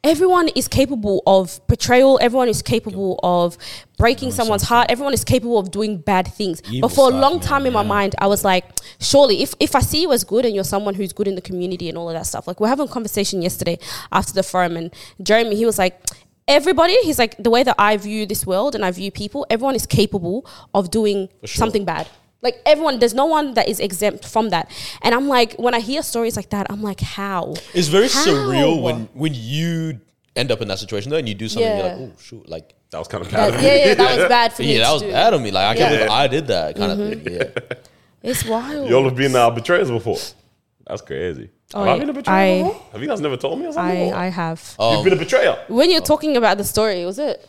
[SPEAKER 3] everyone is capable of betrayal. Everyone is capable of breaking someone's heart. Everyone is capable of doing bad things. but
[SPEAKER 5] Evil
[SPEAKER 3] for a
[SPEAKER 5] stuff,
[SPEAKER 3] long
[SPEAKER 5] man,
[SPEAKER 3] time in my mind, I was like, surely if, if I see you as good and you're someone who's good in the community and all of that stuff, like we're having a conversation yesterday after the forum and Jeremy, he was like, Everybody, he's like the way that I view this world and I view people. Everyone is capable of doing something bad. Like everyone, there's no one that is exempt from that. And I'm like, when I hear stories like that, I'm like, how?
[SPEAKER 2] It's very
[SPEAKER 3] How?
[SPEAKER 2] surreal when when you end up in that situation though, and you do something.
[SPEAKER 3] Yeah.
[SPEAKER 2] You're like, oh shoot, like
[SPEAKER 1] That was kind of
[SPEAKER 3] That-
[SPEAKER 1] bad.
[SPEAKER 3] yeah, yeah, that was bad for me.
[SPEAKER 2] yeah, that
[SPEAKER 3] to
[SPEAKER 2] was
[SPEAKER 3] do.
[SPEAKER 2] bad on me. Like I can't
[SPEAKER 3] Yeah. Mm-hmm.
[SPEAKER 2] believe I did that kind of thing. Yeah.
[SPEAKER 3] It's wild.
[SPEAKER 1] Y'all have been our betrayers before. That's crazy.
[SPEAKER 3] Oh,
[SPEAKER 1] have I
[SPEAKER 3] yeah.
[SPEAKER 1] been a betrayer
[SPEAKER 3] I-
[SPEAKER 1] before? Have you guys never told me or something?
[SPEAKER 3] I,
[SPEAKER 1] before?
[SPEAKER 3] I have.
[SPEAKER 2] Oh.
[SPEAKER 1] You've been a betrayer.
[SPEAKER 3] When you're talking about the story, was it?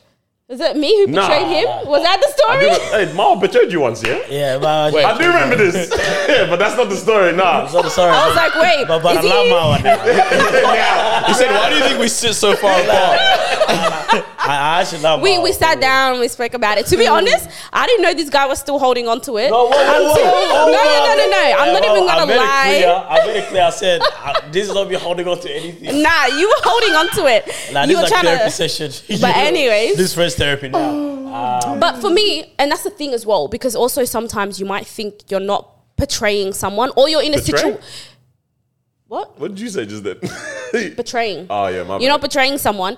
[SPEAKER 3] Is it me who
[SPEAKER 1] Nah.
[SPEAKER 3] betrayed him? Was that the
[SPEAKER 1] I
[SPEAKER 3] story?
[SPEAKER 1] do re- hey, Mom betrayed you once, yeah?
[SPEAKER 5] Yeah, but
[SPEAKER 2] Wait.
[SPEAKER 1] I do remember this. yeah, but that's not the story, nah.
[SPEAKER 5] sorry, sorry.
[SPEAKER 3] I was like, wait,
[SPEAKER 5] but, but I
[SPEAKER 3] is
[SPEAKER 5] love
[SPEAKER 3] he?
[SPEAKER 5] my one. now.
[SPEAKER 2] He said, "Why do you think we sit so far apart?"
[SPEAKER 5] I, I actually love
[SPEAKER 3] We,
[SPEAKER 5] my
[SPEAKER 3] we
[SPEAKER 5] one.
[SPEAKER 3] sat down, we spoke about it. To be honest, I didn't know this guy was still holding on to it.
[SPEAKER 5] No, whoa, whoa, whoa.
[SPEAKER 3] Until- no, no, no, no, no. I'm
[SPEAKER 5] Yeah,
[SPEAKER 3] not
[SPEAKER 5] whoa,
[SPEAKER 3] even
[SPEAKER 5] I
[SPEAKER 3] gonna
[SPEAKER 5] made It
[SPEAKER 3] lie.
[SPEAKER 5] clear, I made it clear. I said, I, this is not me holding on to anything.
[SPEAKER 3] Nah, you were holding on to it.
[SPEAKER 5] Nah,
[SPEAKER 3] you
[SPEAKER 5] this
[SPEAKER 3] were
[SPEAKER 5] is like
[SPEAKER 3] trying
[SPEAKER 5] therapy
[SPEAKER 3] to.
[SPEAKER 5] session.
[SPEAKER 3] But anyways. Oh.
[SPEAKER 5] This is first therapy now.
[SPEAKER 3] But for me, and that's the thing as well, because also sometimes you might think you're not betraying someone, or you're in a
[SPEAKER 1] Betray?
[SPEAKER 3] situation. What
[SPEAKER 1] What did you say just then?
[SPEAKER 3] betraying?
[SPEAKER 1] oh, yeah, my
[SPEAKER 3] you're not
[SPEAKER 1] bad.
[SPEAKER 3] betraying someone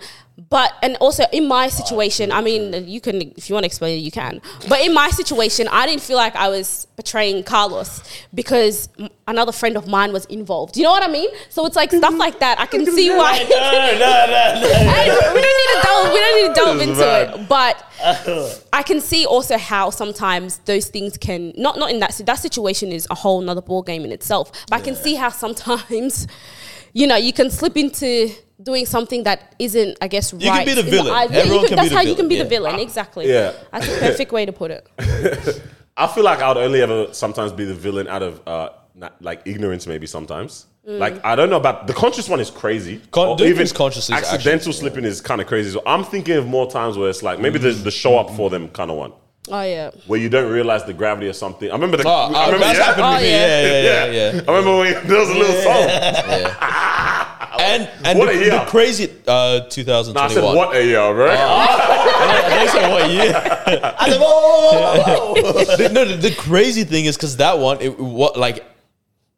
[SPEAKER 3] but and also in my situation i mean you can if you want to explain it you can but in my situation i didn't feel like i was betraying carlos because m- another friend of mine was involved you know what i mean so it's like stuff like that i can see why
[SPEAKER 5] no, no, no, no.
[SPEAKER 3] Hey, we don't need to delve we don't need to delve
[SPEAKER 1] This is
[SPEAKER 3] into
[SPEAKER 1] bad.
[SPEAKER 3] it but I can see also how sometimes those things can not not in that that situation is a whole nother ball game in itself. But I can see how sometimes, you know, you can slip into doing something that isn't, I guess, right.
[SPEAKER 2] can be the
[SPEAKER 3] in
[SPEAKER 2] villain.
[SPEAKER 3] eyes-
[SPEAKER 2] Everyone
[SPEAKER 3] you
[SPEAKER 2] can be
[SPEAKER 3] that's
[SPEAKER 2] the
[SPEAKER 3] how you can be the
[SPEAKER 2] villain,
[SPEAKER 3] villain. Exactly.
[SPEAKER 1] Yeah.
[SPEAKER 3] that's a perfect way to put it.
[SPEAKER 1] I feel like I'd only ever sometimes be the villain out of uh, na- like ignorance, maybe sometimes.
[SPEAKER 3] Mm.
[SPEAKER 1] Like I don't know about the conscious one is crazy.
[SPEAKER 2] Con-
[SPEAKER 1] Or
[SPEAKER 2] doing things consciously is
[SPEAKER 1] accidental
[SPEAKER 2] actually-
[SPEAKER 1] slipping is kind of crazy. So I'm thinking of more times where it's like maybe the, the show up for them kind of one
[SPEAKER 3] Oh yeah.
[SPEAKER 1] where you don't realize the gravity of something. I remember the
[SPEAKER 2] Oh,
[SPEAKER 5] Ah,
[SPEAKER 1] I
[SPEAKER 2] uh,
[SPEAKER 1] remember
[SPEAKER 2] that's
[SPEAKER 1] yeah.
[SPEAKER 2] happened to
[SPEAKER 3] Oh,
[SPEAKER 2] me.
[SPEAKER 3] yeah.
[SPEAKER 2] Yeah, yeah, yeah, yeah.
[SPEAKER 1] I remember when there was a little song.
[SPEAKER 2] And and
[SPEAKER 1] What a
[SPEAKER 2] the,
[SPEAKER 1] year.
[SPEAKER 2] the crazy uh,
[SPEAKER 1] Nah, I
[SPEAKER 2] 2021.
[SPEAKER 1] said what a year, bro.
[SPEAKER 5] Ah.
[SPEAKER 2] I said what year?
[SPEAKER 5] I said, whoa, whoa, whoa, whoa, whoa.
[SPEAKER 2] The- no, the, the crazy thing is because that one, it, what like,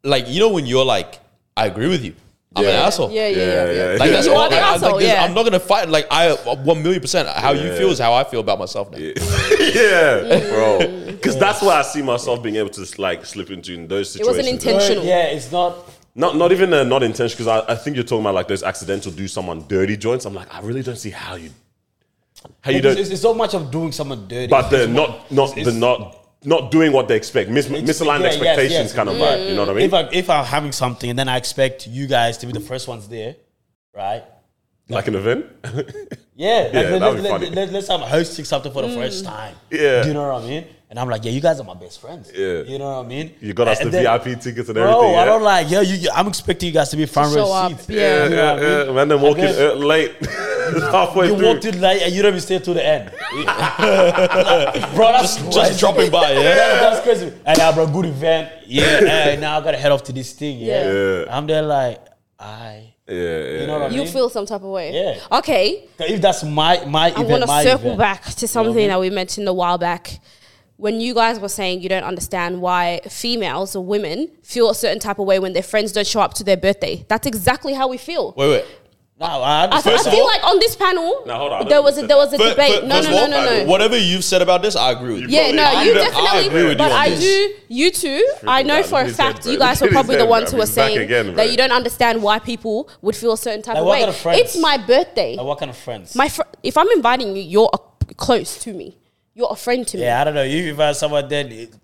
[SPEAKER 2] like you know when you're like, I agree with you. I'm an
[SPEAKER 1] Yeah.
[SPEAKER 2] asshole.
[SPEAKER 3] Yeah, yeah, yeah.
[SPEAKER 1] Yeah, yeah,
[SPEAKER 2] Like that's
[SPEAKER 3] You
[SPEAKER 2] all.
[SPEAKER 3] are the
[SPEAKER 2] like, I- like,
[SPEAKER 3] asshole,
[SPEAKER 2] this-
[SPEAKER 3] yeah.
[SPEAKER 2] I'm not gonna fight. Like I, one million percent. How you feel is how I feel about myself now.
[SPEAKER 1] yeah, bro. Because that's why I see myself being able to like slip into in those
[SPEAKER 3] It wasn't
[SPEAKER 1] situations.
[SPEAKER 3] intentional.
[SPEAKER 5] Yeah, it's not.
[SPEAKER 1] Not not even uh, not intentional. Because I, I think you're talking about like those accidental do someone dirty joints. I'm like, I really don't see how you how you
[SPEAKER 5] It's,
[SPEAKER 1] don't.
[SPEAKER 5] it's, it's not much of doing someone dirty.
[SPEAKER 1] But the
[SPEAKER 5] It's more-
[SPEAKER 1] not not the
[SPEAKER 5] it's-
[SPEAKER 1] not not doing what they expect, mis- misaligned
[SPEAKER 5] yeah, yes,
[SPEAKER 1] expectations
[SPEAKER 5] yes. Mm.
[SPEAKER 1] kind of vibe. You know what I mean?
[SPEAKER 5] if I if I'm having something and then I expect you guys to be the first ones there, right?
[SPEAKER 1] like an event. Yeah,
[SPEAKER 5] Yeah, like,
[SPEAKER 1] that'd be
[SPEAKER 5] let,
[SPEAKER 1] funny.
[SPEAKER 5] us I'm hosting something
[SPEAKER 3] Mm.
[SPEAKER 5] for the first time.
[SPEAKER 1] Yeah.
[SPEAKER 5] do you know what I mean? And I'm like, yeah, you guys are my best friends.
[SPEAKER 1] Yeah.
[SPEAKER 5] you know what I mean.
[SPEAKER 1] you got us the
[SPEAKER 5] And then-
[SPEAKER 1] VIP tickets and
[SPEAKER 5] Bro,
[SPEAKER 1] everything.
[SPEAKER 5] I
[SPEAKER 1] yeah?
[SPEAKER 5] don't like. Yeah, you, you- I'm expecting you guys to be front
[SPEAKER 3] To show
[SPEAKER 5] row
[SPEAKER 3] up,
[SPEAKER 5] seats.
[SPEAKER 3] yeah.
[SPEAKER 5] You know
[SPEAKER 1] Yeah,
[SPEAKER 5] what I mean?
[SPEAKER 1] yeah, man, then walking
[SPEAKER 5] And then-
[SPEAKER 1] uh, late halfway
[SPEAKER 5] You
[SPEAKER 1] through.
[SPEAKER 5] walked in late and you don't even stay till the end, bro. That's
[SPEAKER 2] Just,
[SPEAKER 5] crazy.
[SPEAKER 2] just dropping by. Yeah.
[SPEAKER 5] Yeah, that's crazy. And now, bro, good event. Yeah, hey, now I gotta head off to this thing. Yeah,
[SPEAKER 1] Yeah.
[SPEAKER 5] I'm there like, I.
[SPEAKER 1] yeah, yeah.
[SPEAKER 5] You know what I
[SPEAKER 3] You
[SPEAKER 5] mean?
[SPEAKER 3] feel some type of way.
[SPEAKER 5] Yeah.
[SPEAKER 3] Okay.
[SPEAKER 5] if that's my my
[SPEAKER 3] I
[SPEAKER 5] event,
[SPEAKER 3] want to
[SPEAKER 5] my
[SPEAKER 3] circle
[SPEAKER 5] event.
[SPEAKER 3] back to something
[SPEAKER 5] mean?
[SPEAKER 3] that we mentioned a while back when you guys were saying you don't understand why females or women feel a certain type of way when their friends don't show up to their birthday. That's exactly how we feel.
[SPEAKER 2] Wait, wait.
[SPEAKER 5] No, I
[SPEAKER 3] I,
[SPEAKER 5] understand.
[SPEAKER 3] I feel like on this panel,
[SPEAKER 1] Now, hold on, I
[SPEAKER 3] there
[SPEAKER 1] don't
[SPEAKER 3] was a,
[SPEAKER 1] understand
[SPEAKER 3] there was a
[SPEAKER 2] But-
[SPEAKER 3] debate.
[SPEAKER 2] but
[SPEAKER 3] no,
[SPEAKER 2] first
[SPEAKER 3] no,
[SPEAKER 2] of
[SPEAKER 3] no,
[SPEAKER 2] all,
[SPEAKER 3] no, no.
[SPEAKER 2] Whatever you've said about this, I agree with you.
[SPEAKER 3] yeah,
[SPEAKER 1] Probably-
[SPEAKER 3] no,
[SPEAKER 1] I
[SPEAKER 3] you
[SPEAKER 1] don't- I
[SPEAKER 3] definitely.
[SPEAKER 2] agree with you
[SPEAKER 3] but
[SPEAKER 2] on
[SPEAKER 3] I
[SPEAKER 2] this.
[SPEAKER 3] do. You too. I know
[SPEAKER 1] Look
[SPEAKER 3] for
[SPEAKER 1] at
[SPEAKER 3] a
[SPEAKER 1] his
[SPEAKER 3] fact
[SPEAKER 1] head,
[SPEAKER 3] you
[SPEAKER 1] bro.
[SPEAKER 3] guys were
[SPEAKER 1] Look at his
[SPEAKER 3] probably the
[SPEAKER 1] head,
[SPEAKER 3] ones
[SPEAKER 1] bro.
[SPEAKER 3] who were
[SPEAKER 1] He's back
[SPEAKER 3] saying
[SPEAKER 1] again, bro.
[SPEAKER 3] that you don't understand why people would feel a certain type
[SPEAKER 5] Like,
[SPEAKER 3] of
[SPEAKER 5] what
[SPEAKER 3] way.
[SPEAKER 5] kind of friends?
[SPEAKER 3] it's my birthday.
[SPEAKER 5] Like, what kind of friends?
[SPEAKER 3] My fr- if I'm inviting you, you're a- close to me. You're a friend to me.
[SPEAKER 5] yeah, I don't know. You invite someone, then it-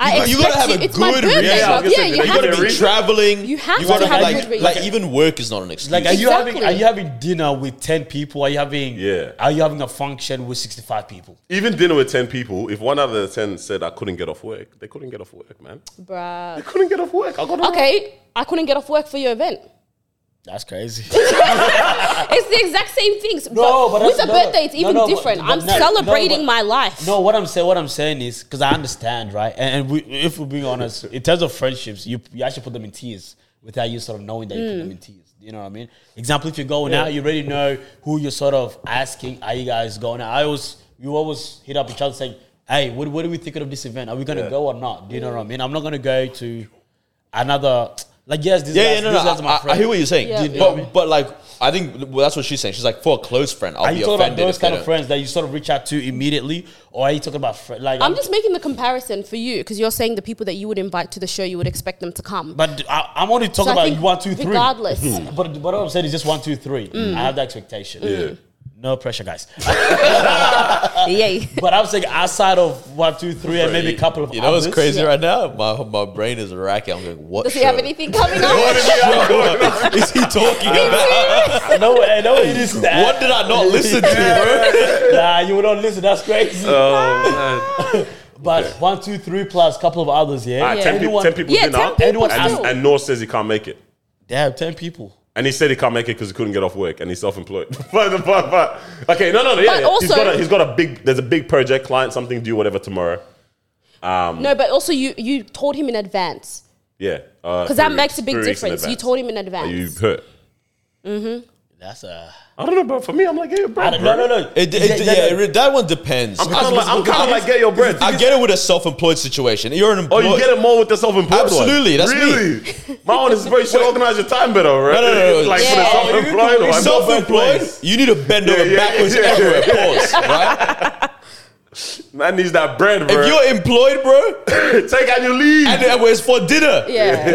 [SPEAKER 3] I
[SPEAKER 2] you
[SPEAKER 3] expect
[SPEAKER 2] gotta have
[SPEAKER 3] you-
[SPEAKER 2] a
[SPEAKER 3] it's my
[SPEAKER 2] good
[SPEAKER 3] birthday,
[SPEAKER 1] Yeah, I
[SPEAKER 2] reason.
[SPEAKER 1] was
[SPEAKER 3] Rob.
[SPEAKER 1] gonna
[SPEAKER 3] Yeah,
[SPEAKER 1] say,
[SPEAKER 3] you
[SPEAKER 1] you
[SPEAKER 3] have
[SPEAKER 1] gotta
[SPEAKER 3] to
[SPEAKER 1] reason.
[SPEAKER 2] traveling.
[SPEAKER 3] You have
[SPEAKER 5] to have
[SPEAKER 2] like,
[SPEAKER 5] good reason.
[SPEAKER 2] like even work is not an excuse.
[SPEAKER 5] Like, are you
[SPEAKER 3] Exactly.
[SPEAKER 5] having are you having dinner with ten people? Are you having
[SPEAKER 1] Yeah.
[SPEAKER 5] Are you having a function with sixty five people?
[SPEAKER 1] Even dinner with 10 people, if one out of the 10 said I couldn't get off work, they couldn't get off work, man.
[SPEAKER 3] Bruh.
[SPEAKER 1] They couldn't get off work. I got off
[SPEAKER 3] Okay, I couldn't get off work for your event.
[SPEAKER 5] That's crazy.
[SPEAKER 3] It's the exact same things.
[SPEAKER 5] No, but
[SPEAKER 3] with
[SPEAKER 5] that's-
[SPEAKER 3] a
[SPEAKER 5] no, no.
[SPEAKER 3] birthday, it's
[SPEAKER 5] No,
[SPEAKER 3] even
[SPEAKER 5] no, but-
[SPEAKER 3] different.
[SPEAKER 5] but
[SPEAKER 3] I'm
[SPEAKER 5] no, no,
[SPEAKER 3] celebrating
[SPEAKER 5] but-
[SPEAKER 3] my life.
[SPEAKER 5] No, what I'm saying, what I'm saying is because I understand, right? And, and we, if we're being honest, in terms of friendships, you you actually put them in tears without you sort of knowing that you put them
[SPEAKER 2] Hmm.
[SPEAKER 5] in tears. You know what I mean? Example, if you're going out, you already know who you're sort of asking. Are you guys going out? I always you always hit up each other saying, "Hey, what, what are we thinking of this event? Are we gonna
[SPEAKER 1] Yeah.
[SPEAKER 5] go or not?" Do you know what I mean? I'm not gonna go to another like yes, this
[SPEAKER 2] yeah, yeah,
[SPEAKER 5] guy's,
[SPEAKER 2] no, no.
[SPEAKER 5] this guy's my
[SPEAKER 2] I, I-
[SPEAKER 5] friend.
[SPEAKER 2] I hear what you're saying,
[SPEAKER 3] Yeah, You know
[SPEAKER 2] but
[SPEAKER 5] what I mean?
[SPEAKER 2] but like I think well, that's what she's saying. She's like for a close friend, I'll
[SPEAKER 5] Are
[SPEAKER 2] be
[SPEAKER 5] you talking
[SPEAKER 2] offended.
[SPEAKER 5] about those
[SPEAKER 2] if they
[SPEAKER 5] kind of
[SPEAKER 2] don't.
[SPEAKER 5] friends that you sort of reach out to immediately, or are you talking about fri like
[SPEAKER 3] I'm just making the comparison for you because you're saying the people that you would invite to the show, you would expect them to come.
[SPEAKER 5] But I, I'm only talking
[SPEAKER 3] So I
[SPEAKER 5] about
[SPEAKER 3] think
[SPEAKER 5] one, two, three.
[SPEAKER 3] regardless. Mm.
[SPEAKER 5] but, but what I'm saying is just one, two, three. I have that expectation.
[SPEAKER 1] Yeah.
[SPEAKER 5] No pressure, guys.
[SPEAKER 3] Yay.
[SPEAKER 5] but I'm saying outside of one, two, three, and maybe a couple of
[SPEAKER 2] You know what's
[SPEAKER 5] others,
[SPEAKER 2] crazy
[SPEAKER 3] Yeah.
[SPEAKER 2] right now? My my brain is racking. I'm going, what?
[SPEAKER 3] Does he
[SPEAKER 2] show?
[SPEAKER 3] have anything coming up?
[SPEAKER 2] What is he talking about?
[SPEAKER 5] I know, I know it is that.
[SPEAKER 2] What did I not listen to, bro?
[SPEAKER 5] Nah, you would not listen. That's crazy.
[SPEAKER 1] Oh, man.
[SPEAKER 5] but one, two, three plus a couple of others, yeah?
[SPEAKER 1] All
[SPEAKER 2] Ah,
[SPEAKER 1] right, 10, people
[SPEAKER 5] Anyone-
[SPEAKER 1] 10 people
[SPEAKER 3] Yeah, 10
[SPEAKER 1] dinner.
[SPEAKER 3] people
[SPEAKER 1] and,
[SPEAKER 3] still.
[SPEAKER 1] and Nor says he can't make it.
[SPEAKER 5] Damn, 10 people.
[SPEAKER 1] And he said he can't make it because he couldn't get off work and he's self-employed. but, but, but, okay, no, no, no. Yeah,
[SPEAKER 3] But
[SPEAKER 1] yeah. he's
[SPEAKER 3] also-
[SPEAKER 1] got a, he's got a big, there's a big project, client, something due, whatever, tomorrow.
[SPEAKER 3] no, but also you you told him in advance
[SPEAKER 1] Yeah. uh,
[SPEAKER 3] because that makes a big difference. You told him in advance.
[SPEAKER 1] You hurt.
[SPEAKER 5] That's a.
[SPEAKER 1] I don't know, bro. For me, I'm like, yeah, bro.
[SPEAKER 5] I don't, no, no, no.
[SPEAKER 2] It, it,
[SPEAKER 5] Is
[SPEAKER 2] yeah,
[SPEAKER 5] that-
[SPEAKER 2] it- that one depends.
[SPEAKER 1] I'm kind of
[SPEAKER 2] I-
[SPEAKER 1] like, I'm kind of like, get your bread.
[SPEAKER 2] I get it with a self-employed situation. You're an
[SPEAKER 1] Oh,
[SPEAKER 2] employee.
[SPEAKER 1] you get it more with the self-employed one.
[SPEAKER 2] Absolutely, that's me.
[SPEAKER 1] really. My one is, bro, you should organize your time better, bro.
[SPEAKER 2] No, no, no, no.
[SPEAKER 1] like for
[SPEAKER 3] Yeah.
[SPEAKER 1] the self-employed one.
[SPEAKER 2] Self-employed, you need to bend over
[SPEAKER 1] yeah,
[SPEAKER 2] backwards
[SPEAKER 1] yeah.
[SPEAKER 2] everywhere. Pause, right?
[SPEAKER 1] Man needs that bread, bro.
[SPEAKER 2] If you're employed, bro,
[SPEAKER 1] Take annual leave.
[SPEAKER 2] and it was for dinner,
[SPEAKER 3] Yeah.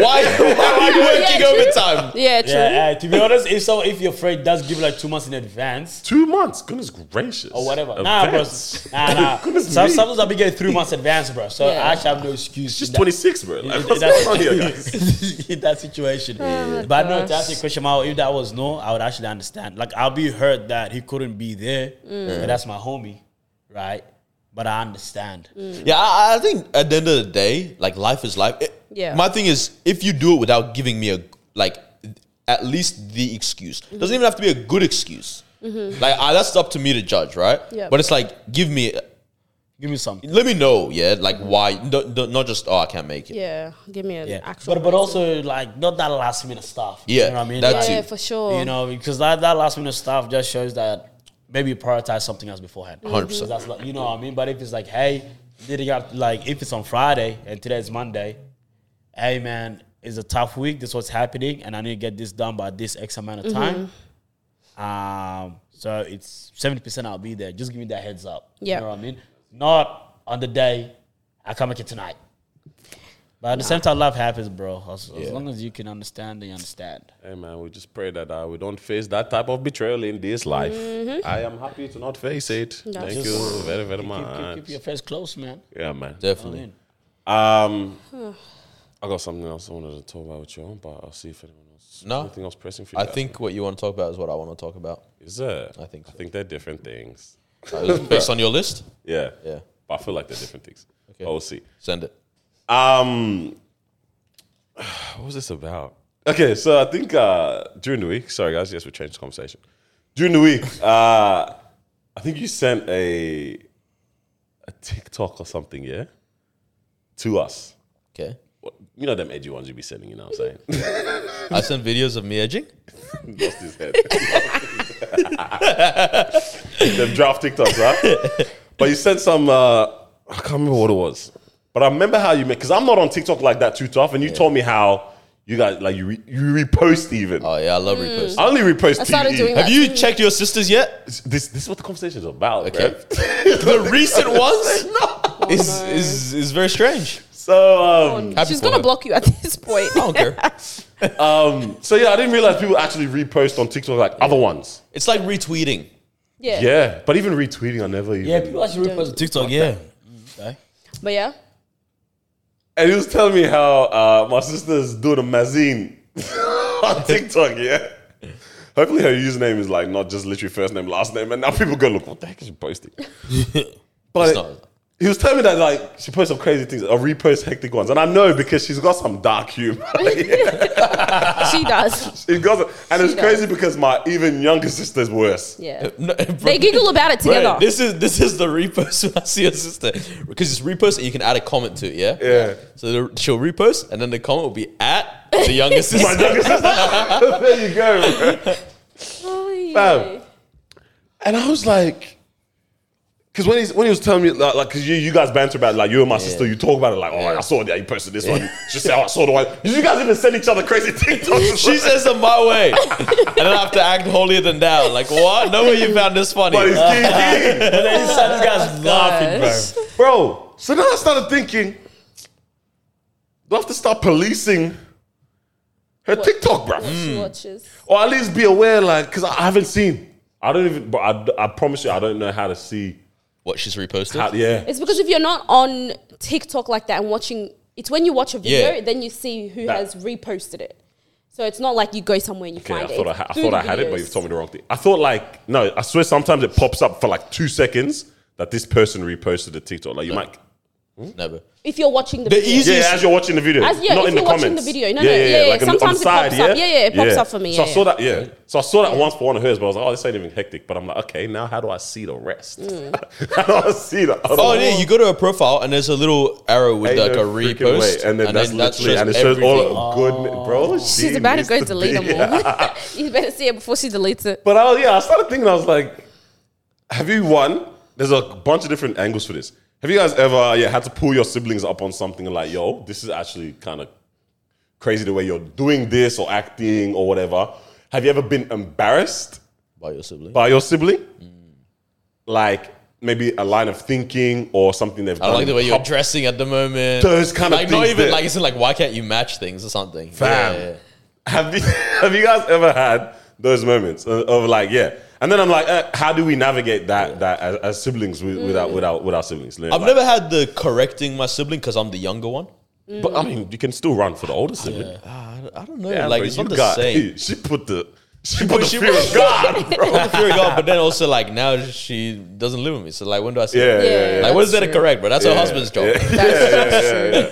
[SPEAKER 2] why, why are you
[SPEAKER 3] Yeah,
[SPEAKER 2] working
[SPEAKER 3] true.
[SPEAKER 2] overtime?
[SPEAKER 3] yeah, true.
[SPEAKER 5] Yeah, uh, to be honest, if so, if your friend does give like two months in advance
[SPEAKER 1] Two months. Goodness gracious.
[SPEAKER 5] or Oh, whatever, nah, bro,
[SPEAKER 1] Advance.
[SPEAKER 5] nah, nah.
[SPEAKER 1] Goodness
[SPEAKER 5] Some,
[SPEAKER 1] me.
[SPEAKER 5] sometimes I'll be getting three months advance, bro. So
[SPEAKER 3] Yeah.
[SPEAKER 5] I actually have no excuse.
[SPEAKER 1] She's
[SPEAKER 5] in that-
[SPEAKER 1] 26, bro. Like, what's
[SPEAKER 5] That's-
[SPEAKER 1] going on here, guys?
[SPEAKER 5] in that situation.
[SPEAKER 3] Oh
[SPEAKER 5] but no, to answer your question, Mao, if that was no, I would actually understand. Like I'll be hurt that he couldn't be there,
[SPEAKER 3] Mm.
[SPEAKER 5] but that's my homie, right? But I understand.
[SPEAKER 3] Mm.
[SPEAKER 2] Yeah, I, I think at the end of the day, like life is life. It-
[SPEAKER 3] Yeah.
[SPEAKER 2] My thing is, if you do it without giving me a like, at least the excuse
[SPEAKER 3] Mm-hmm.
[SPEAKER 2] doesn't even have to be a good excuse. Like I, that's up to me to judge, right?
[SPEAKER 3] Yep.
[SPEAKER 2] But it's like, give me,
[SPEAKER 5] Give me something.
[SPEAKER 2] let me know, yeah, like why, don't- don't- not just oh I can't make it.
[SPEAKER 3] yeah, give me an
[SPEAKER 5] Yeah,
[SPEAKER 3] actual.
[SPEAKER 5] but but
[SPEAKER 3] reason.
[SPEAKER 5] also like not that last minute stuff.
[SPEAKER 2] Yeah,
[SPEAKER 5] you know what I mean.
[SPEAKER 2] that
[SPEAKER 5] Like,
[SPEAKER 2] too.
[SPEAKER 3] yeah, for sure.
[SPEAKER 5] You know, because that, that last minute stuff just shows that maybe you prioritize something else beforehand.
[SPEAKER 3] Mm-hmm.
[SPEAKER 2] 100%.
[SPEAKER 5] That's like, you know what I mean? But if it's like, hey, did it got like if it's on Friday and today's Monday, hey man, it's a tough week. This is what's happening, and I need to get this done by this X amount of time.
[SPEAKER 3] Mm-hmm.
[SPEAKER 5] Um, so it's seventy percent. I'll be there. Just give me that heads up.
[SPEAKER 3] Yeah.
[SPEAKER 5] you know what I mean. Not on the day. I can't make it tonight. But at the same time, life happens, bro. As, as long as you can understand, you understand.
[SPEAKER 1] Hey man, we just pray that uh, we don't face that type of betrayal in this life.
[SPEAKER 5] Mm-hmm.
[SPEAKER 1] I am happy to not face it. Thank
[SPEAKER 3] Just-
[SPEAKER 1] you very, very
[SPEAKER 5] Keep,
[SPEAKER 1] much.
[SPEAKER 5] keep, keep your face close, man.
[SPEAKER 1] Yeah, man.
[SPEAKER 2] Definitely.
[SPEAKER 1] Um,
[SPEAKER 2] Hmm.
[SPEAKER 1] I got something else I wanted to talk about with you on, but I'll see if anyone else.
[SPEAKER 2] No.
[SPEAKER 1] Anything else pressing for you?
[SPEAKER 2] I
[SPEAKER 1] guys?
[SPEAKER 2] think what you want to talk about is what I want to talk about.
[SPEAKER 1] Is there?
[SPEAKER 2] I think
[SPEAKER 1] I
[SPEAKER 2] so.
[SPEAKER 1] think they're different things.
[SPEAKER 2] That was based on your list,
[SPEAKER 1] Yeah.
[SPEAKER 2] Yeah.
[SPEAKER 1] But I feel like they're different things. Okay. But we'll see.
[SPEAKER 2] send it.
[SPEAKER 1] Um, what was this about? Okay, so I think uh, during the week, sorry guys, yes, we changed the conversation. During the week, uh, I think you sent a a TikTok or something, yeah, to us.
[SPEAKER 2] Okay.
[SPEAKER 1] What- You know them edgy ones you be sending, you know what I'm saying?
[SPEAKER 2] I send videos of me edging.
[SPEAKER 1] Lost his head. them draft TikToks, huh? But you sent some, uh, I can't remember what it was. But I remember how you made, because I'm not on TikTok like that too tough, and you told me how you guys, like, you, re, you repost even.
[SPEAKER 2] Oh yeah, I
[SPEAKER 3] Mm.
[SPEAKER 2] love reposts.
[SPEAKER 1] I only repost
[SPEAKER 3] I started
[SPEAKER 1] TDE.
[SPEAKER 3] doing that.
[SPEAKER 2] Have you checked your sisters yet?
[SPEAKER 1] This, this is what the conversation is about,
[SPEAKER 2] Okay.
[SPEAKER 1] bruv.
[SPEAKER 2] The recent ones
[SPEAKER 1] no.
[SPEAKER 2] is,
[SPEAKER 3] no.
[SPEAKER 2] is is very strange.
[SPEAKER 1] So, um,
[SPEAKER 2] Happy
[SPEAKER 3] She's
[SPEAKER 2] for
[SPEAKER 3] gonna
[SPEAKER 2] her.
[SPEAKER 3] block you at this point.
[SPEAKER 2] I don't care.
[SPEAKER 1] um, so yeah, I didn't realize people actually repost on TikTok like other ones.
[SPEAKER 2] It's like retweeting.
[SPEAKER 3] yeah.
[SPEAKER 1] Yeah, but even retweeting, I never even.
[SPEAKER 5] Yeah, people actually repost on TikTok. Yeah. Okay.
[SPEAKER 3] But yeah.
[SPEAKER 1] And he was telling me how uh, my sister's doing a mazine on TikTok, yeah. Hopefully her username is like not just literally first name, last name, and now people go, look, what the heck is she posting? but
[SPEAKER 2] It's not-
[SPEAKER 1] he was telling me that like she posts some crazy things or reposts hectic ones. And I know because she's got some dark humor.
[SPEAKER 3] she does.
[SPEAKER 1] She got some- and it's
[SPEAKER 3] does.
[SPEAKER 1] crazy because my even younger sister's worse.
[SPEAKER 3] Yeah.
[SPEAKER 2] No,
[SPEAKER 3] They giggle about it together.
[SPEAKER 2] Bro, this is this is the repost when I see your sister because it's repost and you can add a comment to it. Yeah.
[SPEAKER 1] Yeah.
[SPEAKER 2] So the, she'll repost and then the comment will be at the younger sister.
[SPEAKER 1] My younger sister. there you go. bro.
[SPEAKER 3] Oh, yeah.
[SPEAKER 1] Fam. And I was like, because when, he's- when he was telling me, like, because you, you guys banter about, it, like, you and my sister, you talk about it, like, oh, I saw that you posted this one. She said, oh, I saw the one. You guys even send each other crazy TikToks.
[SPEAKER 2] She says them my way, and then I have to act holier than thou. Like what? No way you found this funny.
[SPEAKER 1] but it's King King.
[SPEAKER 5] But then inside this guy's laughing, bro.
[SPEAKER 3] Gosh.
[SPEAKER 1] Bro, so then I started thinking, do I have to start policing her TikTok, bro?
[SPEAKER 3] She watches.
[SPEAKER 1] Or at least be aware, like, because I I haven't seen. I don't even, but I, I promise you, I don't know how to see.
[SPEAKER 2] What she's reposted?
[SPEAKER 1] How, yeah.
[SPEAKER 3] It's because if you're not on TikTok like that and watching, it's when you watch a video,
[SPEAKER 2] Yeah.
[SPEAKER 3] then you see who
[SPEAKER 1] That-
[SPEAKER 3] has reposted it. So it's not like you go somewhere and you
[SPEAKER 1] Okay, I
[SPEAKER 3] find it.
[SPEAKER 1] thought I,
[SPEAKER 3] It's
[SPEAKER 1] ha- I
[SPEAKER 3] through
[SPEAKER 1] thought
[SPEAKER 3] the
[SPEAKER 1] I had it, but
[SPEAKER 3] videos.
[SPEAKER 1] you've told me the wrong thing. I thought like no, I swear sometimes it pops up for like two seconds that this person reposted a TikTok. Like you might
[SPEAKER 2] No, bro.
[SPEAKER 3] If you're watching the,
[SPEAKER 2] The
[SPEAKER 3] video.
[SPEAKER 2] easy-
[SPEAKER 1] yeah, as you're watching the video,
[SPEAKER 3] As- yeah,
[SPEAKER 1] not
[SPEAKER 3] if
[SPEAKER 1] in the
[SPEAKER 3] you're watching
[SPEAKER 1] comments.
[SPEAKER 3] the video. No, no, yeah, yeah.
[SPEAKER 1] on the- on
[SPEAKER 3] Sometimes
[SPEAKER 1] the
[SPEAKER 3] it pops up. Yeah, yeah, it pops up for me,
[SPEAKER 1] So I
[SPEAKER 3] yeah,
[SPEAKER 1] saw
[SPEAKER 3] yeah.
[SPEAKER 1] that. Yeah, so I saw that once for one of hers, but I was like, oh, this ain't even hectic. But I'm like, okay, now how do I see the rest?
[SPEAKER 3] Mm.
[SPEAKER 1] how do I see that?
[SPEAKER 2] Oh yeah, you go to her profile and there's a little arrow with like a repost,
[SPEAKER 1] and then that's
[SPEAKER 2] that
[SPEAKER 1] literally and it shows
[SPEAKER 2] everything.
[SPEAKER 1] all good, bro.
[SPEAKER 3] She's
[SPEAKER 1] she
[SPEAKER 3] about to
[SPEAKER 1] needs
[SPEAKER 3] go delete
[SPEAKER 1] be-
[SPEAKER 3] them all. you better see it before she deletes it.
[SPEAKER 1] But I was, yeah, I started thinking, I was like, have you won? There's a bunch of different angles for this. Have you guys ever yeah, had to pull your siblings up on something and like, yo, this is actually kind of crazy the way you're doing this or acting or whatever? Have you ever been embarrassed
[SPEAKER 2] by your sibling.
[SPEAKER 1] by your sibling?
[SPEAKER 2] Mm.
[SPEAKER 1] Like maybe a line of thinking or something they've
[SPEAKER 2] I
[SPEAKER 1] done
[SPEAKER 2] don't like the
[SPEAKER 1] in
[SPEAKER 2] way you're
[SPEAKER 1] pub-
[SPEAKER 2] dressing at the moment.
[SPEAKER 1] Those kind of
[SPEAKER 2] like not
[SPEAKER 1] things
[SPEAKER 2] even
[SPEAKER 1] that-
[SPEAKER 2] like it's in like why can't you match things or something?
[SPEAKER 1] Fam. Have you, have you guys ever had those moments of, of like, yeah? And then I'm like, uh, how do we navigate that that as, as siblings with, with, our, with, our, with our siblings?
[SPEAKER 2] Mm. I've never had the correcting my sibling because I'm the younger one.
[SPEAKER 1] But I mean, you can still run for the older sibling.
[SPEAKER 2] Ah, I don't, I don't know.
[SPEAKER 1] Yeah,
[SPEAKER 2] like
[SPEAKER 1] bro,
[SPEAKER 2] it's not
[SPEAKER 1] you
[SPEAKER 2] the
[SPEAKER 1] got-
[SPEAKER 2] same.
[SPEAKER 1] She put the she put the
[SPEAKER 2] she
[SPEAKER 1] fear of
[SPEAKER 2] put-
[SPEAKER 1] God, bro.
[SPEAKER 2] I fear of God, but then also like now she doesn't live with me. So like when do I see
[SPEAKER 1] Yeah, yeah,
[SPEAKER 2] her?
[SPEAKER 1] yeah.
[SPEAKER 2] Like what is that to
[SPEAKER 3] That's true.
[SPEAKER 2] correct, bro? That's her husband's job.
[SPEAKER 1] Yeah,
[SPEAKER 2] Yeah.
[SPEAKER 1] yeah, yeah, yeah,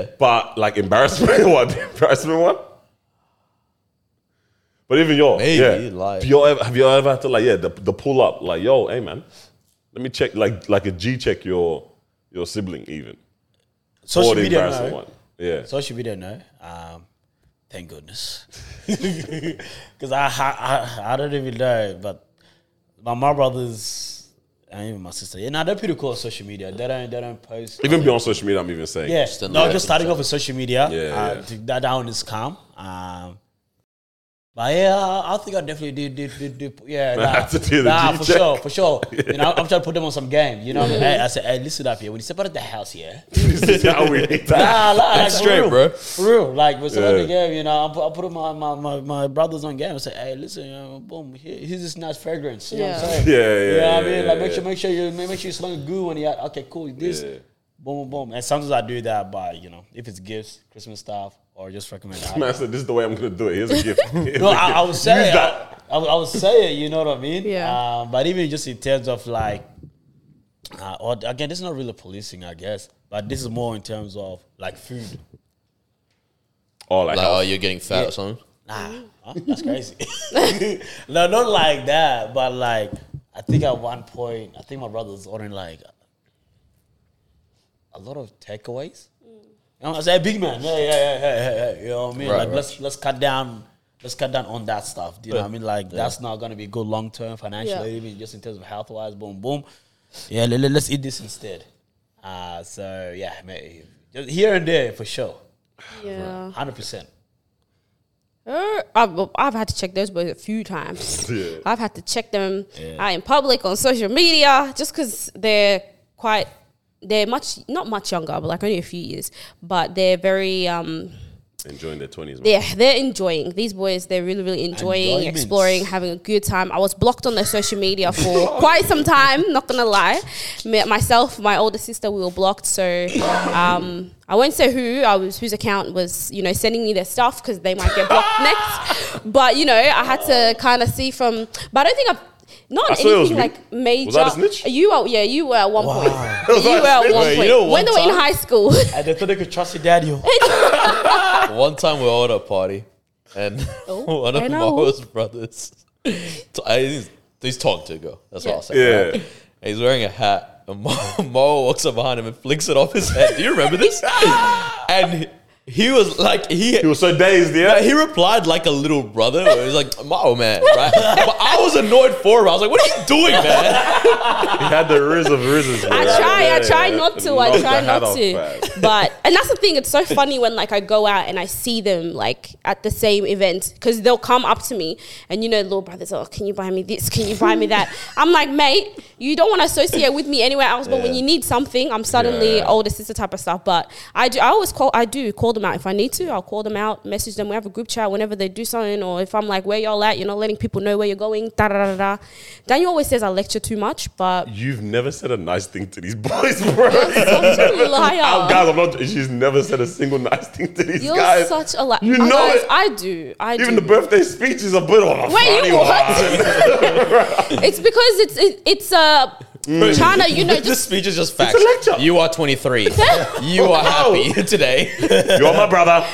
[SPEAKER 1] yeah. But like embarrassment, what the embarrassment one? But even your,
[SPEAKER 2] Maybe,
[SPEAKER 1] yeah.
[SPEAKER 2] like-
[SPEAKER 1] have you ever, have you ever had to like, yeah, the, the pull up, like, yo, hey man, let me check, like, like a G check your your sibling even,
[SPEAKER 5] Social
[SPEAKER 1] or the
[SPEAKER 5] media,
[SPEAKER 1] embarrassing
[SPEAKER 5] no.
[SPEAKER 1] one, yeah.
[SPEAKER 5] Social media, no. Um, thank goodness, because I, ha- I I don't even know. But my my brothers and even my sister, yeah, now they're pretty cool on social media. They don't they don't post.
[SPEAKER 1] even beyond social media, I'm even saying,
[SPEAKER 5] Yeah,
[SPEAKER 2] Just
[SPEAKER 5] no,
[SPEAKER 2] unlike
[SPEAKER 5] just starting off with social media.
[SPEAKER 1] Yeah,
[SPEAKER 5] uh,
[SPEAKER 1] yeah.
[SPEAKER 5] to- That down is calm. Um, but yeah, I I think I definitely did, did, did, did yeah,
[SPEAKER 1] Man, I
[SPEAKER 5] nah,
[SPEAKER 1] have to do the
[SPEAKER 5] nah,
[SPEAKER 1] G
[SPEAKER 5] for
[SPEAKER 1] check.
[SPEAKER 5] sure, for sure. You know, I'm trying to put them on some game. You know, what I mean? hey, I said, hey, listen up here. When you step out of the house, yeah,
[SPEAKER 1] this is how we need that.
[SPEAKER 5] nah, nah, like, for
[SPEAKER 2] straight,
[SPEAKER 5] real,
[SPEAKER 2] bro.
[SPEAKER 5] For real, like we're starting the
[SPEAKER 1] Yeah.
[SPEAKER 5] game. You know, I put, I put my, my, my, my brothers on game. I say, hey, listen, you know, boom, here, here's this nice fragrance. You know what I'm
[SPEAKER 3] Yeah.
[SPEAKER 5] saying?
[SPEAKER 1] Yeah, yeah,
[SPEAKER 5] You know what
[SPEAKER 1] yeah,
[SPEAKER 5] I mean,
[SPEAKER 1] yeah,
[SPEAKER 5] like make
[SPEAKER 1] yeah.
[SPEAKER 5] sure, make sure you make make sure you smell good when you. are Okay, cool. This,
[SPEAKER 1] Yeah.
[SPEAKER 5] boom, boom, boom. And sometimes I do that by you know, if it's gifts, Christmas stuff, or just recommend.
[SPEAKER 1] Man said, this is the way I'm gonna do it. Here's a gift. Here's
[SPEAKER 5] No,
[SPEAKER 1] a
[SPEAKER 5] I,
[SPEAKER 1] gift.
[SPEAKER 5] I would say
[SPEAKER 1] Use
[SPEAKER 5] it.
[SPEAKER 1] that.
[SPEAKER 5] I, I, would- I would say it. You know what I mean?
[SPEAKER 3] Yeah.
[SPEAKER 5] Um, but even just in terms of like, uh, or again, this is not really policing, I guess, but this is more in terms of like food.
[SPEAKER 1] Oh, like,
[SPEAKER 2] Like
[SPEAKER 1] how-
[SPEAKER 2] oh, you're getting fat or something.
[SPEAKER 5] Nah, huh? that's crazy. no, not like that, but like I think at one point, I think my brother's ordering like a lot of takeaways. You know, I say, hey, big man, yeah, yeah, yeah, yeah, yeah, yeah. You know what I mean?
[SPEAKER 2] Right,
[SPEAKER 5] like
[SPEAKER 2] right.
[SPEAKER 5] let's let's cut down, let's cut down on that stuff. Do you know what I mean? Like that's not gonna be good long term financially,
[SPEAKER 3] Yeah.
[SPEAKER 5] even just in terms of health wise. Boom, boom. Yeah, let, let- let's eat this instead. Uh so yeah, mate, just here and there for sure,
[SPEAKER 3] Yeah.
[SPEAKER 5] hundred percent.
[SPEAKER 3] Uh, I've, I've had to check those boys a few times.
[SPEAKER 1] Yeah.
[SPEAKER 3] I've had to check them out in public on social media just because they're quite, they're much, not much younger, but like only a few years, but they're very um,
[SPEAKER 1] enjoying their twenties.
[SPEAKER 3] Yeah, they're enjoying. These boys, they're really, really enjoying,
[SPEAKER 5] Enjoyments.
[SPEAKER 3] exploring, having a good time. I was blocked on their social media for quite some time, not gonna lie. Me, myself, my older sister, we were blocked. So um, I won't say who, I was whose account was, you know, sending me their stuff because they might get blocked next. But, you know, I had to kind of see from, but I don't think I've, not
[SPEAKER 1] I
[SPEAKER 3] on
[SPEAKER 1] thought it was
[SPEAKER 3] anything
[SPEAKER 1] me.
[SPEAKER 3] like major.
[SPEAKER 1] Was I the snitch?
[SPEAKER 3] You were, yeah, you were at one point. You were
[SPEAKER 1] I the
[SPEAKER 3] at
[SPEAKER 1] snitch?
[SPEAKER 3] one
[SPEAKER 1] Wait,
[SPEAKER 3] point.
[SPEAKER 1] you
[SPEAKER 5] know
[SPEAKER 3] when
[SPEAKER 5] one
[SPEAKER 3] they were in
[SPEAKER 5] time-
[SPEAKER 3] high school.
[SPEAKER 5] And they thought they could trust your daddy.
[SPEAKER 2] One time we were at a party, and
[SPEAKER 3] Oh,
[SPEAKER 2] one
[SPEAKER 3] I
[SPEAKER 2] of
[SPEAKER 3] know.
[SPEAKER 2] Mario's brothers, t- I- he's, he's talking to a girl. That's what I'll say.
[SPEAKER 1] Yeah.
[SPEAKER 2] right? And he's wearing a hat, and Mara walks up behind him and flicks it off his head. Do you remember this? and he, he was like, he.
[SPEAKER 1] He was so dazed, yeah.
[SPEAKER 2] uh, he replied like a little brother. He was like, "Mao man," right? But I was annoyed for him. I was like, "What are you doing, man?"
[SPEAKER 1] He had the riz of rizzes.
[SPEAKER 3] I try, I try not to, I try not
[SPEAKER 1] But
[SPEAKER 3] to. But and that's the thing. It's so funny when like I go out and I see them like at the same event because they'll come up to me and you know, little brothers, oh, can you buy me this? Can you buy me that? I'm like, mate, you don't want to associate with me anywhere else. But when
[SPEAKER 2] Yeah.
[SPEAKER 3] you need something, I'm suddenly
[SPEAKER 1] Yeah.
[SPEAKER 3] older sister type of stuff. But I do, I always call, I do call them out if I need to. I'll call them out, message them. We have a group chat whenever they do something, or if I'm like, where y'all at? You're not letting people know where you're going. Da da da da. Daniel always says I lecture too much, but.
[SPEAKER 1] You've never said a nice thing to these boys, bro.
[SPEAKER 3] You're such a liar.
[SPEAKER 1] Oh, guys, I'm not. She's never said a single nice thing to these
[SPEAKER 3] You're
[SPEAKER 1] guys.
[SPEAKER 3] such a liar.
[SPEAKER 1] You know it.
[SPEAKER 3] I do. I
[SPEAKER 1] Even
[SPEAKER 3] do.
[SPEAKER 1] the birthday speech is a bit on. a
[SPEAKER 3] Wait,
[SPEAKER 1] funny
[SPEAKER 3] you
[SPEAKER 1] one.
[SPEAKER 3] it's because it's it, it's uh
[SPEAKER 1] Mm.
[SPEAKER 3] China. You know,
[SPEAKER 2] this
[SPEAKER 3] just
[SPEAKER 2] speech is just facts.
[SPEAKER 1] lecture.
[SPEAKER 2] You are 23. you are happy today.
[SPEAKER 1] You're my brother.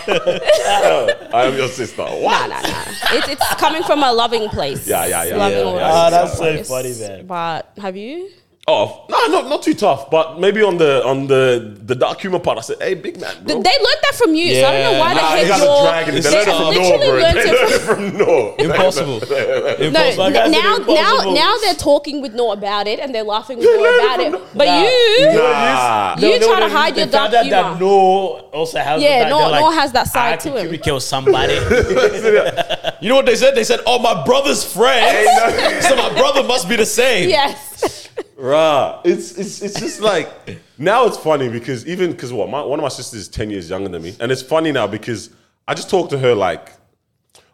[SPEAKER 1] I am your sister.
[SPEAKER 3] nah,
[SPEAKER 1] What?
[SPEAKER 3] nah, nah. It's it's coming from a loving place.
[SPEAKER 1] Yeah, yeah, yeah,
[SPEAKER 3] Loving
[SPEAKER 2] yeah,
[SPEAKER 3] all
[SPEAKER 2] yeah.
[SPEAKER 3] of
[SPEAKER 5] Ah,
[SPEAKER 3] us.
[SPEAKER 5] that's so
[SPEAKER 3] Yes.
[SPEAKER 5] funny, man.
[SPEAKER 3] But have you?
[SPEAKER 1] Oh, no, not not too tough, but maybe on the on the the dark humor part, I said, "Hey, big man,
[SPEAKER 3] Th-
[SPEAKER 1] bro."
[SPEAKER 3] They learned that from you, so I don't know
[SPEAKER 2] Yeah.
[SPEAKER 3] why
[SPEAKER 2] Nah,
[SPEAKER 1] Ah,
[SPEAKER 3] they
[SPEAKER 1] you
[SPEAKER 3] hate
[SPEAKER 1] guys
[SPEAKER 3] your.
[SPEAKER 1] are dragging it. They
[SPEAKER 2] It's
[SPEAKER 1] learned it from
[SPEAKER 3] literally
[SPEAKER 1] Noah, bro.
[SPEAKER 3] learned
[SPEAKER 1] They
[SPEAKER 3] it
[SPEAKER 1] learned it from Noah.
[SPEAKER 2] Impossible. Impossible.
[SPEAKER 3] No,
[SPEAKER 5] My
[SPEAKER 3] now
[SPEAKER 5] guys are
[SPEAKER 3] now
[SPEAKER 5] impossible.
[SPEAKER 3] now they're talking with Noah about it and they're laughing with
[SPEAKER 1] They
[SPEAKER 3] Noah
[SPEAKER 1] learned
[SPEAKER 3] about
[SPEAKER 1] it
[SPEAKER 3] it.
[SPEAKER 1] from Noah.
[SPEAKER 3] But
[SPEAKER 5] Nah.
[SPEAKER 3] you,
[SPEAKER 1] Nah.
[SPEAKER 3] You try
[SPEAKER 5] They- they-
[SPEAKER 3] to hide
[SPEAKER 5] they
[SPEAKER 3] your dark
[SPEAKER 5] found out
[SPEAKER 3] humor.
[SPEAKER 5] That no also has
[SPEAKER 3] Yeah,
[SPEAKER 5] that.
[SPEAKER 3] no-
[SPEAKER 5] They're
[SPEAKER 3] no has that
[SPEAKER 5] I
[SPEAKER 3] side
[SPEAKER 5] had
[SPEAKER 3] to him.
[SPEAKER 5] Kill somebody.
[SPEAKER 2] You know what they said? They said, "Oh, my brother's friend."
[SPEAKER 1] Ain't
[SPEAKER 2] so my brother must be the same.
[SPEAKER 3] yes,
[SPEAKER 1] Bruh, it's it's it's just like now it's funny because even because what my, one of my sisters is ten years younger than me, and it's funny now because I just talk to her like,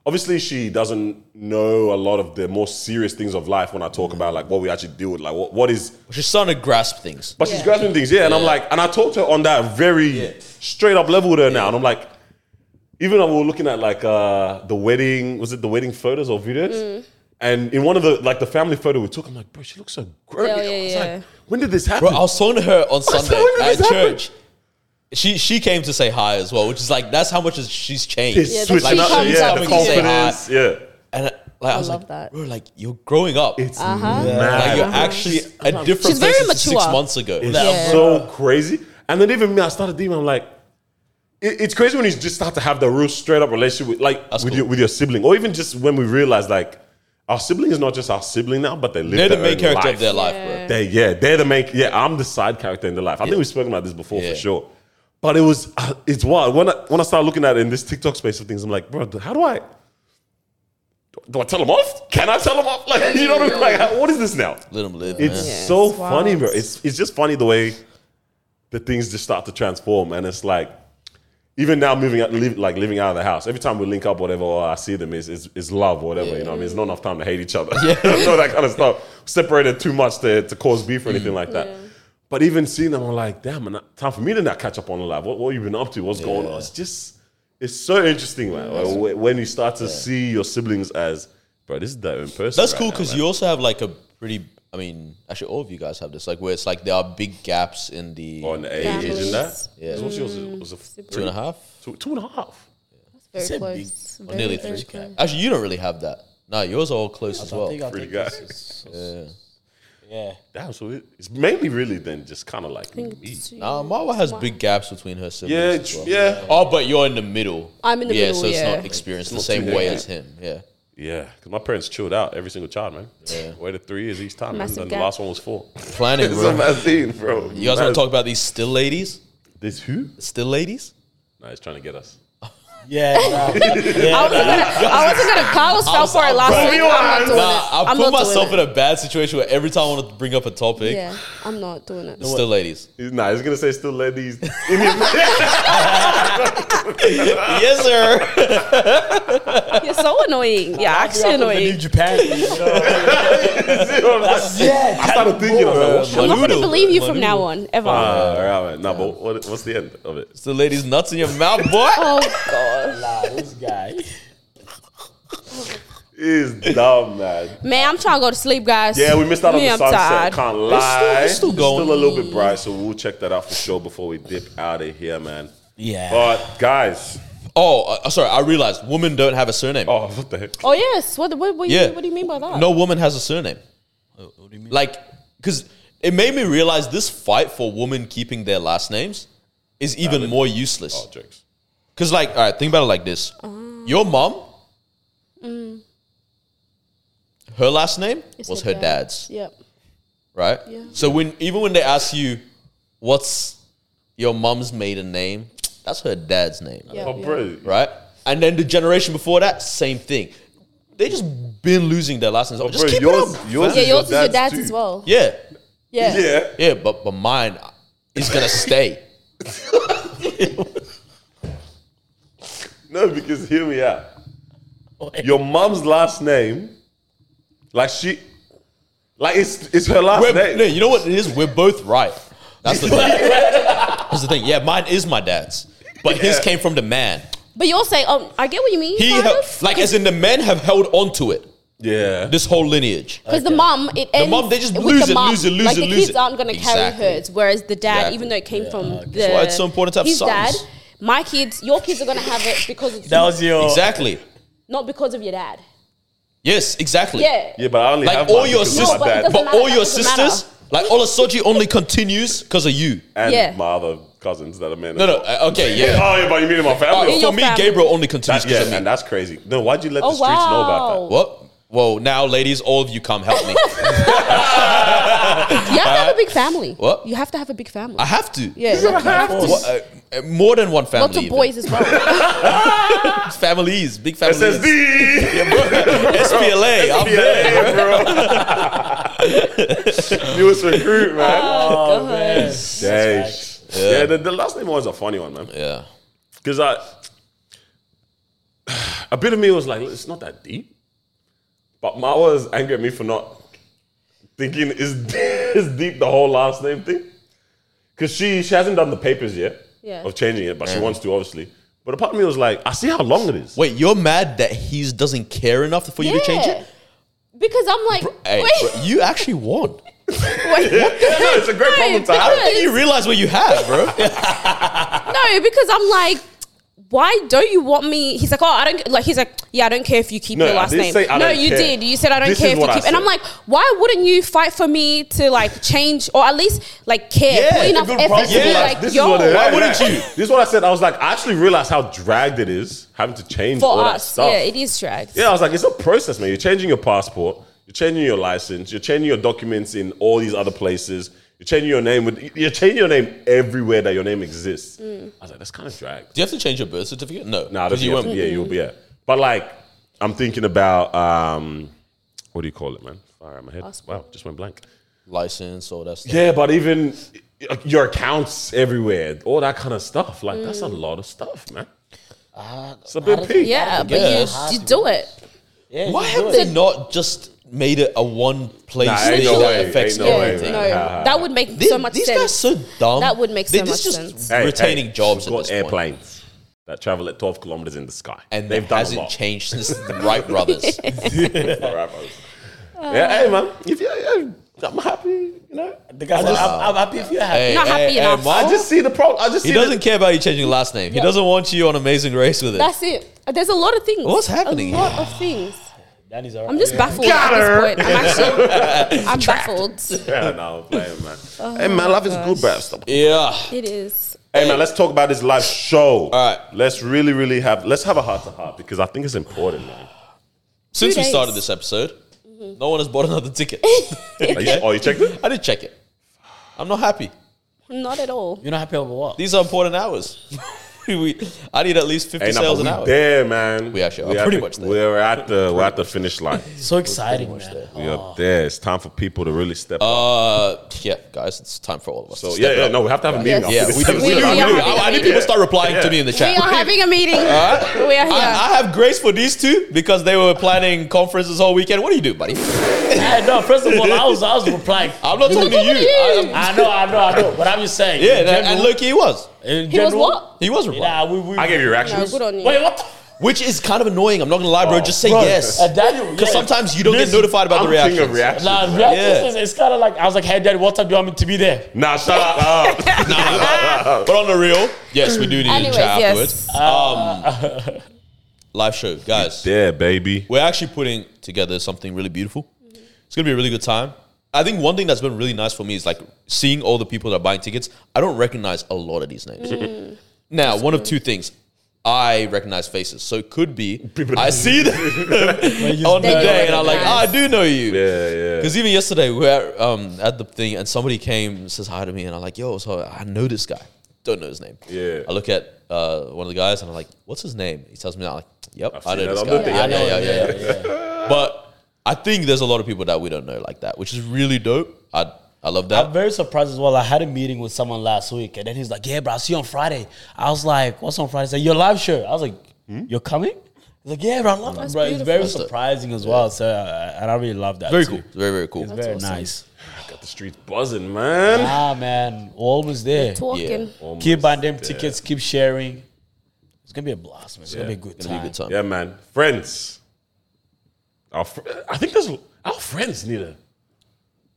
[SPEAKER 1] obviously she doesn't know a lot of the more serious things of life when I talk about like what we actually deal with, like what, what is
[SPEAKER 2] She's starting to grasp things.
[SPEAKER 1] But she's
[SPEAKER 3] Yeah.
[SPEAKER 1] grasping things, yeah. And I'm like, and I talked to her on that very straight up level with her now. And I'm like, even though we were looking at like uh the wedding, was it the wedding photos or videos?
[SPEAKER 3] Mm.
[SPEAKER 1] And in one of the like the family photo we took, I'm like, bro, she looks so great.
[SPEAKER 3] Yeah,
[SPEAKER 1] I
[SPEAKER 3] yeah,
[SPEAKER 1] was
[SPEAKER 3] yeah.
[SPEAKER 1] like, when did this happen?
[SPEAKER 2] Bro, I was talking to her on
[SPEAKER 1] said,
[SPEAKER 2] Sunday
[SPEAKER 1] "When did this
[SPEAKER 2] at
[SPEAKER 1] happen?"
[SPEAKER 2] church. She she came to say hi as well, which is like that's how much is- she's changed.
[SPEAKER 1] It's
[SPEAKER 3] Yeah, the
[SPEAKER 1] switching
[SPEAKER 3] she
[SPEAKER 1] up,
[SPEAKER 3] comes
[SPEAKER 1] yeah,
[SPEAKER 3] up
[SPEAKER 1] the
[SPEAKER 3] with you.
[SPEAKER 1] confidence, yeah.
[SPEAKER 2] And I, like, I, was
[SPEAKER 3] love
[SPEAKER 2] like,
[SPEAKER 3] that.
[SPEAKER 2] bro, like you're growing up.
[SPEAKER 1] It's
[SPEAKER 3] Uh-huh.
[SPEAKER 2] like
[SPEAKER 1] mad.
[SPEAKER 2] you're actually a different
[SPEAKER 3] She's very
[SPEAKER 2] person to six
[SPEAKER 3] mature.
[SPEAKER 2] months ago.
[SPEAKER 1] It's
[SPEAKER 3] Yeah.
[SPEAKER 1] so crazy. And then even me, I started deeming, I'm like, it- it's crazy when you just start to have the real straight up relationship with like
[SPEAKER 2] That's
[SPEAKER 1] with
[SPEAKER 2] cool.
[SPEAKER 1] your with your sibling. Or even just when we realize like our sibling is not just our sibling now, but they live
[SPEAKER 2] They're the
[SPEAKER 1] their
[SPEAKER 2] main
[SPEAKER 1] own
[SPEAKER 2] character
[SPEAKER 1] life.
[SPEAKER 2] of their life, bro.
[SPEAKER 1] They yeah, they're the main yeah, I'm the side character in their life. I think we've spoken about this before
[SPEAKER 2] Yeah.
[SPEAKER 1] for sure. But it was uh, it's wild. When I when I started looking at it in this TikTok space of things, I'm like, bro, how do I do I tell them off? Can I tell them off? Like, you know what I mean? Like, how- what is this now?
[SPEAKER 2] Let him live.
[SPEAKER 1] It's
[SPEAKER 2] man.
[SPEAKER 1] so
[SPEAKER 3] it's wild.
[SPEAKER 1] funny, bro. It's it's just funny the way the things just start to transform, and it's like even now moving out, live, like living out of the house. Every time we link up, whatever, or I see them, is is is love, or whatever. You know, what I mean, it's not enough time to hate each other. Yeah. no, that kind of stuff. Separated too much to, to cause beef
[SPEAKER 2] Mm.
[SPEAKER 1] or anything like that. But even seeing them, I'm like, damn, man, time for me to not catch up on the life. What what you been up to? What's going on? It's just it's so interesting, man. Like, wh- when you start to see your siblings as, bro, this is their own person.
[SPEAKER 2] That's
[SPEAKER 1] right
[SPEAKER 2] cool
[SPEAKER 1] now,
[SPEAKER 2] because
[SPEAKER 1] man."
[SPEAKER 2] you also have like a pretty. I mean, actually, all of you guys have this, like where it's like there are big gaps in the
[SPEAKER 1] on Oh, the ages and that.
[SPEAKER 2] Yeah.
[SPEAKER 1] So what's yours? It was a three-
[SPEAKER 2] two and a half,
[SPEAKER 1] two- two and a half.
[SPEAKER 3] very
[SPEAKER 5] said
[SPEAKER 3] close,
[SPEAKER 2] or
[SPEAKER 3] Very,
[SPEAKER 2] nearly
[SPEAKER 3] very
[SPEAKER 2] three.
[SPEAKER 3] close.
[SPEAKER 2] Actually, you don't really have that. No, yours are all close as
[SPEAKER 5] I
[SPEAKER 2] well.
[SPEAKER 5] think- I
[SPEAKER 1] Pretty
[SPEAKER 5] think
[SPEAKER 1] guy.
[SPEAKER 5] this is- Yeah.
[SPEAKER 1] Damn. So it, it's mainly really then just kind of like
[SPEAKER 3] think
[SPEAKER 1] me.
[SPEAKER 3] it's two.
[SPEAKER 2] Nah, Marwa has big gaps between her siblings.
[SPEAKER 1] Yeah,
[SPEAKER 2] as
[SPEAKER 1] tr-
[SPEAKER 2] well.
[SPEAKER 1] yeah,
[SPEAKER 2] Oh, but you're in the middle.
[SPEAKER 3] I'm in the
[SPEAKER 2] yeah,
[SPEAKER 3] middle,
[SPEAKER 2] so it's
[SPEAKER 3] yeah.
[SPEAKER 2] not experienced
[SPEAKER 1] It's
[SPEAKER 2] the
[SPEAKER 1] not
[SPEAKER 2] same
[SPEAKER 1] too
[SPEAKER 2] way
[SPEAKER 1] big.
[SPEAKER 2] as him. Yeah,
[SPEAKER 1] yeah. Because my parents chilled out every single child, man. Waited three years each time,
[SPEAKER 3] Massive
[SPEAKER 1] man. And
[SPEAKER 3] gap.
[SPEAKER 1] the last one was four.
[SPEAKER 2] planning,
[SPEAKER 1] It's a
[SPEAKER 2] bro.
[SPEAKER 1] mad scene, bro.
[SPEAKER 2] You guys want to talk about these still ladies?
[SPEAKER 1] This who?
[SPEAKER 2] Still ladies?
[SPEAKER 1] Nah, he's trying to get us.
[SPEAKER 5] Yeah, nah, yeah,
[SPEAKER 3] I wasn't gonna, I wasn't gonna. Carlos fell for it last
[SPEAKER 1] Bro,
[SPEAKER 3] week. I'm not doing
[SPEAKER 2] Nah,
[SPEAKER 3] it.
[SPEAKER 2] I
[SPEAKER 3] I'm
[SPEAKER 2] put
[SPEAKER 3] not doing
[SPEAKER 2] myself
[SPEAKER 3] it.
[SPEAKER 2] in a bad situation where every time I want to bring up a topic,
[SPEAKER 3] Yeah, I'm not doing it.
[SPEAKER 2] it's still ladies.
[SPEAKER 1] Nah, he's gonna say still ladies.
[SPEAKER 2] yes, sir.
[SPEAKER 3] You're so annoying. Yeah, actually
[SPEAKER 5] Up in the New
[SPEAKER 3] annoying.
[SPEAKER 5] Japan. you know.
[SPEAKER 1] I
[SPEAKER 5] yeah,
[SPEAKER 1] started thinking. I was like, what?
[SPEAKER 3] I'm not gonna
[SPEAKER 2] Manudo.
[SPEAKER 3] believe you from now on ever.
[SPEAKER 1] Ah, all right, man. Nah, but what, what's the end of it?
[SPEAKER 2] It's the ladies' nuts in your mouth, boy.
[SPEAKER 3] oh god,
[SPEAKER 5] nah, this guy.
[SPEAKER 1] It's dumb, man.
[SPEAKER 3] man, I'm trying to go to sleep, guys.
[SPEAKER 1] Yeah, we missed out on
[SPEAKER 3] Me,
[SPEAKER 1] the
[SPEAKER 3] I'm
[SPEAKER 1] sunset.
[SPEAKER 3] tired.
[SPEAKER 1] Can't lie.
[SPEAKER 2] it's still going.
[SPEAKER 1] a little bit bright, so we'll check that out for sure before we dip out of here, man.
[SPEAKER 5] Yeah.
[SPEAKER 1] But guys,
[SPEAKER 2] Oh, uh, sorry. I realized women don't have a surname.
[SPEAKER 1] oh what the heck?
[SPEAKER 3] Oh yes. What, what, what,
[SPEAKER 2] Yeah.
[SPEAKER 3] you, what do you mean by that?
[SPEAKER 2] No woman has a surname.
[SPEAKER 5] Oh, What do you mean?
[SPEAKER 2] Like, because it made me realize this fight for women keeping their last names is even more useless.
[SPEAKER 1] Oh, jokes.
[SPEAKER 2] Because, like, all right, think about it like this
[SPEAKER 3] Oh.
[SPEAKER 2] your mom, her last name
[SPEAKER 3] Mm. It's
[SPEAKER 2] was her dad's.
[SPEAKER 3] Yep.
[SPEAKER 2] right?
[SPEAKER 3] Yeah.
[SPEAKER 2] So when even when they ask you, what's your mom's maiden name? That's her dad's name,
[SPEAKER 3] Yeah.
[SPEAKER 1] Oh,
[SPEAKER 3] yeah.
[SPEAKER 1] bro.
[SPEAKER 2] right? And then the generation before that, same thing. They just been losing their last names. just
[SPEAKER 1] bro,
[SPEAKER 2] keep
[SPEAKER 1] yours-
[SPEAKER 2] it up.
[SPEAKER 1] yours
[SPEAKER 3] Yeah,
[SPEAKER 1] is
[SPEAKER 3] yours is your
[SPEAKER 1] dad's
[SPEAKER 3] dad's
[SPEAKER 1] too.
[SPEAKER 3] as well.
[SPEAKER 2] yeah,
[SPEAKER 3] Yeah.
[SPEAKER 1] Yeah.
[SPEAKER 2] yeah, but but mine is gonna stay.
[SPEAKER 1] No, because hear me out.
[SPEAKER 2] Oh,
[SPEAKER 1] Your mom's last name, like she, like it's it's her last
[SPEAKER 2] We're-
[SPEAKER 1] name.
[SPEAKER 2] no, you know what it is? We're both right. That's the thing. That's the thing. Yeah, mine is my dad's, but his
[SPEAKER 1] Yeah.
[SPEAKER 2] came from the man.
[SPEAKER 3] But you all say, um, I get what you mean.
[SPEAKER 2] He
[SPEAKER 3] kind
[SPEAKER 2] hel-
[SPEAKER 3] of.
[SPEAKER 2] like as in the men have held on to it.
[SPEAKER 1] Yeah.
[SPEAKER 2] This whole lineage.
[SPEAKER 3] Because the mom, it ends.
[SPEAKER 2] mom, they just
[SPEAKER 3] with
[SPEAKER 2] lose
[SPEAKER 3] the
[SPEAKER 2] it,
[SPEAKER 3] mom.
[SPEAKER 2] lose it, lose
[SPEAKER 3] like
[SPEAKER 2] it,
[SPEAKER 3] The
[SPEAKER 2] lose
[SPEAKER 3] kids
[SPEAKER 2] it.
[SPEAKER 3] aren't going to
[SPEAKER 2] Exactly.
[SPEAKER 3] carry hers, whereas the dad,
[SPEAKER 2] Exactly.
[SPEAKER 3] even though it came from the,
[SPEAKER 2] That's why it's so important to have
[SPEAKER 3] his
[SPEAKER 2] sons.
[SPEAKER 3] dad. My kids, your kids are going to have it because of
[SPEAKER 5] That was
[SPEAKER 1] Oh.
[SPEAKER 5] your
[SPEAKER 2] Exactly.
[SPEAKER 3] not because of your dad.
[SPEAKER 2] Yes, exactly.
[SPEAKER 3] Yeah.
[SPEAKER 1] yeah, but I only
[SPEAKER 2] like
[SPEAKER 1] have
[SPEAKER 2] all
[SPEAKER 1] mine
[SPEAKER 2] your
[SPEAKER 1] because of
[SPEAKER 2] sisters,
[SPEAKER 3] No, but
[SPEAKER 1] my
[SPEAKER 3] it
[SPEAKER 1] dad
[SPEAKER 2] but,
[SPEAKER 3] doesn't matter,
[SPEAKER 2] all your
[SPEAKER 3] it doesn't matter.
[SPEAKER 2] sisters, like Olasoji only continues because of you.
[SPEAKER 1] and
[SPEAKER 3] Yeah.
[SPEAKER 1] my other cousins that are men.
[SPEAKER 2] No, no, uh, okay, yeah.
[SPEAKER 1] Oh yeah, but you mean in my family?
[SPEAKER 3] Oh, in
[SPEAKER 2] For
[SPEAKER 3] your
[SPEAKER 2] me,
[SPEAKER 3] family.
[SPEAKER 2] Gabriel only continues
[SPEAKER 1] That- yeah,
[SPEAKER 2] because of
[SPEAKER 1] and
[SPEAKER 2] me.
[SPEAKER 1] that's crazy. No, why'd you let
[SPEAKER 3] Oh,
[SPEAKER 1] the streets know about that?
[SPEAKER 3] wow.
[SPEAKER 2] What? Whoa, now, ladies, all of you come help me.
[SPEAKER 3] You have to have a big family.
[SPEAKER 2] What?
[SPEAKER 3] You have to have a big family.
[SPEAKER 2] I have to.
[SPEAKER 3] yeah. You have to.
[SPEAKER 2] Wha- uh, uh, more than one family.
[SPEAKER 3] Lots of
[SPEAKER 2] even.
[SPEAKER 3] boys as well.
[SPEAKER 2] Families, big families.
[SPEAKER 1] SSD.
[SPEAKER 2] SPLA. I'm there.
[SPEAKER 1] Yeah, bro. Newest recruit, man.
[SPEAKER 5] Oh, man.
[SPEAKER 1] Dang. Yeah, the, the last name one's a funny one, man.
[SPEAKER 2] Yeah.
[SPEAKER 1] Because I, a bit of me was like, it's not that deep. But Ma was angry at me for not thinking is is deep the whole last name thing. Because she she hasn't done the papers yet
[SPEAKER 3] Yeah.
[SPEAKER 1] of changing it, but she wants to obviously. But a part of me was like, I see how long it is.
[SPEAKER 2] Wait, you're mad that he doesn't care enough for you to change
[SPEAKER 3] Yeah.
[SPEAKER 2] it?
[SPEAKER 3] Because I'm like,
[SPEAKER 2] Hey,
[SPEAKER 3] wait,
[SPEAKER 2] bro, you actually won.
[SPEAKER 3] wait.
[SPEAKER 1] Yeah, no, it's a great problem to
[SPEAKER 2] I
[SPEAKER 1] have.
[SPEAKER 2] don't think you realize what you have, bro.
[SPEAKER 3] No, because I'm like, why don't you want me? He's like, oh, I don't like. He's like, yeah, I don't care if you keep
[SPEAKER 1] No,
[SPEAKER 3] your
[SPEAKER 1] I
[SPEAKER 3] last
[SPEAKER 1] didn't
[SPEAKER 3] name.
[SPEAKER 1] say I
[SPEAKER 3] no,
[SPEAKER 1] don't
[SPEAKER 3] you
[SPEAKER 1] care.
[SPEAKER 3] did. You said I don't
[SPEAKER 1] This
[SPEAKER 3] care
[SPEAKER 1] is
[SPEAKER 3] if you
[SPEAKER 1] what I
[SPEAKER 3] keep. And I'm
[SPEAKER 1] said.
[SPEAKER 3] like, why wouldn't you fight for me to like change or at least like care?
[SPEAKER 2] Yeah,
[SPEAKER 3] Put enough
[SPEAKER 2] good
[SPEAKER 3] effort to
[SPEAKER 2] problem.
[SPEAKER 3] be
[SPEAKER 2] Yeah,
[SPEAKER 3] like,
[SPEAKER 1] this is
[SPEAKER 3] yo,
[SPEAKER 1] what it-
[SPEAKER 2] Why
[SPEAKER 1] yeah,
[SPEAKER 2] wouldn't
[SPEAKER 1] yeah.
[SPEAKER 2] you?
[SPEAKER 1] This is what I said. I was like, I actually realized how dragged it is having to change all
[SPEAKER 3] for
[SPEAKER 1] that
[SPEAKER 3] us,
[SPEAKER 1] stuff.
[SPEAKER 3] yeah, it is dragged.
[SPEAKER 1] Yeah, I was like, it's a process, man. You're changing your passport, you're changing your license, you're changing your documents in all these other places. You're changing your name with you're changing your name everywhere that your name exists. I was like, that's kind of dragged.
[SPEAKER 2] Do you have to change your birth certificate? No.
[SPEAKER 1] Nah, that's
[SPEAKER 2] because you
[SPEAKER 1] you
[SPEAKER 2] won't.
[SPEAKER 1] yeah, you'll be yeah. But like, I'm thinking about um, what do you call it, man? Fire out my head. Wow, just went blank.
[SPEAKER 2] license, all that stuff.
[SPEAKER 1] Yeah, but even uh, your accounts everywhere, all that kind of stuff. Like, that's a lot of stuff, man.
[SPEAKER 2] Uh,
[SPEAKER 1] it's a big peak.
[SPEAKER 3] Yeah, but
[SPEAKER 2] Yeah.
[SPEAKER 3] you you do it.
[SPEAKER 5] Yeah,
[SPEAKER 2] Why
[SPEAKER 5] you
[SPEAKER 2] have
[SPEAKER 5] do
[SPEAKER 2] they
[SPEAKER 5] it.
[SPEAKER 2] not just made it a one place
[SPEAKER 1] Nah,
[SPEAKER 2] thing
[SPEAKER 1] ain't no
[SPEAKER 2] that
[SPEAKER 1] way,
[SPEAKER 2] affects
[SPEAKER 1] ain't no
[SPEAKER 3] yeah,
[SPEAKER 1] way,
[SPEAKER 2] everything?
[SPEAKER 1] man.
[SPEAKER 3] no, that would make
[SPEAKER 2] These,
[SPEAKER 3] so much
[SPEAKER 2] these
[SPEAKER 3] sense.
[SPEAKER 2] guys are so dumb.
[SPEAKER 3] That would make so
[SPEAKER 2] They're
[SPEAKER 3] much
[SPEAKER 2] just
[SPEAKER 3] sense.
[SPEAKER 1] Hey,
[SPEAKER 2] retaining
[SPEAKER 1] hey,
[SPEAKER 2] jobs
[SPEAKER 1] we've
[SPEAKER 2] at
[SPEAKER 1] got
[SPEAKER 2] this point.
[SPEAKER 1] airplanes that travel at 12 kilometers in the sky.
[SPEAKER 2] And
[SPEAKER 1] they've
[SPEAKER 2] that
[SPEAKER 1] done a
[SPEAKER 2] hasn't
[SPEAKER 1] lot.
[SPEAKER 2] changed since the Wright brothers.
[SPEAKER 1] All right, bros. yeah, hey man, if you, yeah, I'm happy, you know.
[SPEAKER 5] The guy's like, I'm, I'm happy if you're happy.
[SPEAKER 2] Hey,
[SPEAKER 3] Not
[SPEAKER 2] hey,
[SPEAKER 3] happy
[SPEAKER 1] Eh,
[SPEAKER 2] hey,
[SPEAKER 3] enough.
[SPEAKER 2] Mark,
[SPEAKER 1] I just see the problem. I just
[SPEAKER 2] Oh. he
[SPEAKER 1] see the-
[SPEAKER 2] doesn't care about you changing your last name. He doesn't want you on Amazing Race with it.
[SPEAKER 3] That's it. There's a lot of things.
[SPEAKER 2] What's happening
[SPEAKER 3] A lot of things.
[SPEAKER 5] That is all right.
[SPEAKER 3] I'm just baffled
[SPEAKER 1] Got
[SPEAKER 3] at
[SPEAKER 1] her.
[SPEAKER 3] this point. I'm actually, I'm baffled.
[SPEAKER 1] Yeah, no, I'm playing, man. hey man, life is good, bro. Stop.
[SPEAKER 2] yeah.
[SPEAKER 3] It is.
[SPEAKER 1] Hey man, let's talk about this live show. All
[SPEAKER 2] right.
[SPEAKER 1] let's really, really have let's have a heart to heart because I think it's important, man.
[SPEAKER 2] Since we
[SPEAKER 3] days. Mm-hmm.
[SPEAKER 2] started this episode, no one has bought another ticket.
[SPEAKER 1] Are you, oh, you checked it?
[SPEAKER 2] I did check it. I'm not happy.
[SPEAKER 3] Not at all.
[SPEAKER 5] You're not happy over what?
[SPEAKER 2] These are important hours. we, I need at least 50
[SPEAKER 1] Hey, nah,
[SPEAKER 2] sales
[SPEAKER 1] but
[SPEAKER 2] an
[SPEAKER 1] we
[SPEAKER 2] hour.
[SPEAKER 1] there, man.
[SPEAKER 2] We actually are
[SPEAKER 1] at
[SPEAKER 2] pretty
[SPEAKER 1] the-
[SPEAKER 2] much there.
[SPEAKER 1] We're at the we're at the finish line.
[SPEAKER 5] So exciting, man.
[SPEAKER 1] We
[SPEAKER 2] Oh.
[SPEAKER 1] are there. It's time for people to really step up.
[SPEAKER 2] Uh, yeah, guys, it's time for all of us.
[SPEAKER 1] So
[SPEAKER 2] to
[SPEAKER 1] yeah,
[SPEAKER 2] step
[SPEAKER 1] yeah,
[SPEAKER 2] up.
[SPEAKER 1] no, we have to have a meeting.
[SPEAKER 3] Yes.
[SPEAKER 1] after this.
[SPEAKER 2] yeah, we do. We do.
[SPEAKER 3] We
[SPEAKER 2] we do.
[SPEAKER 3] are having
[SPEAKER 2] I, I need people
[SPEAKER 1] Yeah.
[SPEAKER 2] to start replying to me in the
[SPEAKER 3] We
[SPEAKER 2] chat.
[SPEAKER 3] are having a meeting. we are here.
[SPEAKER 2] I, I have grace for these two because they were planning conferences all weekend. What do you do, buddy?
[SPEAKER 5] Hey, no, first of all, I was I was replying.
[SPEAKER 2] I'm not talking to you. I,
[SPEAKER 5] I know, I know, I know. But I'm just saying.
[SPEAKER 2] yeah, and, and look, he was.
[SPEAKER 3] he was what?
[SPEAKER 2] He was replying.
[SPEAKER 5] Nah, we, we,
[SPEAKER 1] I gave you
[SPEAKER 3] No,
[SPEAKER 1] reactions.
[SPEAKER 3] good on you.
[SPEAKER 5] Wait, what? the-
[SPEAKER 2] Which is kind of annoying. I'm not going to lie, bro. Just say
[SPEAKER 5] Bro,
[SPEAKER 2] yes.
[SPEAKER 5] uh, Daniel,
[SPEAKER 2] Because
[SPEAKER 5] yeah.
[SPEAKER 2] sometimes you don't get
[SPEAKER 5] Listen,
[SPEAKER 2] notified about
[SPEAKER 1] I'm
[SPEAKER 2] the
[SPEAKER 1] king
[SPEAKER 2] reactions.
[SPEAKER 1] of reactions.
[SPEAKER 5] Nah,
[SPEAKER 1] man.
[SPEAKER 5] yeah,
[SPEAKER 2] Yeah.
[SPEAKER 5] it's, it's kind of like I was like, hey, Dad, what time do you want me to be there?
[SPEAKER 1] Nah, shut up.
[SPEAKER 2] But on the real, yes, we do need
[SPEAKER 3] Anyways,
[SPEAKER 2] a chat
[SPEAKER 3] yes.
[SPEAKER 2] afterwards.
[SPEAKER 1] Uh,
[SPEAKER 2] Um, live show, guys.
[SPEAKER 1] yeah, baby.
[SPEAKER 2] We're actually putting together something really beautiful. It's gonna be a really good time. I think one thing that's been really nice for me is like seeing all the people that are buying tickets. I don't recognize a lot of these names.
[SPEAKER 1] Mm.
[SPEAKER 2] Now, one of two things. I recognize faces, so it could be I see them on the
[SPEAKER 3] They
[SPEAKER 2] day, and I'm like,
[SPEAKER 3] recognize.
[SPEAKER 2] "Ah, I do know you.
[SPEAKER 1] Yeah, yeah.
[SPEAKER 2] Because even yesterday we were um, at the thing and somebody came and says hi to me and I'm like, yo, so I know this guy. Don't know his name.
[SPEAKER 1] Yeah.
[SPEAKER 2] I look at uh, one of the guys and I'm like, what's his name? He tells me that. I'm like, yep, i
[SPEAKER 1] seen
[SPEAKER 2] know
[SPEAKER 1] that
[SPEAKER 2] this
[SPEAKER 1] on
[SPEAKER 2] guy.
[SPEAKER 1] the thing.
[SPEAKER 2] Yeah,
[SPEAKER 1] I
[SPEAKER 2] yeah,
[SPEAKER 1] know
[SPEAKER 2] yeah,
[SPEAKER 1] him.
[SPEAKER 2] yeah, yeah. But I think there's a lot of people that we don't know like that, which is really dope. I I love
[SPEAKER 5] I'm
[SPEAKER 2] that.
[SPEAKER 5] very surprised as well. I had a meeting with someone last week, and then he's like, "Yeah, bro, I'll see you on Friday." I was like, "What's on Friday?" He's like, "Your live show." I was like,
[SPEAKER 2] Hmm?
[SPEAKER 5] "You're coming?" He's like, "Yeah, bro, I love it, bro." It's
[SPEAKER 3] beautiful.
[SPEAKER 5] very
[SPEAKER 2] That's dope.
[SPEAKER 5] surprising as well. So, uh, and I really love that.
[SPEAKER 2] Very
[SPEAKER 5] too.
[SPEAKER 2] cool. Very, very cool.
[SPEAKER 5] Very
[SPEAKER 3] awesome.
[SPEAKER 5] nice.
[SPEAKER 1] Got the streets buzzing, man.
[SPEAKER 5] Ah, man, we're almost there.
[SPEAKER 3] Talking.
[SPEAKER 5] Keep buying them tickets. Keep sharing. It's gonna be a blast, man. It's gonna be a good
[SPEAKER 2] It'll be a
[SPEAKER 5] time.
[SPEAKER 2] good time.
[SPEAKER 1] Yeah, man. Friends. Our fr- I think there's our friends need a.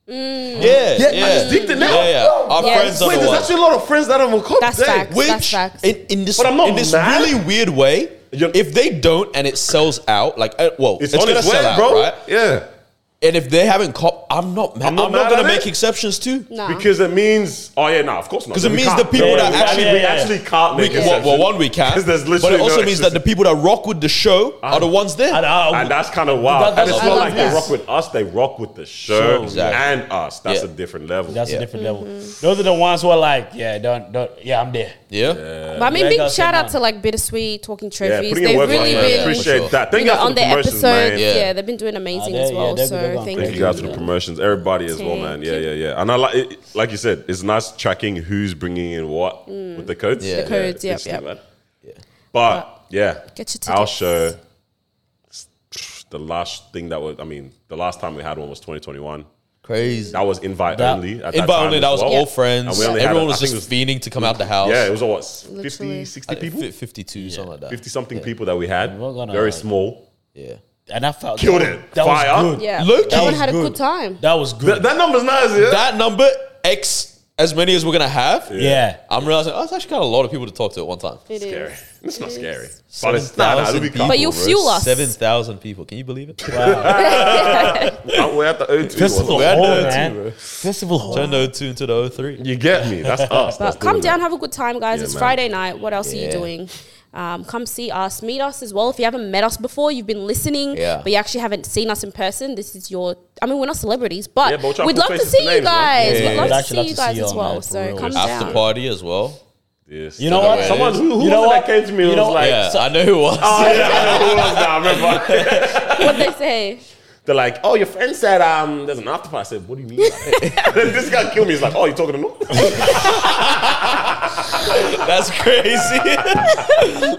[SPEAKER 2] Yeah. Yeah.
[SPEAKER 1] I just digged it now.
[SPEAKER 2] Yeah, yeah. Our
[SPEAKER 3] Yeah.
[SPEAKER 2] friends are
[SPEAKER 1] Wait,
[SPEAKER 2] the
[SPEAKER 1] there's
[SPEAKER 2] ones.
[SPEAKER 1] actually a lot of friends that I'm on call
[SPEAKER 3] That's
[SPEAKER 1] today.
[SPEAKER 3] facts.
[SPEAKER 2] Which
[SPEAKER 3] That's facts.
[SPEAKER 2] In, in this
[SPEAKER 1] But I'm not
[SPEAKER 2] in this
[SPEAKER 1] mad.
[SPEAKER 2] really weird way,
[SPEAKER 1] You're-
[SPEAKER 2] if they don't and it sells out, like uh, well,
[SPEAKER 1] It's,
[SPEAKER 2] it's,
[SPEAKER 1] on
[SPEAKER 2] gonna
[SPEAKER 1] its
[SPEAKER 2] sell
[SPEAKER 1] way,
[SPEAKER 2] out,
[SPEAKER 1] bro.
[SPEAKER 2] right?
[SPEAKER 1] Yeah.
[SPEAKER 2] And if they haven't caught, I'm not mad. I'm
[SPEAKER 1] not mad
[SPEAKER 2] not, gonna
[SPEAKER 1] at
[SPEAKER 2] make
[SPEAKER 1] it.
[SPEAKER 2] exceptions too.
[SPEAKER 3] Nah.
[SPEAKER 1] Because it means, oh yeah, no, of course not.
[SPEAKER 2] 'Cause it
[SPEAKER 1] We
[SPEAKER 2] means
[SPEAKER 1] can't.
[SPEAKER 2] the people
[SPEAKER 1] Yeah,
[SPEAKER 2] that
[SPEAKER 1] we
[SPEAKER 2] actually-
[SPEAKER 1] we
[SPEAKER 5] yeah, yeah.
[SPEAKER 1] actually can't make
[SPEAKER 2] We,
[SPEAKER 1] it.
[SPEAKER 2] well, well, one we can,
[SPEAKER 1] Because there's
[SPEAKER 2] but
[SPEAKER 1] literally
[SPEAKER 2] it also
[SPEAKER 1] no
[SPEAKER 2] means that the
[SPEAKER 1] exception. Ah.
[SPEAKER 2] people that rock with the show are the ones there.
[SPEAKER 5] And, uh,
[SPEAKER 1] and that's kind of wild.
[SPEAKER 5] That-
[SPEAKER 1] and it's
[SPEAKER 5] that's-
[SPEAKER 1] not
[SPEAKER 3] I
[SPEAKER 1] like
[SPEAKER 3] love
[SPEAKER 1] they
[SPEAKER 3] that.
[SPEAKER 1] rock with us; they rock with the show
[SPEAKER 2] Exactly.
[SPEAKER 1] and us. That's
[SPEAKER 2] Yeah.
[SPEAKER 1] a different level.
[SPEAKER 5] That's
[SPEAKER 2] Yeah.
[SPEAKER 5] a different level. Those are the ones who are like, yeah, don't, don't, yeah, I'm there.
[SPEAKER 2] yeah.
[SPEAKER 3] But I mean,
[SPEAKER 5] Yeah,
[SPEAKER 3] big
[SPEAKER 5] that's
[SPEAKER 3] shout
[SPEAKER 5] it,
[SPEAKER 3] out
[SPEAKER 5] man.
[SPEAKER 3] to like Bittersweet Talking
[SPEAKER 1] yeah,
[SPEAKER 3] Trophies.
[SPEAKER 1] putting in
[SPEAKER 3] They've
[SPEAKER 1] work on
[SPEAKER 3] really
[SPEAKER 1] it.
[SPEAKER 2] man.
[SPEAKER 1] man.
[SPEAKER 3] been
[SPEAKER 1] Appreciate
[SPEAKER 2] sure.
[SPEAKER 1] that. Thank
[SPEAKER 3] you
[SPEAKER 1] you
[SPEAKER 3] know,
[SPEAKER 1] guys for
[SPEAKER 3] on
[SPEAKER 1] the
[SPEAKER 3] the
[SPEAKER 1] promotions, man.
[SPEAKER 3] episodes. Yeah.
[SPEAKER 2] Yeah.
[SPEAKER 3] they've been doing amazing
[SPEAKER 5] Ah,
[SPEAKER 3] as
[SPEAKER 5] they-
[SPEAKER 3] well.
[SPEAKER 5] yeah, they've been
[SPEAKER 3] so
[SPEAKER 5] going
[SPEAKER 3] thank
[SPEAKER 1] Thank
[SPEAKER 3] you.
[SPEAKER 1] you guys for the promotions, everybody as well,
[SPEAKER 3] Thank
[SPEAKER 1] man. Yeah,
[SPEAKER 3] you.
[SPEAKER 1] yeah, yeah. And I like, it, like you said, it's nice tracking who's bringing in what with the codes.
[SPEAKER 2] Yeah. The
[SPEAKER 3] Mm. codes, yep,
[SPEAKER 1] interesting,
[SPEAKER 3] yep.
[SPEAKER 1] man. But yeah,
[SPEAKER 3] Get your
[SPEAKER 1] our
[SPEAKER 3] tickets.
[SPEAKER 1] show. The last thing that was, I mean, the last time we had one was 2021.
[SPEAKER 2] Crazy.
[SPEAKER 1] That was invite
[SPEAKER 5] That-
[SPEAKER 1] only. At that
[SPEAKER 2] In
[SPEAKER 1] time
[SPEAKER 2] Bali,
[SPEAKER 1] as
[SPEAKER 2] that was
[SPEAKER 1] well.
[SPEAKER 2] all
[SPEAKER 1] And
[SPEAKER 2] friends.
[SPEAKER 1] we only had, I
[SPEAKER 2] Everyone was
[SPEAKER 1] think
[SPEAKER 2] just
[SPEAKER 1] it was-
[SPEAKER 2] fiending to come out the house.
[SPEAKER 1] Yeah, it was uh, what 50,
[SPEAKER 3] Literally.
[SPEAKER 1] 60
[SPEAKER 2] I
[SPEAKER 5] Uh,
[SPEAKER 2] think
[SPEAKER 1] people,
[SPEAKER 2] fi- 52, something like that.
[SPEAKER 1] fifty something people that we had.
[SPEAKER 5] We're gonna-
[SPEAKER 1] Very small.
[SPEAKER 2] Yeah.
[SPEAKER 5] And I felt
[SPEAKER 1] Killed
[SPEAKER 5] that,
[SPEAKER 1] it.
[SPEAKER 5] That
[SPEAKER 1] Fire.
[SPEAKER 5] was good.
[SPEAKER 3] Yeah,
[SPEAKER 2] Low-key.
[SPEAKER 3] everyone
[SPEAKER 5] That
[SPEAKER 3] had a
[SPEAKER 5] was
[SPEAKER 3] good
[SPEAKER 5] good.
[SPEAKER 3] time.
[SPEAKER 5] That was good.
[SPEAKER 1] That, that number's nice, yeah.
[SPEAKER 2] That number X as many as we're gonna have.
[SPEAKER 5] yeah.
[SPEAKER 2] I'm realizing oh, it's actually got a lot of people to talk to at one time.
[SPEAKER 3] It is.
[SPEAKER 1] scary. It's not
[SPEAKER 3] It is.
[SPEAKER 1] scary. But it's nah, nah,
[SPEAKER 2] 7,000
[SPEAKER 1] it'll be
[SPEAKER 2] people,
[SPEAKER 1] calm.
[SPEAKER 3] But you
[SPEAKER 2] bro.
[SPEAKER 3] fuel us.
[SPEAKER 2] 7,000 people. Can you believe it?
[SPEAKER 1] We're at the O2.
[SPEAKER 5] Festival
[SPEAKER 1] We're at the
[SPEAKER 5] Hall,
[SPEAKER 1] O2,
[SPEAKER 5] man.
[SPEAKER 1] bro.
[SPEAKER 5] Festival Hall.
[SPEAKER 2] Turn the 02 into the 03.
[SPEAKER 1] "Oh, You get me. That's us. That's
[SPEAKER 3] But
[SPEAKER 1] the
[SPEAKER 3] come
[SPEAKER 1] limit.
[SPEAKER 3] down, have a good time, guys.
[SPEAKER 1] Yeah,
[SPEAKER 3] it's
[SPEAKER 1] man.
[SPEAKER 3] Friday night. What else are
[SPEAKER 2] Yeah.
[SPEAKER 3] you doing? Um, come see us, meet us as well. If you haven't met us before, you've been listening,
[SPEAKER 2] Yeah.
[SPEAKER 3] but you actually haven't seen us in person. This is your. I mean, we're not celebrities, but,
[SPEAKER 1] Yeah, but we'll try
[SPEAKER 3] we'd
[SPEAKER 1] to put
[SPEAKER 3] love to
[SPEAKER 1] faces
[SPEAKER 3] see
[SPEAKER 1] to
[SPEAKER 3] you
[SPEAKER 1] names, man.
[SPEAKER 3] guys.
[SPEAKER 2] Yeah,
[SPEAKER 3] We'd
[SPEAKER 2] yeah,
[SPEAKER 3] love
[SPEAKER 5] yeah.
[SPEAKER 3] to see you guys
[SPEAKER 5] you
[SPEAKER 3] as
[SPEAKER 5] on,
[SPEAKER 3] well.
[SPEAKER 5] man, for
[SPEAKER 3] So
[SPEAKER 5] real.
[SPEAKER 3] come
[SPEAKER 2] After
[SPEAKER 3] down.
[SPEAKER 2] party as well.
[SPEAKER 1] Yes.
[SPEAKER 5] You know what?
[SPEAKER 2] Yeah.
[SPEAKER 1] Someone who, who
[SPEAKER 5] You know
[SPEAKER 1] was it that
[SPEAKER 5] what?
[SPEAKER 1] came to me and
[SPEAKER 5] You know
[SPEAKER 1] was like,
[SPEAKER 2] yeah, I know who was.
[SPEAKER 1] oh yeah, I know who was that. I remember.
[SPEAKER 3] What they say?
[SPEAKER 1] They're like, oh, your friend said um, there's an after party. I said, what do you mean? by that?" and then this guy killed me. He's like, oh, you talking to me?
[SPEAKER 2] That's crazy.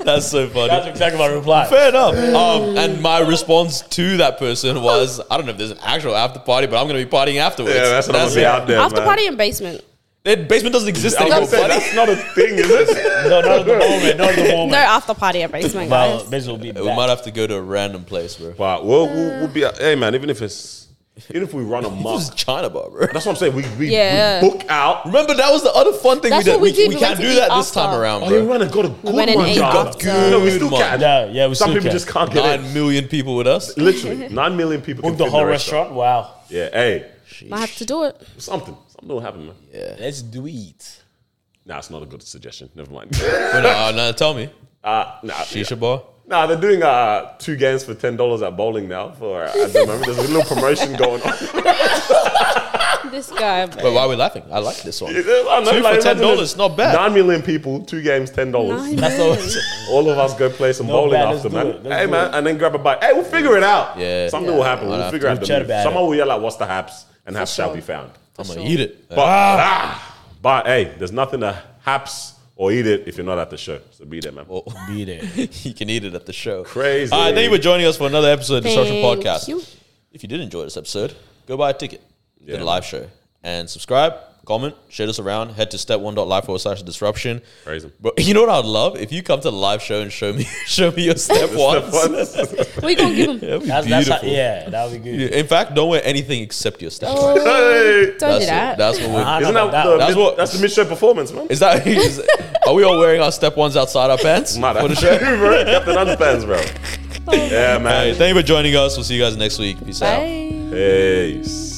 [SPEAKER 2] That's so funny.
[SPEAKER 5] That's exactly my reply.
[SPEAKER 2] Fair enough. Um, and my response to that person was, I don't know if there's an actual after party, but I'm going to be partying afterwards.
[SPEAKER 1] Yeah, that's what I'm gonna be
[SPEAKER 2] it.
[SPEAKER 1] out there.
[SPEAKER 3] After
[SPEAKER 1] man.
[SPEAKER 3] party in basement.
[SPEAKER 2] That basement doesn't exist
[SPEAKER 1] I was gonna
[SPEAKER 2] anymore.
[SPEAKER 1] say,
[SPEAKER 2] buddy.
[SPEAKER 1] that's not a thing, is it?
[SPEAKER 5] No, not at the moment. Not at the
[SPEAKER 3] No
[SPEAKER 5] moment.
[SPEAKER 3] after party in basement, guys.
[SPEAKER 5] Well, Biz will be
[SPEAKER 2] We might
[SPEAKER 5] back.
[SPEAKER 2] have to go to a random place, bro.
[SPEAKER 1] But we'll, we'll, we'll be, hey man, even if it's, even if we run a
[SPEAKER 2] This is
[SPEAKER 1] month,
[SPEAKER 2] China bar, bro.
[SPEAKER 1] that's what I'm saying. We, we,
[SPEAKER 3] Yeah.
[SPEAKER 1] we book out.
[SPEAKER 2] Remember, that was the other fun thing
[SPEAKER 3] That's
[SPEAKER 2] we did.
[SPEAKER 3] what we did.
[SPEAKER 2] We,
[SPEAKER 3] We
[SPEAKER 2] can't
[SPEAKER 3] went
[SPEAKER 2] do
[SPEAKER 3] to
[SPEAKER 2] that
[SPEAKER 3] eat
[SPEAKER 2] this time
[SPEAKER 3] after.
[SPEAKER 2] around,
[SPEAKER 1] Oh, you
[SPEAKER 2] bro.
[SPEAKER 1] ran and got a good
[SPEAKER 3] went and
[SPEAKER 1] one.
[SPEAKER 3] ate
[SPEAKER 1] John.
[SPEAKER 3] after.
[SPEAKER 1] No, we still
[SPEAKER 2] Good
[SPEAKER 1] can.
[SPEAKER 5] Yeah, yeah, we
[SPEAKER 1] Some
[SPEAKER 5] still
[SPEAKER 1] people
[SPEAKER 5] can.
[SPEAKER 1] just can't get in.
[SPEAKER 2] Nine million people with us.
[SPEAKER 1] Literally, nine million people. can
[SPEAKER 5] Book the
[SPEAKER 1] fit in
[SPEAKER 5] whole restaurant. Wow.
[SPEAKER 1] Yeah, hey,
[SPEAKER 3] Might have to do it.
[SPEAKER 1] something, something will happen, man.
[SPEAKER 5] Let's do it.
[SPEAKER 1] Nah, it's not a good suggestion. Never mind.
[SPEAKER 2] But no, no, tell me.
[SPEAKER 1] uh, nah, yeah.
[SPEAKER 2] Shisha bar.
[SPEAKER 1] nah, they're doing uh, two games for ten dollars at bowling now. For uh, at the moment, there's a little promotion going on.
[SPEAKER 3] this guy, man.
[SPEAKER 2] But why are we laughing? I like this one.
[SPEAKER 1] I know,
[SPEAKER 2] Two for
[SPEAKER 1] imagine
[SPEAKER 2] $10,
[SPEAKER 1] it's
[SPEAKER 2] not bad.
[SPEAKER 1] Nine million people, two games, ten dollars.
[SPEAKER 5] That's all.
[SPEAKER 1] All of us go play some
[SPEAKER 5] Not
[SPEAKER 1] bowling
[SPEAKER 5] bad, let's
[SPEAKER 1] after,
[SPEAKER 5] do
[SPEAKER 1] man.
[SPEAKER 5] it, let's
[SPEAKER 1] Hey,
[SPEAKER 5] do
[SPEAKER 1] man,
[SPEAKER 5] it.
[SPEAKER 1] and then grab a bite. Hey, we'll figure it out.
[SPEAKER 2] Yeah.
[SPEAKER 1] something
[SPEAKER 2] Yeah.
[SPEAKER 1] will happen.
[SPEAKER 2] I'll
[SPEAKER 1] We'll
[SPEAKER 2] have
[SPEAKER 1] figure
[SPEAKER 5] to
[SPEAKER 1] out. the
[SPEAKER 5] chat
[SPEAKER 1] move.
[SPEAKER 5] about it.
[SPEAKER 1] Someone will yell out, "What's the haps?" And haps shall
[SPEAKER 3] sure.
[SPEAKER 1] be found.
[SPEAKER 2] I'm gonna
[SPEAKER 3] sure.
[SPEAKER 2] eat it.
[SPEAKER 1] But ah, but hey, there's nothing to haps or eat it if you're not at the show. So be there, man.
[SPEAKER 2] Oh.
[SPEAKER 5] Be there.
[SPEAKER 2] you can eat it at the show.
[SPEAKER 1] Crazy.
[SPEAKER 2] All right, thank you for joining us for another episode of the Social
[SPEAKER 3] Thank
[SPEAKER 2] Podcast.
[SPEAKER 3] you.
[SPEAKER 2] If you did enjoy this episode, go buy a ticket to
[SPEAKER 1] Yeah.
[SPEAKER 2] the live show and subscribe, comment, share this around. Head to step one live forward slash disruption.
[SPEAKER 1] Crazy.
[SPEAKER 2] But you know what I'd love if you come to the live show and show me show me your step
[SPEAKER 1] Step
[SPEAKER 2] ones.
[SPEAKER 1] one.
[SPEAKER 3] we gonna give him.
[SPEAKER 2] That'd be
[SPEAKER 5] That's, that's
[SPEAKER 2] beautiful.
[SPEAKER 5] how, yeah, that would be good.
[SPEAKER 2] In fact, don't wear anything except your step.
[SPEAKER 3] Oh,
[SPEAKER 1] Hey.
[SPEAKER 3] don't
[SPEAKER 2] That's
[SPEAKER 3] do
[SPEAKER 2] it.
[SPEAKER 3] that.
[SPEAKER 2] That's what we.
[SPEAKER 5] Uh-huh.
[SPEAKER 1] Isn't that,
[SPEAKER 5] That-
[SPEAKER 1] the,
[SPEAKER 2] that's
[SPEAKER 1] that's,
[SPEAKER 2] what-
[SPEAKER 1] that's the mid-show performance, man?
[SPEAKER 2] Is that? Is, are we all wearing our step ones outside our pants
[SPEAKER 1] Mad,
[SPEAKER 2] for the show? Oh.
[SPEAKER 1] bro. Captain Underpants, bro. Yeah,
[SPEAKER 2] Hey,
[SPEAKER 1] man.
[SPEAKER 2] thank you for joining us. We'll see you guys next week. Peace out.
[SPEAKER 3] Bye.
[SPEAKER 1] Peace.